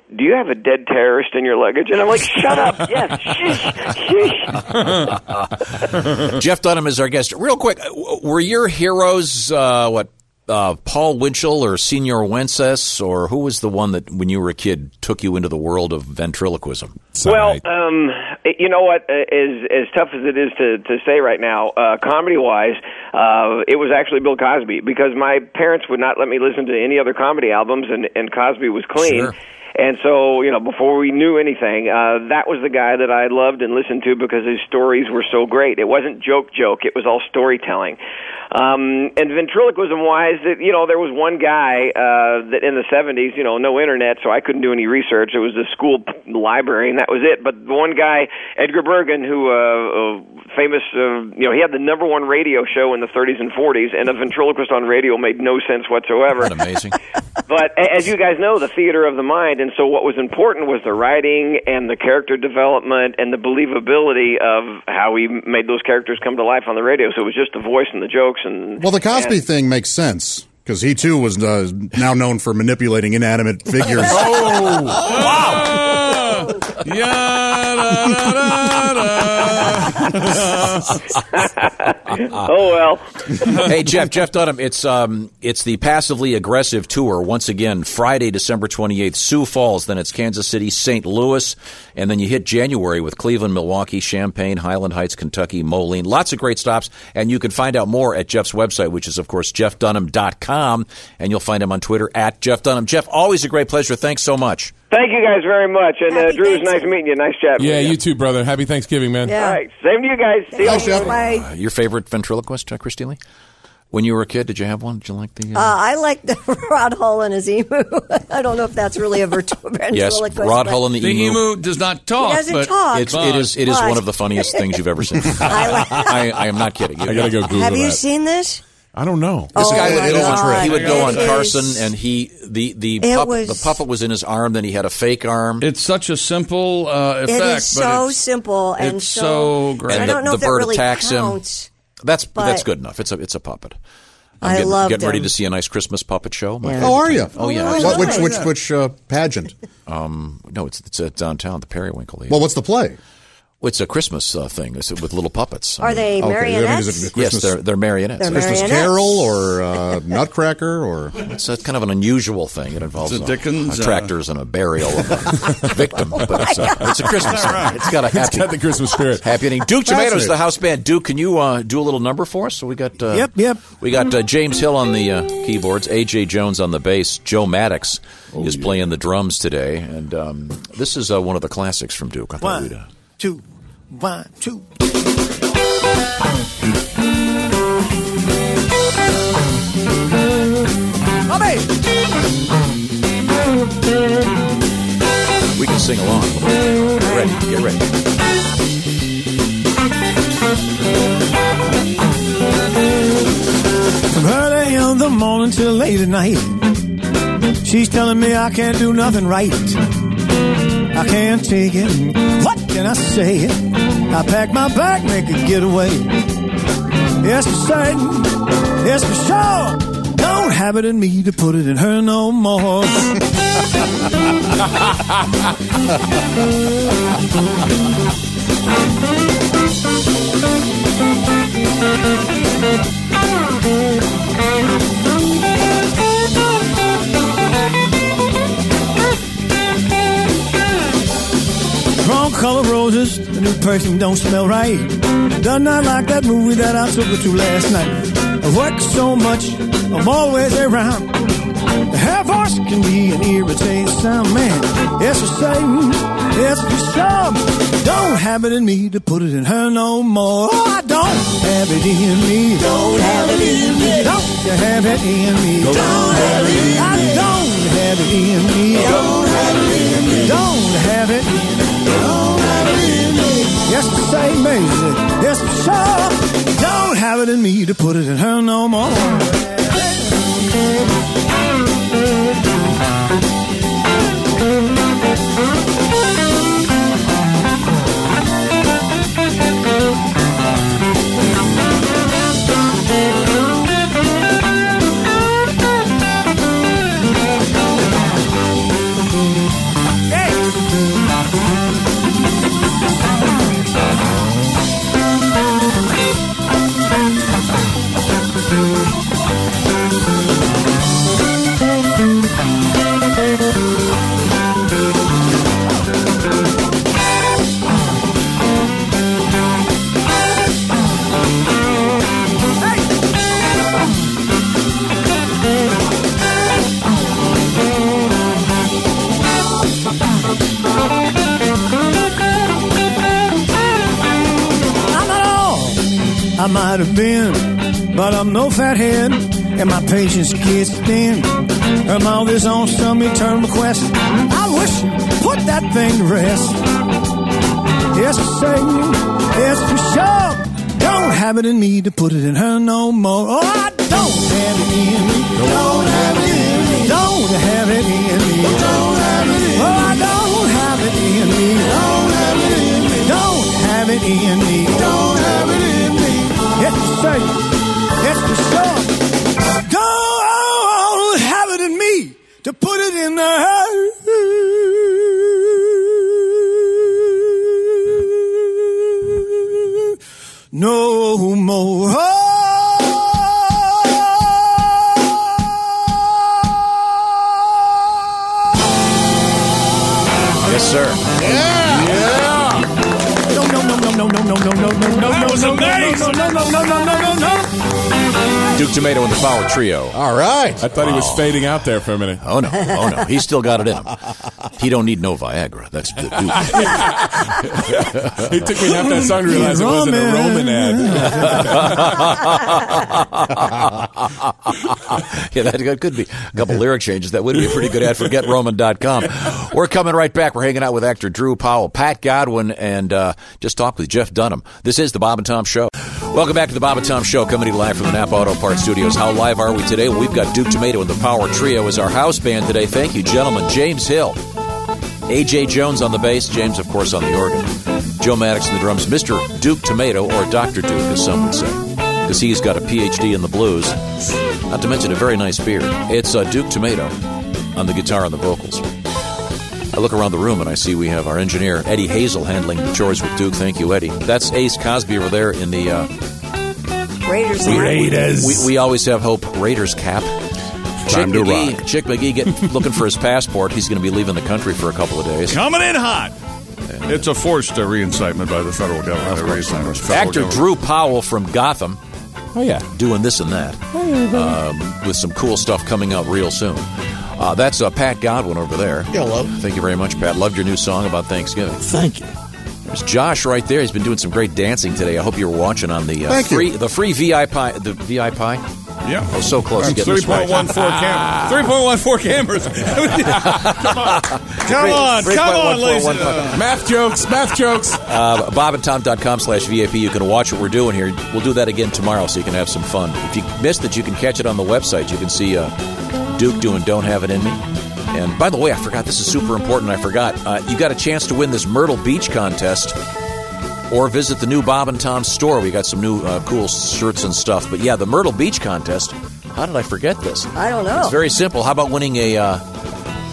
Speaker 28: Do you have a dead terrorist in your luggage? And I'm like, shut up. Yes,
Speaker 5: Jeff Dunham is our guest. Real quick, w- were your heroes uh, what uh, Paul Winchell or Senor Wences or who was the one that when you were a kid took you into the world of ventriloquism?
Speaker 28: Well, um, it- you know what? uh, As as tough as it is to to say right now, uh, comedy wise, uh, it was actually Bill Cosby because my parents would not let me listen to any other comedy albums, and and Cosby was clean.
Speaker 5: Sure.
Speaker 28: And so, you know, before we knew anything, uh, that was the guy that I loved and listened to because his stories were so great. It wasn't joke joke; it was all storytelling. Um, and ventriloquism wise, that you know, there was one guy uh, that in the '70s, you know, no internet, so I couldn't do any research. It was the school p- library, and that was it. But the one guy, Edgar Bergen, who uh, uh, famous, uh, you know, he had the number one radio show in the '30s and '40s, and a ventriloquist on radio made no sense whatsoever
Speaker 5: Amazing.
Speaker 28: but a- as you guys know, the theater of the mind, and so what was important was the writing and the character development and the believability of how we made those characters come to life on the radio. So it was just the voice and the jokes and
Speaker 13: Well, the Cosby
Speaker 28: and-
Speaker 13: thing makes sense because he too was uh, now known for manipulating inanimate figures.
Speaker 11: Oh, wow.
Speaker 28: oh
Speaker 5: well. hey Jeff, Jeff Dunham, it's um, it's the passively aggressive tour once again. Friday, December twenty eighth, Sioux Falls. Then it's Kansas City, St. Louis, and then you hit January with Cleveland, Milwaukee, Champaign, Highland Heights, Kentucky, Moline. Lots of great stops, and you can find out more at Jeff's website, which is of course jeffdunham.com, and you'll find him on Twitter at Jeff Dunham. Jeff, always a great pleasure. Thanks so much.
Speaker 28: Thank you guys very much. And uh, Drew, it was nice meeting you. Nice chat.
Speaker 21: Yeah, you too, brother. Happy Thanksgiving, man.
Speaker 28: All right. Same to you guys. See you. soon.
Speaker 5: Uh, your favorite ventriloquist, uh, Christy Lee? When you were a kid, did you have one? Did you like the?
Speaker 7: Uh, I like the Rod Hull and his emu. I don't know if that's really a virtual
Speaker 5: yes, Rod Hull and the,
Speaker 11: The emu, does not talk.
Speaker 7: He doesn't
Speaker 11: but
Speaker 7: talk.
Speaker 5: It's, it is it is one of the funniest things you've ever seen. I, I, am not kidding. I gotta go Google
Speaker 7: Have you seen this?
Speaker 21: I don't know.
Speaker 5: This
Speaker 7: Oh
Speaker 5: guy
Speaker 7: my
Speaker 5: would go on,
Speaker 7: God.
Speaker 5: he would go
Speaker 7: It
Speaker 5: on
Speaker 7: is-
Speaker 5: Carson, and he the the
Speaker 7: It
Speaker 5: pup,
Speaker 7: was-
Speaker 5: the puppet was in his arm. Then he had a fake arm.
Speaker 11: It's such a simple uh,
Speaker 7: It is so simple and
Speaker 5: it's
Speaker 7: so.
Speaker 5: And
Speaker 7: I
Speaker 5: the,
Speaker 7: don't know
Speaker 5: the
Speaker 7: if that
Speaker 5: bird
Speaker 7: really
Speaker 5: attacks
Speaker 7: counts.
Speaker 5: him. That's
Speaker 7: but-
Speaker 5: that's good enough. It's a it's a puppet. I'm
Speaker 7: I
Speaker 5: getting,
Speaker 7: loved
Speaker 5: getting ready
Speaker 7: him.
Speaker 5: to see a nice Christmas puppet show. My
Speaker 7: Yeah.
Speaker 5: favorite
Speaker 7: Oh, are
Speaker 5: thing.
Speaker 7: you?
Speaker 5: Oh yeah.
Speaker 7: Oh,
Speaker 13: What- which
Speaker 7: nice.
Speaker 13: which which uh, pageant?
Speaker 5: Um, no, it's it's at downtown the Periwinkle.
Speaker 13: Well, what's the play?
Speaker 5: It's a Christmas uh, thing. It's with little puppets.
Speaker 7: Are they Okay, I mean, is it marionettes? a
Speaker 5: Yes,
Speaker 7: Christmas-
Speaker 5: they're they're marionettes.
Speaker 7: They're Christmas marionettes. Carol
Speaker 5: or uh, Nutcracker or it's a, kind of an unusual thing. It involves
Speaker 11: It's a
Speaker 5: a-
Speaker 11: Dickens,
Speaker 5: a
Speaker 11: uh,
Speaker 5: tractors and a burial of a victim. But it's, a, it's a Christmas.
Speaker 21: All right.
Speaker 5: Thing. It's got a happy,
Speaker 21: It's got the Christmas spirit.
Speaker 5: Happy ending. Duke Tomatoes, the house band. Duke, can you uh, do a little number for us? So we got uh,
Speaker 2: Yep, yep.
Speaker 5: We got uh, James Hill on the uh, keyboards, AJ Jones on the bass, Joe Maddox
Speaker 13: Oh,
Speaker 5: is playing the drums today, and um, this is uh, one of the classics from Duke. I thought
Speaker 2: One,
Speaker 5: we'd, uh,
Speaker 2: two, One, two.
Speaker 5: We can sing along. Get ready. Get ready.
Speaker 2: From early in the morning till late at night, she's telling me I can't do nothing right. I can't take it. What can I say? I pack my bag, make a getaway. Yes, for certain. Yes, for sure. Don't have it in me to put it in her no more. Wrong color roses, the new perfume don't smell right. Does not like that movie that I took her to last night. I work so much, I'm always around. The hair voice can be an irritating sound, man. Yes, for Satan, yes, for some. Don't have it in me to put it in her no more. Oh, I don't have it in me. Don't have it in me. Don't you have it in me. Don't have it in me. I don't have it in me. Don't have it in me. Don't have it in me. Yes, the same amazing. Yes, for sure. Don't have it in me to put it in her no more. I'm not all I might have been, but I'm no fathead, and my patience gets thin. Her mouth is on some eternal quest. I wish put that thing to rest. Yes, Satan, yes for sure. Don't have it in me to put it in her no more. Oh, I don't have it in me. Don't have it in me. Don't have it in me. Don't have it in me. Oh, I don't have it in me. Don't have it in me. Don't have it in me. Don't have it in me. Yes, sir. Yes, for sure. Don't have it in me to put it in her. No more.
Speaker 5: Yes, sir.
Speaker 2: Yeah. No, no, no, no, no, no, no, no, no, no, no.
Speaker 11: That was
Speaker 2: no, no,
Speaker 11: amazing.
Speaker 2: No, no, no, no, no, no, no, no.
Speaker 5: Duke Tomato and the Power Trio.
Speaker 13: All right.
Speaker 21: I thought he was fading out there for a minute.
Speaker 5: Oh no! Oh no! He's still got it in him. He don't need no Viagra. That's the Duke.
Speaker 21: It took me half that song to realize it wasn't a Roman
Speaker 5: ad. yeah, that could be a couple lyric changes. That would be a pretty good ad for GetRoman.com. We're coming right back. We're hanging out with actor Drew Powell, Pat Godwin, and uh, just talked with Jeff Dunham. This is the Bob and Tom Show. Welcome back to the Bob and Tom Show, coming to you live from the Napa Auto Parts Studios. How live are we today? Well, we've got Duke Tomato and the Power Trio as our house band today. Thank you, gentlemen. James Hill, AJ Jones on the bass, James, of course, on the organ. Joe Maddox on the drums, Mr. Duke Tomato, or Dr. Duke, as some would say, because he's got a PhD in the blues, not to mention a very nice beard. It's uh, Duke Tomato on the guitar and the vocals. I look around the room and I see we have our engineer, Eddie Hazel, handling the chores with Duke. Thank you, Eddie. That's Ace Cosby over there in the. Uh,
Speaker 7: Raiders.
Speaker 5: we, we always have hope. Raiders cap.
Speaker 12: Time to
Speaker 5: Chick McGee, Chick McGee get, looking for his passport. He's going to be leaving the country for a couple of days.
Speaker 14: Coming in hot. It's a forced uh, reincitement by the federal government.
Speaker 5: Actor Drew Powell from Gotham.
Speaker 14: Oh, yeah.
Speaker 5: Doing this and that. Um, with some cool stuff coming up real soon. Uh, that's uh, Pat Godwin over there. Hello. Thank you very much, Pat. Loved your new song about Thanksgiving.
Speaker 18: Thank you.
Speaker 5: There's Josh right there. He's been doing some great dancing today. I hope you were watching on the uh,
Speaker 11: Thank you.
Speaker 5: free the free VIP the VIP. Yeah, I was Oh, so close to getting
Speaker 11: Three
Speaker 5: this right.
Speaker 11: point one four cam. Three point one four cameras. come on, come on, come on, Lisa.
Speaker 5: Math jokes, math jokes. Uh, BobandTom.com slash VIP. You can watch what we're doing here. We'll do that again tomorrow so you can have some fun. If you missed it, you can catch it on the website. You can see uh, Duke doing Don't Have It In Me. And by the way, I forgot, this is super important. I forgot. Uh, you got a chance to win this Myrtle Beach contest. Or visit the new Bob and Tom store. We got some new uh, cool shirts and stuff. But yeah, the Myrtle Beach contest. How did I forget this?
Speaker 7: I don't know.
Speaker 5: It's very simple. How about winning a uh,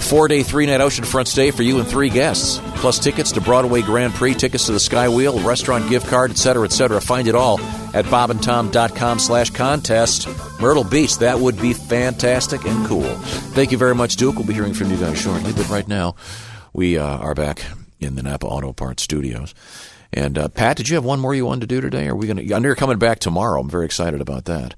Speaker 5: four day, three night oceanfront stay for you and three guests, plus tickets to Broadway Grand Prix, tickets to the Sky Wheel, restaurant gift card, etc., etc. Find it all at bobandtom.com slash contest. Myrtle Beach, that would be fantastic and cool. Thank you very much, Duke. We'll be hearing from you guys shortly, but right now we uh, are back in the Napa Auto Parts studios. And uh, Pat, did you have one more you wanted to do today? Are we going to? I know you're coming back tomorrow. I'm very excited about that.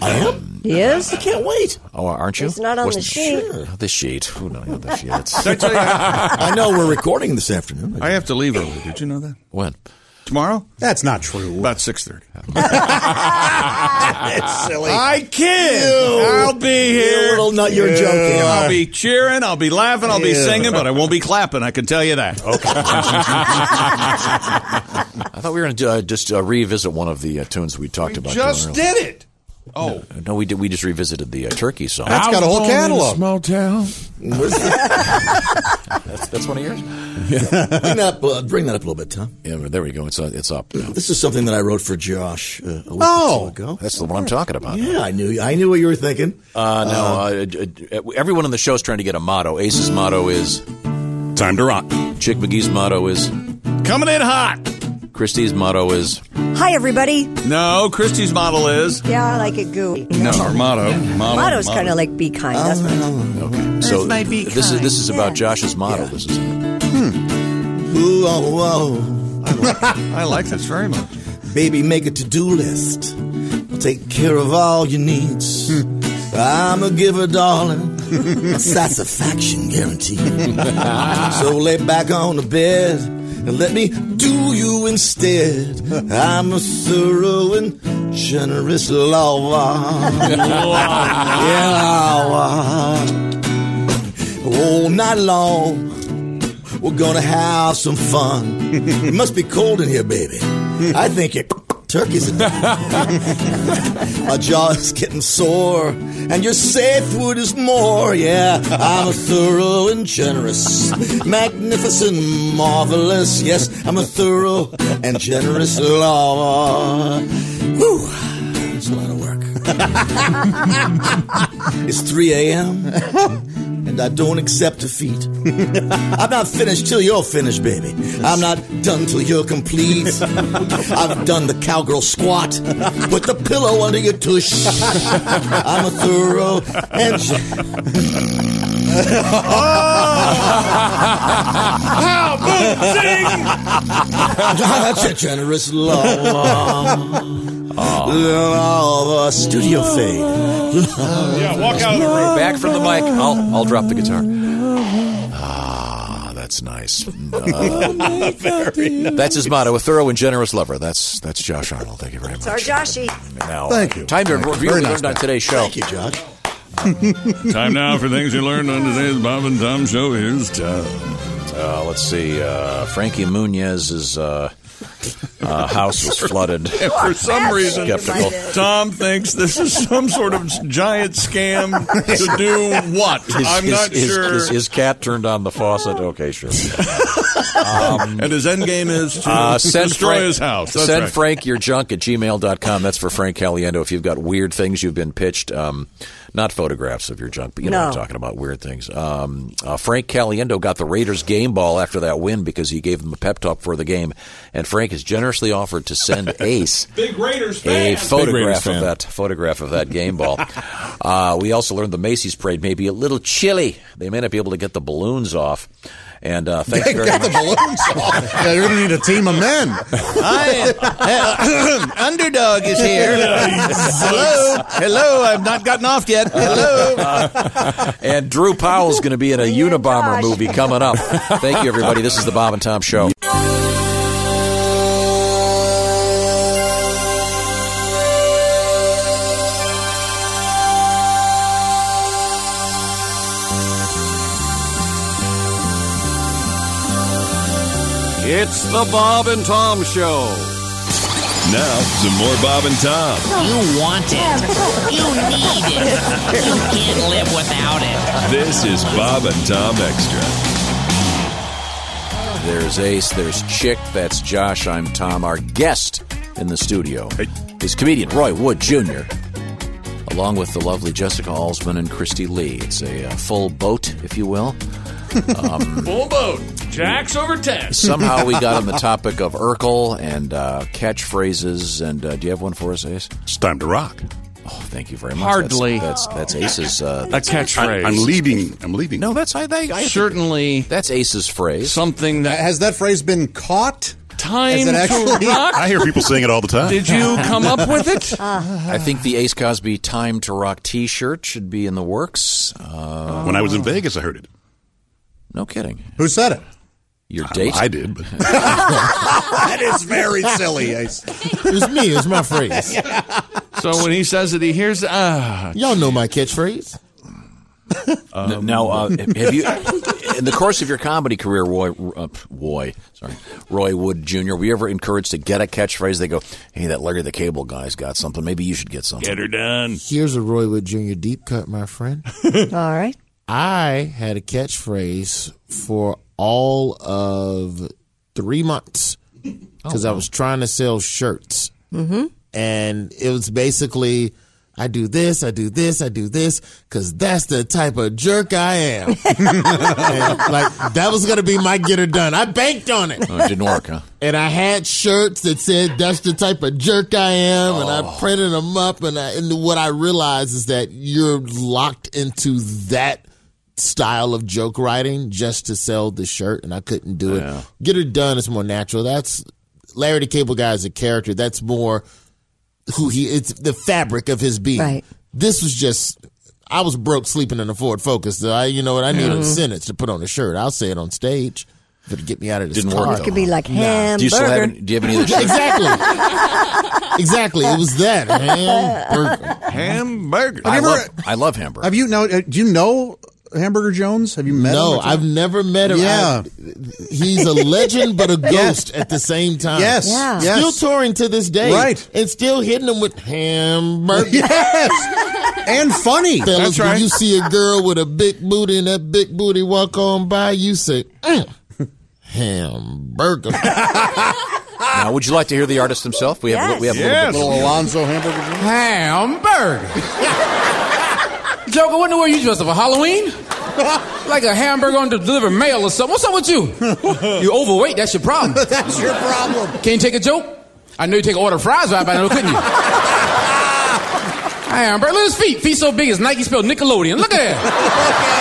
Speaker 5: I am.
Speaker 7: He is? I can't wait.
Speaker 5: Oh, aren't you?
Speaker 7: It's not on
Speaker 5: What's
Speaker 7: the sheet. Sure.
Speaker 5: The sheet. Who knows the sheet? It's-
Speaker 6: I
Speaker 18: know we're recording this afternoon.
Speaker 6: I have to leave early. Did you know that?
Speaker 5: When?
Speaker 6: Tomorrow?
Speaker 13: That's not true.
Speaker 6: About six thirty.
Speaker 18: That's silly.
Speaker 11: I kid.
Speaker 18: You.
Speaker 11: I'll be
Speaker 18: You
Speaker 11: here.
Speaker 18: little nut, you're joking.
Speaker 11: I'll be cheering. I'll be laughing. I'll be
Speaker 18: Ew.
Speaker 11: singing, but I won't be clapping. I can tell you that. Okay.
Speaker 5: I thought we were going to uh, just uh, revisit one of the uh, tunes we talked about.
Speaker 11: Just
Speaker 5: doing earlier.
Speaker 11: did it. Oh,
Speaker 5: No, we did. We just revisited the uh, turkey song.
Speaker 21: That's got a whole I was born in a catalog.
Speaker 5: Small town.
Speaker 18: that's,
Speaker 5: that's one of yours.
Speaker 18: bring, that up, uh, bring that up a little bit, Tom.
Speaker 5: Yeah, but there we go. It's uh, it's up.
Speaker 18: This is something that I wrote for Josh uh, a week
Speaker 5: Oh.
Speaker 18: or two ago.
Speaker 5: That's the one I'm talking about.
Speaker 18: Yeah, I knew. I knew what you were thinking.
Speaker 5: Uh, no, uh, uh, uh, everyone on the show is trying to get a motto. Ace's motto is time to rock. Chick McGee's motto is
Speaker 11: coming in hot.
Speaker 5: Christie's motto is
Speaker 7: Hi, everybody.
Speaker 11: No, Christie's model is
Speaker 7: Yeah, I like it gooey.
Speaker 11: No, our motto. Motto.
Speaker 7: Motto's kind of like be kind. That's what
Speaker 5: Okay. So
Speaker 7: That's my be
Speaker 5: this is
Speaker 7: kind.
Speaker 5: this is
Speaker 7: Yeah.
Speaker 5: about Josh's motto. This is
Speaker 18: Ooh, oh, whoa. I like,
Speaker 11: I like this very much.
Speaker 18: Baby, make a to do list. I'll take care of all your needs. I'm a giver, darling. Satisfaction guaranteed. so lay back on the bed and let me do you instead. I'm a thorough and generous lover. yeah, lover. All night long. We're gonna have some fun. it must be cold in here, baby. I think your turkey's in My jaw is getting sore, and your safe food is more. Yeah, I'm a thorough and generous, magnificent, marvelous. Yes, I'm a thorough and generous lover. Whew, it's a lot of work. it's 3 a.m and I don't accept defeat. I'm not finished till you're finished, baby. I'm not done till you're complete. I've done the cowgirl squat. Put the pillow under your tush. I'm a thorough and. That's a generous love. Love, studio fade.
Speaker 11: Yeah, walk out of the room.
Speaker 5: Back from the mic. Oh. I'll I'll drop the guitar. Ah, that's nice. Uh, that's his motto: a thorough and generous lover. That's that's Josh Arnold. Thank you very much.
Speaker 7: It's our Joshy.
Speaker 5: Now,
Speaker 11: Thank you.
Speaker 5: Time to
Speaker 11: Thank you.
Speaker 5: review
Speaker 11: Very
Speaker 5: what we
Speaker 11: nice,
Speaker 5: learned on today's show.
Speaker 18: Thank you, Josh.
Speaker 11: Time now for things you learned on today's Bob and Tom show. Here's Tom.
Speaker 5: Uh, let's see. Uh, Frankie Munez's uh, uh, house was flooded.
Speaker 11: And for some reason,
Speaker 5: skeptical.
Speaker 11: Tom thinks this is some sort of giant scam to do what?
Speaker 5: His,
Speaker 11: I'm
Speaker 5: his-
Speaker 11: not
Speaker 5: his-
Speaker 11: sure.
Speaker 5: His, his cat turned on the faucet. Okay, sure.
Speaker 11: and his end game is to
Speaker 5: um, Uh, send
Speaker 11: destroy
Speaker 5: Frank,
Speaker 11: his house. That's
Speaker 5: send
Speaker 11: right.
Speaker 5: Frank your junk at gmail.com. That's for Frank Caliendo. If you've got weird things you've been pitched, um, not photographs of your junk, but you know what I'm
Speaker 11: No.
Speaker 5: talking about, weird things. Um, uh, Frank Caliendo got the Raiders game ball after that win because he gave them a pep talk for the game. And Frank has generously offered to send Ace
Speaker 11: Big Raiders
Speaker 5: a
Speaker 11: fan. Big Raiders
Speaker 5: photograph
Speaker 11: fan.
Speaker 5: of that photograph of that game ball. uh, we also learned the Macy's parade may be a little chilly. They may not be able to get the balloons off. And uh, thanks
Speaker 13: They
Speaker 5: very
Speaker 13: got
Speaker 5: much.
Speaker 13: the balloons off. Yeah, you're going to need a team of men.
Speaker 11: I am, underdog is here. Hello, hello. I've not gotten off yet. Hello.
Speaker 5: Uh, and Drew Powell's
Speaker 13: Oh
Speaker 5: going to be in a Unabomber movie coming up. Thank you, everybody. This is the Bob and Tom Show.
Speaker 16: It's the Bob and Tom Show.
Speaker 25: Now, some more Bob and Tom.
Speaker 22: You want it. You need it. You can't live without it.
Speaker 25: This is Bob and Tom Extra.
Speaker 5: There's Ace, there's Chick, that's Josh, I'm Tom. Our guest in the studio is comedian Roy Wood Jr., along with the lovely Jessica Alsman and Christy Lee. It's a uh, full boat, if you will. Um,
Speaker 11: Full boat. Jack's over 10.
Speaker 5: somehow we got on the topic of Urkel and uh, catchphrases. And uh, do you have one for us, Ace? It's time to rock. Oh, thank you very much. That's-
Speaker 14: Hardly.
Speaker 5: That's that's, Ace's uh,
Speaker 14: A catchphrase. I'm- I'm leading.
Speaker 5: I'm leading. No, that's I. think I
Speaker 14: Certainly,
Speaker 5: that's Ace's phrase.
Speaker 14: Something that
Speaker 13: has that phrase been caught.
Speaker 11: Time
Speaker 13: Has it
Speaker 11: to
Speaker 13: actually-
Speaker 11: rock?
Speaker 5: I hear people saying it all the time.
Speaker 11: Did you come up with it?
Speaker 7: Uh.
Speaker 5: I think the Ace Cosby "Time to Rock" T-shirt should be in the works. Uh,
Speaker 25: When I was in Vegas, I heard it.
Speaker 5: No kidding.
Speaker 13: Who said it?
Speaker 5: Your date?
Speaker 25: I did. But
Speaker 13: that is very silly. Ace.
Speaker 26: It was me. It was my phrase.
Speaker 14: So when he says it, he hears. Ah,
Speaker 26: y'all know my catchphrase. Um,
Speaker 5: N- now, uh, have you, in the course of your comedy career, Roy, uh, Roy, sorry, Roy Wood Jr., were you ever encouraged to get a catchphrase? They go, "Hey, that Larry the Cable guy's got something. Maybe you should get something."
Speaker 11: Get her done.
Speaker 26: Here's a Roy Wood Jr. deep cut, my friend.
Speaker 7: All right.
Speaker 26: I had a catchphrase for all of three months because I was trying to sell shirts.
Speaker 7: Mm-hmm.
Speaker 26: And it was basically, I do this, I do this, I do this, because that's the type of jerk I am. And, like, that was going to be my get her done. I banked on it.
Speaker 5: Oh, it didn't work, huh?
Speaker 26: And I had shirts that said, that's the type of jerk I am. And I printed them up. And, I, and what I realized is that you're locked into that style of joke writing just to sell the shirt. And I couldn't do it. Get it done is more natural. That's Larry the Cable Guy is a character. That's more who he It's the fabric of his being.
Speaker 7: Right.
Speaker 26: This was just. I was broke sleeping in a Ford Focus. So I, you know what? I needed
Speaker 7: Yeah.
Speaker 26: a sentence to put on a shirt. I'll say it on stage. But to get me out of this
Speaker 5: Didn't
Speaker 26: car.
Speaker 5: work, It
Speaker 7: Oh, could be like
Speaker 26: Nah.
Speaker 7: hamburger.
Speaker 5: Do you still have any- do you have any of the shirts?
Speaker 26: exactly. Exactly. It was that. Hamburger.
Speaker 14: Hamburger.
Speaker 5: I love, I love hamburger.
Speaker 26: Have
Speaker 13: you know? uh, Do you know Hamburger Jones? Have you met him?
Speaker 26: No,
Speaker 13: or something?
Speaker 26: I've never met him.
Speaker 13: Yeah.
Speaker 26: I- he's a legend, but a ghost at the same time.
Speaker 13: Yes, Yeah. yes.
Speaker 26: Still touring to this day.
Speaker 13: Right.
Speaker 26: And still hitting them with hamburger.
Speaker 13: Yes.
Speaker 26: And funny. Fellas,
Speaker 13: That's
Speaker 26: when
Speaker 13: right.
Speaker 26: you see a girl with a big booty and that big booty walk on by, you say, mm, hamburger.
Speaker 5: Now, would you like to hear the artist himself? We have a li- we have a little, bit-
Speaker 26: hamburger.
Speaker 29: Hamburger. Joker, what in the world you dressed up for Halloween? like a hamburger on to deliver mail or something. What's up with you? You're overweight. That's your problem.
Speaker 26: that's your problem.
Speaker 29: Can't you take a joke? I know you take an order of fries right by now, couldn't you? hamburger. Look at his feet. Feet so big, it's Nike spelled Nickelodeon. Look at that.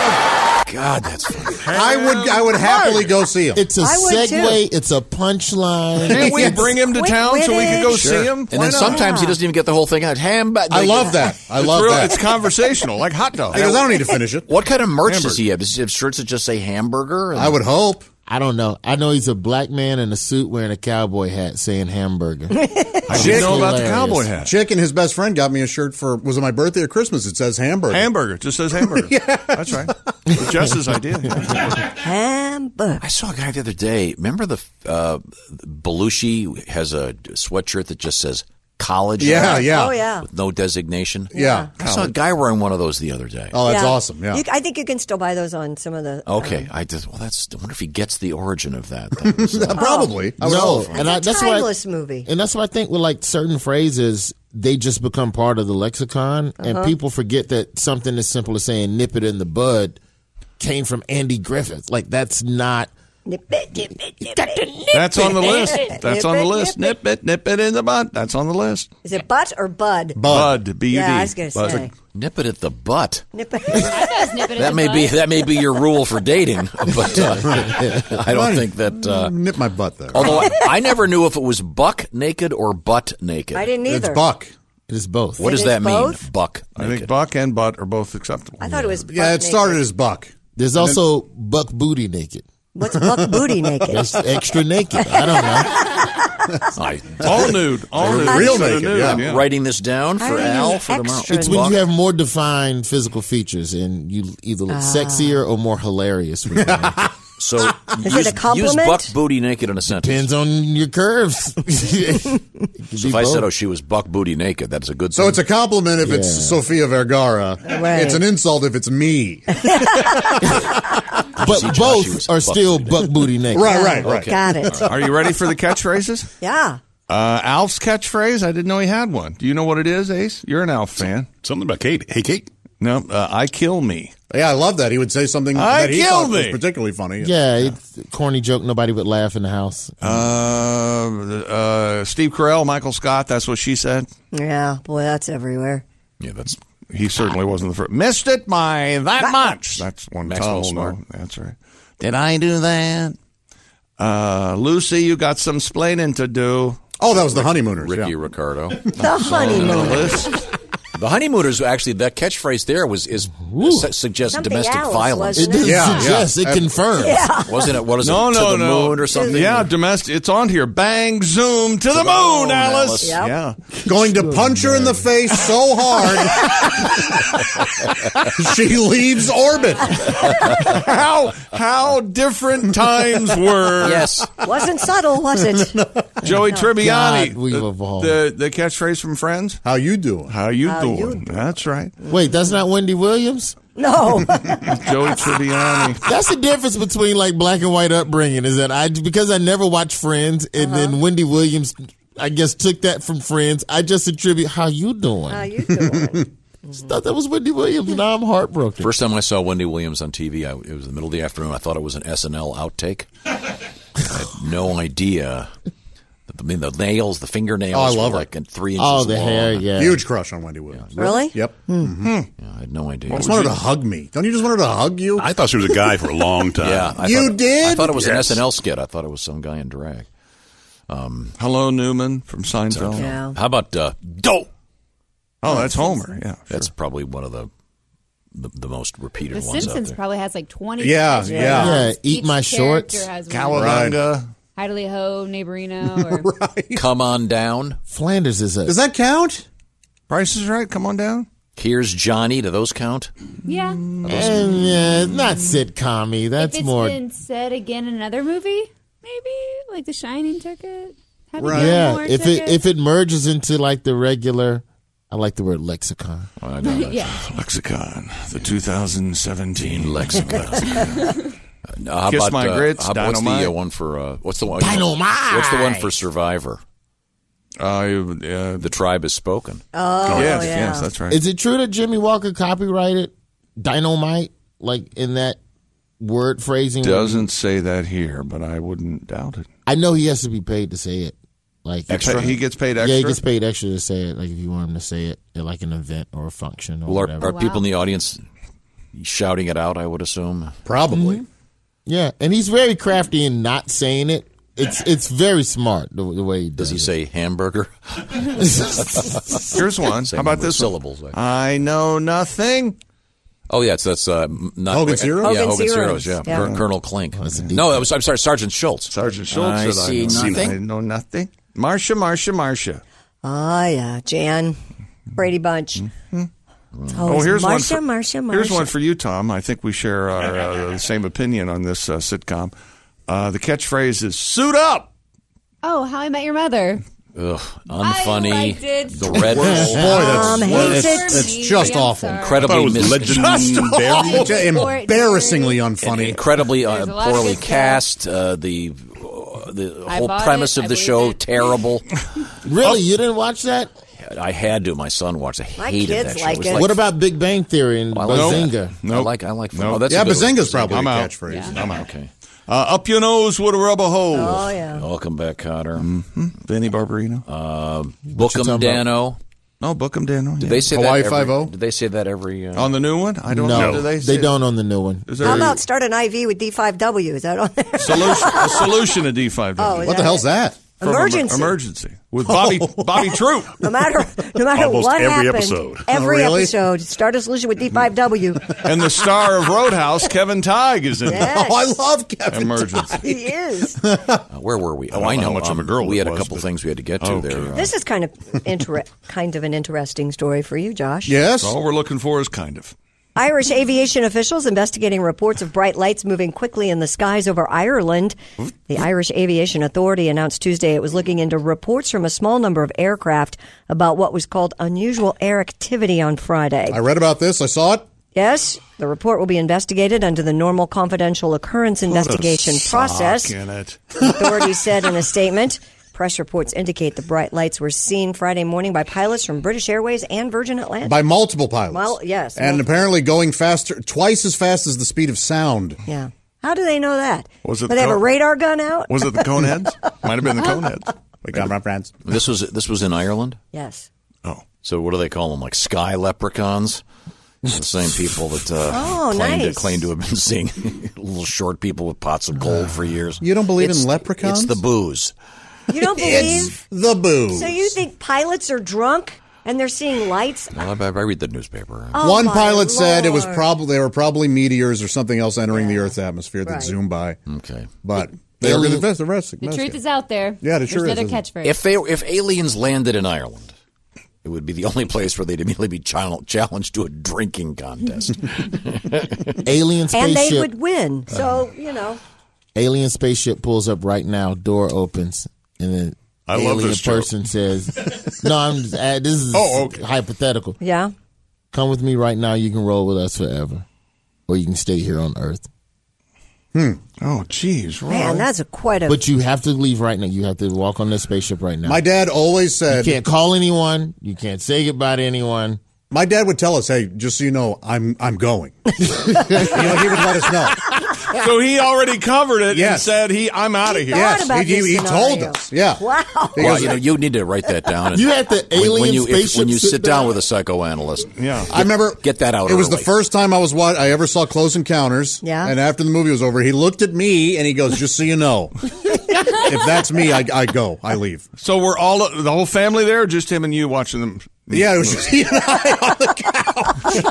Speaker 5: God, that's funny.
Speaker 26: I would I would happily go see him. It's a
Speaker 29: I would, too.
Speaker 26: segue. It's a punchline.
Speaker 14: Can't we bring him to town so we can go see him?
Speaker 5: and then sometimes he doesn't even get the whole thing out. Hamburger.
Speaker 26: I love that. I
Speaker 14: It's
Speaker 26: love
Speaker 14: real-
Speaker 26: that.
Speaker 14: It's conversational, like hot dog.
Speaker 26: it.
Speaker 5: What kind of merch does he have? Does he have shirts that just say hamburger? And-
Speaker 26: hope. I don't know. I know he's a black man in a suit wearing a cowboy hat saying hamburger. I
Speaker 13: Chick and his best friend got me a shirt for was it my birthday or Christmas? It says hamburger.
Speaker 14: Hamburger it just says hamburger. yeah, that's right. It's Jess's idea.
Speaker 7: Hamburger.
Speaker 5: I saw a guy the other day. Remember the uh, Belushi has a sweatshirt that just says college. on
Speaker 13: Yeah,
Speaker 5: it?
Speaker 13: yeah. Oh, yeah.
Speaker 5: With no designation.
Speaker 13: Yeah.
Speaker 5: I saw a guy wearing one of those the other day.
Speaker 7: Oh, Yeah. You, I think you can still buy those on some of the. um,
Speaker 5: Okay, I just well, that's. I wonder if he gets the origin of that. uh,
Speaker 26: Uh, Probably.
Speaker 5: I would
Speaker 26: no,
Speaker 5: hope.
Speaker 26: and I,
Speaker 7: That's
Speaker 26: that's
Speaker 7: a
Speaker 26: why.
Speaker 7: timeless movie.
Speaker 26: And that's what I think with like certain phrases, they just become part of the lexicon, and
Speaker 7: Uh-huh.
Speaker 26: people forget that something as simple as saying "nip it in the bud" came from Andy Griffith. Like that's not.
Speaker 14: That's on the list. That's on the list. Nip it, nip it in the butt. That's on the list.
Speaker 7: Is it butt or bud?
Speaker 14: Bud, B U D.
Speaker 7: Yeah, I was going to say.
Speaker 5: Nip it at the butt.
Speaker 7: Nip it.
Speaker 5: That may be that may be your rule for dating, but uh, I don't think that. Uh,
Speaker 13: Nip my butt there.
Speaker 5: although I, I never knew if it was buck naked or butt naked.
Speaker 7: I didn't either.
Speaker 26: It is both.
Speaker 5: What
Speaker 7: It
Speaker 5: does
Speaker 7: is
Speaker 5: that mean?
Speaker 7: both?
Speaker 5: Buck.
Speaker 14: I think buck and butt are both acceptable.
Speaker 7: I thought it was. Butt naked.
Speaker 26: as buck. There's
Speaker 7: And
Speaker 26: also buck booty naked.
Speaker 7: What's buck booty naked?
Speaker 26: That's extra naked. I don't know.
Speaker 5: I-
Speaker 26: All nude. All
Speaker 5: I
Speaker 26: nude.
Speaker 5: really-
Speaker 26: Real
Speaker 5: I
Speaker 26: naked,
Speaker 5: really-
Speaker 26: yeah.
Speaker 5: I'm
Speaker 26: Yeah.
Speaker 5: Writing this down
Speaker 26: I
Speaker 5: for
Speaker 26: don't
Speaker 5: Al
Speaker 26: use
Speaker 5: for tomorrow.
Speaker 26: It's when you have more defined physical features and you either look
Speaker 5: Ah.
Speaker 26: sexier or more hilarious. When you're naked.
Speaker 5: So
Speaker 26: Is
Speaker 5: use,
Speaker 26: it a
Speaker 5: use
Speaker 26: compliment?
Speaker 5: buck booty naked in a sentence.
Speaker 26: Depends on your curves.
Speaker 5: So if I said, "Oh, she was buck booty naked," that's a good.
Speaker 13: So
Speaker 5: thing.
Speaker 13: it's a compliment if it's Sofia Vergara.
Speaker 5: Right.
Speaker 13: It's an insult if it's me.
Speaker 26: but both are still buck booty naked.
Speaker 13: Right, right, right.
Speaker 6: Are you ready for the catchphrases?
Speaker 7: Yeah.
Speaker 6: Uh, Alf's catchphrase? I didn't know he had one. Do you know what it is, Ace? You're an Alf fan.
Speaker 14: Something about Kate. Hey, Kate.
Speaker 6: No, uh, I kill me.
Speaker 13: Yeah, I love that. He would say something
Speaker 26: I
Speaker 13: that he
Speaker 26: kill
Speaker 13: thought was
Speaker 26: me.
Speaker 13: particularly funny.
Speaker 26: Yeah, it's a corny joke. Nobody would laugh in the house.
Speaker 6: Uh, uh, Steve Carell, Michael Scott. That's what she said.
Speaker 7: Yeah, boy, that's everywhere.
Speaker 5: Yeah, that's.
Speaker 6: He certainly wasn't the first. Missed it by that
Speaker 7: That
Speaker 6: much. That's one
Speaker 5: Maxwell
Speaker 6: tall
Speaker 5: Smart.
Speaker 6: one. That's right. Did I do that? Uh, Lucy, you got some splaining to do.
Speaker 13: Oh, that was the honeymooners.
Speaker 5: Ricky Ricardo.
Speaker 7: The honeymooners.
Speaker 5: The honeymooners actually that catchphrase there was is su- suggests
Speaker 7: Something
Speaker 5: domestic
Speaker 7: else,
Speaker 5: violence.
Speaker 26: wasn't It did it? Yeah, suggest, yeah. it confirms. Yeah.
Speaker 5: Wasn't it? What is
Speaker 6: no,
Speaker 5: it?
Speaker 6: No,
Speaker 5: to the
Speaker 6: no.
Speaker 5: moon or something?
Speaker 6: Yeah, domestic. It's on here. Bang, zoom to, the, moon, Alice.
Speaker 5: Yep.
Speaker 6: Yeah,
Speaker 13: Going to punch her in the face so hard she leaves orbit.
Speaker 6: how how different times were.
Speaker 7: Wasn't subtle, was it?
Speaker 6: Joey Tribbiani.
Speaker 26: God, we've
Speaker 6: the,
Speaker 26: evolved.
Speaker 6: The, the catchphrase from Friends.
Speaker 13: How you doing?
Speaker 6: How you
Speaker 26: How
Speaker 6: doing?
Speaker 26: you
Speaker 6: That's right.
Speaker 26: Wait, that's not Wendy Williams?
Speaker 7: No.
Speaker 6: Joey Tribbiani.
Speaker 26: That's the difference between like black and white upbringing is that I because I never watched Friends and then Wendy Williams I guess took that from Friends. I just attribute how you doing. How
Speaker 7: you doing?
Speaker 26: just thought that was Wendy Williams. Now I'm heartbroken.
Speaker 5: First time I saw Wendy Williams on TV, I, it was in the middle of the afternoon. I thought it was an SNL outtake. I had no idea. I mean, the nails, the fingernails,
Speaker 13: Oh, I love
Speaker 5: were
Speaker 13: her.
Speaker 5: like in three inches.
Speaker 26: Oh, the
Speaker 5: long.
Speaker 26: hair, yeah.
Speaker 13: Huge crush on Wendy Williams. Mm-hmm.
Speaker 7: Really?
Speaker 13: Yep.
Speaker 5: Yeah, I had no idea.
Speaker 13: I just wanted to hug me. Don't you just want her to hug you?
Speaker 5: I
Speaker 14: thought she was a guy for a long time.
Speaker 5: Yeah, I
Speaker 13: You
Speaker 5: thought,
Speaker 13: did?
Speaker 5: I thought it was
Speaker 13: Yes.
Speaker 5: an SNL skit. I thought it was some guy in drag. Um,
Speaker 6: Hello, Newman from Seinfeld.
Speaker 5: Seinfeld.
Speaker 6: Yeah.
Speaker 5: How about uh, Dope?
Speaker 6: Oh, that's Homer. Yeah,
Speaker 5: that's probably one of the the, the most repeated
Speaker 4: The
Speaker 5: ones.
Speaker 4: Simpsons
Speaker 5: out
Speaker 4: probably has like 20.
Speaker 5: Yeah,
Speaker 4: different
Speaker 5: yeah.
Speaker 4: ones.
Speaker 5: Yeah, Eat
Speaker 4: Each
Speaker 5: My
Speaker 4: character
Speaker 5: Shorts,
Speaker 4: has one.
Speaker 5: Cowabunga.
Speaker 4: Idly Ho, Neighborino, or
Speaker 5: there. Come on down.
Speaker 26: Flanders is a.
Speaker 5: Does
Speaker 13: that count?
Speaker 6: Price is right. Come on down.
Speaker 5: Here's Johnny. Do those count?
Speaker 4: yeah.
Speaker 26: Eh, yeah, not sitcom
Speaker 4: If
Speaker 26: That's
Speaker 4: it's
Speaker 26: more
Speaker 4: been said again in another movie, maybe like The Shining took it. Happy
Speaker 26: Yeah,
Speaker 4: Gilmore
Speaker 26: if
Speaker 4: took
Speaker 26: it if it merges into like the regular I like the word lexicon.
Speaker 4: yeah.
Speaker 6: Oh, Lexicon, the 2017
Speaker 5: lexicon. Uh, how
Speaker 6: Kiss
Speaker 5: about,
Speaker 6: my
Speaker 5: uh,
Speaker 6: grits,
Speaker 5: how- what's the
Speaker 6: dynamite.
Speaker 5: uh, one for uh, what's the one?
Speaker 26: Dynamite!
Speaker 5: What's the one for Survivor? the tribe has spoken.
Speaker 26: Oh,
Speaker 6: Uh, Yes, yeah. yes, that's right.
Speaker 26: Is it true that Jimmy Walker copyrighted dynamite like in that word phrasing?
Speaker 6: Doesn't say that here, but I wouldn't doubt it.
Speaker 26: I know he has to be paid to say it. Like
Speaker 6: Extra? He gets paid
Speaker 26: Yeah, he
Speaker 6: extra?
Speaker 26: gets paid extra to say it. Like if you want him to say it at like an event or a function or
Speaker 5: Well, are,
Speaker 26: whatever.
Speaker 5: are people in the audience shouting it out? I would assume.
Speaker 13: Probably.
Speaker 6: Mm-hmm.
Speaker 26: Yeah, and he's very crafty in not saying it. It's it's very smart the, the way he
Speaker 5: Does
Speaker 26: does.
Speaker 5: he say hamburger?
Speaker 6: Here's one.
Speaker 5: Same
Speaker 6: How about
Speaker 5: number of
Speaker 6: this? one?
Speaker 5: syllables? I-
Speaker 6: I know nothing.
Speaker 5: Oh yeah, it's that's uh, m- not
Speaker 6: Hogan
Speaker 5: wait,
Speaker 6: Zeros?
Speaker 5: Yeah,
Speaker 6: Hogan
Speaker 5: Hogan
Speaker 6: Zeros,
Speaker 5: Zeros. Yeah,
Speaker 6: yeah.
Speaker 5: Col- Colonel Klink. no, that was I'm sorry, Sergeant Schultz.
Speaker 6: Sergeant Schultz
Speaker 5: I
Speaker 6: said,
Speaker 5: see
Speaker 6: know
Speaker 5: nothing.
Speaker 6: I know nothing. Marcia, Marcia, Marcia.
Speaker 7: Ah, yeah. Jan, Brady Bunch. It's
Speaker 14: Oh,
Speaker 7: always Oh, Marcia,
Speaker 6: Oh, for,
Speaker 7: Marcia, Marcia.
Speaker 6: Here's one for you, Tom. I think we share our uh, the same opinion on this uh, sitcom. Uh, the catchphrase is "Suit up."
Speaker 4: Oh, How I Met Your Mother.
Speaker 5: Ugh, unfunny.
Speaker 4: I liked it.
Speaker 5: The red.
Speaker 4: Boy,
Speaker 5: Bull.
Speaker 4: that's- Um,
Speaker 13: that's- that's- that's just
Speaker 4: I'm
Speaker 13: awful.
Speaker 4: sorry.
Speaker 13: That
Speaker 5: Incredibly
Speaker 13: was
Speaker 5: mis-
Speaker 13: legendary. Just embarrassingly unfunny.
Speaker 5: Incredibly uh,
Speaker 4: There's a lot of
Speaker 5: poorly
Speaker 4: good
Speaker 5: cast. Uh, the uh, the
Speaker 26: I
Speaker 5: whole
Speaker 26: bought
Speaker 5: premise
Speaker 26: it,
Speaker 5: of
Speaker 26: I
Speaker 5: the
Speaker 26: believe
Speaker 5: show
Speaker 26: it.
Speaker 5: terrible. Oh.
Speaker 26: Really, you didn't watch that?
Speaker 5: I had to. My son watched. I
Speaker 26: My
Speaker 5: hated
Speaker 26: kids
Speaker 5: that show.
Speaker 26: like
Speaker 5: was
Speaker 26: it. What about Big Bang Theory and
Speaker 5: I like
Speaker 26: Bazinga?
Speaker 5: that. I like. I like.
Speaker 6: Nope.
Speaker 5: Oh, that's
Speaker 6: Yeah,
Speaker 5: a good one.
Speaker 6: Bazinga's probably
Speaker 5: Bazinga.
Speaker 6: a catchphrase. Yeah. I'm out.
Speaker 5: Okay.
Speaker 6: Uh, up your nose with a rubber hose. Mm-hmm.
Speaker 5: Oh,
Speaker 7: yeah.
Speaker 5: Welcome back, Cotter.
Speaker 6: Vinny Barbarino.
Speaker 5: Uh,
Speaker 6: you
Speaker 5: Bookham
Speaker 6: talking about?
Speaker 5: Dano.
Speaker 6: No, Bookham Dano.
Speaker 5: Did
Speaker 6: yeah.
Speaker 5: they say
Speaker 6: Hawaii
Speaker 5: that
Speaker 6: Five-O?
Speaker 5: every, Did they say that every uh,
Speaker 6: on the new one? I don't
Speaker 26: no,
Speaker 6: know. Do
Speaker 26: they,
Speaker 6: they, say-
Speaker 26: don't on the new one.
Speaker 6: Is there
Speaker 7: How about start an IV with D5W? Is that on there?
Speaker 6: solution? a solution to D five?
Speaker 7: Oh, is What the that hell's it? that?
Speaker 6: From
Speaker 7: Emergency.
Speaker 6: emer- emergency with Bobby Bobby Troop.
Speaker 7: No matter, no matter
Speaker 6: Almost
Speaker 7: what
Speaker 6: every
Speaker 7: happened,
Speaker 6: episode.
Speaker 7: every
Speaker 6: Really?
Speaker 7: episode, start a solution with D5W.
Speaker 6: and the star of Roadhouse, Kevin Tighe, is in.
Speaker 7: Yes.
Speaker 6: it.
Speaker 7: Oh, I love Kevin
Speaker 6: Emergency.
Speaker 7: he is.
Speaker 5: Uh, where were we?
Speaker 6: I
Speaker 5: Oh,
Speaker 6: don't
Speaker 5: I
Speaker 6: know
Speaker 5: know.
Speaker 6: how much of a
Speaker 5: Um,
Speaker 6: girl
Speaker 5: we
Speaker 6: it
Speaker 5: had a
Speaker 6: was,
Speaker 5: couple
Speaker 6: but-
Speaker 5: thing things we had to get to there.
Speaker 7: This is kind of inter- kind of an interesting story for you, Josh.
Speaker 6: All we're looking for is kind of.
Speaker 7: Irish aviation officials investigating reports of bright lights moving quickly in the skies over Ireland. The Irish Aviation Authority announced Tuesday it was looking into reports from a small number of aircraft about what was called unusual air activity on Friday.
Speaker 13: I read about this. I saw it.
Speaker 7: Yes, the report will be investigated under the normal confidential occurrence investigation process.
Speaker 14: In it.
Speaker 7: The authority said in a statement. Press reports indicate the bright lights were seen Friday morning by pilots from British Airways and Virgin Atlantic.
Speaker 13: By multiple pilots.
Speaker 7: Well, yes.
Speaker 13: and
Speaker 7: multiple-
Speaker 13: apparently going faster, twice as fast as the speed of sound.
Speaker 7: yeah. How do they know that?
Speaker 13: Was it
Speaker 7: Do they have
Speaker 13: the-
Speaker 7: a radar gun out?
Speaker 13: Might have been the Coneheads.
Speaker 5: We
Speaker 13: got my friends.
Speaker 5: This was this was in Ireland.
Speaker 7: yes.
Speaker 5: Oh, so what do they call them? Like sky leprechauns? the same people that uh,
Speaker 7: Oh,
Speaker 5: claim
Speaker 7: nice.
Speaker 5: to claim to have been seeing little short people with pots of gold for years.
Speaker 13: You don't believe in leprechauns?
Speaker 5: It's the booze.
Speaker 7: You don't believe?
Speaker 13: It's the booze.
Speaker 7: so you think pilots are drunk and they're seeing lights?
Speaker 5: Well, I, I read the newspaper.
Speaker 7: Oh,
Speaker 13: One
Speaker 7: my
Speaker 13: pilot said it was
Speaker 7: Lord.
Speaker 13: probably they were probably meteors or something else entering the Earth's atmosphere that
Speaker 4: Right.
Speaker 13: zoomed by.
Speaker 5: Okay,
Speaker 13: but they were going to invest the rest.
Speaker 4: The truth is out there.
Speaker 13: Yeah, it
Speaker 4: There's
Speaker 13: sure is,
Speaker 4: another
Speaker 13: isn't it?
Speaker 4: catchphrase.
Speaker 5: If they if aliens landed in Ireland, it would be the only place where they'd immediately be chal- challenged to a drinking contest.
Speaker 26: Alien
Speaker 7: And
Speaker 26: spaceship.
Speaker 7: they would win. So, you know.
Speaker 26: Alien spaceship pulls up right now. Door opens, and then
Speaker 7: I love
Speaker 26: alien this joke. person says, "No, I'm. Just, uh, this is Oh, okay. hypothetical.
Speaker 7: Yeah.
Speaker 26: Come with me right now. You can roll with us forever, or you can stay here on Earth."
Speaker 13: Hmm.
Speaker 26: Oh, jeez,
Speaker 7: Man, that's a quite a.
Speaker 26: But you have to leave right now. You have to walk on this spaceship right now.
Speaker 13: My dad always said
Speaker 26: You can't call anyone. You can't say goodbye to anyone.
Speaker 13: My dad would tell us, "Hey, just so you know, I'm I'm going." you know, he would let us know.
Speaker 14: So he already covered it and
Speaker 13: Yes.
Speaker 14: said he I'm out of here.
Speaker 13: Yes, he, he, he told us. Yeah.
Speaker 7: Wow.
Speaker 5: well, you know, you need to write that down.
Speaker 13: You had the
Speaker 5: when- when
Speaker 13: alien
Speaker 5: you, if, when
Speaker 13: spaceship
Speaker 5: you
Speaker 13: sit
Speaker 5: sit down
Speaker 13: down.
Speaker 5: with a psychoanalyst.
Speaker 14: Yeah,
Speaker 13: I remember
Speaker 5: Get that out.
Speaker 13: It was
Speaker 5: early.
Speaker 13: the first time I was what I ever saw Close Encounters.
Speaker 7: Yeah.
Speaker 13: And after the movie was over, he looked at me and he goes, "Just so you know, if that's me, I, I go, I leave."
Speaker 14: So we're all the whole family there, or just him and you watching them.
Speaker 13: Yeah, it was just he and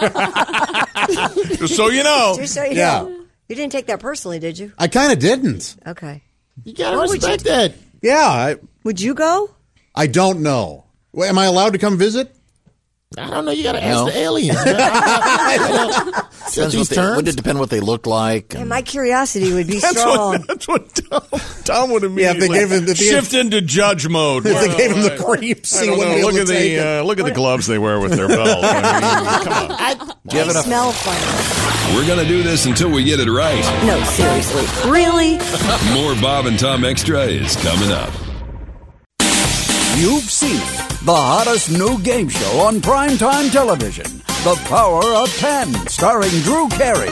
Speaker 14: I on the couch. so you know,
Speaker 7: Just so you know. You didn't take that personally, did you?
Speaker 13: I kind of didn't.
Speaker 7: Okay. You
Speaker 26: gotta
Speaker 7: respect
Speaker 26: that.
Speaker 13: Yeah. I,
Speaker 7: would you go?
Speaker 13: I don't know. Wait, am I allowed to come visit?
Speaker 26: I don't know. You got to
Speaker 5: No.
Speaker 26: ask the aliens.
Speaker 5: Depends what
Speaker 26: These
Speaker 5: they,
Speaker 26: terms?
Speaker 5: would it depend what they look like?
Speaker 7: And my curiosity would be
Speaker 26: That's
Speaker 7: strong.
Speaker 14: that's what Tom, Tom would immediately
Speaker 13: they gave him the-
Speaker 14: shift into judge mode.
Speaker 13: If they
Speaker 14: Well,
Speaker 13: gave him the
Speaker 14: I-
Speaker 13: creeps,
Speaker 14: I
Speaker 13: he
Speaker 14: don't
Speaker 13: wouldn't
Speaker 14: know.
Speaker 13: be able
Speaker 14: look
Speaker 13: to
Speaker 14: at
Speaker 13: take
Speaker 14: the
Speaker 13: it.
Speaker 14: uh, look at the gloves they wear with their belt. I mean,
Speaker 5: Do you have
Speaker 7: I
Speaker 5: enough-
Speaker 7: smell fun.
Speaker 25: We're going to do this until we get it right.
Speaker 7: No, seriously. Really?
Speaker 25: More Bob and Tom Extra is coming up.
Speaker 16: You've seen it. The hottest new game show on primetime television, The Power of 10, starring Drew Carey.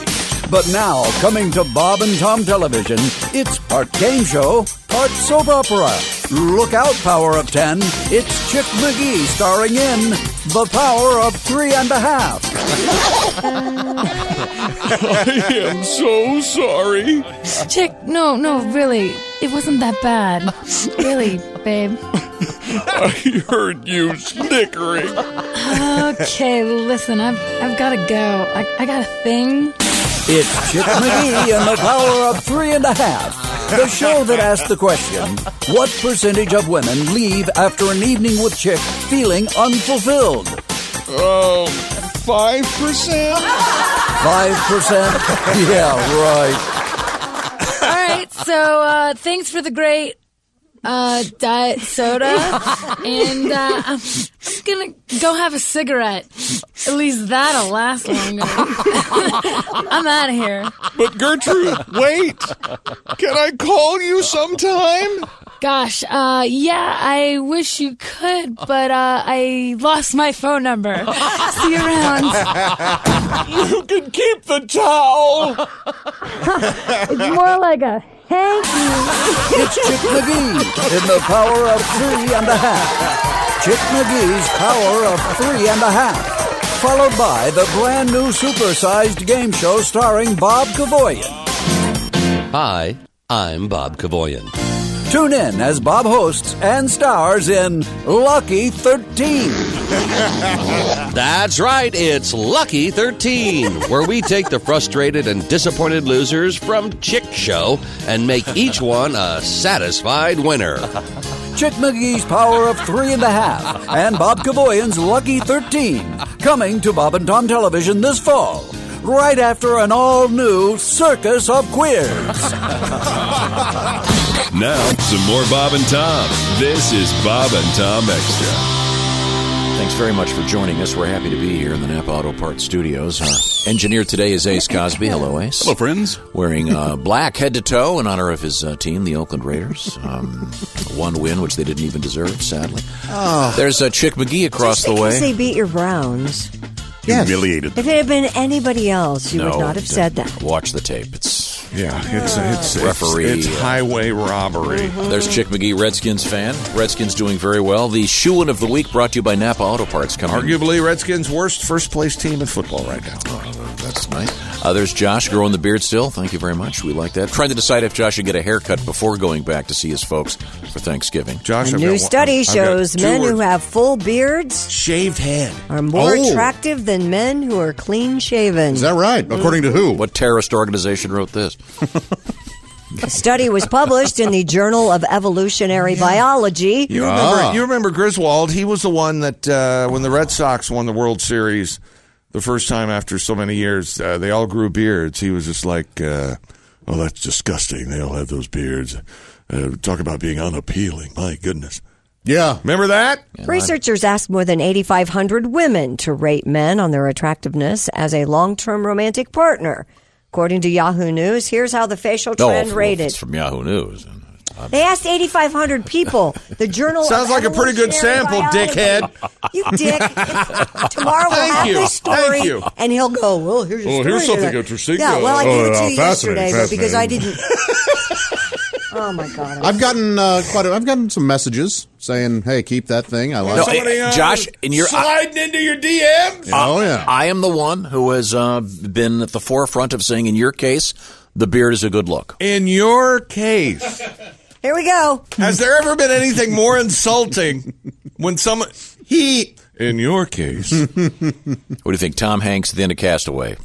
Speaker 16: But now, coming to Bob and Tom Television, it's part game show, part soap opera. Look out, Power of 10. It's Chip McGee starring in The Power of Three and a Half.
Speaker 10: I am so sorry.
Speaker 17: Chick, no, no, really. It wasn't that bad. Really, babe.
Speaker 10: I heard you snickering.
Speaker 17: Okay, listen, I've, I've got to go. I, I got a thing.
Speaker 16: It's Chip McGee and the Power of Three and a Half, the show that asks the question what percentage of women leave after an evening with Chick feeling unfulfilled?
Speaker 10: Um, 5%?
Speaker 16: 5%? Yeah, right.
Speaker 17: All right, so uh, thanks for the great uh, diet soda. And uh, I'm just going to go have a cigarette. At least that'll last longer. I'm out of here.
Speaker 10: But Gertrude,
Speaker 14: wait. Can I call you sometime?
Speaker 17: Gosh, uh, yeah, I wish you could, but uh, I lost my phone number. See you around.
Speaker 10: you can keep the towel.
Speaker 17: It's more like a thank you.
Speaker 16: It's Chip McGee in the Power of Three and a Half. Chip McGee's Power of Three and a Half, followed by the brand new supersized game show starring Bob Kavoyan.
Speaker 19: Hi, I'm Bob Kavoyan.
Speaker 16: Tune in as Bob hosts and stars in Lucky 13.
Speaker 19: That's right, it's Lucky 13, where we take the frustrated and disappointed losers from Chick Show and make each one a satisfied winner.
Speaker 16: Chick McGee's Power of Three and a Half and Bob Kavoyan's Lucky 13. Coming to Bob and Tom Television this fall. right after an all new Circus of Queers.
Speaker 25: Now, some more Bob and Tom. This is Bob and Tom Extra.
Speaker 5: Thanks very much for joining us. We're happy to be here in the Napa Auto Parts Studios. Our engineer today is Ace Cosby. Hello, Ace. Hello,
Speaker 6: friends.
Speaker 5: Wearing uh, black head to toe in honor of his uh, team, the Oakland Raiders. Um, one win, which they didn't even deserve, sadly.
Speaker 7: Oh.
Speaker 5: There's uh, Chick McGee across the
Speaker 7: Because
Speaker 5: way.
Speaker 7: they beat your Browns.
Speaker 5: Humiliated.
Speaker 7: If it had been anybody else, you
Speaker 5: No,
Speaker 7: would not have said that.
Speaker 5: Watch the tape. It's
Speaker 6: yeah, it's it's
Speaker 5: referee. uh, Mm-hmm.
Speaker 6: it's, it's highway robbery.
Speaker 5: There's Chick McGee, Redskins fan. Redskins doing very well. The shoe in of the week brought to you by Napa Auto Parts. Coming
Speaker 6: Arguably, Redskins' worst first place team in football right now.
Speaker 5: That's nice. Uh, there's Josh growing the beard still. Thank you very much. We like that. Trying to decide if Josh should get a haircut before going back to see his folks for Thanksgiving.
Speaker 6: Josh,
Speaker 7: A new study shows men who have full beards
Speaker 6: shaved head
Speaker 7: are more
Speaker 5: Oh.
Speaker 7: attractive than men who are clean shaven. Mm.
Speaker 5: right?
Speaker 7: Mm-hmm.
Speaker 5: According to who? What terrorist organization wrote this?
Speaker 7: A study was published in the Journal of Evolutionary Biology.
Speaker 6: You remember, you remember Griswold? He was the one that uh, when the Red Sox won the World Series the first time after so many years, uh, they all grew beards. He was just like, uh, "Oh, that's disgusting. They all have those beards. Uh, talk about being unappealing. My goodness." Yeah, remember that?
Speaker 7: Researchers asked more than 8,500 women to rate men on their attractiveness as a long term romantic partner. According to Yahoo News, here's how the facial
Speaker 5: No,
Speaker 7: trend
Speaker 5: from-
Speaker 7: rated.
Speaker 5: It's from Yahoo News.
Speaker 7: They asked 8,500 people. The Journal of
Speaker 6: Sounds like a pretty good
Speaker 7: Evolutionary
Speaker 6: sample,
Speaker 7: Biology.
Speaker 6: dickhead.
Speaker 7: You dick. Tomorrow we'll
Speaker 6: Thank
Speaker 7: have
Speaker 6: you.
Speaker 7: this story,
Speaker 6: Thank you.
Speaker 7: and he'll go. Well, here's your
Speaker 6: Oh,
Speaker 7: story.
Speaker 6: here's something
Speaker 7: today."
Speaker 6: interesting.
Speaker 7: Yeah, well, I
Speaker 13: Oh,
Speaker 7: gave it
Speaker 13: yeah,
Speaker 7: to you
Speaker 13: fascinating,
Speaker 7: yesterday, but because I
Speaker 13: fascinating.
Speaker 7: didn't. oh my god!
Speaker 13: I've gotten uh, quite. A, I've gotten some messages saying, "Hey, keep that thing." I like.
Speaker 5: No,
Speaker 13: it.
Speaker 5: Somebody,
Speaker 3: eh,
Speaker 5: uh, Josh, in your-
Speaker 21: sliding into your DMs.
Speaker 13: Oh, yeah.
Speaker 5: Uh, I am the one who has uh, been at the forefront of saying, in your case, the beard is a good look.
Speaker 6: In your case,
Speaker 7: Here we go.
Speaker 6: has there ever been anything more insulting when someone he? In your case,
Speaker 5: what do you think? Tom Hanks, then a castaway.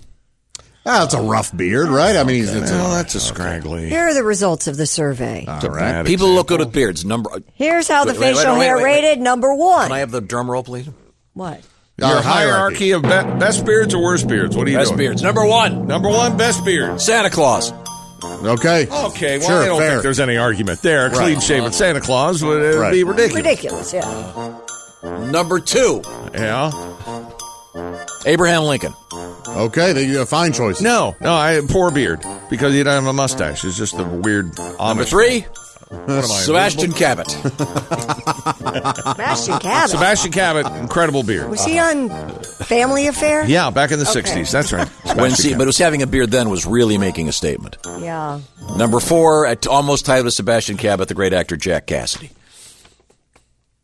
Speaker 13: Ah, that's a rough beard, right? I mean, he's, it's
Speaker 5: Well,
Speaker 6: Oh, that's a scraggly.
Speaker 7: Here are the results of the survey.
Speaker 5: right. People look good with beards. Number.
Speaker 7: Here's how the
Speaker 5: Wait, wait, wait,
Speaker 7: facial
Speaker 5: wait,
Speaker 7: hair
Speaker 5: wait, wait.
Speaker 7: rated number
Speaker 5: Can I
Speaker 7: one.
Speaker 5: have the drum roll, please?
Speaker 7: What?
Speaker 6: Your hierarchy, of be- best beards or worst beards? What do you
Speaker 5: Best
Speaker 6: doing?
Speaker 5: beards. Number one.
Speaker 6: Number one, best beard.
Speaker 5: Santa Claus.
Speaker 6: Okay.
Speaker 13: Okay.
Speaker 6: Well,
Speaker 13: Sure,
Speaker 6: I don't
Speaker 13: fair.
Speaker 6: think there's any argument there. A Clean shaven Santa Claus would uh,
Speaker 13: Right.
Speaker 6: be ridiculous.
Speaker 7: Ridiculous, yeah.
Speaker 5: Number two.
Speaker 6: Yeah.
Speaker 5: Abraham Lincoln.
Speaker 13: Okay, they uh, fine choice.
Speaker 6: No, no, I poor beard because you don't have a mustache. It's just the weird.
Speaker 5: Number
Speaker 6: Amish-
Speaker 5: three.
Speaker 6: What am I,
Speaker 5: Sebastian Cabot.
Speaker 7: Sebastian Cabot.
Speaker 6: Sebastian Cabot, incredible beard.
Speaker 7: Was he on Family Affair?
Speaker 6: Yeah, back in the
Speaker 7: Okay.
Speaker 6: '60s. That's right.
Speaker 5: When
Speaker 6: Sebastian
Speaker 5: see, but it was having a beard then was really making a statement.
Speaker 7: Yeah.
Speaker 5: Number four, at almost tied with Sebastian Cabot, the great actor Jack Cassidy.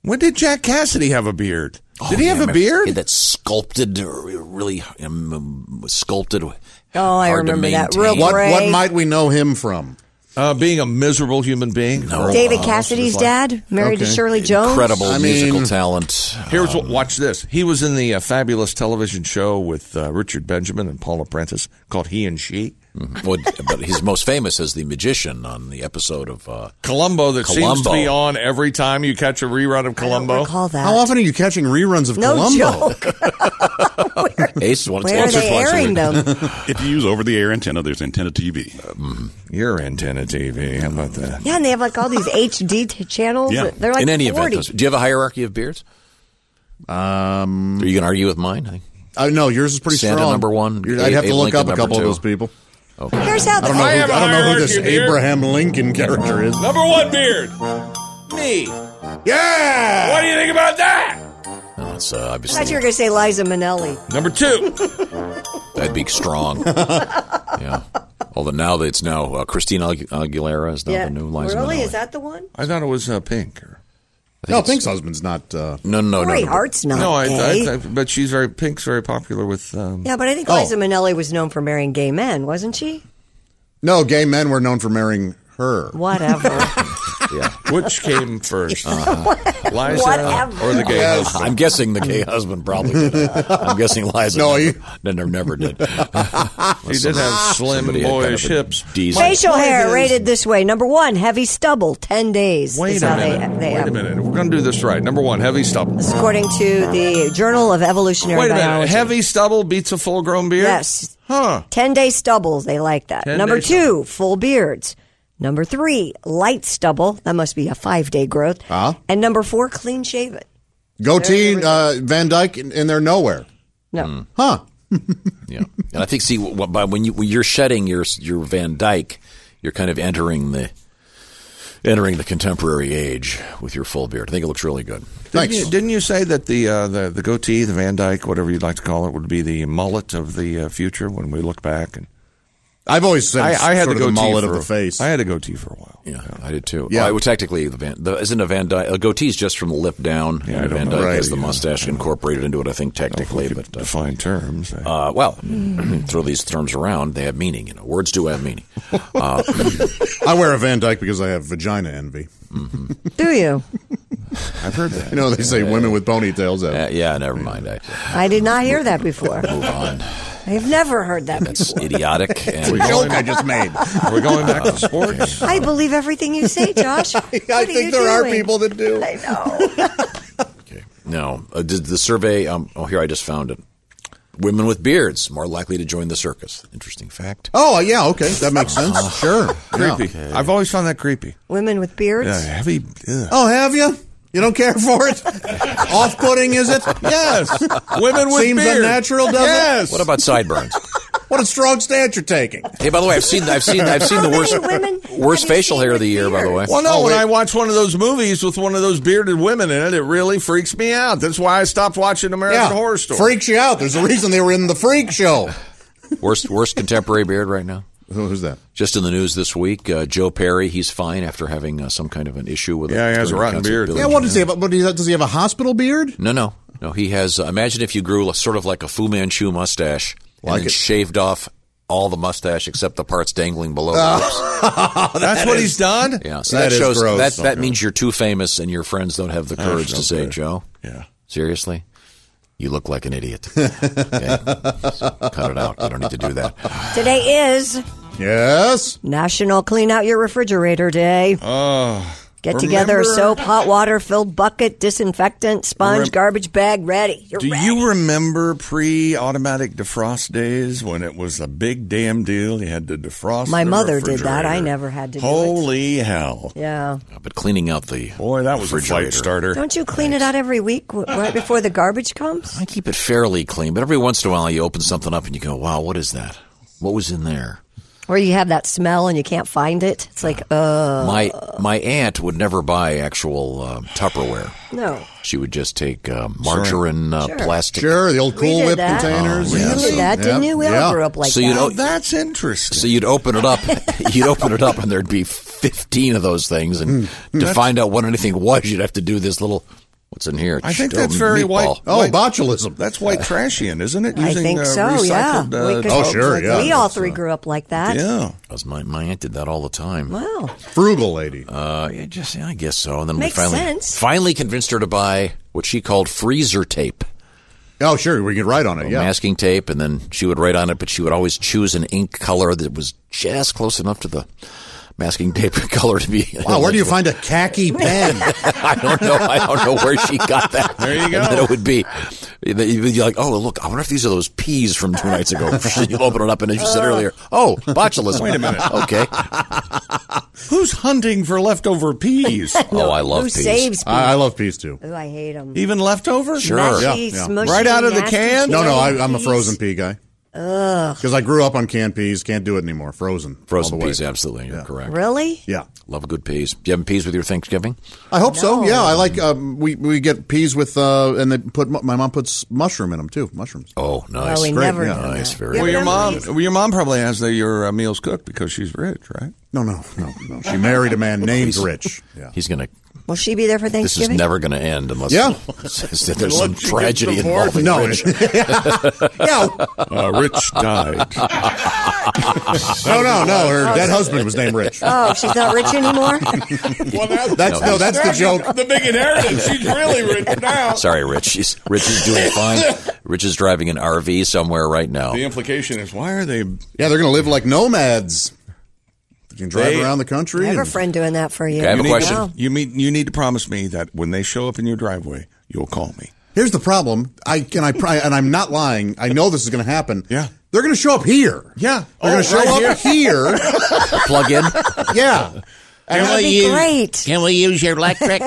Speaker 6: When did Jack Cassidy have a beard?
Speaker 5: Did he have a beard? that sculpted, uh, really um, sculpted.
Speaker 7: Oh, I
Speaker 5: hard to
Speaker 7: remember that.
Speaker 5: maintain.
Speaker 7: Real
Speaker 13: What
Speaker 7: gray.
Speaker 13: what might we know him from?
Speaker 6: Uh, being a miserable human being. Oh,
Speaker 7: David Cassidy's dad, married to Shirley Jones.
Speaker 5: Incredible musical talent. Um,
Speaker 6: Here's what. Watch this. He was in the uh, fabulous television show with uh, Richard Benjamin and Paula Prentice called He and She.
Speaker 5: Well, but he's most famous as the magician on the episode of uh,
Speaker 6: Columbo that seems to
Speaker 5: Columbo.
Speaker 6: be on every time you catch a rerun of Columbo.
Speaker 7: recall that.
Speaker 13: How often are you catching reruns of
Speaker 7: No
Speaker 13: Columbo?
Speaker 5: Ace. Wants
Speaker 7: Where are
Speaker 5: answers
Speaker 7: they
Speaker 5: once a
Speaker 7: airing
Speaker 5: week.
Speaker 7: them?
Speaker 24: if you use over the air antenna, there's antenna TV.
Speaker 5: Mm-hmm.
Speaker 6: Your antenna TV. How about that?
Speaker 7: Yeah, and they have like all these HD t- channels. They're like
Speaker 5: in any event,
Speaker 7: 40.
Speaker 5: those- do you have a hierarchy of beards? Um, are you going to argue with mine? I think.
Speaker 13: Uh, no, yours is pretty
Speaker 5: Santa
Speaker 13: strong.
Speaker 5: number one,
Speaker 13: You're- I'd have
Speaker 5: Abe-
Speaker 13: to look
Speaker 5: Lincoln
Speaker 13: up a
Speaker 5: number
Speaker 13: couple
Speaker 5: two. Oh.
Speaker 13: of those people.
Speaker 5: Okay.
Speaker 7: Here's how
Speaker 13: I
Speaker 7: the
Speaker 13: don't know
Speaker 6: I
Speaker 13: who,
Speaker 6: have a
Speaker 13: I don't know who
Speaker 6: hierarchy
Speaker 13: this
Speaker 6: of beard.
Speaker 13: Abraham Lincoln character is.
Speaker 6: Number one beard. Me. Yeah. What do you think about that?
Speaker 5: No, it's uh,
Speaker 7: I thought
Speaker 5: obviously
Speaker 7: you were going to say Liza Minnelli.
Speaker 6: Number two.
Speaker 5: that'd be strong. yeah. Although now that it's now uh, Christina Agu- Aguilera is now
Speaker 7: yeah.
Speaker 5: the new Liza
Speaker 7: really?
Speaker 5: Minnelli.
Speaker 7: Is that the one?
Speaker 6: I thought it was uh, Pink. Or,
Speaker 5: I think
Speaker 13: No,
Speaker 5: it's-
Speaker 13: Pink's husband's not. Uh,
Speaker 5: No, no, no.
Speaker 7: Corey
Speaker 5: no.
Speaker 7: Hart's not
Speaker 6: no, I,
Speaker 7: gay.
Speaker 6: I, I, but she's very Pink's very popular with. Um,
Speaker 7: yeah, but I
Speaker 3: Oh.
Speaker 7: think Liza Minnelli was known for marrying gay men, wasn't she?
Speaker 13: no, gay men were known for marrying her.
Speaker 7: Whatever.
Speaker 5: Yeah.
Speaker 3: Which came 1st
Speaker 13: uh,
Speaker 3: Liza
Speaker 7: Whatever.
Speaker 3: or the gay
Speaker 5: Uh-huh. Yes.
Speaker 3: husband? Mm.
Speaker 5: I'm guessing the gay husband probably did. I'm guessing Liza
Speaker 3: No,
Speaker 5: no,
Speaker 3: he-
Speaker 5: never, never, never did.
Speaker 3: He did have
Speaker 6: Oh.
Speaker 3: slim
Speaker 5: Somebody had kind
Speaker 3: boyish
Speaker 5: of a
Speaker 3: hips.
Speaker 5: diesel-
Speaker 7: Facial
Speaker 3: My point
Speaker 7: hair
Speaker 3: is-
Speaker 7: rated this way. Number one, heavy stubble, 10 days.
Speaker 3: Wait
Speaker 7: is
Speaker 3: a
Speaker 7: how they-
Speaker 3: minute.
Speaker 7: they
Speaker 3: Wait a
Speaker 7: have-
Speaker 3: minute. We're going to do this right. Number one, heavy stubble.
Speaker 7: This is according to the Journal of Evolutionary
Speaker 3: Wait a
Speaker 7: Biology.
Speaker 3: minute. Heavy stubble beats a full grown beard?
Speaker 7: Yes.
Speaker 3: Huh.
Speaker 7: 10 day stubbles. They like that.
Speaker 3: 10
Speaker 7: Number
Speaker 3: day
Speaker 7: two, full beards. Number three, light stubble. That must be a five day growth.
Speaker 13: Huh?
Speaker 7: And number four, clean shaven.
Speaker 13: Goatee uh, Van Dyke, and and they're nowhere.
Speaker 7: No.
Speaker 5: Hmm.
Speaker 13: Huh.
Speaker 5: And I think, see, wh- by when, you, when you're shedding your your Van Dyke, you're kind of entering the entering the contemporary age with your full beard. I think it looks really good.
Speaker 3: Didn't you, didn't you say that the, uh, the the goatee, the Van Dyke, whatever you'd like to call it, would be the mullet of the uh, future when we look back? And
Speaker 13: I've always said it's sort of the mullet of
Speaker 3: for
Speaker 13: the face.
Speaker 3: I had a goatee for a while.
Speaker 5: Yeah, I did too.
Speaker 3: Yeah.
Speaker 5: Yeah, well, technically, the van, the, isn't a Van Dyke a goatee's just from the lip down,
Speaker 3: Yeah, I
Speaker 5: and a
Speaker 3: don't
Speaker 5: Van
Speaker 3: know.
Speaker 5: Dyke
Speaker 3: Right,
Speaker 5: has the
Speaker 3: yeah.
Speaker 5: mustache incorporated into it. I think technically, but
Speaker 3: define terms.
Speaker 5: Uh, well, throw these terms around; they have meaning. You know, words do have meaning. Uh,
Speaker 13: I wear a Van Dyke because I have vagina envy.
Speaker 7: Do you?
Speaker 3: I've heard that.
Speaker 13: You know, they say women with ponytails have.
Speaker 5: Uh, yeah, never mind. I,
Speaker 7: I did not hear that before.
Speaker 5: Move on.
Speaker 7: I've never heard that
Speaker 5: That's
Speaker 7: before.
Speaker 5: idiotic. And
Speaker 7: a joke I just
Speaker 13: made.
Speaker 3: We're going back
Speaker 5: Uh,
Speaker 3: to sports.
Speaker 7: I believe everything you say, Josh. I
Speaker 13: think there are people that do.
Speaker 7: I know.
Speaker 5: No, uh, did the survey? Um, oh, here I just found it. Women with beards more likely to join the circus. Interesting fact.
Speaker 13: Oh, yeah, okay. That makes sense. sure. Yeah.
Speaker 3: Ah, Creepy. I've always found that creepy.
Speaker 7: Women with beards.
Speaker 3: Yeah, heavy. ugh.
Speaker 13: Oh, have you? You don't care for it? Off putting, is it?
Speaker 3: Yes. Women with
Speaker 13: Seems
Speaker 3: beard.
Speaker 13: unnatural, doesn't
Speaker 3: Yes.
Speaker 13: it?
Speaker 5: What about sideburns?
Speaker 13: What a strong stance you're taking.
Speaker 5: hey, by the way, I've seen I've seen I've seen the worst worst facial hair of the year. By the way,
Speaker 3: Well, no, when I watch one of those movies with one of those bearded women in it, it really freaks me out. That's why I stopped watching American
Speaker 13: Yeah.
Speaker 3: Horror Story.
Speaker 13: Freaks you out. There's a reason they were in the freak show.
Speaker 5: worst worst contemporary beard right now.
Speaker 13: Who's that?
Speaker 5: Just in the news this week, uh, Joe Perry. He's fine after having uh, some kind of an issue with.
Speaker 3: Yeah, he has a rotten beard.
Speaker 13: Yeah, what does he have? What does he have- does he have a hospital beard?
Speaker 5: No, no, no. He has. Uh, imagine if you grew a- sort of like a Fu Manchu mustache and then shaved off all the mustache except the parts dangling below.
Speaker 3: Ah.
Speaker 5: the lips.
Speaker 3: That's what he's done.
Speaker 5: Yeah, so that, shows that that means you're too famous and your friends don't have the
Speaker 3: That's
Speaker 5: courage
Speaker 3: no
Speaker 5: to say,
Speaker 3: good.
Speaker 5: Joe.
Speaker 3: Yeah.
Speaker 5: Seriously? You look like an idiot. Okay? So cut it out. You don't need to do that.
Speaker 7: Today is
Speaker 13: Yes.
Speaker 7: National Clean Out Your Refrigerator Day.
Speaker 3: Oh.
Speaker 7: Get together
Speaker 3: remember-
Speaker 7: soap, hot water, filled bucket, disinfectant, sponge,
Speaker 3: Rem-
Speaker 7: garbage bag, ready. You're
Speaker 3: Do
Speaker 7: ready.
Speaker 3: you remember pre-automatic defrost days when it was a big damn deal? You had to defrost.
Speaker 7: My
Speaker 3: the
Speaker 7: mother did that. I
Speaker 3: refrigerator.
Speaker 7: never had to do
Speaker 3: Holy hell!
Speaker 7: it. Yeah.
Speaker 5: But cleaning out the
Speaker 3: boy, that was a fight starter.
Speaker 7: Don't you clean it out every week w- right before the garbage comes?
Speaker 5: I keep it fairly clean, but every once in a while you open something up and you go, "Wow, what is that? What was in there?"
Speaker 7: Or you have that smell and you can't find it? It's like, uh.
Speaker 5: my my aunt would never buy actual uh, Tupperware.
Speaker 7: No.
Speaker 5: She would just take uh, margarine uh,
Speaker 7: Sure.
Speaker 5: plastic. Oh,
Speaker 13: Sure, the old
Speaker 7: Cool did Whip that. containers. We
Speaker 5: yes.
Speaker 7: did that, didn't you? We all Yeah. grew up like
Speaker 5: so You'd
Speaker 7: that.
Speaker 5: o-
Speaker 7: Oh,
Speaker 3: that's interesting.
Speaker 5: So you'd open it up, you'd open it up, and there'd be fifteen of those things, and
Speaker 3: Hmm.
Speaker 5: to find out what anything was, you'd have to do this little. What's in here?
Speaker 3: I think
Speaker 5: Oh,
Speaker 3: that's very white.
Speaker 5: meatball.
Speaker 3: white-
Speaker 13: botulism.
Speaker 3: That's white trashian, isn't it?
Speaker 7: I
Speaker 3: Using,
Speaker 7: think
Speaker 3: uh,
Speaker 7: so, yeah.
Speaker 3: recycled, uh,
Speaker 7: We
Speaker 5: Oh,
Speaker 7: could- We all three grew up like that.
Speaker 3: Yeah.
Speaker 5: Because my, my aunt did that all the time.
Speaker 7: Wow.
Speaker 13: Frugal lady.
Speaker 5: Uh, yeah, just yeah, I guess so. And then
Speaker 7: Makes
Speaker 5: we finally
Speaker 7: sense.
Speaker 5: finally convinced her to buy what she called freezer tape.
Speaker 13: Oh, sure, we could write on it.
Speaker 5: Yeah, masking tape, and then she would write on it, but she would always choose an ink color that was just close enough to the masking tape color to be.
Speaker 13: Wow, where do you find a khaki pen?
Speaker 5: I don't know. I don't know where she got that. There you go. And then it would be, you'd be like, oh, look, I wonder if these are those peas from two nights ago. you open it up, and as you said earlier, oh, botulism.
Speaker 3: Wait a minute.
Speaker 5: Okay.
Speaker 3: Who's hunting for leftover peas?
Speaker 5: Oh, I love
Speaker 7: Who peas. saves peas? I- I
Speaker 13: love peas too.
Speaker 7: Ooh, I hate them.
Speaker 3: Even leftover?
Speaker 7: Sure. Mushy, smushy,
Speaker 3: right out of the
Speaker 7: nasty
Speaker 3: can?
Speaker 13: No, no, I,
Speaker 7: jelly
Speaker 13: I'm a
Speaker 7: peas.
Speaker 13: frozen pea guy
Speaker 7: Ugh.
Speaker 13: because I grew up on canned peas. Can't do it anymore. Frozen.
Speaker 5: Frozen
Speaker 13: all the way.
Speaker 5: peas, absolutely. You're correct.
Speaker 7: Really?
Speaker 13: Yeah.
Speaker 5: Love good peas. Do you have peas with your Thanksgiving?
Speaker 13: I hope so. Yeah, I like. Um, we we get peas with uh, and they put mu- my mom puts mushroom in them too. Mushrooms.
Speaker 5: Oh, nice.
Speaker 7: Oh, we never
Speaker 13: yeah.
Speaker 7: did
Speaker 5: Nice,
Speaker 7: that.
Speaker 5: very
Speaker 7: Yeah,
Speaker 3: Well,
Speaker 7: but
Speaker 3: your
Speaker 7: I'm
Speaker 3: mom,
Speaker 7: amazed.
Speaker 3: well, your mom probably has the, your uh, meals cooked because she's rich, right?
Speaker 13: No, no, no, no. She married a man named
Speaker 5: He's-
Speaker 13: Rich.
Speaker 5: He's going to.
Speaker 7: Will she be there for
Speaker 5: This is
Speaker 7: Thanksgiving?
Speaker 5: never going to end unless
Speaker 7: Yeah.
Speaker 5: there's some
Speaker 7: Unless she
Speaker 5: tragedy
Speaker 7: gets divorced.
Speaker 5: involving
Speaker 7: No. No.
Speaker 5: Rich.
Speaker 30: Uh, Rich died.
Speaker 13: No, no, no. Her dead husband was named Rich.
Speaker 7: Oh, she's not rich anymore?
Speaker 13: That's no, that's the joke.
Speaker 31: The big inheritance. She's really rich now.
Speaker 5: Sorry, Rich. He's, Rich is doing fine. Rich is driving an RV somewhere right now.
Speaker 31: The implication is why
Speaker 13: are they? Yeah, they're going to live like nomads. You can drive
Speaker 6: They-
Speaker 13: around the country.
Speaker 7: I have a
Speaker 13: and-
Speaker 7: friend doing that for you.
Speaker 6: you need-
Speaker 7: Wow.
Speaker 6: You mean you need to promise me that when they show up in your driveway, you'll call me.
Speaker 13: Here's the problem. I can I pri- and I'm not lying. I know this is going to happen. Yeah, they're going to show up here. Yeah, they're
Speaker 3: Oh,
Speaker 13: going to show
Speaker 3: right
Speaker 13: up here.
Speaker 3: here.
Speaker 5: Plug in.
Speaker 13: Yeah.
Speaker 3: Can
Speaker 13: That'd
Speaker 3: we
Speaker 13: be
Speaker 3: use,
Speaker 13: great.
Speaker 3: Can we use your electric?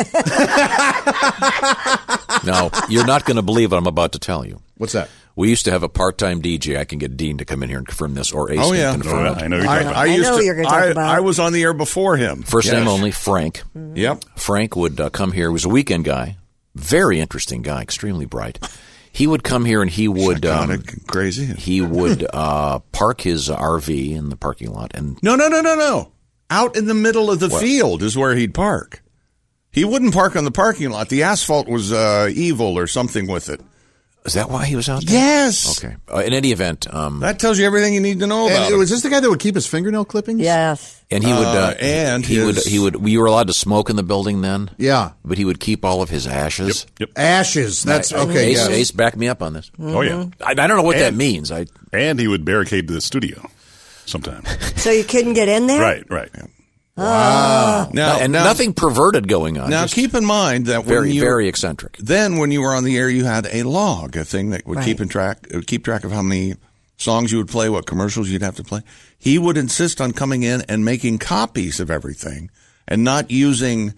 Speaker 5: No, you're not going to believe what I'm about to tell you.
Speaker 13: What's that?
Speaker 5: We used to have a part-time DJ. I can get Dean to come in here and confirm this, or Ace
Speaker 6: Oh,
Speaker 5: can
Speaker 6: yeah.
Speaker 5: confirm
Speaker 6: Oh,
Speaker 5: it.
Speaker 6: I know you're talking about. I know
Speaker 5: used to-
Speaker 6: you're gonna talk
Speaker 5: I-
Speaker 6: about.
Speaker 5: I
Speaker 6: was on the air before him.
Speaker 5: First
Speaker 6: Yes. Mm-hmm.
Speaker 5: name only, Frank.
Speaker 6: Yep.
Speaker 5: Frank would uh, come here. He was a weekend guy, very interesting guy, extremely bright. He would come here and he would um,
Speaker 6: crazy.
Speaker 5: He would uh, park his RV in the parking lot and
Speaker 6: No, no, no, no, no. Out in the middle of the
Speaker 5: What?
Speaker 6: field is where he'd park. He wouldn't park on the parking lot. The asphalt was uh, evil or something with it.
Speaker 5: Is that why he was out
Speaker 6: there? Yes.
Speaker 5: Okay. Uh, in any event, um,
Speaker 6: That tells you everything you need to know about.
Speaker 13: And
Speaker 6: him.
Speaker 13: was this the guy that would keep his fingernail clippings?
Speaker 7: Yes.
Speaker 5: and he would uh,
Speaker 6: Uh, and
Speaker 5: he would
Speaker 6: his-
Speaker 5: he would. We were allowed to smoke in the building then.
Speaker 13: Yeah.
Speaker 5: but he would keep all of his ashes. Yep.
Speaker 13: Ashes. That's okay.
Speaker 5: Ace,
Speaker 13: yeah.
Speaker 5: Ace, back me up on this.
Speaker 32: Oh, yeah.
Speaker 5: I, I don't know what that means. I
Speaker 32: and he would barricade the studio sometimes.
Speaker 7: So you couldn't get in there?
Speaker 32: right, right.
Speaker 13: Uh,
Speaker 7: Ah.
Speaker 6: Now-
Speaker 5: and
Speaker 6: now-
Speaker 5: nothing perverted going on.
Speaker 6: Now,
Speaker 5: Just
Speaker 6: keep in mind that when
Speaker 5: very
Speaker 6: you,
Speaker 5: very eccentric.
Speaker 6: Then, when you were on the air, you had a log, a thing that would
Speaker 5: Right.
Speaker 6: keep in track, it would keep track of how many songs you would play, what commercials you'd have to play. He would insist on coming in and making copies of everything, and not using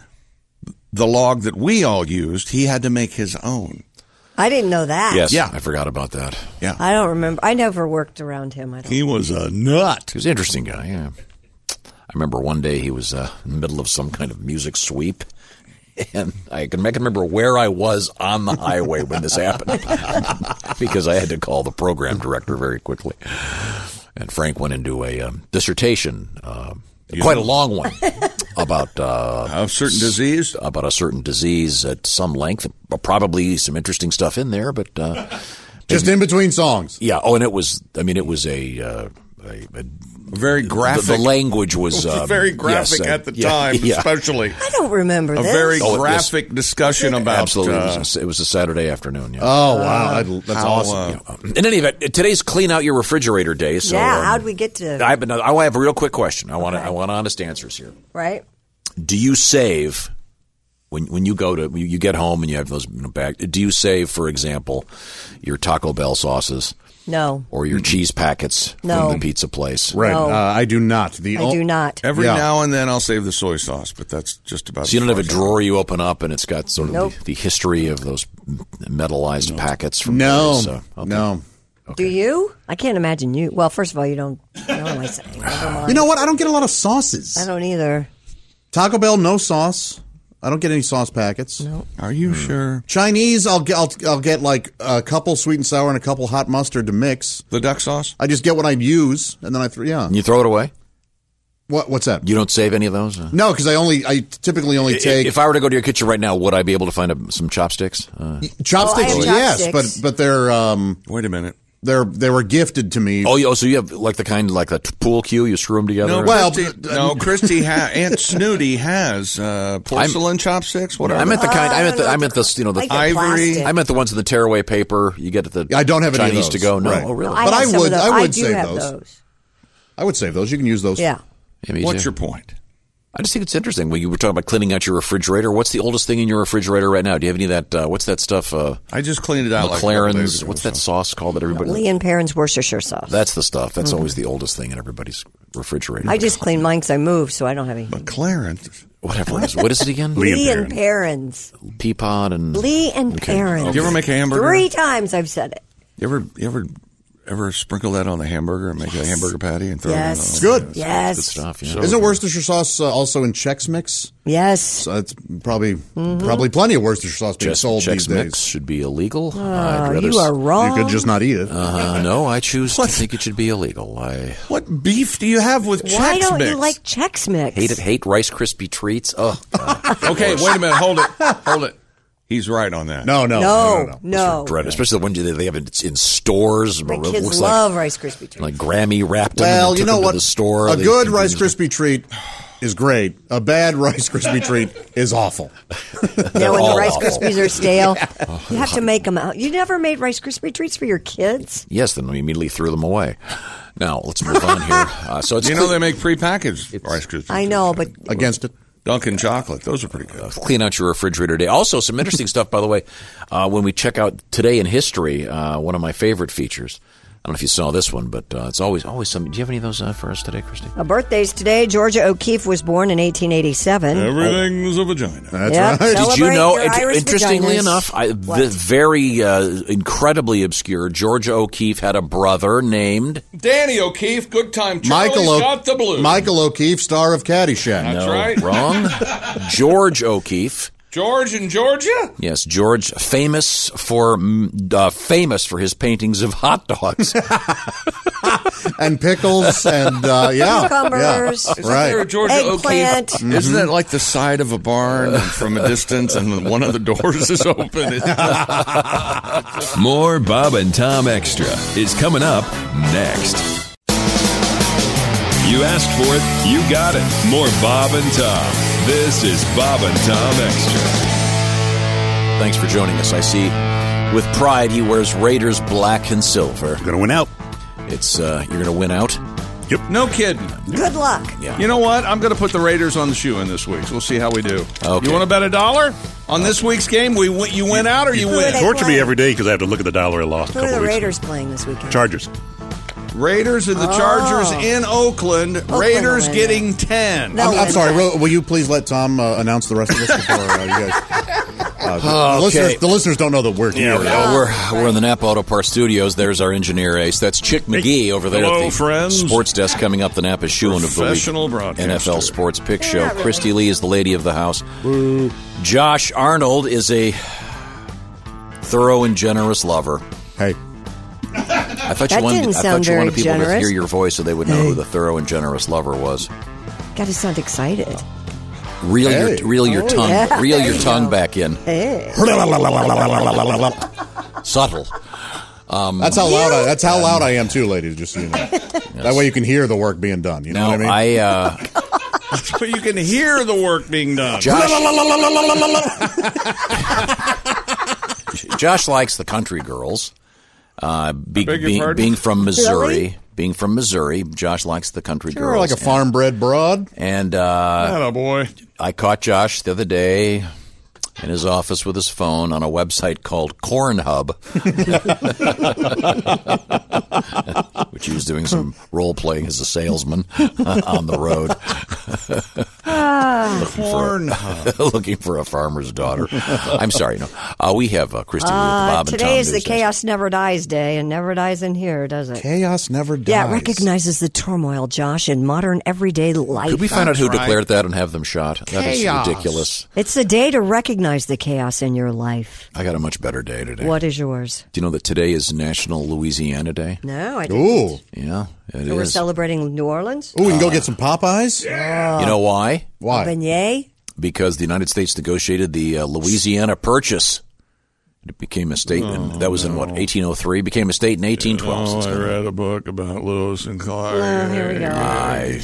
Speaker 6: the log that we all used. He had to make his own.
Speaker 7: I didn't know that.
Speaker 6: yeah,
Speaker 5: I forgot about that.
Speaker 6: Yeah,
Speaker 7: I don't remember. I never worked around him. I don't.
Speaker 6: he was a nut.
Speaker 5: He was an interesting guy. Yeah. I remember one day he was uh, in the middle of some kind of music sweep. And I can I can remember where I was on the highway when this happened because I had to call the program director very quickly. And Frank went into a um, dissertation, uh, quite a long one, about uh,
Speaker 6: a certain disease.
Speaker 5: About a certain disease at some length. Probably some interesting stuff in there, but uh,
Speaker 13: Just in between songs.
Speaker 5: yeah. Oh, and it was. I mean, it was a. Uh, a, a
Speaker 6: very graphic.
Speaker 5: The, language was, um,
Speaker 6: very
Speaker 5: yes,
Speaker 6: graphic
Speaker 5: uh,
Speaker 6: at the
Speaker 5: yeah,
Speaker 6: time,
Speaker 5: yeah.
Speaker 6: especially.
Speaker 7: I don't remember
Speaker 6: A
Speaker 7: this.
Speaker 6: very
Speaker 5: Oh, it was-
Speaker 6: graphic discussion about
Speaker 5: Absolutely, it,
Speaker 6: uh,
Speaker 5: was a, it was a Saturday afternoon. Yeah.
Speaker 13: Oh
Speaker 7: Ah.
Speaker 13: wow, I'd- that's
Speaker 5: How,
Speaker 13: awesome.
Speaker 5: uh, In any event, today's clean out your refrigerator day. So
Speaker 7: yeah,
Speaker 5: um,
Speaker 7: how'd we get to.
Speaker 5: I have, another, I have a real quick question. I want I want honest answers here.
Speaker 7: right?
Speaker 5: Do you save when when you go to when you get home and you have those you know, back? Do you save, for example, your Taco Bell sauces
Speaker 7: No.
Speaker 5: or your cheese packets
Speaker 7: No.
Speaker 5: from the pizza place?
Speaker 13: Right.
Speaker 7: No.
Speaker 13: Uh, I do not. The
Speaker 7: I do not.
Speaker 6: Every
Speaker 7: Yeah.
Speaker 6: now and then I'll save the soy sauce, but that's just about.
Speaker 5: So you don't have a drawer you open up and it's got sort of
Speaker 7: Nope.
Speaker 5: the, the history of those metallized packets from
Speaker 13: No.
Speaker 5: various, uh, okay.
Speaker 13: No.
Speaker 7: Do you? I can't imagine you. Well, first of all, you don't. No, I say. Never mind.
Speaker 13: You know what? I don't get a lot of sauces.
Speaker 7: I don't either.
Speaker 13: Taco Bell, no sauce. I don't get any sauce packets. No.
Speaker 6: Are you sure?
Speaker 13: Chinese, I'll get I'll, I'll get like a couple sweet and sour and a couple hot mustard to mix.
Speaker 6: The duck sauce.
Speaker 13: I just get what I use and then I throw. Yeah.
Speaker 5: And you throw it away.
Speaker 13: What? What's that?
Speaker 5: You don't save any of those. Uh,
Speaker 13: No, because I only I typically only
Speaker 5: i-
Speaker 13: take
Speaker 5: If I were to go to your kitchen right now, would I be able to find a, some chopsticks? Uh,
Speaker 13: chopsticks.
Speaker 7: Oh, I have
Speaker 13: yes,
Speaker 7: chopsticks.
Speaker 13: but but they're um
Speaker 6: wait a minute.
Speaker 13: They're they were gifted to me.
Speaker 5: oh, you, oh, so you have like the kind like the t- pool cue you screw them together.
Speaker 6: No,
Speaker 5: and-
Speaker 6: well, Christy, no, Christy ha- Aunt Snooty has uh, porcelain chopsticks. What
Speaker 5: I meant the kind. I meant the. I meant the. You know, the
Speaker 7: Like the Ivory. plastic.
Speaker 5: I meant the ones in the tearaway paper. You get at the.
Speaker 13: I don't have any
Speaker 5: Chinese
Speaker 13: of
Speaker 5: to
Speaker 13: those.
Speaker 5: go. No,
Speaker 13: Right.
Speaker 5: oh really?
Speaker 13: No, I But have I some of would- those. I I would
Speaker 7: do
Speaker 13: save
Speaker 7: have
Speaker 13: those.
Speaker 7: those.
Speaker 13: I would save those. You can use those.
Speaker 7: Yeah.
Speaker 5: Yeah, me
Speaker 6: What's
Speaker 5: too.
Speaker 6: your point?
Speaker 5: I just think it's interesting. When you were talking about cleaning out your refrigerator, what's the oldest thing in your refrigerator right now? Do you have any of that? Uh, what's that stuff? Uh,
Speaker 6: I just cleaned it out. like a couple days
Speaker 5: McLaren's.
Speaker 6: ago,
Speaker 5: what's
Speaker 6: so.
Speaker 5: that sauce called that everybody?
Speaker 7: Lee and Perrin's Worcestershire sauce.
Speaker 5: That's the stuff. That's always the oldest thing in everybody's refrigerator.
Speaker 7: I just cleaned mine because I moved, so I don't have any.
Speaker 6: McLaren's.
Speaker 5: whatever it is. What is it again?
Speaker 7: Lee and Perrin's.
Speaker 5: Peapod and
Speaker 7: Lee and
Speaker 5: Okay.
Speaker 7: Perrin's.
Speaker 6: Do you ever make a hamburger?
Speaker 7: Three times I've said it.
Speaker 6: You ever you ever
Speaker 3: ever sprinkle that on the hamburger and make a hamburger patty and throw
Speaker 7: Yes.
Speaker 3: it in?
Speaker 7: Good. Yes. Good stuff, yeah.
Speaker 13: Isn't Worcestershire sauce uh, also in Chex Mix?
Speaker 7: Yes. Mm-hmm.
Speaker 13: So it's probably probably plenty of Worcestershire sauce being
Speaker 5: Just
Speaker 13: sold
Speaker 5: Chex
Speaker 13: these
Speaker 5: Mix
Speaker 13: days.
Speaker 5: should be illegal.
Speaker 7: Oh, you are wrong.
Speaker 13: You could just not eat it.
Speaker 5: Uh, no, I choose to think it should be illegal. I
Speaker 3: What beef do you have with
Speaker 7: Why don't you like Chex Mix?
Speaker 5: hate it. Hate Rice Krispie treats. Oh,
Speaker 3: Okay, wait a minute. Hold it. Hold it. He's right on that.
Speaker 13: No,
Speaker 7: No, no, no, no.
Speaker 5: dread, especially the one they they have it in stores.
Speaker 7: Oh, My
Speaker 5: It
Speaker 7: kids
Speaker 5: looks
Speaker 7: love Rice Krispie treats.
Speaker 5: like, like Grammy wrapped them.
Speaker 13: Well,
Speaker 5: and
Speaker 13: you
Speaker 5: took
Speaker 13: know
Speaker 5: them to
Speaker 13: what?
Speaker 5: the store.
Speaker 13: a
Speaker 5: They-
Speaker 13: good Rice Krispie treat is great. A bad Rice Krispie treat is awful.
Speaker 7: Now, when
Speaker 13: all
Speaker 7: the Rice
Speaker 13: awful.
Speaker 7: Krispies are stale, you have to make them out. You never made Rice Krispie treats for your kids?
Speaker 5: Yes, then we immediately threw them away. Now let's move on here. Uh, so it's
Speaker 3: You know they make prepackaged Rice Krispies.
Speaker 7: I know, but
Speaker 13: Against it.
Speaker 3: Dunkin' chocolate. Those are pretty good.
Speaker 5: clean out your refrigerator today. Also, some interesting stuff, by the way, uh, when we check out today in history, uh, one of my favorite features. I don't know if you saw this one, but uh, it's always always some. Do you have any of those uh, for us today, Christy?
Speaker 7: Uh, birthdays today. Georgia O'Keeffe was born in Oh, 1887.
Speaker 3: Everything's a vagina.
Speaker 13: That's
Speaker 7: Yep, right.
Speaker 5: Did you
Speaker 7: celebrate
Speaker 5: know?
Speaker 7: your Irish
Speaker 5: interestingly
Speaker 7: vaginas.
Speaker 5: enough, I, the
Speaker 7: What?
Speaker 5: very uh, incredibly obscure Georgia O'Keeffe had a brother named.
Speaker 24: Danny O'Keefe, good time. Charlie's
Speaker 13: Michael, O-
Speaker 24: got the blues.
Speaker 13: Michael O'Keefe, star of Caddyshack.
Speaker 24: That's right.
Speaker 5: Wrong. George O'Keefe.
Speaker 24: George in Georgia?
Speaker 5: Yes, George, famous for mm, uh, famous for his paintings of hot dogs.
Speaker 13: And pickles and, uh, yeah.
Speaker 7: Cucumbers.
Speaker 13: yeah. Right.
Speaker 24: Georgia
Speaker 7: Eggplant.
Speaker 3: Isn't that like the side of a barn and from a distance and one of the doors is open?
Speaker 25: More Bob and Tom Extra is coming up next. You asked for it, you got it. More Bob and Tom. This is Bob and Tom Extra.
Speaker 5: Thanks for joining us. I see with pride he wears Raiders black and silver.
Speaker 24: Gonna win out.
Speaker 5: It's uh, you're gonna win out.
Speaker 14: No kidding.
Speaker 7: Good luck.
Speaker 14: You know what? I'm going to put the Raiders on the shoe in this week. We'll see how we do.
Speaker 5: Okay.
Speaker 14: You want to bet a dollar on this wee's game? We win, you win out or you
Speaker 7: Who
Speaker 14: win?
Speaker 7: are they
Speaker 24: Torture me
Speaker 7: playing?
Speaker 24: every day because I have to look at the dollar I lost
Speaker 7: Who
Speaker 24: a
Speaker 7: are
Speaker 24: couple
Speaker 7: the
Speaker 24: weeks ago.
Speaker 7: Raiders playing this weekend?
Speaker 24: Chargers.
Speaker 14: Raiders and the
Speaker 7: Oh.
Speaker 14: Chargers in Oakland.
Speaker 7: Oakland
Speaker 14: Raiders
Speaker 7: will win.
Speaker 14: getting 10.
Speaker 7: No.
Speaker 13: I'm, I'm sorry. Will, will you please let Tom uh, announce the rest of this before uh, you guys? Uh, the,
Speaker 5: Okay.
Speaker 13: listeners, the listeners don't know that we're here.
Speaker 5: Well,
Speaker 7: Ah,
Speaker 5: we're, we're in the Napa Auto Parts Studios. There's our engineer ace. That's Chick McGee over there
Speaker 14: Hello,
Speaker 5: at the
Speaker 14: friends.
Speaker 5: sports desk coming up the Napa Shoe and of the
Speaker 14: Professional
Speaker 5: Week.
Speaker 14: broadcaster.
Speaker 5: NFL Sports Pick Show. Christy Lee is the lady of the house. Josh Arnold is a thorough and generous lover.
Speaker 13: Hey.
Speaker 5: I thought
Speaker 7: That
Speaker 5: you wanted,
Speaker 7: didn't
Speaker 5: I
Speaker 7: sound
Speaker 5: thought you wanted
Speaker 7: very
Speaker 5: people to
Speaker 7: generous.
Speaker 5: hear your voice so they would know who the thorough and generous lover was.
Speaker 7: Got to sound excited.
Speaker 5: Reel
Speaker 13: Hey.
Speaker 5: your reel your
Speaker 7: Oh,
Speaker 5: tongue
Speaker 7: yeah.
Speaker 5: reel
Speaker 7: There
Speaker 5: your
Speaker 7: you
Speaker 5: tongue
Speaker 7: go.
Speaker 5: back in.
Speaker 7: Hey.
Speaker 5: Subtle. Um,
Speaker 13: That's how loud I, that's how loud I am too, ladies. Just so you know, that way you can hear the work being done. You know
Speaker 5: Now
Speaker 13: what I mean?
Speaker 5: I uh,
Speaker 14: But you can hear the work being done.
Speaker 5: Josh, Josh likes the country girls. Uh, be,
Speaker 14: beg your
Speaker 5: being-
Speaker 14: pardon?
Speaker 5: being from Missouri,
Speaker 7: Really?
Speaker 5: being from Missouri, Josh likes the country
Speaker 13: You're
Speaker 5: girls.
Speaker 13: like a farm bred broad.
Speaker 5: And uh,
Speaker 14: Atta boy.
Speaker 5: I caught Josh the other day in his office with his phone on a website called Cornhub, which he was doing some role playing as a salesman on the road.
Speaker 7: Ah,
Speaker 5: looking, for a, looking for a farmer's daughter. I'm sorry. No, uh, we have uh, Christy Lee with the
Speaker 7: Uh,
Speaker 5: Bob and Tom
Speaker 7: today is the
Speaker 5: News Desk.
Speaker 7: Chaos Never Dies Day, and never dies in here, does it?
Speaker 13: Chaos never dies.
Speaker 7: Yeah, it recognizes the turmoil, Josh, in modern everyday life.
Speaker 5: Could we find out who
Speaker 14: That's right.
Speaker 5: declared that and have them shot? That is
Speaker 14: Chaos.
Speaker 5: ridiculous.
Speaker 7: It's the day to recognize the chaos in your life.
Speaker 5: I got a much better day today.
Speaker 7: What is yours?
Speaker 5: Do you know that today is National Louisiana Day?
Speaker 7: No, I didn't.
Speaker 13: Ooh,
Speaker 5: Yeah, it
Speaker 7: So we're
Speaker 5: is.
Speaker 7: celebrating New Orleans?
Speaker 13: ooh, we can go get some Popeyes.
Speaker 5: You know why?
Speaker 13: Why?
Speaker 7: Beignet?
Speaker 5: Because the United States negotiated the uh, Louisiana Purchase. It became a state. in, that was in what 1803. Became a state in 1812. So it's
Speaker 24: Oh, I
Speaker 5: kinda-
Speaker 24: read a book about Lewis and Clark.
Speaker 7: Oh, here we go.
Speaker 5: I-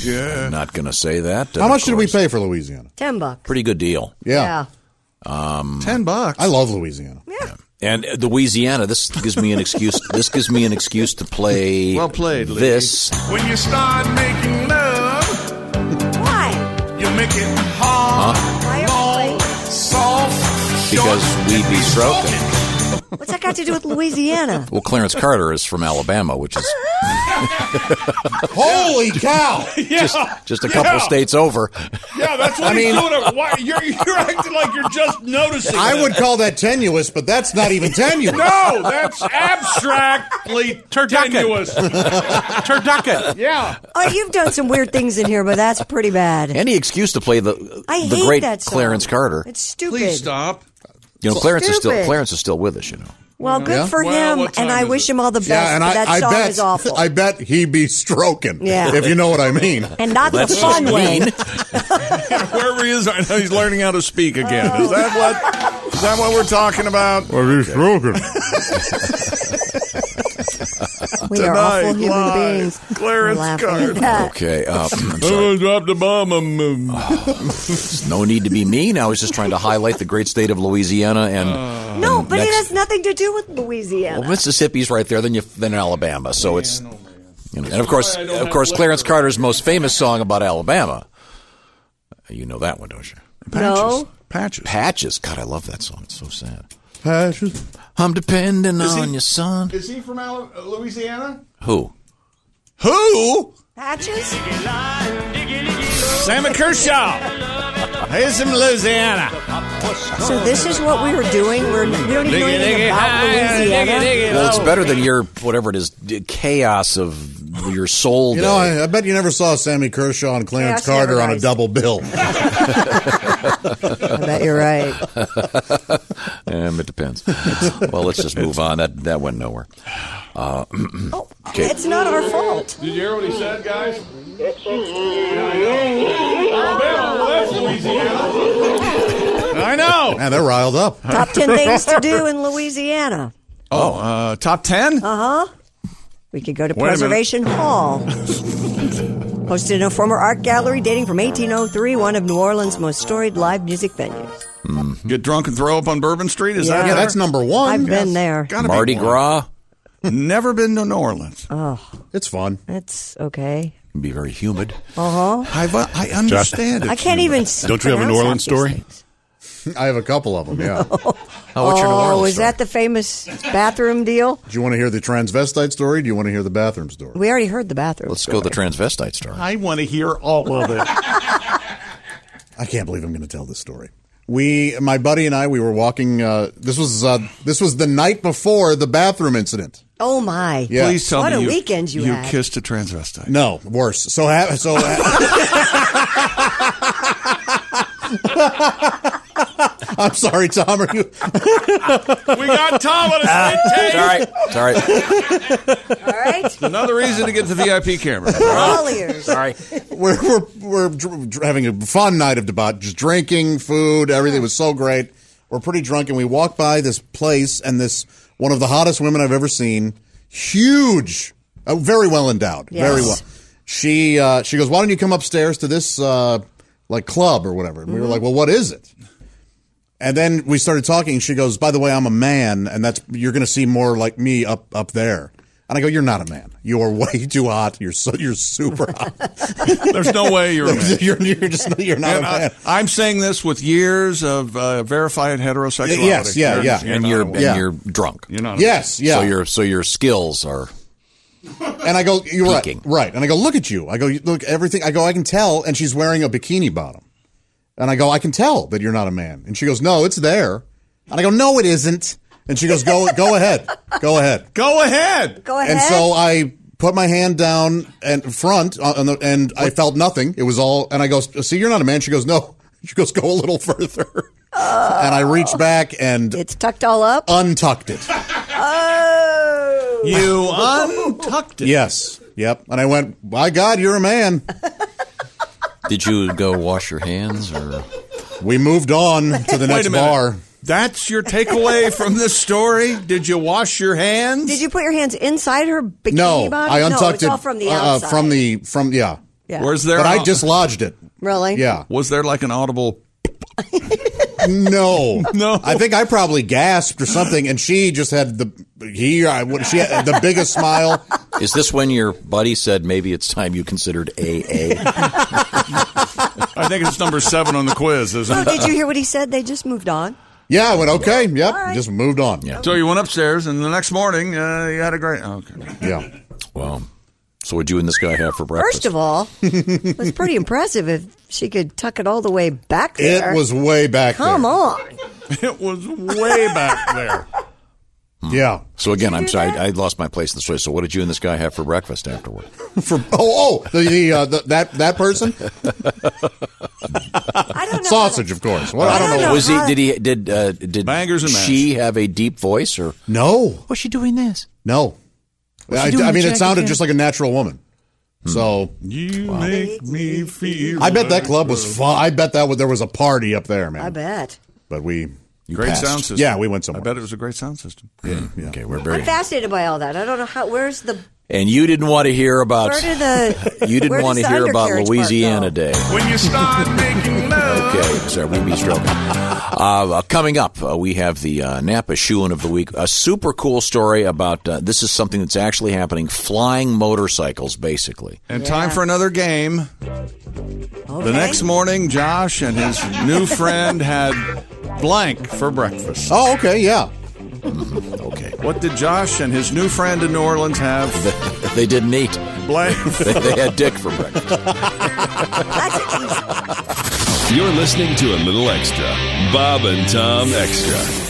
Speaker 5: I'm not going to say that. uh,
Speaker 13: How
Speaker 5: Of
Speaker 13: much did we
Speaker 5: course.
Speaker 13: pay for Louisiana?
Speaker 7: Ten bucks.
Speaker 5: Pretty good deal. Um,
Speaker 13: Yeah.
Speaker 14: Ten bucks.
Speaker 13: I love Louisiana.
Speaker 5: And uh, Louisiana. This gives me an excuse. this gives me an excuse to play.
Speaker 14: Well played, Lee.
Speaker 5: This.
Speaker 22: When you start making love,
Speaker 7: Why?
Speaker 22: you make it hard,
Speaker 7: Why are we playing?
Speaker 22: soft,
Speaker 5: Because we be stroking.
Speaker 7: What's that got to do with Louisiana?
Speaker 5: Well, Clarence Carter is from Alabama, which is
Speaker 7: Holy cow!
Speaker 5: just just a couple
Speaker 3: Yeah.
Speaker 5: states over.
Speaker 3: Yeah, that's what
Speaker 13: I
Speaker 3: he's
Speaker 13: mean-
Speaker 3: doing. It. Why, you're, you're acting like you're just noticing.
Speaker 13: I
Speaker 3: it.
Speaker 13: would call that tenuous, but that's not even tenuous.
Speaker 3: No, that's abstractly tenuous.
Speaker 5: Turducken.
Speaker 3: Yeah.
Speaker 7: Oh, you've done some weird things in here, but that's pretty bad.
Speaker 5: Any excuse to play the
Speaker 7: I
Speaker 5: the
Speaker 7: hate
Speaker 5: great
Speaker 7: that song.
Speaker 5: Clarence Carter.
Speaker 7: It's stupid.
Speaker 5: Please
Speaker 7: stop.
Speaker 5: You know,
Speaker 7: It's
Speaker 5: Clarence is still
Speaker 7: stupid.
Speaker 5: Clarence is still with us. You know,
Speaker 7: Well, good
Speaker 13: Yeah.
Speaker 7: for
Speaker 13: Well,
Speaker 7: him,
Speaker 13: what
Speaker 7: and
Speaker 13: time
Speaker 7: I
Speaker 13: is
Speaker 7: wish him all the best.
Speaker 13: Yeah, and
Speaker 7: but
Speaker 13: I,
Speaker 7: that
Speaker 13: I
Speaker 7: song
Speaker 13: bet
Speaker 7: is awful,
Speaker 13: I bet he be stroking.
Speaker 7: Yeah.
Speaker 13: if you know what I mean.
Speaker 7: and not the
Speaker 13: That's
Speaker 7: fun
Speaker 13: just
Speaker 7: way.
Speaker 13: mean.
Speaker 6: Wherever he is right now, he's learning how to speak again. Is that what? Is that what we're talking about?
Speaker 13: Well, he's stroking.
Speaker 7: We are
Speaker 6: Tonight,
Speaker 7: awful human
Speaker 6: live,
Speaker 7: beings.
Speaker 6: Clarence
Speaker 7: laughing
Speaker 6: Carter.
Speaker 7: at that.
Speaker 5: Okay, uh, I'm sorry.
Speaker 6: Oh, drop the bomb. um, um.
Speaker 5: There's no need to be mean. I was just trying to highlight the great state of Louisiana and
Speaker 7: No,
Speaker 5: and
Speaker 7: but it
Speaker 5: next-
Speaker 7: has nothing to do with Louisiana.
Speaker 5: well, Mississippi's right there. Then you then Alabama. So it's you know, and of course
Speaker 7: why I don't
Speaker 5: of
Speaker 7: have
Speaker 5: course
Speaker 7: liquor.
Speaker 5: Clarence Carter's most famous song about Alabama. You know that one, don't you?
Speaker 7: No.
Speaker 5: Patches. Patches. God, I love that song. It's so sad.
Speaker 13: Patches.
Speaker 5: I'm depending
Speaker 6: Is he-
Speaker 5: on your son.
Speaker 6: Is he from Al- uh, Louisiana?
Speaker 5: Who?
Speaker 6: Who?
Speaker 7: Patches?
Speaker 3: Sam Kershaw. He's from Louisiana.
Speaker 7: So this is what we were doing. We're, we don't even know
Speaker 3: Diggy,
Speaker 7: anything
Speaker 3: diggy,
Speaker 7: about
Speaker 3: hi,
Speaker 7: Louisiana.
Speaker 3: diggy,
Speaker 5: Well, it's better than your whatever it is d- chaos of your soul.
Speaker 13: You know,
Speaker 5: day.
Speaker 13: I, I bet you never saw Sammy Kershaw and Clarence
Speaker 7: Yeah, that's
Speaker 13: Carter on a
Speaker 7: nice.
Speaker 13: double bill.
Speaker 7: I bet you're right.
Speaker 5: um, it depends. well, let's just move on. That that went nowhere. Uh, okay.
Speaker 7: Oh, It's not our fault.
Speaker 3: Did you hear what he said, guys? Oh, Alabama, that's Louisiana.
Speaker 6: I know.
Speaker 13: Man, they're riled up.
Speaker 7: Top 10 things to do in Louisiana.
Speaker 6: Oh, uh, top ten.
Speaker 7: Uh huh. We could go to
Speaker 6: Wait a minute.
Speaker 7: Preservation Hall. Hosted in a former art gallery dating from 1803, one of New Orleans' most storied live music venues.
Speaker 6: Get drunk and throw up on Bourbon Street. Is
Speaker 7: Yeah.
Speaker 6: that?
Speaker 7: Yeah,
Speaker 6: there?
Speaker 7: that's number one. I've been there.
Speaker 6: Gotta be
Speaker 5: Mardi
Speaker 6: one.
Speaker 5: Gras
Speaker 6: Never been to New Orleans.
Speaker 7: Oh,
Speaker 13: It's fun.
Speaker 7: that's okay.
Speaker 5: can be very humid.
Speaker 7: Uh huh.
Speaker 6: I've, I understand it.
Speaker 7: I can't even. pronounce half these things.
Speaker 13: I have a couple of them. Yeah.
Speaker 7: Oh, is that the famous bathroom deal?
Speaker 13: Do you want to hear the transvestite story? Do you want to hear the bathroom story?
Speaker 7: We already heard the bathroom.
Speaker 5: Let's go to the transvestite story.
Speaker 6: I want to hear all of it.
Speaker 13: I can't believe I'm going to tell this story. We, my buddy and I, we were walking. Uh, this was uh, this was the night before the bathroom incident.
Speaker 7: Oh my!
Speaker 13: Yeah.
Speaker 6: Please tell
Speaker 7: what
Speaker 6: me
Speaker 7: a
Speaker 6: you,
Speaker 7: weekend you,
Speaker 6: you
Speaker 7: had.
Speaker 6: kissed a transvestite.
Speaker 13: No, worse. So ha- so. ha- I'm sorry, Tom. Are you?
Speaker 3: We got Tom on a
Speaker 5: Ah, it's
Speaker 3: spit take.
Speaker 5: all right. It's all right.
Speaker 7: All right,
Speaker 6: Another reason to get the VIP camera.
Speaker 7: all ears.
Speaker 5: Sorry.
Speaker 13: we're we're, we're dr- dr- having a fun night of debauch, just drinking, food, everything was so great. We're pretty drunk, and we walk by this place, and this one of the hottest women I've ever seen, huge, uh, very well endowed,
Speaker 7: Yes.
Speaker 13: very well. She uh, she goes, "Why don't you come upstairs to this uh, like club or whatever?" And we were like, "Well, what is it?" And then we started talking. She goes, "By the way, I'm a man, and that's you're going to see more like me up up there." And I go, "You're not a man. You're way too hot. You're so you're super hot.
Speaker 6: There's no way you're a man.
Speaker 13: you're, you're just you're not a
Speaker 6: And
Speaker 13: man."
Speaker 6: I, am saying this with years of uh, verified heterosexuality.
Speaker 13: Uh, Yes, yeah,
Speaker 6: You're-
Speaker 13: yeah.
Speaker 6: you're
Speaker 5: And
Speaker 6: not
Speaker 5: you're
Speaker 6: a-
Speaker 5: and
Speaker 13: Yeah.
Speaker 5: you're drunk. You're
Speaker 6: not.
Speaker 13: Yes, yeah.
Speaker 5: So your so your skills are
Speaker 13: and I go, "You're right,
Speaker 5: Peeking.
Speaker 13: right." And I go, "Look at you." I go, "Look everything." I go, "I can tell." And she's wearing a bikini bottom. And I go, "I can tell that you're not a man." And she goes, "No, it's there." And I go, "No, it isn't." And she goes, "Go, go ahead, go ahead."
Speaker 6: Go ahead.
Speaker 7: Go ahead.
Speaker 13: And so I put my hand down and front, uh, on the, and I felt nothing. It was all, and I go, "See, you're not a man." She goes, "No." She goes, "Go a little further." and I reached back and
Speaker 7: Oh. it's tucked all up.
Speaker 13: untucked it.
Speaker 7: Oh,
Speaker 6: You untucked it.
Speaker 13: Yes. Yep. And I went, by God, you're a man.
Speaker 5: Did you go wash your hands or
Speaker 13: We moved on to the
Speaker 6: Wait
Speaker 13: next
Speaker 6: a minute.
Speaker 13: bar.
Speaker 6: That's your takeaway from this story. Did you wash your hands?
Speaker 7: did you put your hands inside her bikini
Speaker 13: No,
Speaker 7: bottom?
Speaker 13: I untucked
Speaker 7: no, it's
Speaker 13: it
Speaker 7: all from the
Speaker 13: uh, uh,
Speaker 7: outside.
Speaker 13: from the from yeah.
Speaker 7: Yeah.
Speaker 6: Was there?
Speaker 13: But
Speaker 6: I
Speaker 13: I dislodged it.
Speaker 7: really?
Speaker 13: Yeah.
Speaker 6: Was there like an audible?
Speaker 13: No.
Speaker 6: No.
Speaker 13: I think I probably gasped or something, and she just had the he I what she had the biggest smile.
Speaker 5: is this when your buddy said maybe it's time you considered AA?
Speaker 6: I think it's number seven on the quiz, isn't
Speaker 7: Oh,
Speaker 6: it?
Speaker 7: did you hear what he said? They just moved on.
Speaker 13: Yeah, I went okay. Yep, just moved on.
Speaker 5: Yeah.
Speaker 6: So you went upstairs, and the next morning uh, you had a great. Okay.
Speaker 13: Yeah.
Speaker 5: Well, so what'd you and this guy have for breakfast?
Speaker 7: First of all, it was pretty impressive if she could tuck it all the way back there.
Speaker 13: It was way back
Speaker 7: Come on.
Speaker 13: it was way back there. Yeah.
Speaker 5: Hmm. So again, I'm sorry, I I lost my place in the story. So what did you and this guy have for breakfast afterward?
Speaker 13: For oh oh the, the, uh, the that that person. Sausage, of course. Well, I don't, know.
Speaker 5: Was he? Did he? Did uh, did
Speaker 13: Bangers and
Speaker 5: she have a deep voice or
Speaker 13: No.
Speaker 5: What's she doing this?
Speaker 13: No.
Speaker 5: What's she
Speaker 13: I,
Speaker 5: doing
Speaker 13: I
Speaker 5: to
Speaker 13: mean,
Speaker 5: Jack
Speaker 13: it sounded
Speaker 5: again?
Speaker 13: just like a natural woman.
Speaker 5: Hmm.
Speaker 13: So
Speaker 6: you make me feel.
Speaker 13: I bet that club was fun. I bet that was, there was a party up there, man.
Speaker 7: I bet.
Speaker 13: But we
Speaker 6: Great
Speaker 13: passed.
Speaker 6: sound system.
Speaker 13: Yeah, we went somewhere.
Speaker 6: I bet it was a great sound system.
Speaker 13: Yeah.
Speaker 5: Okay, we're
Speaker 7: I'm
Speaker 5: very.
Speaker 7: fascinated by all that. I don't know how. Where's the?
Speaker 5: And you didn't want to hear about.
Speaker 7: Where did the? where
Speaker 5: You didn't
Speaker 7: does
Speaker 5: want to
Speaker 7: the
Speaker 5: hear about
Speaker 7: undercarriage part
Speaker 5: Louisiana Day.
Speaker 7: When you start making love.
Speaker 5: Okay, sorry, we be stroking. Uh, uh, coming up, uh, we have the uh, Napa shoeing of the week. A super cool story about uh, this is something that's actually happening. Flying motorcycles, basically.
Speaker 6: And time for another game. The next morning, Josh and his new friend had blank for breakfast.
Speaker 13: Oh, okay, yeah.
Speaker 5: Okay.
Speaker 6: What did Josh and his new friend in New Orleans have?
Speaker 5: they didn't eat.
Speaker 6: Blank.
Speaker 5: they, they had dick for breakfast.
Speaker 3: You're listening to a little extra. Bob and Tom Extra.